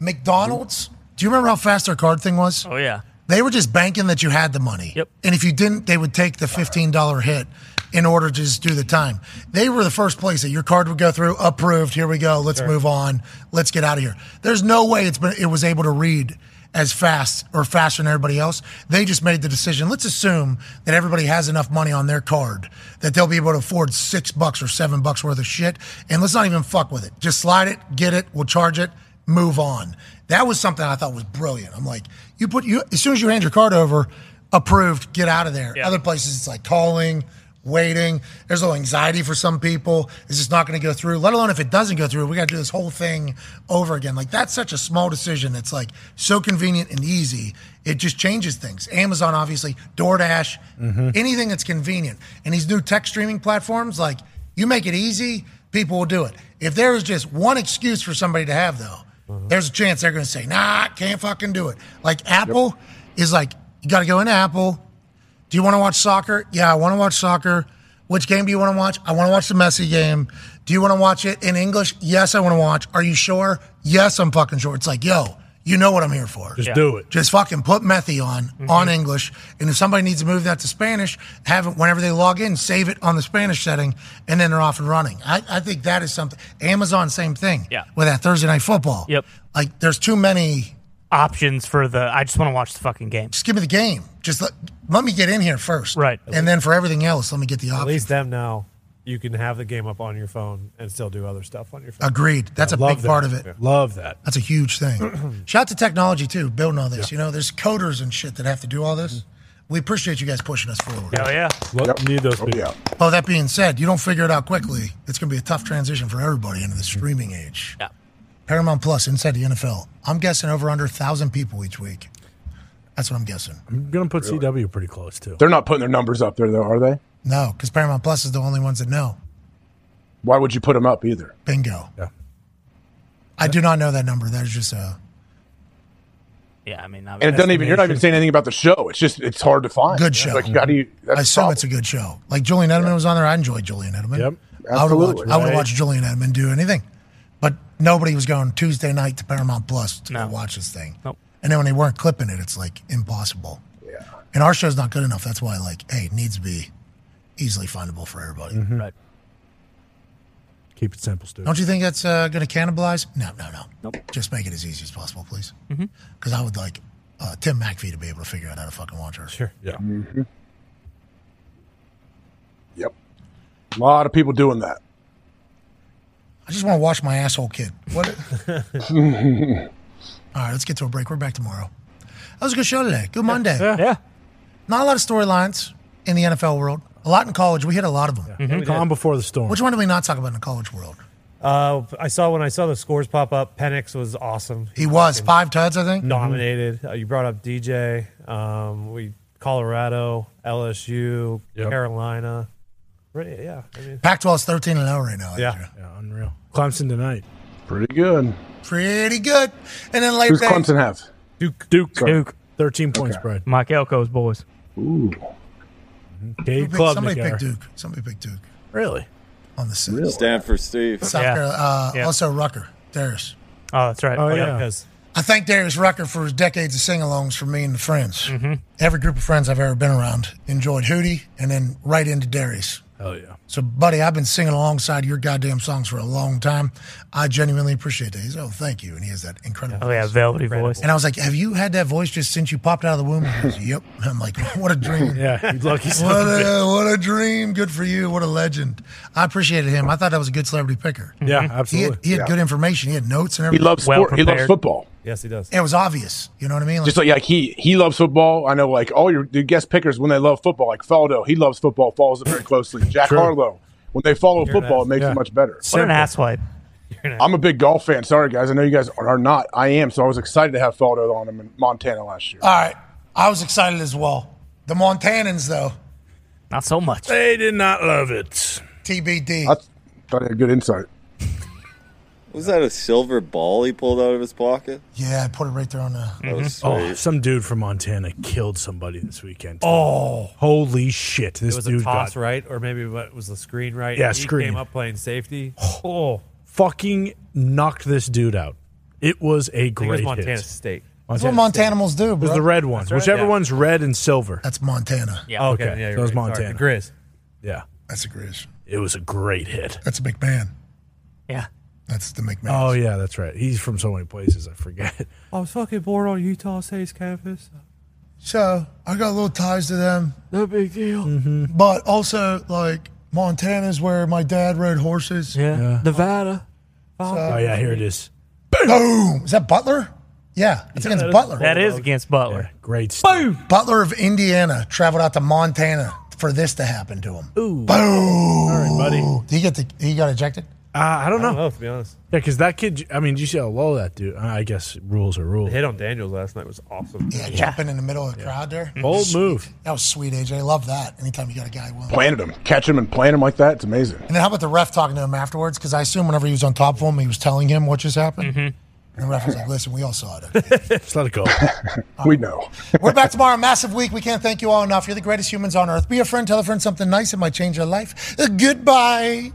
Speaker 1: McDonald's, do you remember how fast their card thing was?
Speaker 4: Oh yeah.
Speaker 1: They were just banking that you had the money. Yep. And if you didn't, they would take the $15 hit in order to just do the time. They were the first place that your card would go through, approved, here we go, let's
Speaker 16: Sure.
Speaker 1: move on, let's get out of here. There's no way it's been, it was able to read as fast or faster than everybody else. They just made the decision. Let's assume that everybody has enough money on their card that they'll be able to afford six bucks or seven bucks worth of shit. And let's not even fuck with it. Just slide it, get it, we'll charge it, move on. That was something I thought was brilliant. I'm like, you put you as soon as you hand your card over, approved, get out of there. Other places it's like calling, waiting. There's a little anxiety for some people. It's just not going to go through. Let alone if it doesn't go through, we got to do this whole thing over again. Like that's such a small decision that's like so convenient and easy. It just changes things. Amazon, obviously, DoorDash, anything that's convenient, and these new tech streaming platforms like. You make it easy, people will do it. If there is just one excuse for somebody to have, though, Mm-hmm. there's a chance they're going to say, nah, I can't fucking do it. Like Apple is like, you got to go into Apple. Do you want to watch soccer? Yeah, I want to watch soccer. Which game do you want to watch? I want to watch the Messi game. Do you want to watch it in English? Yes, I want to watch. Are you sure? Yes, I'm fucking sure. It's like, yo, you know what I'm here for.
Speaker 2: Just Yeah. do it.
Speaker 1: Just fucking put Methy on
Speaker 5: Mm-hmm.
Speaker 1: on English, and if somebody needs to move that to Spanish, have it whenever they log in, save it on the Spanish setting, and then they're off and running. I, I think that is something. Amazon, same thing.
Speaker 4: Yeah.
Speaker 1: With that Thursday night football.
Speaker 4: Yep.
Speaker 1: Like there's too many
Speaker 4: options for the. I just want to watch the fucking game.
Speaker 1: Just give me the game. Just let, let me get in here first. Right. And then for everything else, let me get the
Speaker 5: At
Speaker 1: option.
Speaker 5: least them now. You can have the game up on your phone and still do other stuff on your phone.
Speaker 1: Agreed. That's
Speaker 5: I
Speaker 1: a
Speaker 5: love
Speaker 1: big
Speaker 5: that.
Speaker 1: part of it.
Speaker 5: Yeah. Love that.
Speaker 1: That's a huge
Speaker 5: *clears throat*
Speaker 1: thing. Shout out to technology too, building all this. You know, there's coders and shit that have to do all this.
Speaker 5: Mm-hmm.
Speaker 1: We appreciate you guys pushing us forward.
Speaker 4: Hell Oh, yeah.
Speaker 5: Need those people.
Speaker 1: Well, that being said, you don't figure it out quickly. It's going to be a tough transition for everybody into the streaming age.
Speaker 4: Yeah.
Speaker 1: Paramount Plus inside the NFL. I'm guessing over under thousand people each week. That's what I'm guessing.
Speaker 2: I'm going to put CW pretty close, too.
Speaker 12: They're not putting their numbers up there, though, are they?
Speaker 1: No, because Paramount Plus is the only ones that know.
Speaker 12: Why would you put them up either?
Speaker 1: Bingo.
Speaker 12: Yeah.
Speaker 1: I do not know that number. That is just a
Speaker 4: Yeah, I mean,
Speaker 12: And it doesn't even. You're not even saying anything about the show. It's just it's hard to find.
Speaker 1: Good
Speaker 12: It's
Speaker 1: show.
Speaker 12: Like, how do you? That's
Speaker 1: I
Speaker 12: the
Speaker 1: assume
Speaker 12: problem.
Speaker 1: it's a good show. Like Julian Edelman was on there. I enjoyed Julian Edelman. Yep. I would
Speaker 12: Absolutely.
Speaker 1: watch, I would
Speaker 12: Right.
Speaker 1: watch Julian Edelman do anything. But nobody was going Tuesday night to Paramount Plus to go watch this thing.
Speaker 4: Nope.
Speaker 1: And then when they weren't clipping it, it's like impossible. Yeah. And our show's not good enough. That's why, like, hey, it needs to be easily findable for everybody.
Speaker 4: Right.
Speaker 2: Mm-hmm. Keep it simple, Stu.
Speaker 1: Don't you think that's uh, going to cannibalize? No, no, no. Nope. Just make it as easy as possible, please.
Speaker 2: Mhm.
Speaker 1: Because I would like uh, Tim McAfee to be able to figure out how to fucking watch her.
Speaker 2: Sure. Yeah.
Speaker 12: Mm-hmm. Yep. A lot of people doing that.
Speaker 1: I just want to watch my asshole kid. What?
Speaker 12: *laughs*
Speaker 1: All right, let's get to a break. We're back tomorrow. That was a good show today. Good Monday. Yeah. Not a lot of storylines in the NFL world. A lot in college. We hit a lot of them.
Speaker 5: Yeah, we Calm did.
Speaker 2: before the storm.
Speaker 1: Which one did we not talk about in the college world?
Speaker 5: Uh, I saw when I saw the scores pop up. Penix was awesome.
Speaker 1: He was five tuds, I think.
Speaker 5: Dominated. Uh, you brought up DJ. Um, we Colorado, LSU, Carolina. Right, yeah, I mean,
Speaker 1: Pac 12 is 13 and 0 right now.
Speaker 5: yeah.
Speaker 2: yeah, unreal. Clemson tonight.
Speaker 12: Pretty good.
Speaker 1: Pretty good. And then later. day-
Speaker 12: have?
Speaker 2: Duke. Duke.
Speaker 1: Sorry.
Speaker 2: Duke. 13 points, Brad. Mhm.
Speaker 4: Mike Elko's boys.
Speaker 12: Ooh.
Speaker 2: Dave
Speaker 1: Who picked-
Speaker 2: Klubnik.
Speaker 1: somebody
Speaker 2: era.
Speaker 1: picked Duke. Somebody picked Duke.
Speaker 2: Really?
Speaker 1: On the sixth.
Speaker 9: Stanford Steve.
Speaker 1: South Carolina. Uh, Also, Rucker. Darius.
Speaker 4: Oh, that's right.
Speaker 1: Oh,
Speaker 4: Played
Speaker 1: yeah.
Speaker 4: up his-
Speaker 1: I thank Darius Rucker for his decades of sing alongs for me and the
Speaker 4: Mm-hmm.
Speaker 1: friends. Every group of friends I've ever been around enjoyed Hootie and then right into Darius.
Speaker 2: Hell yeah.
Speaker 1: So, buddy, I've been singing alongside your goddamn songs for a long time. I genuinely appreciate that. He's, oh, thank you. And he has that incredible
Speaker 4: Oh yeah, velvety voice.
Speaker 1: And I was like, "Have you had that voice just since you popped out of the womb?" He goes, "Yep." *laughs* I'm like, "What a dream!
Speaker 2: *laughs* Yeah, you lucky
Speaker 1: *laughs*
Speaker 2: son
Speaker 1: What
Speaker 2: of a
Speaker 1: a,
Speaker 2: bitch.
Speaker 1: what a dream! Good for you. What a legend. I appreciated him. I thought that was a good celebrity picker.
Speaker 2: Yeah,
Speaker 1: He
Speaker 2: absolutely.
Speaker 1: had, he had
Speaker 2: Yeah.
Speaker 1: good information. He had notes and
Speaker 12: He
Speaker 1: everything.
Speaker 12: loves sport. He loves football.
Speaker 5: Yes, he does.
Speaker 1: It was obvious. You know what I mean?
Speaker 12: Just like, like he he loves football. I know like all your the guest pickers when they love football, like Faldo, he loves football, follows it very closely. Jack
Speaker 2: True.
Speaker 12: Harlow, when they follow
Speaker 2: You're an
Speaker 12: football,
Speaker 2: ass-
Speaker 12: it makes
Speaker 2: yeah.
Speaker 12: it much better.
Speaker 4: What an asswipe.
Speaker 12: I'm a big golf fan. Sorry guys, I know you guys are not. I am, so I was excited to have Faldo on him in Montana last year.
Speaker 1: All right, I was excited as well. The Montanans, though,
Speaker 4: not so much.
Speaker 2: They did not love it.
Speaker 1: TBD.
Speaker 12: I th- thought he had good insight.
Speaker 9: Was that a silver ball he pulled out of his pocket?
Speaker 1: Yeah, I put it right there on the.
Speaker 9: That was
Speaker 2: Oh,
Speaker 9: sweet.
Speaker 2: some dude from Montana killed somebody this weekend.
Speaker 5: Oh.
Speaker 2: holy shit! This
Speaker 5: it was
Speaker 2: dude
Speaker 5: a toss
Speaker 2: got
Speaker 5: right, or maybe what was the screen right?
Speaker 2: Yeah,
Speaker 5: he
Speaker 2: screen.
Speaker 5: came up playing safety.
Speaker 2: oh fucking knocked this dude out. It was a
Speaker 5: I think it
Speaker 2: great
Speaker 5: was Montana
Speaker 2: hit.
Speaker 5: State.
Speaker 1: That's what Montanimals do,
Speaker 2: It was
Speaker 1: bro.
Speaker 2: the red one,
Speaker 1: That's right.
Speaker 2: whichever
Speaker 1: Yeah.
Speaker 2: one's red and silver.
Speaker 1: That's Montana.
Speaker 5: Yeah. Okay. Yeah,
Speaker 2: that
Speaker 5: you're
Speaker 2: was
Speaker 5: right. Sorry.
Speaker 2: Montana.
Speaker 5: The Grizz.
Speaker 2: Yeah,
Speaker 1: that's a Grizz.
Speaker 2: It was a great hit.
Speaker 1: That's a McMahon.
Speaker 4: Yeah.
Speaker 1: That's the McMahon.
Speaker 2: Oh yeah, that's right. He's from so many places. I forget. *laughs* Uh,
Speaker 5: I was fucking born on Utah State's campus.
Speaker 1: So I got little ties to them. No big deal.
Speaker 2: Mm-hmm.
Speaker 1: But also, like Montana's where my dad rode horses.
Speaker 4: Yeah,
Speaker 1: Nevada.
Speaker 2: oh yeah, here it is.
Speaker 1: Boom! Is that Butler? uh, Yeah, it's against Butler.
Speaker 4: That is against Butler.
Speaker 2: Great stuff.
Speaker 1: Boom! Butler of Indiana traveled out to Montana for this to happen to him. Ooh. Boom! All right,
Speaker 2: buddy.
Speaker 1: Did he get the, he got ejected?
Speaker 2: Uh, I don't know.
Speaker 5: to be honest.
Speaker 2: Yeah, because that kid. I mean, did you see how low that dude? I guess rules are
Speaker 5: The
Speaker 2: rules.
Speaker 5: hit on Daniels last night was awesome.
Speaker 1: Yeah, jumping in the middle of the crowd there.
Speaker 2: Bold
Speaker 1: Sweet.
Speaker 2: move.
Speaker 1: That was sweet, AJ. I love that. Anytime you got a guy who wins.
Speaker 12: Planted him, catch him, and plant him like that. It's amazing.
Speaker 1: And then how about the ref talking to him afterwards? Because I assume whenever he was on top of him, he was telling him what just happened. And the ref was like, listen, we all saw it.
Speaker 2: *laughs* Just let it go.
Speaker 12: *laughs* we know.
Speaker 1: We're back tomorrow. Massive week. We can't thank you all enough. You're the greatest humans on earth. Be a friend. Tell a friend something nice. It might change your life. Uh, Goodbye.